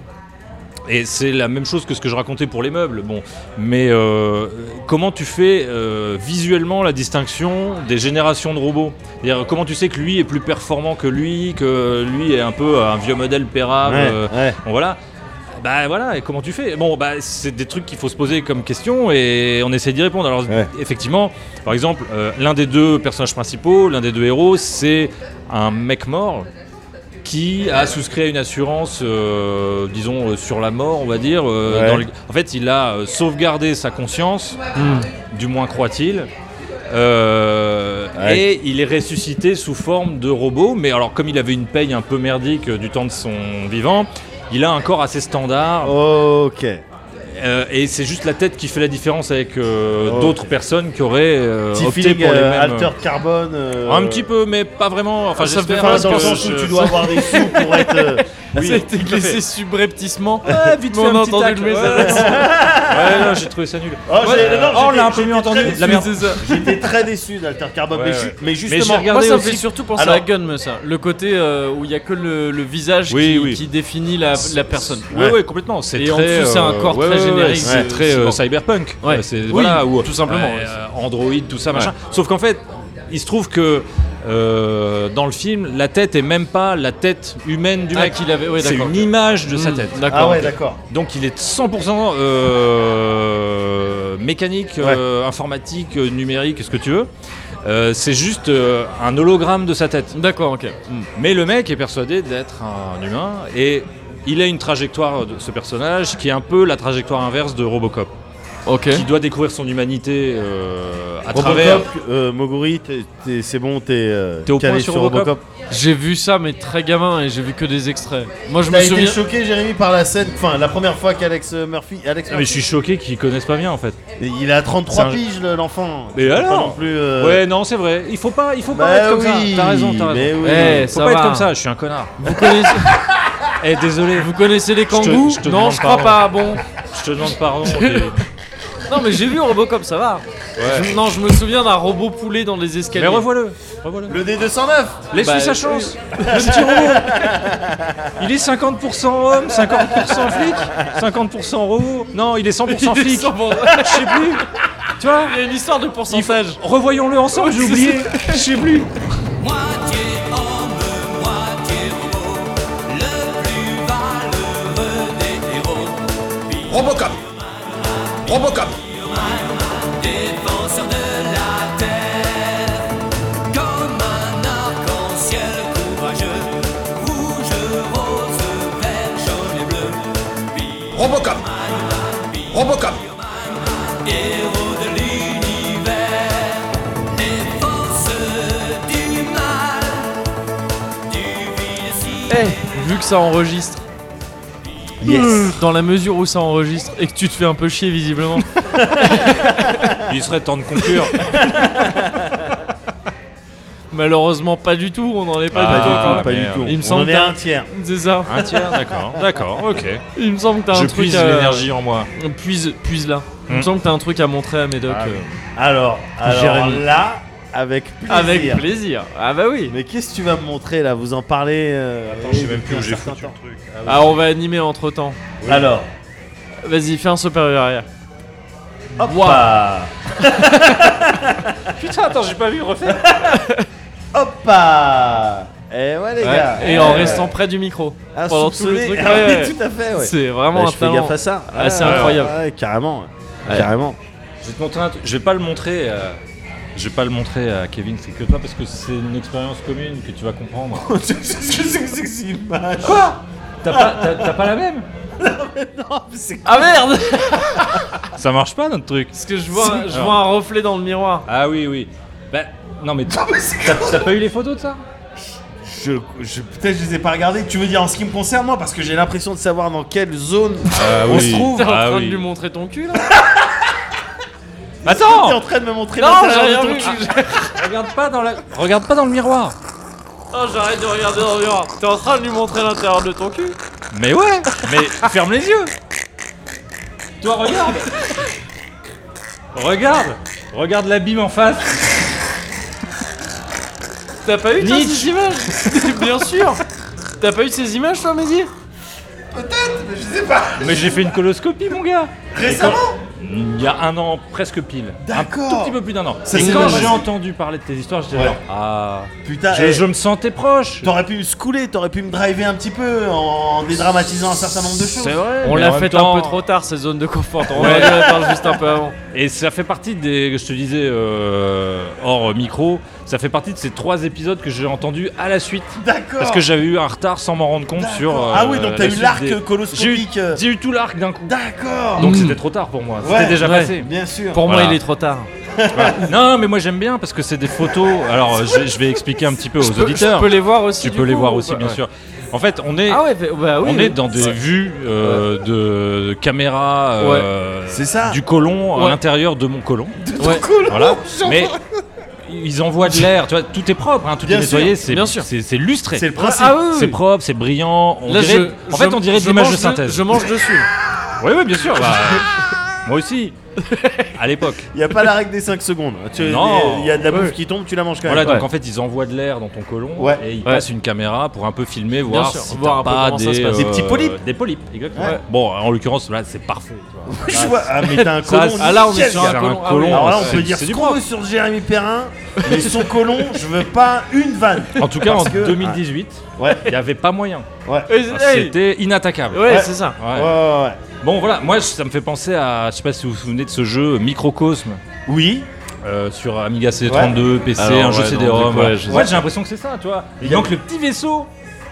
Speaker 3: Et c'est la même chose que ce que je racontais pour les meubles. Bon, mais euh, comment tu fais euh, visuellement la distinction des générations de robots C'est-à-dire, Comment tu sais que lui est plus performant que lui, que lui est un peu un vieux modèle pérable
Speaker 2: Ouais,
Speaker 3: euh,
Speaker 2: ouais.
Speaker 3: Bon, voilà. Bah voilà, et comment tu fais Bon, bah c'est des trucs qu'il faut se poser comme question et on essaie d'y répondre. Alors,
Speaker 2: Ouais.
Speaker 3: effectivement, par exemple, euh, l'un des deux personnages principaux, l'un des deux héros, c'est un mec mort qui a souscrit à une assurance, euh, disons, euh, sur la mort, on va dire. euh,
Speaker 2: Ouais.
Speaker 3: dans le- En fait, il a euh, sauvegardé sa conscience,
Speaker 2: Hmm.
Speaker 3: du moins croit-il. Euh,
Speaker 2: Ouais.
Speaker 3: Et il est ressuscité sous forme de robot, mais alors comme il avait une paye un peu merdique euh, du temps de son vivant, il a un corps assez standard.
Speaker 2: Ok.
Speaker 3: Euh, et c'est juste la tête qui fait la différence avec euh,
Speaker 2: Oh.
Speaker 3: d'autres personnes qui auraient euh,
Speaker 2: Petit
Speaker 3: opté
Speaker 2: feeling
Speaker 3: pour les
Speaker 2: euh,
Speaker 3: mêmes.
Speaker 2: alter carbone. euh,
Speaker 3: Un petit peu, mais pas vraiment. Enfin,
Speaker 1: Ça me fait
Speaker 3: j'espère
Speaker 1: pas
Speaker 2: Enfin,
Speaker 3: parce
Speaker 2: dans
Speaker 3: que
Speaker 2: le sens où
Speaker 3: je-
Speaker 2: tu dois avoir des sous pour être. euh,
Speaker 3: Oui,
Speaker 1: ça a été
Speaker 3: tout à
Speaker 1: glissé
Speaker 3: fait.
Speaker 1: subrepticement.
Speaker 3: Ouais, vite
Speaker 1: Mais
Speaker 3: fait
Speaker 1: on a
Speaker 3: un petit
Speaker 1: entendu
Speaker 3: tacle.
Speaker 1: le message.
Speaker 3: Ouais, non, j'ai trouvé ça nul.
Speaker 2: Oh, j'ai-
Speaker 3: Ouais,
Speaker 2: non,
Speaker 3: oh, on
Speaker 2: j'étais-
Speaker 3: l'a un peu mieux
Speaker 2: j'étais
Speaker 3: entendu.
Speaker 2: très
Speaker 3: La merde.
Speaker 1: déçu.
Speaker 2: J'étais très déçu d'alter carbone,
Speaker 3: Ouais,
Speaker 2: mais,
Speaker 3: ouais.
Speaker 2: ju- mais
Speaker 3: j'ai
Speaker 2: justement.
Speaker 3: regardé
Speaker 1: Moi, ça me
Speaker 3: aussi-
Speaker 1: fait surtout penser
Speaker 2: Alors-
Speaker 1: à Gun, ça. Le côté euh, où il y a que le, le visage
Speaker 3: Oui,
Speaker 1: qui,
Speaker 3: oui.
Speaker 1: qui définit la, la personne.
Speaker 3: Oui,
Speaker 2: Ouais.
Speaker 3: oui, complètement. C'est
Speaker 1: Et en
Speaker 3: très,
Speaker 1: dessous, c'est un
Speaker 3: euh,
Speaker 1: corps
Speaker 3: ouais,
Speaker 1: très
Speaker 3: ouais, ouais,
Speaker 1: générique.
Speaker 3: C'est
Speaker 1: Ouais,
Speaker 3: très
Speaker 1: c'est
Speaker 3: euh,
Speaker 1: bon.
Speaker 3: cyberpunk.
Speaker 1: Ouais.
Speaker 3: Euh, c'est-
Speaker 1: Oui,
Speaker 3: voilà, ou-
Speaker 1: tout simplement,
Speaker 3: ouais,
Speaker 1: ouais, c'est-
Speaker 3: euh, Android, tout ça, machin. Sauf qu'en fait, il se trouve que euh, dans le film, la tête est même pas la tête humaine du
Speaker 1: Ah,
Speaker 3: mec.
Speaker 1: qu'il avait- ouais,
Speaker 3: c'est
Speaker 1: d'accord.
Speaker 3: une image de sa
Speaker 1: Hmm,
Speaker 3: tête.
Speaker 1: D'accord.
Speaker 2: Ah ouais,
Speaker 1: ok.
Speaker 2: d'accord.
Speaker 3: Donc il est 100% euh, mécanique, euh, informatique, euh, numérique, ce que tu veux. Euh, c'est juste euh, un hologramme de sa tête.
Speaker 1: D'accord, ok.
Speaker 3: Mm. Mais le mec est persuadé d'être un humain et il a une trajectoire de ce personnage qui est un peu la trajectoire inverse de Robocop,
Speaker 1: Ok.
Speaker 3: qui doit découvrir son humanité euh, à
Speaker 2: Robocop,
Speaker 3: travers.
Speaker 2: euh, Moguri, t'es- t'es- c'est bon, t'es. euh,
Speaker 3: T'es au
Speaker 2: calé
Speaker 3: point sur Robocop
Speaker 1: J'ai vu ça, mais très gamin, et j'ai vu que des extraits. Moi, je me
Speaker 2: T'as été
Speaker 1: souviens.
Speaker 2: choqué, Jérémy, par la scène. Enfin, la première fois qu'Alex euh, Murphy. Alex
Speaker 3: Ah, Mais je suis choqué qu'ils connaissent pas bien en fait.
Speaker 2: Murphy- Il a 33
Speaker 3: C'est un-
Speaker 2: piges, le- l'enfant.
Speaker 3: Mais
Speaker 2: Faut pas
Speaker 3: alors
Speaker 2: non plus, euh,
Speaker 3: Ouais, non, c'est vrai. Il faut pas, il faut pas
Speaker 2: Bah
Speaker 3: être comme
Speaker 2: oui,
Speaker 3: ça. T'as raison, t'as
Speaker 2: mais
Speaker 3: raison.
Speaker 2: oui.
Speaker 1: Eh,
Speaker 3: faut
Speaker 1: ça
Speaker 3: pas
Speaker 1: va.
Speaker 3: être comme ça. Je suis un connard.
Speaker 1: Vous connaissez,
Speaker 3: Eh, désolé.
Speaker 1: vous connaissez les
Speaker 3: te-
Speaker 1: kangous
Speaker 3: je te
Speaker 1: Non,
Speaker 3: demande
Speaker 1: je crois
Speaker 3: pardon.
Speaker 1: pas. Bon.
Speaker 3: Je te demande pardon. j'ai-
Speaker 1: Non, mais j'ai vu Robocop, ça va. Je- non, je me souviens d'un robot poulet dans les escaliers.
Speaker 3: Mais revois-le. revois-le.
Speaker 2: Le D209
Speaker 3: Laisse
Speaker 1: Bah,
Speaker 3: lui sa chance. Le petit robot. Il est 50% homme, 50% flic, 50% robot. Non, il est 100%
Speaker 1: Il est
Speaker 3: flic.
Speaker 1: 100%.
Speaker 3: Je sais plus. Tu vois
Speaker 1: Il y a une histoire de
Speaker 3: il faut-
Speaker 1: pourcentage.
Speaker 3: Revoyons-le ensemble, j'ai oublié. Je sais plus.
Speaker 4: Moitié homme, moitié robot, le plus valeureux des héros,
Speaker 6: Robocop Robocop
Speaker 4: défenseur de la terre. Comme un arc-en-ciel courageux, rouge, rose, vert, jaune et bleu.
Speaker 6: Robocop Robocop
Speaker 4: Héros de l'univers, défenseur du mal.
Speaker 1: Eh, que ça enregistre.
Speaker 3: Euh.
Speaker 2: Yes.
Speaker 1: Dans la mesure où ça enregistre et que tu te fais un peu chier visiblement.
Speaker 3: Il serait temps de conclure.
Speaker 1: Malheureusement pas du tout, on n'en est pas
Speaker 3: Ah,
Speaker 1: du tout.
Speaker 3: la
Speaker 1: Pas du
Speaker 3: merde.
Speaker 1: tout. Il me
Speaker 3: On
Speaker 1: semble
Speaker 3: en
Speaker 1: que
Speaker 3: est
Speaker 1: t'as-
Speaker 3: un tiers.
Speaker 1: C'est ça.
Speaker 3: Un tiers, d'accord, d'accord, ok.
Speaker 1: Il me semble que t'as
Speaker 3: Je
Speaker 1: un truc.
Speaker 3: puise
Speaker 1: à-
Speaker 3: l'énergie en moi.
Speaker 1: Puise, puise là. Il me
Speaker 3: Hmm.
Speaker 1: semble que t'as un truc à montrer à Médoc.
Speaker 3: Ah,
Speaker 1: euh,
Speaker 3: oui.
Speaker 2: Alors, alors
Speaker 1: Jérémy.
Speaker 2: là, avec plaisir.
Speaker 1: Avec plaisir. Ah bah oui.
Speaker 2: Mais qu'est-ce que tu vas me montrer là Vous en parlez euh,
Speaker 3: Attends, je sais
Speaker 2: depuis
Speaker 3: même plus où
Speaker 2: un
Speaker 3: j'ai
Speaker 2: certain
Speaker 3: foutu le
Speaker 2: temps.
Speaker 3: truc.
Speaker 1: Ah, on va animer entre temps.
Speaker 2: Oui. Alors.
Speaker 1: Vas-y, fais un supérieur arrière.
Speaker 2: Hop
Speaker 1: Waouh.
Speaker 2: là.
Speaker 1: Putain, attends, j'ai pas vu refaire.
Speaker 2: Hoppa Eh ouais
Speaker 1: Ouais,
Speaker 2: les gars
Speaker 1: Et en
Speaker 2: Eh.
Speaker 1: restant près du micro.
Speaker 2: Ah,
Speaker 1: pendant tout le
Speaker 2: soupçonné.
Speaker 1: truc.
Speaker 2: Ah
Speaker 1: Ouais,
Speaker 2: oui,
Speaker 1: ouais.
Speaker 2: tout à fait, ouais.
Speaker 1: C'est vraiment un
Speaker 2: Bah, je fais
Speaker 1: talent.
Speaker 2: gaffe à ça.
Speaker 1: Ah, c'est
Speaker 2: Ouais, ouais,
Speaker 1: incroyable.
Speaker 2: ouais, carrément.
Speaker 1: Ouais.
Speaker 2: Carrément.
Speaker 3: Je vais te montrer un truc. Je vais pas le montrer. euh, Je vais pas le montrer à Kevin, c'est que toi, parce que c'est une expérience commune que tu vas comprendre.
Speaker 2: Quoi
Speaker 3: T'as pas, t'as- t'as pas la même
Speaker 1: Ah merde
Speaker 3: Ça marche pas notre truc.
Speaker 1: Parce que je vois, je
Speaker 3: Alors.
Speaker 1: vois un reflet dans le miroir.
Speaker 3: Ah oui, oui. Bah, non mais t'as t'as pas eu les photos de ça
Speaker 2: Je, je- Peut-être je les ai pas regardés. Tu veux dire en ce qui me concerne, moi, parce que j'ai l'impression de savoir dans quelle zone
Speaker 3: Ah
Speaker 2: on se trouve.
Speaker 1: T'es en
Speaker 3: Ah
Speaker 1: train
Speaker 3: oui.
Speaker 1: de lui montrer ton cul là
Speaker 2: T'es en
Speaker 1: Attends
Speaker 2: train de me montrer
Speaker 1: Oh Non, j'ai
Speaker 2: l'intérieur
Speaker 1: rien
Speaker 2: de ton
Speaker 1: vu.
Speaker 2: cul.
Speaker 3: Regarde pas dans la. Regarde pas dans le miroir.
Speaker 1: Non, Oh, j'arrête de regarder dans le miroir. T'es en train de lui montrer l'intérieur de ton cul
Speaker 3: Mais ouais. Mais ferme les yeux. Toi regarde. regarde. Regarde l'abîme en face.
Speaker 1: T'as pas eu toi,
Speaker 3: Nietzsche.
Speaker 1: ces images Bien sûr T'as pas eu ces images toi, Mehdi
Speaker 3: Mais j'ai fait une coloscopie, mon gars.
Speaker 2: Récemment
Speaker 3: Il y a un an presque pile.
Speaker 2: D'accord.
Speaker 3: Un tout petit peu plus d'un an.
Speaker 2: Ça,
Speaker 3: Et
Speaker 2: c'est
Speaker 3: quand
Speaker 2: dommage.
Speaker 3: j'ai entendu parler de tes histoires, j'étais
Speaker 2: Ouais.
Speaker 3: genre ah.
Speaker 2: Putain,
Speaker 3: Je,
Speaker 2: eh,
Speaker 3: je me sentais proche.
Speaker 2: t'aurais pu me schooler, t'aurais pu me driver un petit peu en dédramatisant un certain nombre de choses.
Speaker 3: C'est vrai.
Speaker 1: On
Speaker 3: mais
Speaker 1: l'a
Speaker 3: en même
Speaker 1: fait
Speaker 3: temps-
Speaker 1: un peu trop tard, ces zones de confort. On
Speaker 3: Ouais.
Speaker 1: aurait dû en parler juste un peu avant.
Speaker 3: Et ça fait partie des, je te disais euh, hors micro, ça fait partie de ces trois épisodes que j'ai entendus à la suite.
Speaker 2: D'accord.
Speaker 3: Parce que j'avais eu un retard sans m'en rendre compte
Speaker 2: D'accord.
Speaker 3: sur. euh,
Speaker 2: ah oui, donc t'as
Speaker 3: la
Speaker 2: eu
Speaker 3: suite
Speaker 2: l'arc
Speaker 3: des- J'ai eu,
Speaker 2: coloscopique. euh,
Speaker 3: j'ai eu tout l'arc d'un coup.
Speaker 2: D'accord.
Speaker 3: Donc
Speaker 1: Mm.
Speaker 3: c'était trop tard pour moi.
Speaker 2: Ouais,
Speaker 3: c'était déjà
Speaker 1: ouais.
Speaker 3: passé.
Speaker 2: Bien sûr.
Speaker 1: Pour moi,
Speaker 3: Voilà.
Speaker 1: il est trop tard.
Speaker 3: Non, mais moi j'aime bien parce que c'est des photos. Alors euh, je, je vais expliquer un petit peu aux
Speaker 1: Je peux-
Speaker 3: auditeurs.
Speaker 1: Je peux les voir aussi.
Speaker 3: tu
Speaker 1: du
Speaker 3: peux les
Speaker 1: coup,
Speaker 3: voir
Speaker 1: ou
Speaker 3: aussi,
Speaker 1: pas
Speaker 3: bien
Speaker 1: Ouais.
Speaker 3: sûr. En fait, on est,
Speaker 1: Ah ouais, bah- bah oui.
Speaker 3: on
Speaker 1: oui.
Speaker 3: est dans des vues euh, de caméra euh,
Speaker 2: C'est ça.
Speaker 3: du colon
Speaker 1: Ouais.
Speaker 3: à l'intérieur de mon colon.
Speaker 1: Ouais.
Speaker 3: Voilà. Mais ils envoient de l'air, tu vois, tout est propre, hein, tout
Speaker 2: Bien
Speaker 3: est
Speaker 2: sûr,
Speaker 3: nettoyé, c'est
Speaker 1: bien sûr.
Speaker 3: c'est- c'est lustré.
Speaker 2: C'est le principe.
Speaker 1: Ah oui, oui,
Speaker 3: C'est
Speaker 1: oui.
Speaker 3: propre, c'est brillant. On
Speaker 1: Là,
Speaker 3: dirait-
Speaker 1: je- je-
Speaker 3: en fait, on dirait de
Speaker 1: je
Speaker 3: l'image
Speaker 1: mange
Speaker 3: de synthèse.
Speaker 1: Je mange dessus.
Speaker 3: Oui, oui, bien sûr. bah, moi aussi. À l'époque.
Speaker 2: Il y a pas la règle des 5 secondes. Tu-
Speaker 3: Non.
Speaker 2: Il y a de la bouffe
Speaker 1: Ouais.
Speaker 2: qui tombe, tu la manges quand
Speaker 3: Voilà,
Speaker 2: même.
Speaker 3: donc
Speaker 1: Ouais.
Speaker 3: en fait, ils envoient de l'air dans ton colon
Speaker 2: Ouais.
Speaker 3: et ils
Speaker 1: Ouais.
Speaker 3: passent une caméra pour un peu filmer, voir
Speaker 1: sûr,
Speaker 3: si
Speaker 1: voir
Speaker 3: t'as
Speaker 1: un peu
Speaker 3: pas
Speaker 1: comment ça se
Speaker 3: des, euh,
Speaker 1: passe.
Speaker 2: Des petits polypes.
Speaker 3: Des polypes, exactement.
Speaker 2: Ouais.
Speaker 3: Bon, en l'occurrence, là, c'est parfait. tu vois.
Speaker 2: Je vois. Ah mais t'as un
Speaker 3: Ça,
Speaker 2: colon.
Speaker 3: c'est-
Speaker 1: Ah, là, on est
Speaker 2: nickel,
Speaker 1: sur
Speaker 2: gars.
Speaker 1: un
Speaker 3: c'est
Speaker 1: colon. Ah oui.
Speaker 2: Alors là, on
Speaker 3: c'est-
Speaker 2: peut dire
Speaker 3: c'est
Speaker 2: ce
Speaker 3: du
Speaker 2: qu'on
Speaker 3: propre.
Speaker 2: veut sur Jérémy Perrin, mais son colon, je veux pas une vanne.
Speaker 3: En tout cas, en
Speaker 2: Parce que-
Speaker 3: 2018,
Speaker 2: Ouais.
Speaker 3: il n'y avait pas moyen.
Speaker 2: Ouais.
Speaker 1: Et- hey.
Speaker 3: C'était inattaquable.
Speaker 1: Ouais,
Speaker 2: Ouais.
Speaker 1: c'est ça.
Speaker 3: Ouais.
Speaker 2: Ouais, ouais, ouais.
Speaker 3: Bon voilà, moi je- ça me fait penser à, je sais pas si vous vous souvenez de ce jeu Microcosme
Speaker 2: Oui.
Speaker 3: euh, sur Amiga CD32, PC,
Speaker 1: Alors,
Speaker 3: un jeu
Speaker 1: ouais, non,
Speaker 3: CD-ROM.
Speaker 1: du
Speaker 3: voilà.
Speaker 1: collège,
Speaker 3: En
Speaker 1: ouais.
Speaker 3: fait j'ai l'impression que c'est ça, tu vois. Il manque le petit vaisseau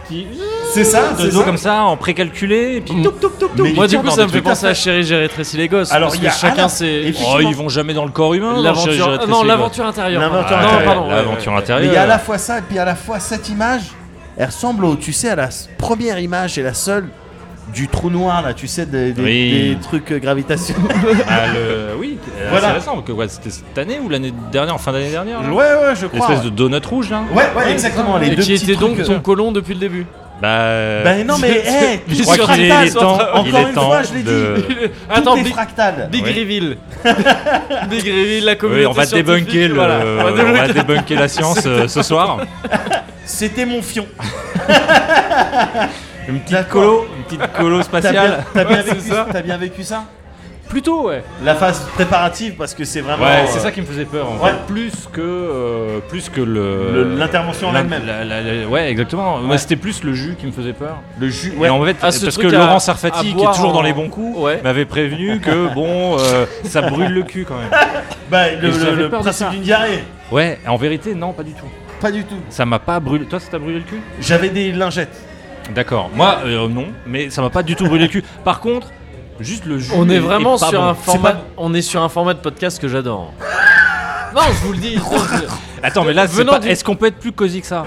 Speaker 3: qui
Speaker 2: C'est ça,
Speaker 3: de
Speaker 2: c'est
Speaker 3: dos
Speaker 2: ça.
Speaker 3: comme ça, en précalculé, et puis
Speaker 1: Mm.
Speaker 3: toup, toup, toup, toup.
Speaker 2: Mais
Speaker 1: Moi, du
Speaker 3: Ils tirent
Speaker 1: coup,
Speaker 3: dans
Speaker 1: ça me
Speaker 3: des
Speaker 1: fait
Speaker 3: trucs à
Speaker 1: penser à Chéri, j'ai rétréci les gosses.
Speaker 2: Alors,
Speaker 1: parce
Speaker 2: il y
Speaker 1: que
Speaker 2: a
Speaker 1: chacun
Speaker 2: Alain
Speaker 1: ses.
Speaker 2: et
Speaker 3: faire. Oh, ils vont jamais dans le corps humain.
Speaker 1: L'aventure.
Speaker 3: Chéri, j'ai
Speaker 1: ah, non,
Speaker 3: rétréci,
Speaker 1: l'aventure intérieure.
Speaker 2: L'aventure
Speaker 1: Ah,
Speaker 3: quoi.
Speaker 1: Non,
Speaker 2: intérieure.
Speaker 1: pardon.
Speaker 3: Ouais,
Speaker 2: Mais
Speaker 3: L'aventure
Speaker 2: il y
Speaker 3: intérieure.
Speaker 2: a à la fois ça et puis à la fois cette image, elle ressemble au, tu sais, à la s- première image et la seule du trou noir là, tu sais, des, des-
Speaker 3: Oui.
Speaker 2: des trucs euh, gravitationnels.
Speaker 3: Ah, le- Oui, c'est
Speaker 2: Voilà.
Speaker 3: récent. que- ouais, C'était cette année ou l'année dernière, en fin d'année dernière. là
Speaker 2: ouais, ouais, je crois.
Speaker 3: L'espèce de donut rouge là.
Speaker 2: Ouais, ouais, exactement. Les
Speaker 1: Et
Speaker 2: deux
Speaker 1: qui
Speaker 2: petits
Speaker 1: était donc
Speaker 2: trucs,
Speaker 1: ton
Speaker 2: euh,
Speaker 1: colon depuis le début
Speaker 3: Bah.
Speaker 2: Ben non, mais hey,
Speaker 1: Je
Speaker 2: tout
Speaker 1: crois
Speaker 2: est
Speaker 1: qu'il est- il
Speaker 2: fractal.
Speaker 1: est temps-
Speaker 2: Encore
Speaker 3: il est
Speaker 2: une
Speaker 3: temps
Speaker 2: fois, je l'ai
Speaker 3: de-
Speaker 2: dit.
Speaker 1: Attends,
Speaker 2: tout est
Speaker 1: Big,
Speaker 2: fractal.
Speaker 1: Big
Speaker 3: Oui.
Speaker 1: Reveal. Big Reveal, la
Speaker 3: Oui,
Speaker 1: communauté.
Speaker 3: on va
Speaker 1: scientifique,
Speaker 3: débunker, le-
Speaker 1: voilà. On va
Speaker 3: on va
Speaker 1: débunker.
Speaker 3: débunker la science euh, ce soir.
Speaker 2: C'était mon fion.
Speaker 3: Une
Speaker 2: D'accord.
Speaker 3: petite colo, une petite colo
Speaker 2: T'as bien,
Speaker 3: spatiale.
Speaker 2: t'as bien
Speaker 1: Ouais, c'est
Speaker 2: vécu,
Speaker 1: ça.
Speaker 2: t'as bien vécu ça
Speaker 1: Plutôt, ouais.
Speaker 2: La phase préparative parce que c'est vraiment.
Speaker 3: Ouais,
Speaker 2: euh,
Speaker 3: c'est ça qui me faisait peur. en
Speaker 2: Ouais.
Speaker 3: fait. Plus que euh, plus que
Speaker 2: Le-
Speaker 3: le
Speaker 2: l'intervention en
Speaker 3: la-
Speaker 2: elle-même.
Speaker 3: la- la- la- ouais, exactement. Moi, c'était plus le jus qui me faisait peur.
Speaker 2: Le jus.
Speaker 3: Et en fait,
Speaker 1: Ah, ce
Speaker 3: parce que
Speaker 1: truc à-
Speaker 3: Laurent
Speaker 1: à
Speaker 3: Sarfati, qui est
Speaker 1: boire
Speaker 3: toujours dans
Speaker 1: en-
Speaker 3: les bons coups,
Speaker 1: Ouais.
Speaker 3: m'avait prévenu que bon, euh, ça brûle le cul quand même.
Speaker 2: Bah, le,
Speaker 3: Et j'avais
Speaker 2: le- le
Speaker 3: peur de
Speaker 2: principe
Speaker 3: ça.
Speaker 2: d'une diarrhée.
Speaker 3: Ouais. En vérité, non, pas du tout.
Speaker 2: Pas du tout.
Speaker 3: Ça m'a pas brûlé. Toi, ça t'a brûlé le cul
Speaker 2: J'avais des lingettes.
Speaker 3: D'accord. Moi, euh, non. Mais ça m'a pas du tout brûlé le cul. Par contre, juste le jus.
Speaker 1: On
Speaker 3: est-
Speaker 1: est
Speaker 3: est
Speaker 1: vraiment
Speaker 3: pas
Speaker 1: sur
Speaker 3: bon.
Speaker 1: un
Speaker 3: C'est
Speaker 1: format.
Speaker 3: pas-
Speaker 1: On est sur un format de podcast que j'adore. non, je vous le dis.
Speaker 3: Attends, mais là, c'est
Speaker 1: Venant
Speaker 3: pas-
Speaker 1: du-
Speaker 3: est-ce qu'on peut être plus cosy que ça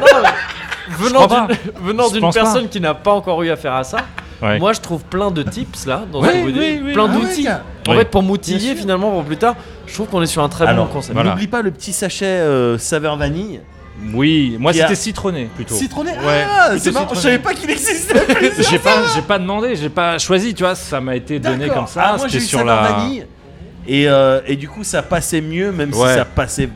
Speaker 1: venant
Speaker 3: crois pas.
Speaker 1: d'une- venant
Speaker 3: Je
Speaker 1: d'une
Speaker 3: pense pas.
Speaker 1: personne qui n'a pas encore eu affaire à ça,
Speaker 3: Ouais.
Speaker 1: moi je trouve plein de tips là, dans ce
Speaker 3: Ouais,
Speaker 1: que vous dites,
Speaker 3: oui, oui.
Speaker 1: plein
Speaker 3: Ah ouais,
Speaker 1: d'outils.
Speaker 3: tiens.
Speaker 1: en
Speaker 3: Oui.
Speaker 1: fait, pour m'outiller finalement pour plus tard, je trouve qu'on est sur un très
Speaker 2: Alors,
Speaker 1: bon concept.
Speaker 3: voilà.
Speaker 2: N'oublie pas le petit sachet euh, saveur vanille.
Speaker 3: Oui, moi
Speaker 2: Il y a-
Speaker 3: c'était citronné plutôt.
Speaker 2: Citronné
Speaker 3: Ouais.
Speaker 2: Ah,
Speaker 3: Plutôt
Speaker 2: c'est marrant, je
Speaker 3: citronné.
Speaker 2: savais pas qu'il existait.
Speaker 3: J'ai pas, j'ai pas demandé, j'ai pas choisi, tu vois, ça m'a été donné
Speaker 2: D'accord.
Speaker 3: comme ça.
Speaker 2: Ah, moi, j'ai
Speaker 3: c'était
Speaker 2: eu
Speaker 3: sur
Speaker 2: saveur
Speaker 3: la.
Speaker 2: vanille. Et, euh, et du coup, ça passait mieux, même
Speaker 3: Ouais.
Speaker 2: si ça passait.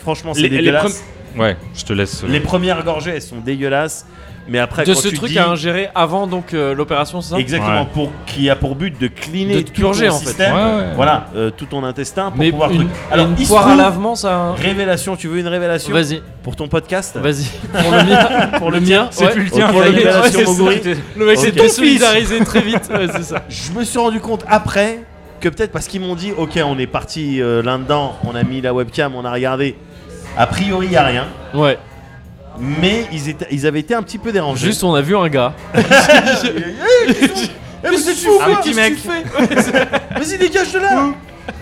Speaker 2: Franchement, c'est
Speaker 3: Les- les
Speaker 2: dégueulasse.
Speaker 3: premi- Ouais, je te laisse. euh,
Speaker 2: Les premières gorgées, elles sont dégueulasses. Mais après,
Speaker 1: de
Speaker 2: quand
Speaker 1: ce
Speaker 2: tu
Speaker 1: truc
Speaker 2: dis-
Speaker 1: à ingérer avant donc euh, l'opération, c'est ça
Speaker 2: Exactement,
Speaker 3: Ouais.
Speaker 2: pour, qui a pour but de cleaner
Speaker 1: De te
Speaker 2: tout
Speaker 1: purger,
Speaker 2: ton
Speaker 1: en fait.
Speaker 2: système,
Speaker 3: Ouais, ouais.
Speaker 2: voilà, euh, tout ton intestin pour
Speaker 1: Mais
Speaker 2: pouvoir
Speaker 1: une,
Speaker 2: truc. Alors,
Speaker 1: une
Speaker 2: il se
Speaker 1: poire à
Speaker 2: trouve-
Speaker 1: lavement, ça.
Speaker 2: révélation, tu veux une révélation
Speaker 1: Vas-y,
Speaker 2: Pour ton podcast
Speaker 1: vas-y. Pour le mien, pour le mien,
Speaker 3: C'est
Speaker 1: ouais.
Speaker 3: plus le
Speaker 2: Ok,
Speaker 3: tien,
Speaker 2: pour
Speaker 3: ça
Speaker 2: la
Speaker 3: y est.
Speaker 2: révélation,
Speaker 3: Ouais, c'est ça.
Speaker 2: Moguri.
Speaker 3: Le mec,
Speaker 2: Ok.
Speaker 3: c'est
Speaker 1: T'es solidarisé très vite, ouais, c'est ça.
Speaker 2: Je me suis rendu compte après que peut-être parce qu'ils m'ont dit OK, on est parti euh, là-dedans, on a mis la webcam, on a regardé. A priori, il a rien,
Speaker 1: Ouais,
Speaker 2: mais ils, étaient, ils avaient été un petit peu dérangés.
Speaker 1: juste on a vu un gars.
Speaker 2: Eh, vous êtes fous,
Speaker 1: Un
Speaker 2: quoi
Speaker 1: petit
Speaker 2: Qu'est-ce que
Speaker 1: mec. Hein
Speaker 2: tu fais Vas-y, dégage de là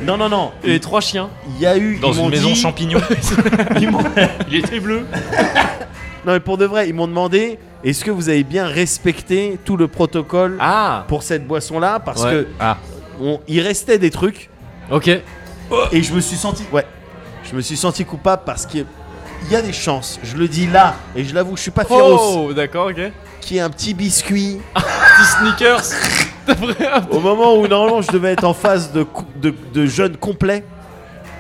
Speaker 2: Non, non, non.
Speaker 1: Et trois chiens.
Speaker 2: Il y a eu.
Speaker 3: Dans
Speaker 2: ils m'ont
Speaker 3: une maison
Speaker 2: dit-
Speaker 3: champignon.
Speaker 2: ils m'ont-
Speaker 3: Il était bleu.
Speaker 2: Non, mais pour de vrai, ils m'ont demandé est-ce que vous avez bien respecté tout le protocole
Speaker 1: Ah,
Speaker 2: pour cette boisson-là Parce
Speaker 1: Ouais.
Speaker 2: que
Speaker 3: Ah.
Speaker 2: on- il restait des trucs.
Speaker 1: ok.
Speaker 2: Et je me suis senti. Ouais. Je me suis senti coupable parce que. Il y a des chances, je le dis là, et je l'avoue, je suis pas féroce,
Speaker 1: Oh, d'accord, ok.
Speaker 2: qui est un petit biscuit.
Speaker 1: Petit sneakers.
Speaker 2: Au moment où normalement je devais être en phase de, cou- de, de jeûne complet.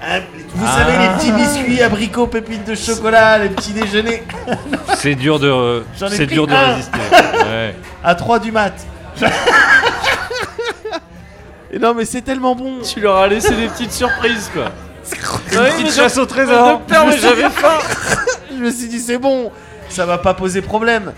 Speaker 2: Ah, Vous savez, les petits biscuits, abricots, pépites de chocolat, les petits déjeuners,
Speaker 3: C'est dur de,
Speaker 2: J'en ai
Speaker 3: c'est
Speaker 2: pris
Speaker 3: dur de
Speaker 2: un.
Speaker 3: résister. Ouais.
Speaker 2: à 3 du mat. Et non, mais c'est tellement bon.
Speaker 1: tu leur as laissé des petites surprises, quoi. Ouais, mais je-
Speaker 3: au
Speaker 1: je me perds, mais j'avais faim.
Speaker 2: Je me suis dit, c'est bon, ça va pas poser problème.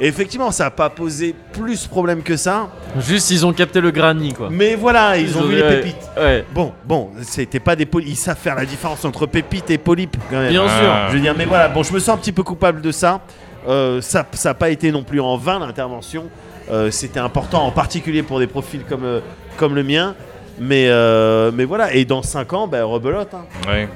Speaker 2: Et effectivement, ça a pas posé plus problème que ça.
Speaker 1: Juste, ils ont capté le granny, quoi.
Speaker 2: Mais voilà, ils ont vu les
Speaker 1: ouais,
Speaker 2: pépites.
Speaker 1: Ouais,
Speaker 2: Bon, bon, c'était pas des polypes. Ils savent faire la différence entre pépite et polype, quand même.
Speaker 1: bien
Speaker 3: Ah.
Speaker 1: sûr.
Speaker 2: Je veux dire, mais voilà, bon, je me sens un petit peu coupable de ça. Euh, ça n'a pas été non plus en vain l'intervention. Euh, c'était important, en particulier pour des profils comme, euh, comme le mien. Mais, euh, mais voilà, et dans 5 ans, ben, rebelote. hein.
Speaker 3: Ouais.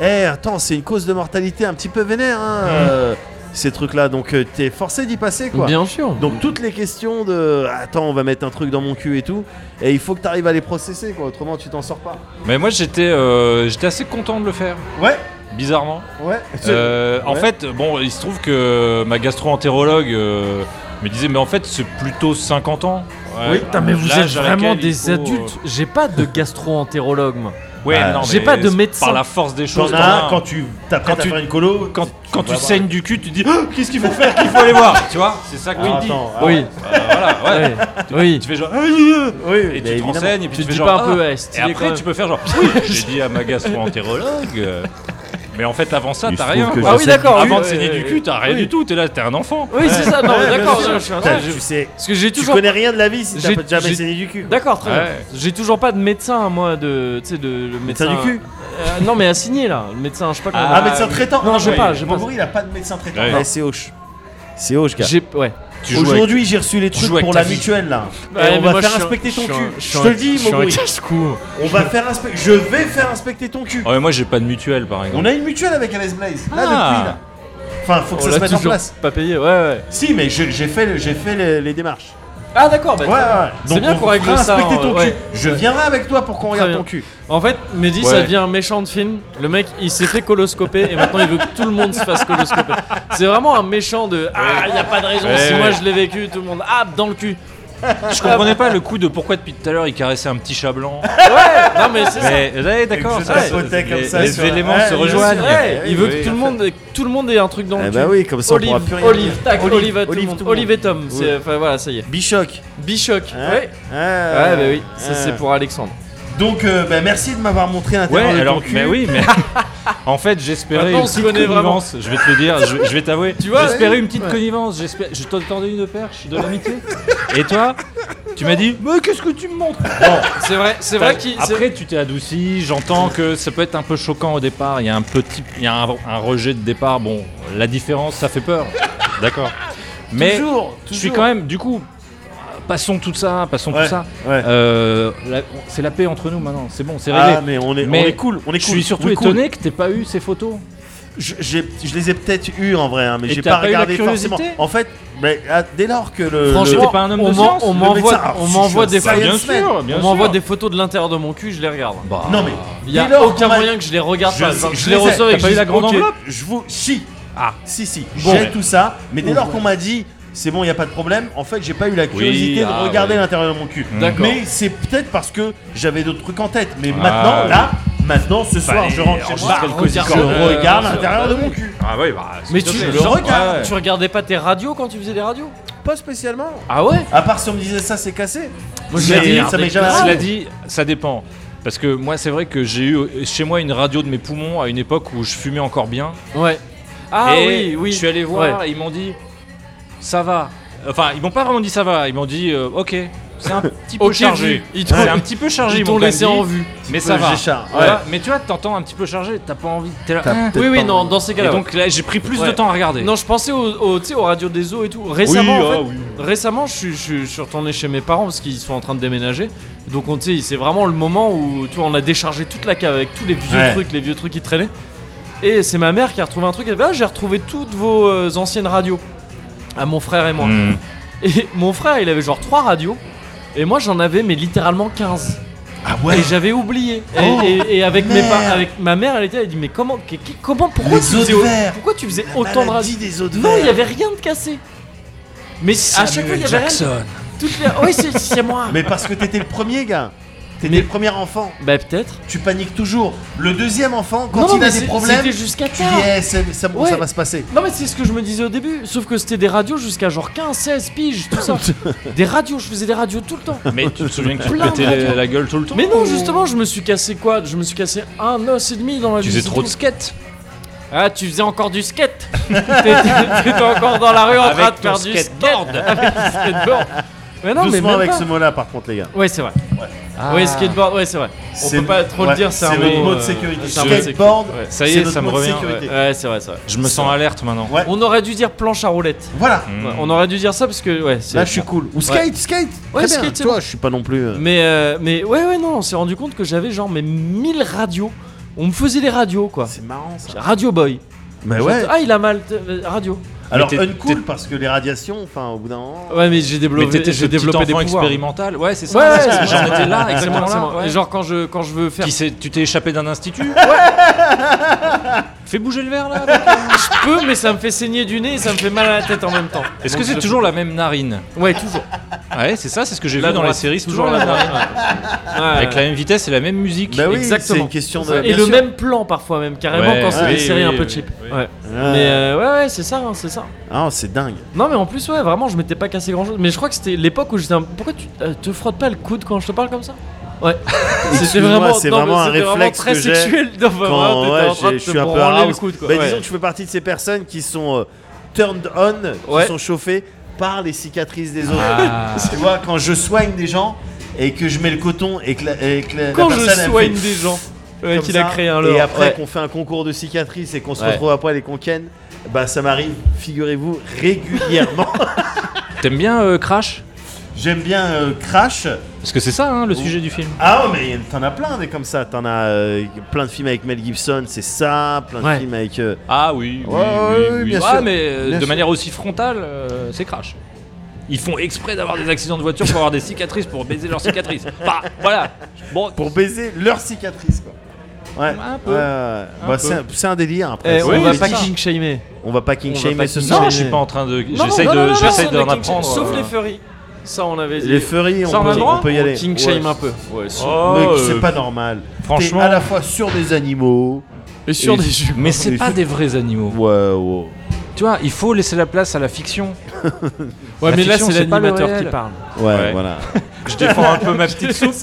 Speaker 2: Eh, attends, c'est une cause de mortalité un petit peu vénère, hein,
Speaker 3: Mmh.
Speaker 2: euh, ces trucs-là. Donc, euh, t'es forcé d'y passer, quoi.
Speaker 1: Bien sûr.
Speaker 2: Donc toutes les questions de attends on va mettre un truc dans mon cul et tout et il faut que t'arrives à les processer quoi autrement tu t'en sors pas.
Speaker 3: Mais moi j'étais, euh, j'étais assez content de le faire,
Speaker 2: Ouais
Speaker 3: bizarrement.
Speaker 2: ouais.
Speaker 3: Euh, En
Speaker 2: ouais.
Speaker 3: fait, bon, il se trouve que ma gastro-entérologue euh, me disait, mais en fait, c'est plutôt 50 ans. Ouais,
Speaker 2: Oui.
Speaker 1: Putain, mais vous êtes
Speaker 3: l'âge à
Speaker 1: vraiment
Speaker 3: laquelle il
Speaker 1: des
Speaker 3: faut, euh,
Speaker 1: adultes. J'ai pas de gastro-entérologue, moi.
Speaker 3: Ouais,
Speaker 2: Bah,
Speaker 3: non,
Speaker 1: j'ai
Speaker 3: mais
Speaker 1: pas de
Speaker 3: c'est
Speaker 1: médecin.
Speaker 3: Par la force des
Speaker 2: T'en
Speaker 3: choses,
Speaker 2: as
Speaker 3: t'en as
Speaker 2: un,
Speaker 3: un.
Speaker 2: quand tu t'apprêtes
Speaker 3: Quand
Speaker 2: à
Speaker 3: tu-
Speaker 2: faire une colo.
Speaker 3: quand, quand tu
Speaker 2: vas
Speaker 3: saignes du cul, tu dis Ah, qu'est-ce qu'il faut faire, qu'il faut aller voir, tu vois C'est ça que
Speaker 2: Ah,
Speaker 3: tu dis.
Speaker 2: attends, ah,
Speaker 1: Oui,
Speaker 3: Euh, voilà, ouais.
Speaker 1: ouais, oui.
Speaker 3: Tu fais genre Aïe, aïe, aïe
Speaker 2: oui,
Speaker 3: et
Speaker 2: bah,
Speaker 3: tu te
Speaker 2: évidemment.
Speaker 3: renseignes et puis
Speaker 1: Tu
Speaker 3: tu,
Speaker 1: te
Speaker 3: fais
Speaker 1: dis
Speaker 3: genre
Speaker 1: pas un peu,
Speaker 3: Ah.
Speaker 1: ouais, stylé
Speaker 3: Et
Speaker 1: quand
Speaker 3: après
Speaker 1: même.
Speaker 3: tu peux faire genre oui, j'ai dit à ma gastro-entérologue. euh, Mais en fait, avant ça,
Speaker 2: Il se
Speaker 3: t'as
Speaker 2: trouve
Speaker 3: rien.
Speaker 2: que
Speaker 1: Ah oui, d'accord.
Speaker 3: Avant
Speaker 1: oui,
Speaker 3: de saigner
Speaker 1: ouais,
Speaker 3: du
Speaker 1: ouais.
Speaker 3: cul, t'as rien du tout. T'es là, t'es un enfant.
Speaker 1: Oui, c'est ça. Ah, Non,
Speaker 2: Ouais,
Speaker 1: mais
Speaker 2: bien
Speaker 1: d'accord.
Speaker 2: sûr.
Speaker 1: non, je suis un-
Speaker 2: Putain, Tu sais,
Speaker 1: Parce que j'ai
Speaker 2: tu
Speaker 1: toujours.
Speaker 2: connais rien de la vie si
Speaker 1: J'ai-
Speaker 2: t'as pas jamais
Speaker 1: j'ai-
Speaker 2: saigné du cul. quoi.
Speaker 1: D'accord, très bien.
Speaker 3: Ouais.
Speaker 1: J'ai toujours pas de médecin, moi, de. Tu sais, de le
Speaker 2: Médecin
Speaker 1: médecin.
Speaker 2: du cul.
Speaker 1: Euh, Non, mais assigné là. Le médecin, je sais pas comment.
Speaker 2: Ah, médecin traitant.
Speaker 1: Non, j'ai
Speaker 2: oui.
Speaker 1: pas, j'ai pas.
Speaker 2: Moguri, il a pas de médecin traitant.
Speaker 3: Ouais.
Speaker 2: Ouais, c'est hoche. C'est hoche, gars.
Speaker 1: J'ai. Ouais.
Speaker 3: Tu joues avec-
Speaker 2: Aujourd'hui, j'ai reçu les trucs
Speaker 3: joues avec
Speaker 2: pour
Speaker 3: ta
Speaker 2: la
Speaker 3: vie.
Speaker 2: mutuelle là. Et
Speaker 1: Ouais, mais
Speaker 2: Eh, on va
Speaker 1: moi,
Speaker 2: faire
Speaker 1: je suis un-
Speaker 2: respecter ton
Speaker 1: je suis un-
Speaker 2: cul.
Speaker 1: je suis
Speaker 2: Je
Speaker 1: un-
Speaker 2: te le dis,
Speaker 1: je suis un
Speaker 2: Moguri.
Speaker 1: casse-cou.
Speaker 2: On va faire respecter. Je vais faire respecter ton cul.
Speaker 3: Ah, mais moi, j'ai pas de mutuelle, par
Speaker 2: On
Speaker 3: exemple.
Speaker 2: a une mutuelle avec Alice Blaze. Là,
Speaker 3: Ah.
Speaker 2: depuis là. Enfin, faut que
Speaker 1: On
Speaker 2: ça se
Speaker 1: l'a
Speaker 2: mette en
Speaker 1: toujours
Speaker 2: place.
Speaker 1: pas payé, ouais, ouais.
Speaker 2: Si, mais je- j'ai fait, le- j'ai fait les, les démarches.
Speaker 1: Ah, d'accord, bah,
Speaker 2: Ouais, ouais. ouais.
Speaker 1: C'est
Speaker 2: Donc,
Speaker 1: bien
Speaker 2: on
Speaker 1: qu'on règle
Speaker 2: fera
Speaker 1: ça,
Speaker 2: respecter
Speaker 1: hein,
Speaker 2: ton
Speaker 1: ouais.
Speaker 2: cul. Je viendrai avec toi pour qu'on regarde
Speaker 1: bien.
Speaker 2: ton cul.
Speaker 1: En fait, Mehdi,
Speaker 3: Ouais.
Speaker 1: ça devient un méchant de film. Le mec, il s'est fait coloscoper et maintenant il veut que tout le monde se fasse coloscoper. C'est vraiment un méchant de Ah, il n'y a pas de raison.
Speaker 3: Ouais,
Speaker 1: si
Speaker 3: ouais.
Speaker 1: moi je l'ai vécu, tout le monde. Ah, dans le cul.
Speaker 3: Je comprenais pas le coup de pourquoi depuis tout à l'heure il caressait un petit chat blanc.
Speaker 1: Non, mais c'est ça.
Speaker 3: Mais ouais, d'accord,
Speaker 2: Et que je
Speaker 3: ça,
Speaker 2: tapotais comme
Speaker 3: les,
Speaker 2: ça
Speaker 3: les
Speaker 2: sur la-
Speaker 3: éléments
Speaker 2: Ouais, bien
Speaker 3: se
Speaker 1: C'est
Speaker 3: rejoignent.
Speaker 1: vrai, il veut
Speaker 3: oui,
Speaker 1: que tout le monde, tout le monde ait un truc dans le
Speaker 2: Eh
Speaker 1: cul.
Speaker 2: bah oui, comme ça, on
Speaker 1: Olive,
Speaker 2: pourra plus rien
Speaker 1: Olive,
Speaker 2: dire.
Speaker 1: tac,
Speaker 2: Olive,
Speaker 1: Olive, à tout le
Speaker 2: Olive,
Speaker 1: monde.
Speaker 2: tout le
Speaker 1: Olive et Tom, c'est,
Speaker 2: Ouais.
Speaker 1: enfin voilà, ça y est.
Speaker 2: Bichoc.
Speaker 1: Bichoc,
Speaker 2: Hein
Speaker 1: ouais.
Speaker 2: Ah,
Speaker 1: Ouais, bah oui, ça
Speaker 2: ah.
Speaker 1: c'est pour bah Alexandre.
Speaker 2: Donc, euh, bah, merci de m'avoir montré
Speaker 3: Ouais,
Speaker 2: l'intérieur de ton
Speaker 3: alors,
Speaker 2: cul.
Speaker 3: mais oui, mais en fait, j'espérais
Speaker 1: Maintenant, on
Speaker 3: une
Speaker 1: se
Speaker 3: petite
Speaker 1: connaît vraiment.
Speaker 3: connivence. Je vais te le dire, je, je vais t'avouer.
Speaker 1: Tu vois,
Speaker 3: j'espérais
Speaker 1: ouais.
Speaker 3: une petite
Speaker 1: Ouais.
Speaker 3: connivence. J'espérais, je t'en tendais une perche de l'amitié. Et toi, tu m'as dit, mais qu'est-ce que tu me montres
Speaker 1: C'est vrai, c'est vrai qu'il. c'est-
Speaker 3: Après, tu t'es adouci. J'entends que ça peut être un peu choquant au départ. Il y a un petit, il y a un, un rejet de départ. Bon, la différence, ça fait peur. D'accord. Mais
Speaker 2: Toujours,
Speaker 3: je suis quand même, du coup, passons tout ça, passons
Speaker 2: Ouais,
Speaker 3: tout ça.
Speaker 2: ouais.
Speaker 3: Euh, la- c'est la paix entre nous maintenant. C'est bon, c'est réglé.
Speaker 2: Ah, mais on est, on
Speaker 3: Mais
Speaker 2: est cool. On est cool.
Speaker 3: Je suis surtout
Speaker 2: on est cool.
Speaker 3: étonné que t'aies pas eu ces photos.
Speaker 2: je, j'ai- je les ai peut-être eu en vrai, hein, mais
Speaker 1: Et
Speaker 2: j'ai
Speaker 1: t'as
Speaker 2: pas
Speaker 1: pas eu la
Speaker 2: regardé
Speaker 1: curiosité
Speaker 2: forcément. En fait, mais, ah, dès lors que le.
Speaker 1: Franchement,
Speaker 2: le-
Speaker 1: on m'en- on
Speaker 2: le
Speaker 1: m'envoie
Speaker 2: médecin- Ah,
Speaker 1: on
Speaker 2: si,
Speaker 1: m'envoie
Speaker 2: je suis
Speaker 1: des
Speaker 2: un science
Speaker 1: photos.
Speaker 2: man.
Speaker 1: on m'envoie des photos de l'intérieur de mon cul, je les regarde.
Speaker 2: Non, mais
Speaker 1: il y a
Speaker 2: Bah. dès lors
Speaker 1: aucun
Speaker 2: qu'on m'a-
Speaker 1: moyen que je les regarde
Speaker 2: Je
Speaker 1: pas.
Speaker 2: sais,
Speaker 1: Genre, Je,
Speaker 2: je
Speaker 1: les
Speaker 2: les ai.
Speaker 1: reçois et
Speaker 2: T'as
Speaker 1: que
Speaker 2: pas
Speaker 1: je
Speaker 2: eu la
Speaker 1: dis,
Speaker 2: grande
Speaker 1: ok,
Speaker 2: enveloppe Je vous si. Ah, si si,
Speaker 1: Bon.
Speaker 2: j'ai tout ça, mais dès
Speaker 1: Bon.
Speaker 2: lors qu'on m'a dit c'est bon, il y a pas de problème, en fait, j'ai pas eu la curiosité
Speaker 1: ah,
Speaker 2: de regarder
Speaker 1: ouais.
Speaker 2: l'intérieur de mon cul.
Speaker 1: D'accord.
Speaker 2: Mais c'est peut-être parce que j'avais d'autres trucs en tête, mais
Speaker 1: Ah,
Speaker 2: maintenant
Speaker 1: ouais.
Speaker 2: là, maintenant ce soir,
Speaker 1: Fallait
Speaker 2: je rentre chez moi,
Speaker 1: enregistrer le
Speaker 2: je
Speaker 1: quotidien. Euh, bien
Speaker 2: regarde
Speaker 1: sûr.
Speaker 2: l'intérieur de mon cul.
Speaker 3: Ah oui, bah.
Speaker 1: Mais tu,
Speaker 2: le Ah
Speaker 1: genre,
Speaker 2: regardes.
Speaker 1: tu regardais pas tes radios quand tu faisais des radios
Speaker 2: Pas spécialement.
Speaker 1: Ah ouais
Speaker 2: À part si on me disait ça, c'est cassé.
Speaker 3: Moi,
Speaker 2: Mais ça m'est jamais
Speaker 3: Cela
Speaker 2: arrivé.
Speaker 3: dit, ça dépend. Parce que moi, c'est vrai que j'ai eu euh, chez moi une radio de mes poumons à une époque où je fumais encore bien.
Speaker 1: Ouais. Ah
Speaker 3: Et
Speaker 1: oui, oui.
Speaker 3: Je suis allé voir,
Speaker 1: Ouais.
Speaker 3: et ils m'ont dit ça va. Enfin, ils m'ont pas vraiment dit ça va, ils m'ont dit euh, ok. C'est un petit peu
Speaker 1: Ok,
Speaker 3: chargé.
Speaker 1: vu. Ils
Speaker 3: C'est
Speaker 1: t'ont-
Speaker 3: un petit peu chargé.
Speaker 1: ils t'ont
Speaker 3: m'ont quand même
Speaker 1: laissé
Speaker 3: dit,
Speaker 1: en vue.
Speaker 3: Mais
Speaker 1: Petit
Speaker 3: ça
Speaker 1: peu
Speaker 3: va.
Speaker 1: Géchard,
Speaker 3: Voilà.
Speaker 1: ouais.
Speaker 3: Mais tu vois, t'entends un petit peu chargé, t'as pas envie. t'es là,
Speaker 1: T'as
Speaker 3: ah.
Speaker 1: peut-être Oui, oui, pas non, envie. dans ces cas-là,
Speaker 3: Et donc là, j'ai pris plus de
Speaker 1: Ouais.
Speaker 3: temps à regarder.
Speaker 1: Non, je pensais aux, aux, tu sais, aux radios des eaux et tout. Récemment,
Speaker 3: Oui,
Speaker 1: en fait,
Speaker 3: ah oui.
Speaker 1: récemment je, suis- je suis- je suis retourné chez mes parents parce qu'ils sont en train de déménager. Donc, on, tu sais, c'est vraiment le moment où tu vois, on a déchargé toute la cave avec tous les vieux
Speaker 2: Ouais.
Speaker 1: trucs, les vieux trucs qui traînaient. Et c'est ma mère qui a retrouvé un truc. Elle fait, Ah, j'ai retrouvé toutes vos euh, anciennes radios à mon frère et moi.
Speaker 2: Hmm.
Speaker 1: Et mon frère, il avait genre 3 radios. Et moi, j'en avais, mais littéralement 15.
Speaker 2: Ah ouais
Speaker 1: Et j'avais oublié. Et,
Speaker 2: Oh,
Speaker 1: et- et avec, mes pa-
Speaker 2: merde.
Speaker 1: avec ma mère, elle était, elle dit Mais comment, qu'est- qu'est- comment pourquoi,
Speaker 2: Les
Speaker 1: tu
Speaker 2: eaux de
Speaker 1: faisais,
Speaker 2: verre.
Speaker 1: pourquoi tu faisais autant de
Speaker 2: maladie
Speaker 1: radios
Speaker 2: des eaux de
Speaker 1: Non,
Speaker 2: verre.
Speaker 1: il y avait rien de cassé. Mais à chaque fois, il y avait rien. Toutes les... Oui, c'est- c'est moi.
Speaker 2: Mais parce que t'étais le premier gars. T'étais le premier enfant.
Speaker 1: Bah peut-être.
Speaker 2: Tu paniques toujours. Le deuxième enfant, quand
Speaker 1: Non,
Speaker 2: il a
Speaker 1: mais
Speaker 2: des
Speaker 1: c'est-
Speaker 2: problèmes,
Speaker 1: c'était jusqu'à
Speaker 2: tu
Speaker 1: tard.
Speaker 2: dis, Eh, c'est- ça,
Speaker 1: Ouais.
Speaker 2: ça va se passer.
Speaker 1: Non, mais c'est ce que je me disais au début. Sauf que c'était des radios jusqu'à genre 15, 16 piges, tout ça. des radios, je faisais des radios tout le temps.
Speaker 3: Mais tu te souviens que tu
Speaker 1: Plein de
Speaker 3: pétais
Speaker 1: radios.
Speaker 3: la- la gueule tout le temps
Speaker 1: Mais non,
Speaker 3: ou-
Speaker 1: justement, je me suis cassé quoi Je me suis cassé un os et demi dans la
Speaker 3: Tu
Speaker 1: vie,
Speaker 3: faisais
Speaker 1: c'est
Speaker 3: trop de
Speaker 1: tout. Ah, tu faisais encore du skate T'étais t'étais encore dans la rue en
Speaker 3: Avec
Speaker 1: train de
Speaker 3: ton
Speaker 1: faire du
Speaker 3: skateboard.
Speaker 1: skate Avec du skateboard Mais non, mais
Speaker 2: Doucement
Speaker 1: même
Speaker 2: avec
Speaker 1: pas.
Speaker 2: ce mot-là, par contre, les gars.
Speaker 1: Ouais, c'est vrai.
Speaker 3: Ah.
Speaker 1: Ouais, skateboard, ouais, c'est vrai. On
Speaker 2: C'est-
Speaker 1: peut pas trop
Speaker 2: ouais,
Speaker 1: le dire, c'est
Speaker 2: c'est
Speaker 1: un
Speaker 2: notre
Speaker 1: mot,
Speaker 2: mot de
Speaker 1: euh,
Speaker 2: sécurité.
Speaker 1: c'est un mot de sécurité.
Speaker 2: Skateboard,
Speaker 1: Ouais.
Speaker 3: Ça y
Speaker 2: C'est
Speaker 3: est,
Speaker 2: notre
Speaker 3: ça me
Speaker 2: mot de
Speaker 3: revient.
Speaker 2: sécurité.
Speaker 3: ouais.
Speaker 1: Ouais, c'est vrai, c'est vrai.
Speaker 3: Je me sens alerte maintenant. Mm.
Speaker 2: Ouais.
Speaker 1: On aurait dû dire planche à roulette.
Speaker 2: Voilà.
Speaker 1: Ouais, on aurait dû dire ça parce que, ouais, c'est.
Speaker 2: Là, je suis cool. Ou skate,
Speaker 1: Ouais.
Speaker 2: skate.
Speaker 1: Ouais,
Speaker 2: Très bien.
Speaker 1: skate, c'est
Speaker 2: Toi,
Speaker 1: bon.
Speaker 2: je suis pas non plus. euh,
Speaker 1: Mais, euh, mais ouais, ouais, non, on s'est rendu compte que j'avais genre mes 1000 radios. On me faisait des radios, quoi.
Speaker 2: C'est marrant ça.
Speaker 1: Radio Boy.
Speaker 2: Mais
Speaker 1: J'entends-
Speaker 2: Eh ouais.
Speaker 1: Ah, il a mal. euh, Radio.
Speaker 2: Alors,
Speaker 3: t'es-
Speaker 2: uncool parce que les radiations, enfin, au bout d'un moment.
Speaker 1: Ouais, mais j'ai
Speaker 3: Mais
Speaker 1: développé,
Speaker 3: t'étais ce
Speaker 1: j'ai
Speaker 3: petit
Speaker 1: développé des
Speaker 3: enfant
Speaker 1: pouvoirs.
Speaker 3: expérimental. Ouais, c'est ça.
Speaker 1: Ouais,
Speaker 3: parce que
Speaker 1: ouais,
Speaker 3: j'en
Speaker 1: ouais,
Speaker 3: étais là,
Speaker 1: ouais,
Speaker 3: exactement là. ouais.
Speaker 1: Et genre quand je quand je veux faire,
Speaker 3: Qui s'est- tu t'es échappé d'un institut Fais bouger le verre là mec.
Speaker 1: je peux, mais ça me fait saigner du nez et ça me fait mal à la tête en même temps.
Speaker 3: Est-ce que
Speaker 1: Donc,
Speaker 3: c'est
Speaker 1: je-
Speaker 3: toujours la même narine
Speaker 1: Ouais, toujours.
Speaker 3: Ouais, c'est ça, c'est ce que j'ai
Speaker 1: La
Speaker 3: vu dans les
Speaker 1: droite,
Speaker 3: séries, c'est
Speaker 1: toujours
Speaker 3: toujours la
Speaker 1: la
Speaker 3: même narine.
Speaker 1: Ouais,
Speaker 3: Avec
Speaker 1: ouais.
Speaker 3: la même vitesse et la même musique.
Speaker 2: Bah oui,
Speaker 1: Exactement.
Speaker 2: c'est une question de.
Speaker 1: Et
Speaker 2: bien
Speaker 1: le
Speaker 2: sûr.
Speaker 1: même plan parfois même carrément
Speaker 3: Ouais,
Speaker 1: quand c'est des
Speaker 3: ouais, oui,
Speaker 1: séries
Speaker 3: oui,
Speaker 1: un peu
Speaker 3: oui,
Speaker 1: cheap.
Speaker 3: oui.
Speaker 1: Ouais.
Speaker 2: Ah.
Speaker 1: Mais euh, ouais, ouais, c'est ça, hein, c'est ça.
Speaker 2: Ah, c'est dingue.
Speaker 1: Non, mais en plus, ouais, vraiment, je m'étais pas cassé grand chose. Mais je crois que c'était l'époque où j'étais un. Pourquoi tu euh, te frottes pas le coude quand je te parle comme ça Ouais. c'était
Speaker 2: Excuse-moi,
Speaker 1: vraiment,
Speaker 2: c'est
Speaker 1: non, mais
Speaker 2: vraiment un
Speaker 1: c'était
Speaker 2: réflexe
Speaker 1: très
Speaker 2: que j'ai
Speaker 1: sexuel. Non, enfin,
Speaker 2: Quand,
Speaker 1: vraiment,
Speaker 2: ouais,
Speaker 1: t'étais en train
Speaker 2: j'ai-
Speaker 1: de
Speaker 2: je
Speaker 1: te
Speaker 2: suis un peu
Speaker 1: branler le
Speaker 2: house.
Speaker 1: coude, quoi.
Speaker 2: Bah,
Speaker 1: Ouais.
Speaker 2: Disons que je fais partie de ces personnes qui sont euh, turned on,
Speaker 1: Ouais. Ah.
Speaker 2: qui sont chauffées par les cicatrices des autres. tu vois, quand je soigne des gens et que je mets le coton et que la, et que la-
Speaker 1: quand
Speaker 2: la personne, elle
Speaker 1: je
Speaker 2: me
Speaker 1: soigne
Speaker 2: fait
Speaker 1: des gens. Ouais,
Speaker 2: comme
Speaker 1: qu'il a
Speaker 2: ça,
Speaker 1: créé un
Speaker 2: Et
Speaker 1: leurre.
Speaker 2: après
Speaker 1: Ouais.
Speaker 2: qu'on fait un concours de cicatrices et qu'on se
Speaker 1: Ouais.
Speaker 2: retrouve après les qu'on ken, bah ça m'arrive, figurez-vous, régulièrement.
Speaker 3: T'aimes bien euh, Crash
Speaker 2: J'aime bien euh, Crash.
Speaker 3: Parce que c'est ça hein, le sujet du film.
Speaker 2: Ah ouais, mais t'en as plein des comme ça. T'en as euh, plein de films avec Mel Gibson, c'est ça. Plein de
Speaker 1: Ouais.
Speaker 2: films avec. euh,
Speaker 3: Ah oui, oui,
Speaker 2: Ouais,
Speaker 3: oui,
Speaker 2: oui,
Speaker 3: oui.
Speaker 2: bien
Speaker 3: Ouais,
Speaker 2: sûr.
Speaker 3: mais euh,
Speaker 2: Bien
Speaker 3: de
Speaker 2: sûr.
Speaker 3: manière aussi frontale, euh, c'est Crash. Ils font exprès d'avoir des accidents de voiture pour avoir des cicatrices, pour baiser leurs cicatrices. Bah, voilà. Bon,
Speaker 2: pour baiser leurs cicatrices quoi. Ouais.
Speaker 3: Un peu.
Speaker 2: Ouais, ouais, ouais. Bah, c'est un- c'est un délire après.
Speaker 1: Eh,
Speaker 2: C'est-
Speaker 1: on va
Speaker 2: mais
Speaker 1: pas
Speaker 2: ça.
Speaker 1: king shamer.
Speaker 2: on va pas king
Speaker 1: on va
Speaker 2: shamer
Speaker 1: pas
Speaker 2: ce
Speaker 1: king
Speaker 2: soir.
Speaker 3: non,
Speaker 1: mais-
Speaker 3: je suis pas en train de.
Speaker 1: Non,
Speaker 3: J'essaye
Speaker 1: non, non,
Speaker 3: de,
Speaker 1: non,
Speaker 3: j'essaye
Speaker 1: non,
Speaker 3: d'en
Speaker 1: on est king-
Speaker 3: apprendre.
Speaker 1: Sauf
Speaker 3: euh.
Speaker 1: les furries. Ça, on avait.
Speaker 2: Les furries, on,
Speaker 1: Ça, on a
Speaker 2: peut,
Speaker 1: le droit
Speaker 2: on peut y aller.
Speaker 1: King
Speaker 2: Ouais.
Speaker 1: shame un peu. Ouais, sûr.
Speaker 2: Mais
Speaker 3: Oh,
Speaker 2: c'est
Speaker 3: euh,
Speaker 2: pas normal.
Speaker 3: franchement.
Speaker 2: T'es à la fois sur des animaux.
Speaker 1: Et sur
Speaker 2: Et-
Speaker 1: des jeux.
Speaker 3: Mais c'est pas des vrais animaux.
Speaker 2: Ouais, oh. ouais.
Speaker 3: Tu vois, il faut laisser la place à la fiction.
Speaker 1: Ouais,
Speaker 3: La
Speaker 1: mais là,
Speaker 3: fiction,
Speaker 1: c'est
Speaker 3: c'est pas le
Speaker 1: l'animateur qui
Speaker 3: réel.
Speaker 1: parle.
Speaker 2: Ouais,
Speaker 3: Ouais.
Speaker 2: voilà.
Speaker 3: Je défends un peu ma petite soupe.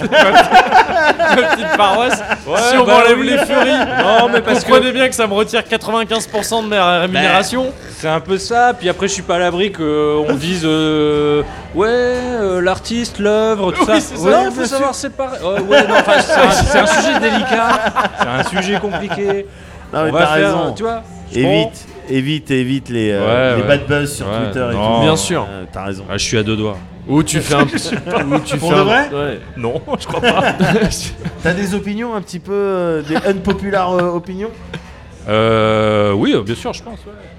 Speaker 1: Ma petite paroisse.
Speaker 3: Ouais,
Speaker 1: si on
Speaker 3: bah
Speaker 1: m'enlève
Speaker 3: oui.
Speaker 1: les furies,
Speaker 3: Non, mais parce
Speaker 1: parce
Speaker 3: que-
Speaker 1: comprenez bien que ça me retire 95% de ma rémunération.
Speaker 3: C'est un peu ça, puis après je suis pas à l'abri qu'on dise euh, ouais euh, l'artiste, l'œuvre, tout
Speaker 1: Oui,
Speaker 3: ça.
Speaker 1: c'est ça,
Speaker 3: Ouais,
Speaker 1: bien
Speaker 3: il faut
Speaker 1: sûr.
Speaker 3: savoir séparer. Ouais, ouais, non, enfin, c'est un, c'est un sujet délicat, c'est un sujet compliqué.
Speaker 2: Non, mais
Speaker 3: On va
Speaker 2: t'as
Speaker 3: faire,
Speaker 2: raison.
Speaker 3: tu vois. je prends-
Speaker 2: Évite, évite, évite les, euh,
Speaker 3: Ouais,
Speaker 2: les
Speaker 3: ouais.
Speaker 2: bad buzz sur
Speaker 3: Ouais,
Speaker 2: Twitter et
Speaker 3: non.
Speaker 2: tout.
Speaker 1: Bien sûr.
Speaker 2: Euh, t'as raison.
Speaker 3: Ah, je suis à deux doigts.
Speaker 1: Ou tu fais un petit. Ou tu
Speaker 2: Pour
Speaker 1: fais
Speaker 2: de
Speaker 1: un-
Speaker 2: vrai
Speaker 1: ouais.
Speaker 3: Non, je crois pas.
Speaker 2: T'as des opinions un petit peu. euh, des unpopular euh, opinions
Speaker 3: Euh, oui, euh, bien sûr, je pense.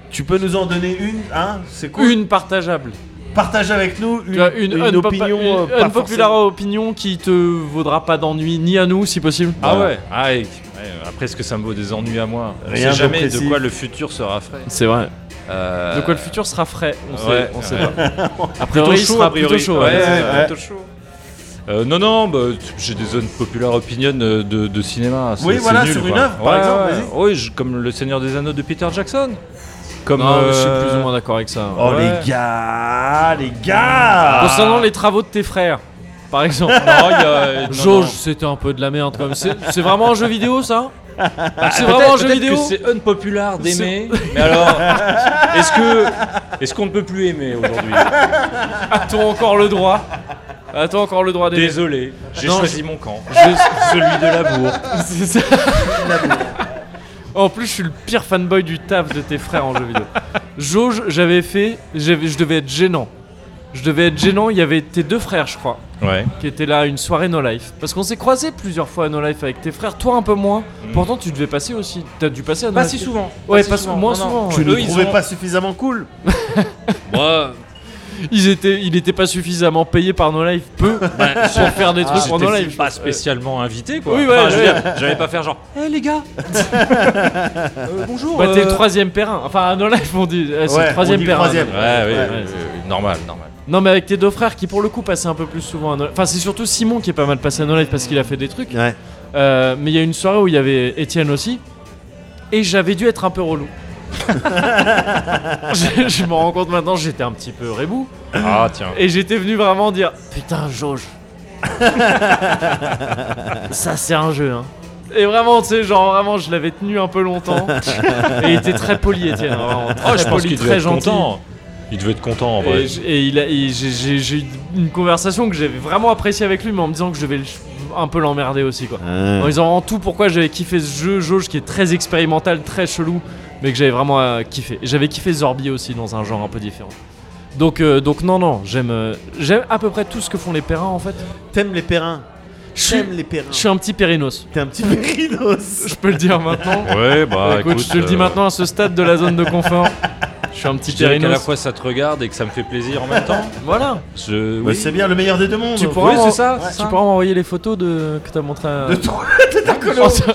Speaker 2: Tu peux nous en donner une, hein C'est cool.
Speaker 1: Une partageable.
Speaker 2: Partage avec nous une,
Speaker 1: Tu as une,
Speaker 2: une
Speaker 1: unpopu-
Speaker 2: opinion.
Speaker 1: une
Speaker 2: euh, pas
Speaker 1: unpopular opinion qui te vaudra pas d'ennui ni à nous si possible.
Speaker 3: Ah ouais, Ah, et- ouais, Après, est-ce que ça me vaut des ennuis à moi On
Speaker 1: Rien
Speaker 3: sait
Speaker 1: de
Speaker 3: jamais de,
Speaker 1: précis.
Speaker 3: quoi le futur sera frais.
Speaker 1: C'est vrai.
Speaker 3: Euh,
Speaker 1: De quoi le futur sera frais On sait,
Speaker 3: ouais,
Speaker 1: on sait
Speaker 3: ouais.
Speaker 1: pas. A
Speaker 3: Plutôt
Speaker 1: priori, il
Speaker 3: chaud,
Speaker 1: sera
Speaker 3: a priori.
Speaker 1: plutôt chaud.
Speaker 3: Ouais,
Speaker 1: ouais.
Speaker 3: ouais, plutôt chaud. Euh, non, non, bah, t- j'ai des zones populaires opinion de, de cinéma. c'est-
Speaker 2: Oui,
Speaker 3: c'est
Speaker 2: voilà,
Speaker 3: nul,
Speaker 2: sur
Speaker 3: quoi.
Speaker 2: une œuvre, par
Speaker 3: Ouais,
Speaker 2: exemple,
Speaker 3: ouais. Oui, je- comme Le Seigneur des Anneaux de Peter Jackson. Comme,
Speaker 1: Non, mais je suis
Speaker 3: euh,
Speaker 1: plus ou moins d'accord avec ça.
Speaker 2: Oh,
Speaker 3: Ouais.
Speaker 2: les gars, les gars
Speaker 1: Concernant les travaux de tes frères, par exemple.
Speaker 3: Non, Oh, il y a- non,
Speaker 1: Jauge,
Speaker 3: non.
Speaker 1: c'était un peu de la merde quand même. C'est c'est vraiment un jeu vidéo ça
Speaker 3: Bah,
Speaker 1: C'est
Speaker 3: peut-être-
Speaker 1: vraiment un jeu
Speaker 3: peut-être que
Speaker 1: vidéo
Speaker 3: C'est unpopular d'aimer. Mais alors, est-ce que est-ce qu'on ne peut plus aimer aujourd'hui
Speaker 1: A-t-on encore le droit A-t-on encore le droit d'aimer
Speaker 3: Désolé, j'ai
Speaker 1: Non,
Speaker 3: choisi
Speaker 1: je-
Speaker 3: mon camp,
Speaker 1: je-
Speaker 3: celui de l'amour.
Speaker 1: C'est ça. En plus, je suis le pire fanboy du taf de tes frères en jeu vidéo. Jauge, j'avais fait. j'avais- Je devais être gênant. Je devais être gênant. Il y avait tes deux frères, je crois.
Speaker 3: Ouais.
Speaker 1: Qui étaient là à une soirée No Life. Parce qu'on s'est croisés plusieurs fois à No Life avec tes frères. Toi, un peu moins. Pourtant, tu devais passer aussi. T'as dû passer à No
Speaker 3: Mm. Pas
Speaker 1: Life.
Speaker 3: si souvent.
Speaker 1: Ouais,
Speaker 3: Pas si
Speaker 1: pas
Speaker 3: souvent.
Speaker 1: moins
Speaker 3: Non, non.
Speaker 1: souvent.
Speaker 2: Tu
Speaker 1: ouais.
Speaker 2: ne
Speaker 3: Eux, ils
Speaker 2: trouvais
Speaker 3: ont-
Speaker 2: pas suffisamment cool
Speaker 1: Ah,
Speaker 3: Moi,
Speaker 1: Ils étaient, il était pas suffisamment payé par No Life, peu, pour faire des trucs en No
Speaker 3: Ah, j'étais
Speaker 1: Life.
Speaker 3: ben,
Speaker 1: Euh,
Speaker 3: pas spécialement invité quoi.
Speaker 1: Oui, ouais,
Speaker 3: Enfin, je veux
Speaker 1: ouais.
Speaker 3: dire, j'allais pas faire genre. Euh,
Speaker 1: Eh les gars
Speaker 3: bonjour. euh.
Speaker 1: Bah, t'es le troisième périn. Enfin, à No Life, on dit. eh, c'est
Speaker 2: Ouais,
Speaker 1: le troisième
Speaker 2: on dit
Speaker 1: périn.
Speaker 2: troisième.
Speaker 3: Ouais,
Speaker 1: Ouais.
Speaker 3: ouais,
Speaker 2: Ouais.
Speaker 3: ouais, ouais, normal, normal.
Speaker 1: Non, mais avec tes deux frères qui, pour le coup, passaient un peu plus souvent à No Life. Enfin, c'est surtout Simon qui est pas mal passé à No Life parce qu'il a fait des trucs.
Speaker 2: Ouais.
Speaker 1: Euh, mais il y a une soirée où il y avait Étienne aussi. Et j'avais dû être un peu relou. je je m'en rends compte maintenant, j'étais un petit peu rebou.
Speaker 3: Ah tiens.
Speaker 1: Et j'étais venu vraiment dire Putain, jauge. Ça, c'est un jeu, hein. Et vraiment, tu sais, genre vraiment, je l'avais tenu un peu longtemps. et il était très poli, Étienne. vraiment,
Speaker 3: Oh,
Speaker 1: très
Speaker 3: je pense
Speaker 1: poli,
Speaker 3: qu'il
Speaker 1: Ah, très
Speaker 3: devait être
Speaker 1: gentil.
Speaker 3: content. Il devait être content en vrai.
Speaker 1: Et, j- et il a- et j'ai- j'ai j'ai eu une conversation que j'avais vraiment appréciée avec lui, mais en me disant que je vais le- un peu l'emmerder aussi, quoi. En disant en tout pourquoi j'avais kiffé ce jeu, jauge qui est très expérimental, très chelou, mais que j'avais vraiment euh, kiffé. Et J'avais kiffé Zorbi aussi dans un genre un peu différent. Donc, euh, donc non, non, j'aime euh, j'aime à peu près tout ce que font les périns en fait.
Speaker 2: T'aimes les périns
Speaker 1: Je suis-
Speaker 2: T'aimes les périns
Speaker 1: je suis un petit périnos,
Speaker 2: T'es un petit périnos
Speaker 1: je peux le dire maintenant.
Speaker 3: Ouais, bah
Speaker 1: écoute,
Speaker 3: écoute,
Speaker 1: je te le dis
Speaker 3: euh,
Speaker 1: maintenant à ce stade de la zone de confort. Je suis un petit
Speaker 3: Je dirais qu'à la
Speaker 1: périnos.
Speaker 3: fois ça te regarde et que ça me fait plaisir en même temps.
Speaker 1: Voilà,
Speaker 3: Je...
Speaker 2: Bah, C'est bien le meilleur des deux mondes
Speaker 1: tu pourras,
Speaker 3: oui,
Speaker 1: m'en-
Speaker 3: c'est ça, c'est
Speaker 1: tu
Speaker 3: ça.
Speaker 1: pourras m'envoyer les photos de, que t'as montré à...
Speaker 2: De toi
Speaker 1: Oh, ça-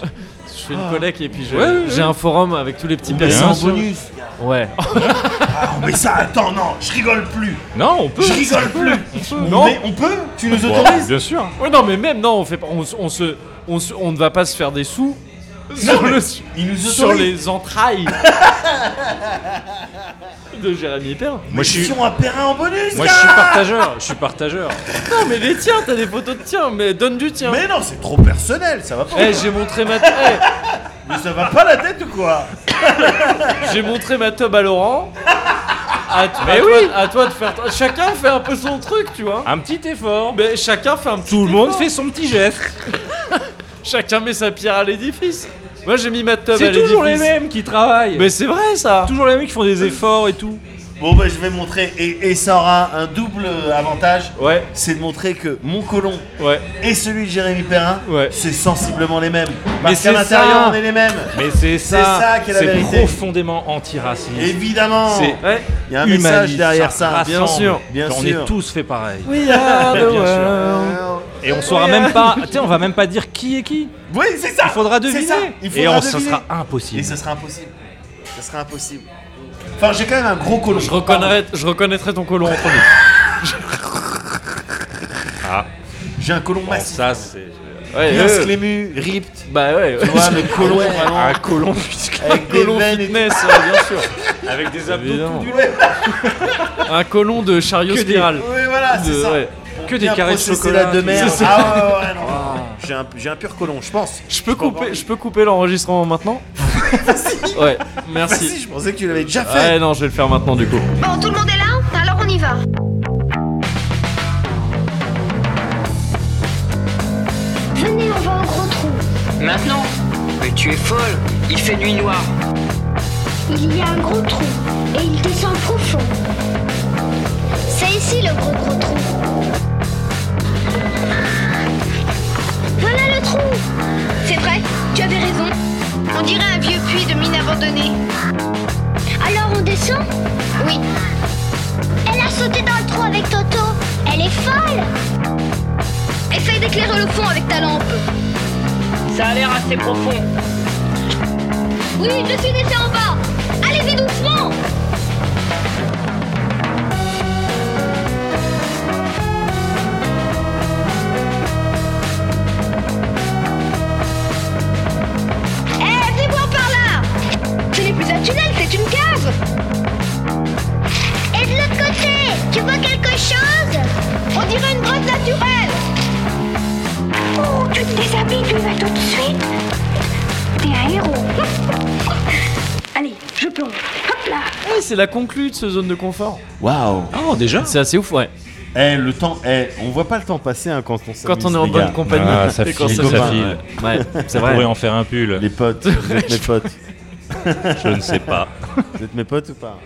Speaker 1: Je fais une collecte et puis je- j'ai
Speaker 3: Ouais, ouais, ouais.
Speaker 1: un forum avec tous les petits
Speaker 2: Mais c'est
Speaker 1: périnos.
Speaker 2: un bonus
Speaker 1: Ouais.
Speaker 2: Ah, mais ça, attends, non, je rigole plus
Speaker 3: Non, on peut.
Speaker 2: Je rigole plus
Speaker 1: Non.
Speaker 2: Mais on peut Tu nous
Speaker 3: Bon,
Speaker 2: autorises
Speaker 3: bien sûr.
Speaker 1: Ouais, non, mais même, non, on, fait, pas- on, se- on se, on, se- on ne va pas se faire des sous
Speaker 2: Non,
Speaker 1: sur,
Speaker 2: mais
Speaker 1: le-
Speaker 2: Il nous autorise
Speaker 1: sur les entrailles de Jérémy Perrin.
Speaker 3: Moi je suis,
Speaker 2: Sur un périn en bonus
Speaker 3: moi je suis partageur. Je suis partageur.
Speaker 1: Non, mais les tiens, t'as des photos de tiens, mais donne du tien.
Speaker 2: Mais non, c'est trop personnel, ça va pas
Speaker 1: Eh, j'ai montré ma eh,
Speaker 2: Mais ça va pas la tête ou quoi
Speaker 1: j'ai montré ma tub à Laurent. À, to- à toi, à toi de faire. Chacun fait un peu son truc, tu vois.
Speaker 3: Un petit effort.
Speaker 1: Mais chacun fait un petit
Speaker 3: Tout le monde
Speaker 1: effort.
Speaker 3: fait son petit geste.
Speaker 1: Chacun met sa pierre à l'édifice. Moi j'ai mis ma tub à
Speaker 3: C'est
Speaker 1: l'édifice.
Speaker 3: toujours les mêmes qui travaillent.
Speaker 1: Mais c'est vrai ça.
Speaker 3: toujours les mêmes qui font des efforts et tout.
Speaker 2: Bon bah je vais montrer, et, et ça aura un double euh, avantage,
Speaker 1: Ouais,
Speaker 2: c'est de montrer que mon colon
Speaker 1: ouais.
Speaker 2: et celui de Jérémy Perrin,
Speaker 1: Ouais.
Speaker 2: c'est sensiblement les mêmes. Parce
Speaker 3: c'est
Speaker 2: qu'à l'intérieur
Speaker 3: ça.
Speaker 2: on est les mêmes
Speaker 3: Mais c'est ça.
Speaker 2: ça qui est la vérité.
Speaker 3: profondément antiraciste.
Speaker 2: Évidemment
Speaker 3: C'est
Speaker 1: Ouais.
Speaker 2: Il y a un message
Speaker 3: humaniste,
Speaker 2: derrière ça,
Speaker 3: rassemble.
Speaker 1: bien sûr,
Speaker 2: bien
Speaker 3: On
Speaker 2: sûr.
Speaker 3: est tous fait pareil.
Speaker 1: We are the
Speaker 3: Bien sûr.
Speaker 1: world.
Speaker 3: Et on saura
Speaker 1: Oui,
Speaker 3: même
Speaker 1: hein.
Speaker 3: pas. Tiens, on va même pas dire qui est qui.
Speaker 2: Oui, c'est ça
Speaker 3: Il faudra
Speaker 2: C'est
Speaker 3: deviner.
Speaker 2: ça. Il faudra
Speaker 3: et on, ça
Speaker 2: deviner.
Speaker 3: sera impossible.
Speaker 2: Et ça sera impossible. Ça sera impossible. Enfin, j'ai quand même un gros colon.
Speaker 1: Je reconnaîtrai, je reconnaîtrai ton colon en premier.
Speaker 3: Ah,
Speaker 2: J'ai un colon
Speaker 3: bon,
Speaker 2: massif.
Speaker 3: ça c'est. Oh,
Speaker 1: Ouais,
Speaker 2: Bien clému, ripped.
Speaker 1: Bah ouais,
Speaker 2: Tu vois, mais colon
Speaker 1: Ouais.
Speaker 2: vraiment.
Speaker 3: Un colon puisque-
Speaker 2: Avec des
Speaker 1: colon
Speaker 2: veines et tout.
Speaker 1: fitness, ouais, bien sûr.
Speaker 3: avec des abdos
Speaker 1: Évidemment.
Speaker 3: tout du
Speaker 1: Un colon de chariot
Speaker 3: Que des-
Speaker 1: spiral.
Speaker 2: Oui, voilà, Ah, c'est
Speaker 1: De-
Speaker 2: ça.
Speaker 1: ouais.
Speaker 2: Pour
Speaker 3: Que des
Speaker 2: bien
Speaker 3: carrés de
Speaker 2: processer
Speaker 3: chocolat,
Speaker 2: la de
Speaker 3: tout
Speaker 2: mer.
Speaker 1: ça.
Speaker 2: Ah ouais, ouais, ouais, non. J'ai un, j'ai un pur colon, je pense.
Speaker 1: Je peux couper, je peux couper l'enregistrement maintenant Ouais,
Speaker 2: Merci,
Speaker 1: merci. Ah
Speaker 2: je pensais que tu l'avais déjà fait.
Speaker 1: Ouais, non, je vais le faire maintenant du coup.
Speaker 9: Bon, tout le monde est là Alors on y va. Venez, on va au gros trou.
Speaker 11: Maintenant Mais tu es folle Il fait nuit noire
Speaker 9: Il y a un gros trou et il descend profond. C'est ici le gros gros trou. Voilà le trou. C'est vrai, tu avais raison. On dirait un vieux puits de minerai abandonné. Alors on descend Oui. Elle a sauté dans le trou avec Toto. Elle est folle Essaye d'éclairer le fond avec ta lampe.
Speaker 11: Ça a l'air assez profond.
Speaker 9: Oui, je suis déjà en bas. Allez-y doucement Eh, venez-moi par là Ce n'est plus un tunnel, c'est une cave Et de l'autre côté, tu vois quelque chose On dirait une grotte naturelle Oh, tu te déshabilles, tu y vas tout de suite T'es un héros Allez, je plonge Hop là
Speaker 1: Ouais, c'est la conclue de ce zone de confort.
Speaker 2: Waouh
Speaker 1: Oh, déjà C'est assez ouf, ouais.
Speaker 2: Eh, le temps, eh, on voit pas le temps passer hein, quand on
Speaker 1: Quand
Speaker 2: s'amuse,
Speaker 1: on est en
Speaker 2: les
Speaker 1: bonne
Speaker 2: gars.
Speaker 1: compagnie.
Speaker 3: Ah, ça
Speaker 1: Et quand
Speaker 3: file,
Speaker 1: on se
Speaker 3: ça
Speaker 1: bat,
Speaker 3: file.
Speaker 1: Ouais, Ouais, c'est
Speaker 3: On
Speaker 1: vrai.
Speaker 3: pourrait en faire un pull.
Speaker 2: Les potes, vous êtes mes potes.
Speaker 3: Je ne sais pas.
Speaker 2: Vous êtes mes potes ou pas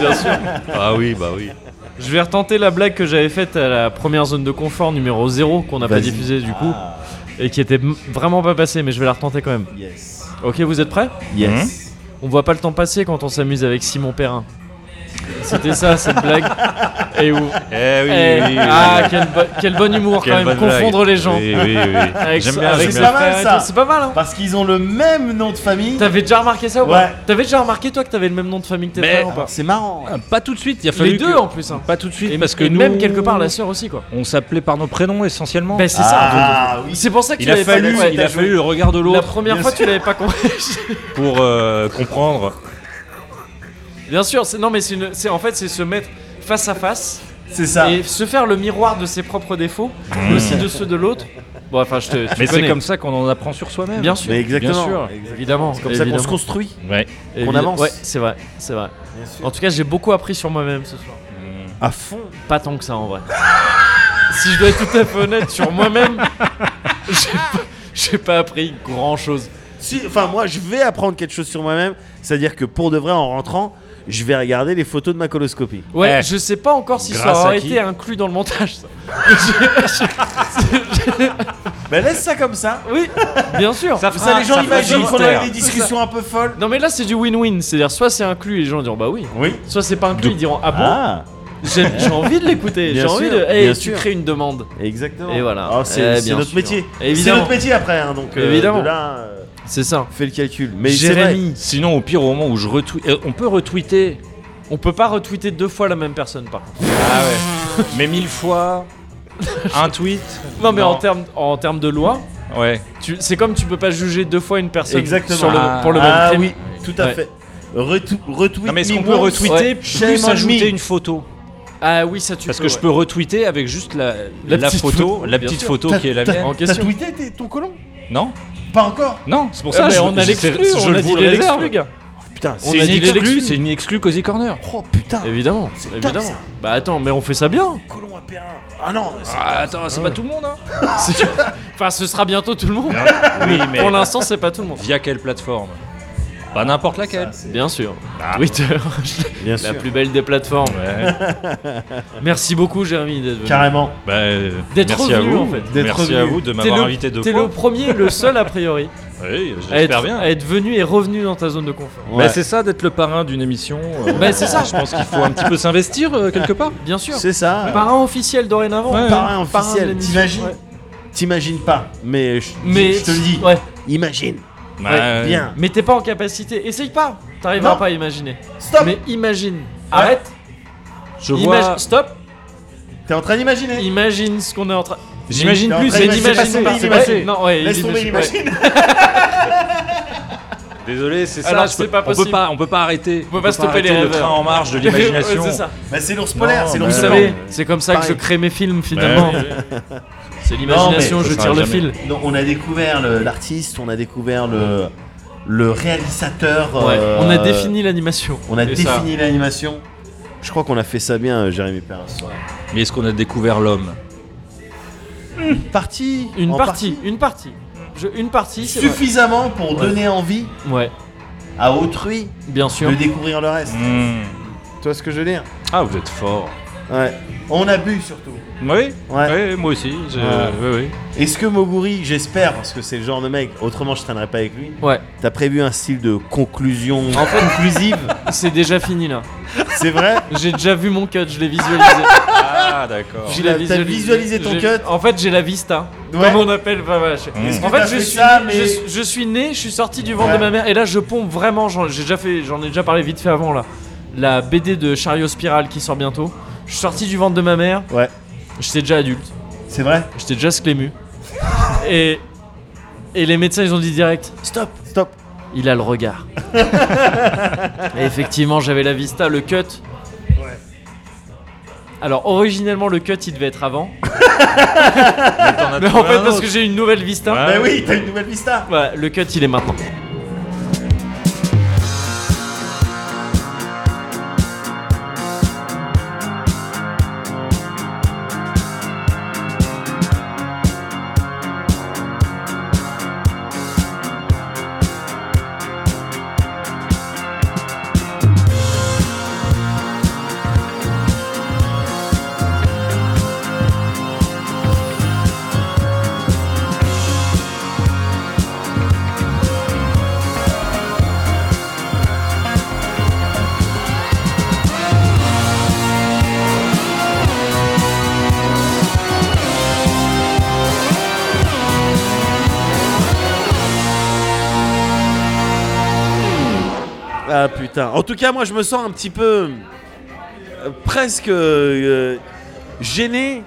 Speaker 1: Bien sûr.
Speaker 3: Ah oui, bah oui.
Speaker 1: Je vais retenter la blague que j'avais faite à la première zone de confort numéro 0 qu'on n'a pas
Speaker 2: Vas-y.
Speaker 1: diffusée du coup
Speaker 3: Ah.
Speaker 1: et qui était m- vraiment pas passée, mais je vais la retenter quand même.
Speaker 2: Yes. Hmm?
Speaker 1: Ok, vous êtes prêts
Speaker 2: Yes.
Speaker 1: On voit pas le temps passer quand on s'amuse avec Simon Perrin. C'était ça cette blague. Et où
Speaker 3: Eh oui, oui, oui, oui.
Speaker 1: Ah, quel, bo- quel bon humour
Speaker 3: Quelle
Speaker 1: quand même,
Speaker 3: bonne blague.
Speaker 1: confondre les gens.
Speaker 3: Oui, oui, oui.
Speaker 1: Avec
Speaker 3: J'aime
Speaker 1: so-
Speaker 3: bien,
Speaker 1: avec
Speaker 3: j'aime
Speaker 1: le
Speaker 3: bien.
Speaker 1: frère et
Speaker 2: C'est pas mal, ça.
Speaker 1: tout, C'est pas mal. Hein
Speaker 2: Parce qu'ils ont le même nom de famille.
Speaker 1: T'avais déjà remarqué ça ou pas
Speaker 2: Ouais.
Speaker 1: T'avais déjà remarqué toi que t'avais le même nom de famille que tes
Speaker 3: Mais-
Speaker 1: frères ou pas
Speaker 2: C'est marrant.
Speaker 3: Pas tout de suite, il a fallu.
Speaker 1: Les deux
Speaker 3: que-
Speaker 1: en plus. Hein.
Speaker 3: Pas tout de suite,
Speaker 1: Et-
Speaker 3: parce que
Speaker 1: et
Speaker 3: nous.
Speaker 1: même quelque part la sœur aussi quoi.
Speaker 3: On s'appelait par nos prénoms essentiellement.
Speaker 1: Ben c'est ça.
Speaker 2: Ah oui.
Speaker 1: C'est pour ça que
Speaker 3: il
Speaker 1: tu
Speaker 3: a
Speaker 1: l'avais pas
Speaker 3: fallu,
Speaker 1: compris.
Speaker 3: il a fallu le regard de
Speaker 1: La
Speaker 3: l'autre
Speaker 1: première fois, tu l'avais pas compris.
Speaker 3: pour euh, comprendre.
Speaker 1: Bien sûr, c'est non mais c'est une- c'est en fait c'est se mettre face à face
Speaker 2: C'est ça. Mmh.
Speaker 1: et se faire le miroir de ses propres défauts, mais aussi de ceux de l'autre. Bon, enfin, je te. tu
Speaker 3: Mais c'est
Speaker 1: connais.
Speaker 3: comme ça qu'on en apprend sur soi-même.
Speaker 1: Bien sûr.
Speaker 2: Mais exactement.
Speaker 3: sûr.
Speaker 2: Exactement.
Speaker 1: Évidemment.
Speaker 2: C'est comme ça qu'on se construit.
Speaker 3: Ouais.
Speaker 1: qu'on
Speaker 2: avance.
Speaker 1: Ouais, c'est vrai, c'est vrai. En tout cas, j'ai beaucoup appris sur moi-même ce soir.
Speaker 2: À fond.
Speaker 1: Pas tant que ça en vrai. si je dois être tout à fait honnête sur moi-même, j'ai pas- j'ai pas appris grand chose.
Speaker 2: Si, enfin, moi, je vais apprendre quelque chose sur moi-même. C'est-à-dire que pour de vrai, en rentrant, je vais regarder les photos de ma coloscopie.
Speaker 1: Ouais,
Speaker 3: Eh,
Speaker 1: je sais pas encore si ça
Speaker 3: grâce
Speaker 1: aurait
Speaker 3: à qui
Speaker 1: été inclus dans le montage. ça.
Speaker 2: Ben laisse ça comme ça.
Speaker 1: Oui, bien sûr. Ah,
Speaker 3: Ça
Speaker 2: Comme ça, les gens imaginent qu'on a
Speaker 3: mystère.
Speaker 2: eu des discussions un peu folles.
Speaker 1: Non mais là c'est du win-win, c'est-à-dire soit c'est inclus et les gens diront bah oui,
Speaker 2: Oui.
Speaker 1: soit c'est pas inclus,
Speaker 3: De-
Speaker 1: ils diront ah bon,
Speaker 2: Ah,
Speaker 1: j'ai j'ai envie de l'écouter,
Speaker 2: Bien
Speaker 1: j'ai envie
Speaker 2: sûr,
Speaker 1: de... Hey,
Speaker 2: bien
Speaker 1: tu
Speaker 2: sûr.
Speaker 1: crées une demande.
Speaker 2: exactement.
Speaker 1: Et voilà.
Speaker 2: Oh,
Speaker 1: Eh,
Speaker 2: c'est c'est
Speaker 1: bien
Speaker 2: notre
Speaker 1: sûr.
Speaker 2: métier. C'est
Speaker 1: Évidemment.
Speaker 2: notre métier après, hein, donc. euh,
Speaker 1: Évidemment.
Speaker 2: de là, euh,
Speaker 1: C'est ça.
Speaker 2: fais le calcul. Mais c'est vrai.
Speaker 1: Jérémy,
Speaker 3: Sinon, au pire, au moment où je retweet. euh, on peut retweeter,
Speaker 1: on peut pas retweeter deux fois la même personne par contre.
Speaker 3: mais mille fois. un tweet.
Speaker 1: Non mais
Speaker 3: Non.
Speaker 1: en termes en termes de loi,
Speaker 3: Ouais.
Speaker 1: tu- c'est comme tu peux pas juger deux fois une personne
Speaker 2: Exactement.
Speaker 1: sur le-
Speaker 3: Ah.
Speaker 1: pour le même
Speaker 2: Ah
Speaker 1: crime.
Speaker 2: oui, tout à
Speaker 1: Ouais.
Speaker 2: fait. Retou- retweet.
Speaker 3: Non, mais est-ce
Speaker 2: me
Speaker 3: qu'on peut
Speaker 2: once
Speaker 3: retweeter
Speaker 1: ouais.
Speaker 2: Shame
Speaker 3: plus
Speaker 2: on me.
Speaker 3: ajouter une photo
Speaker 1: Ah oui, ça tu
Speaker 3: Parce
Speaker 1: peux,
Speaker 3: que je
Speaker 1: ouais.
Speaker 3: peux retweeter avec juste la,
Speaker 1: La
Speaker 3: la,
Speaker 1: petite
Speaker 3: photo,
Speaker 1: photo,
Speaker 3: la
Speaker 1: bien
Speaker 3: petite
Speaker 1: sûr.
Speaker 3: photo
Speaker 2: T'as-
Speaker 3: qui est la
Speaker 2: t'as-
Speaker 3: mienne.
Speaker 1: En
Speaker 2: T'as
Speaker 1: question.
Speaker 2: tweeté tes- ton colon
Speaker 3: Non
Speaker 2: Pas encore.
Speaker 3: Non, c'est pour
Speaker 1: Eh
Speaker 3: ça
Speaker 1: ben,
Speaker 3: je,
Speaker 1: on a
Speaker 3: je- c'est-
Speaker 1: l'exclu,
Speaker 3: je
Speaker 1: on
Speaker 3: le
Speaker 1: a dit
Speaker 3: vous
Speaker 1: l'exclu,
Speaker 3: réserve.
Speaker 1: les gars.
Speaker 2: Putain,
Speaker 1: On
Speaker 3: C'est
Speaker 1: a
Speaker 3: une
Speaker 1: dit Ah,
Speaker 3: exclue,
Speaker 1: l'exclu.
Speaker 3: c'est une exclue Cozy Corner.
Speaker 2: Oh putain,
Speaker 1: Évidemment,
Speaker 2: top,
Speaker 1: évidemment.
Speaker 2: ça.
Speaker 1: Bah attends, mais on fait ça bien.
Speaker 2: colon à Perrin. Ah non, c'est-
Speaker 3: Ah, attends, c'est pas tout le monde, hein
Speaker 1: C'est- enfin, ce sera bientôt tout le monde.
Speaker 3: Oui, mais
Speaker 1: Pour l'instant, c'est pas tout le monde.
Speaker 3: via quelle plateforme Pas n'importe laquelle. Ah.
Speaker 1: Bien sûr. Twitter,
Speaker 2: bien
Speaker 1: la
Speaker 2: sûr.
Speaker 1: plus belle des plateformes.
Speaker 3: Ouais.
Speaker 1: Merci beaucoup, Jérémy, d'être venu.
Speaker 2: Carrément.
Speaker 3: Bah, euh,
Speaker 1: D'être revenu,
Speaker 3: merci à vous.
Speaker 1: en fait.
Speaker 2: D'être
Speaker 3: Merci
Speaker 2: revenu.
Speaker 3: à vous de
Speaker 1: T'es
Speaker 3: m'avoir
Speaker 1: le,
Speaker 3: invité deux
Speaker 1: t'es
Speaker 3: fois.
Speaker 1: le premier, le seul a priori
Speaker 3: Oui,
Speaker 1: à être,
Speaker 3: j'espère bien.
Speaker 1: à être venu et revenu dans ta zone de confort.
Speaker 3: Bah, c'est ça d'être le parrain d'une émission. euh,
Speaker 1: Bah, c'est ça.
Speaker 3: Je pense qu'il faut un petit peu s'investir euh, quelque part.
Speaker 1: Ah, Bien sûr.
Speaker 2: C'est ça.
Speaker 1: Parrain officiel dorénavant.
Speaker 3: Ouais,
Speaker 1: de
Speaker 2: Parrain officiel.
Speaker 1: l'émission,
Speaker 2: T'imagines
Speaker 1: ouais.
Speaker 2: T'imagines pas, mais je
Speaker 1: Mais
Speaker 2: je te le dis.
Speaker 1: ouais.
Speaker 2: Imagine.
Speaker 3: Bah,
Speaker 1: Ouais,
Speaker 2: Bien.
Speaker 1: Mais t'es pas en capacité. Essaye pas. T'arriveras
Speaker 2: Non.
Speaker 1: pas à imaginer.
Speaker 2: Stop.
Speaker 1: Mais imagine. Arrête.
Speaker 3: Je vois.
Speaker 1: Imagine. Stop.
Speaker 2: T'es en train d'imaginer.
Speaker 1: Imagine ce qu'on est en train.
Speaker 3: J'imagine
Speaker 2: Non,
Speaker 3: plus.
Speaker 2: après,
Speaker 1: Mais
Speaker 2: il s'est
Speaker 1: n'imagine
Speaker 2: passé,
Speaker 1: pas.
Speaker 2: il s'est
Speaker 1: Ouais,
Speaker 2: passé.
Speaker 1: Non, ouais,
Speaker 2: Laisse
Speaker 1: il
Speaker 2: tomber,
Speaker 1: imagine, ouais.
Speaker 2: imagine.
Speaker 3: Désolé, Ah c'est ça.
Speaker 1: Alors,
Speaker 3: je
Speaker 1: c'est
Speaker 3: peux-
Speaker 1: pas
Speaker 3: on
Speaker 1: possible.
Speaker 3: peut pas, on peut pas arrêter. On
Speaker 1: pas stopper
Speaker 3: arrêter
Speaker 1: les
Speaker 3: le
Speaker 1: rêveurs.
Speaker 3: train en marche de l'imagination. euh,
Speaker 1: Ouais, c'est ça.
Speaker 2: Bah c'est l'ours polaire,
Speaker 3: Non,
Speaker 2: c'est
Speaker 3: mais
Speaker 1: Vous
Speaker 2: l'ours
Speaker 3: Ouais.
Speaker 1: savez,
Speaker 2: polaire.
Speaker 1: c'est comme ça que je
Speaker 2: Pareil.
Speaker 1: crée mes films finalement.
Speaker 3: Bah, ouais.
Speaker 1: C'est l'imagination,
Speaker 2: Non,
Speaker 1: je
Speaker 3: mais-
Speaker 1: tire le
Speaker 3: Ça sera
Speaker 1: fil.
Speaker 2: Non, on a découvert le- l'artiste, on a découvert le le réalisateur.
Speaker 1: Ouais,
Speaker 2: euh,
Speaker 1: On a défini l'animation.
Speaker 2: On a
Speaker 1: Et ça.
Speaker 2: défini l'animation. Je crois qu'on a fait ça bien, euh, Jérémy Perrin. ce soir.
Speaker 3: Mais est-ce qu'on a découvert l'homme
Speaker 2: Une partie.
Speaker 1: Une
Speaker 2: en
Speaker 1: partie, une partie. Je- une partie, c'est vrai.
Speaker 2: Suffisamment pour
Speaker 1: Ouais.
Speaker 2: donner envie
Speaker 1: Ouais,
Speaker 2: à autrui
Speaker 1: bien sûr.
Speaker 3: Hmm.
Speaker 2: de découvrir le reste. Tu vois ce que je veux dire
Speaker 3: Ah, vous êtes fort.
Speaker 2: Ouais. On a bu surtout.
Speaker 3: Oui, oui, moi aussi. j'ai-
Speaker 2: Ouais.
Speaker 3: oui, oui.
Speaker 2: Est-ce que Moguri, j'espère, parce que c'est le genre de mec, autrement je traînerais pas avec lui.
Speaker 1: Ouais.
Speaker 2: T'as prévu un style de conclusion
Speaker 1: En fait,
Speaker 2: conclusive
Speaker 1: C'est déjà fini là.
Speaker 2: C'est vrai
Speaker 1: J'ai déjà vu mon cut, je l'ai visualisé.
Speaker 3: Ah, d'accord.
Speaker 1: J'ai la
Speaker 2: T'as- t'as visualisé ton
Speaker 1: j'ai-
Speaker 2: cut
Speaker 1: En fait, j'ai la vista.
Speaker 2: Ouais.
Speaker 1: Comme on appelle. Enfin, voilà, je-
Speaker 2: Est-ce que
Speaker 1: En
Speaker 2: t'as
Speaker 1: fait,
Speaker 2: fait
Speaker 1: je suis,
Speaker 2: ça, mais-
Speaker 1: je, je suis né, je suis sorti du ventre
Speaker 2: Ouais.
Speaker 1: de ma mère, et là, je pompe vraiment. J'en j'ai déjà fait, j'en ai déjà parlé vite fait avant là. La BD de Chariot Spiral qui sort bientôt. Je suis sorti du ventre de ma mère.
Speaker 2: Ouais.
Speaker 1: J'étais déjà adulte.
Speaker 2: C'est vrai.
Speaker 1: J'étais déjà sclému. et et les médecins, ils ont dit direct. Stop.
Speaker 2: Stop.
Speaker 1: Il a le regard. Et effectivement, j'avais la vista, le cut. Alors, originellement, le cut il devait être avant.
Speaker 3: as
Speaker 1: Mais en
Speaker 3: trouvé
Speaker 1: fait,
Speaker 3: un
Speaker 1: parce
Speaker 3: autre.
Speaker 1: que j'ai une nouvelle vista.
Speaker 3: Ouais. Bah oui,
Speaker 2: Ben t'as une nouvelle vista.
Speaker 1: Ouais, le cut il est maintenant.
Speaker 2: Ah putain. En tout cas, moi je me sens un petit peu. euh, presque. euh, gêné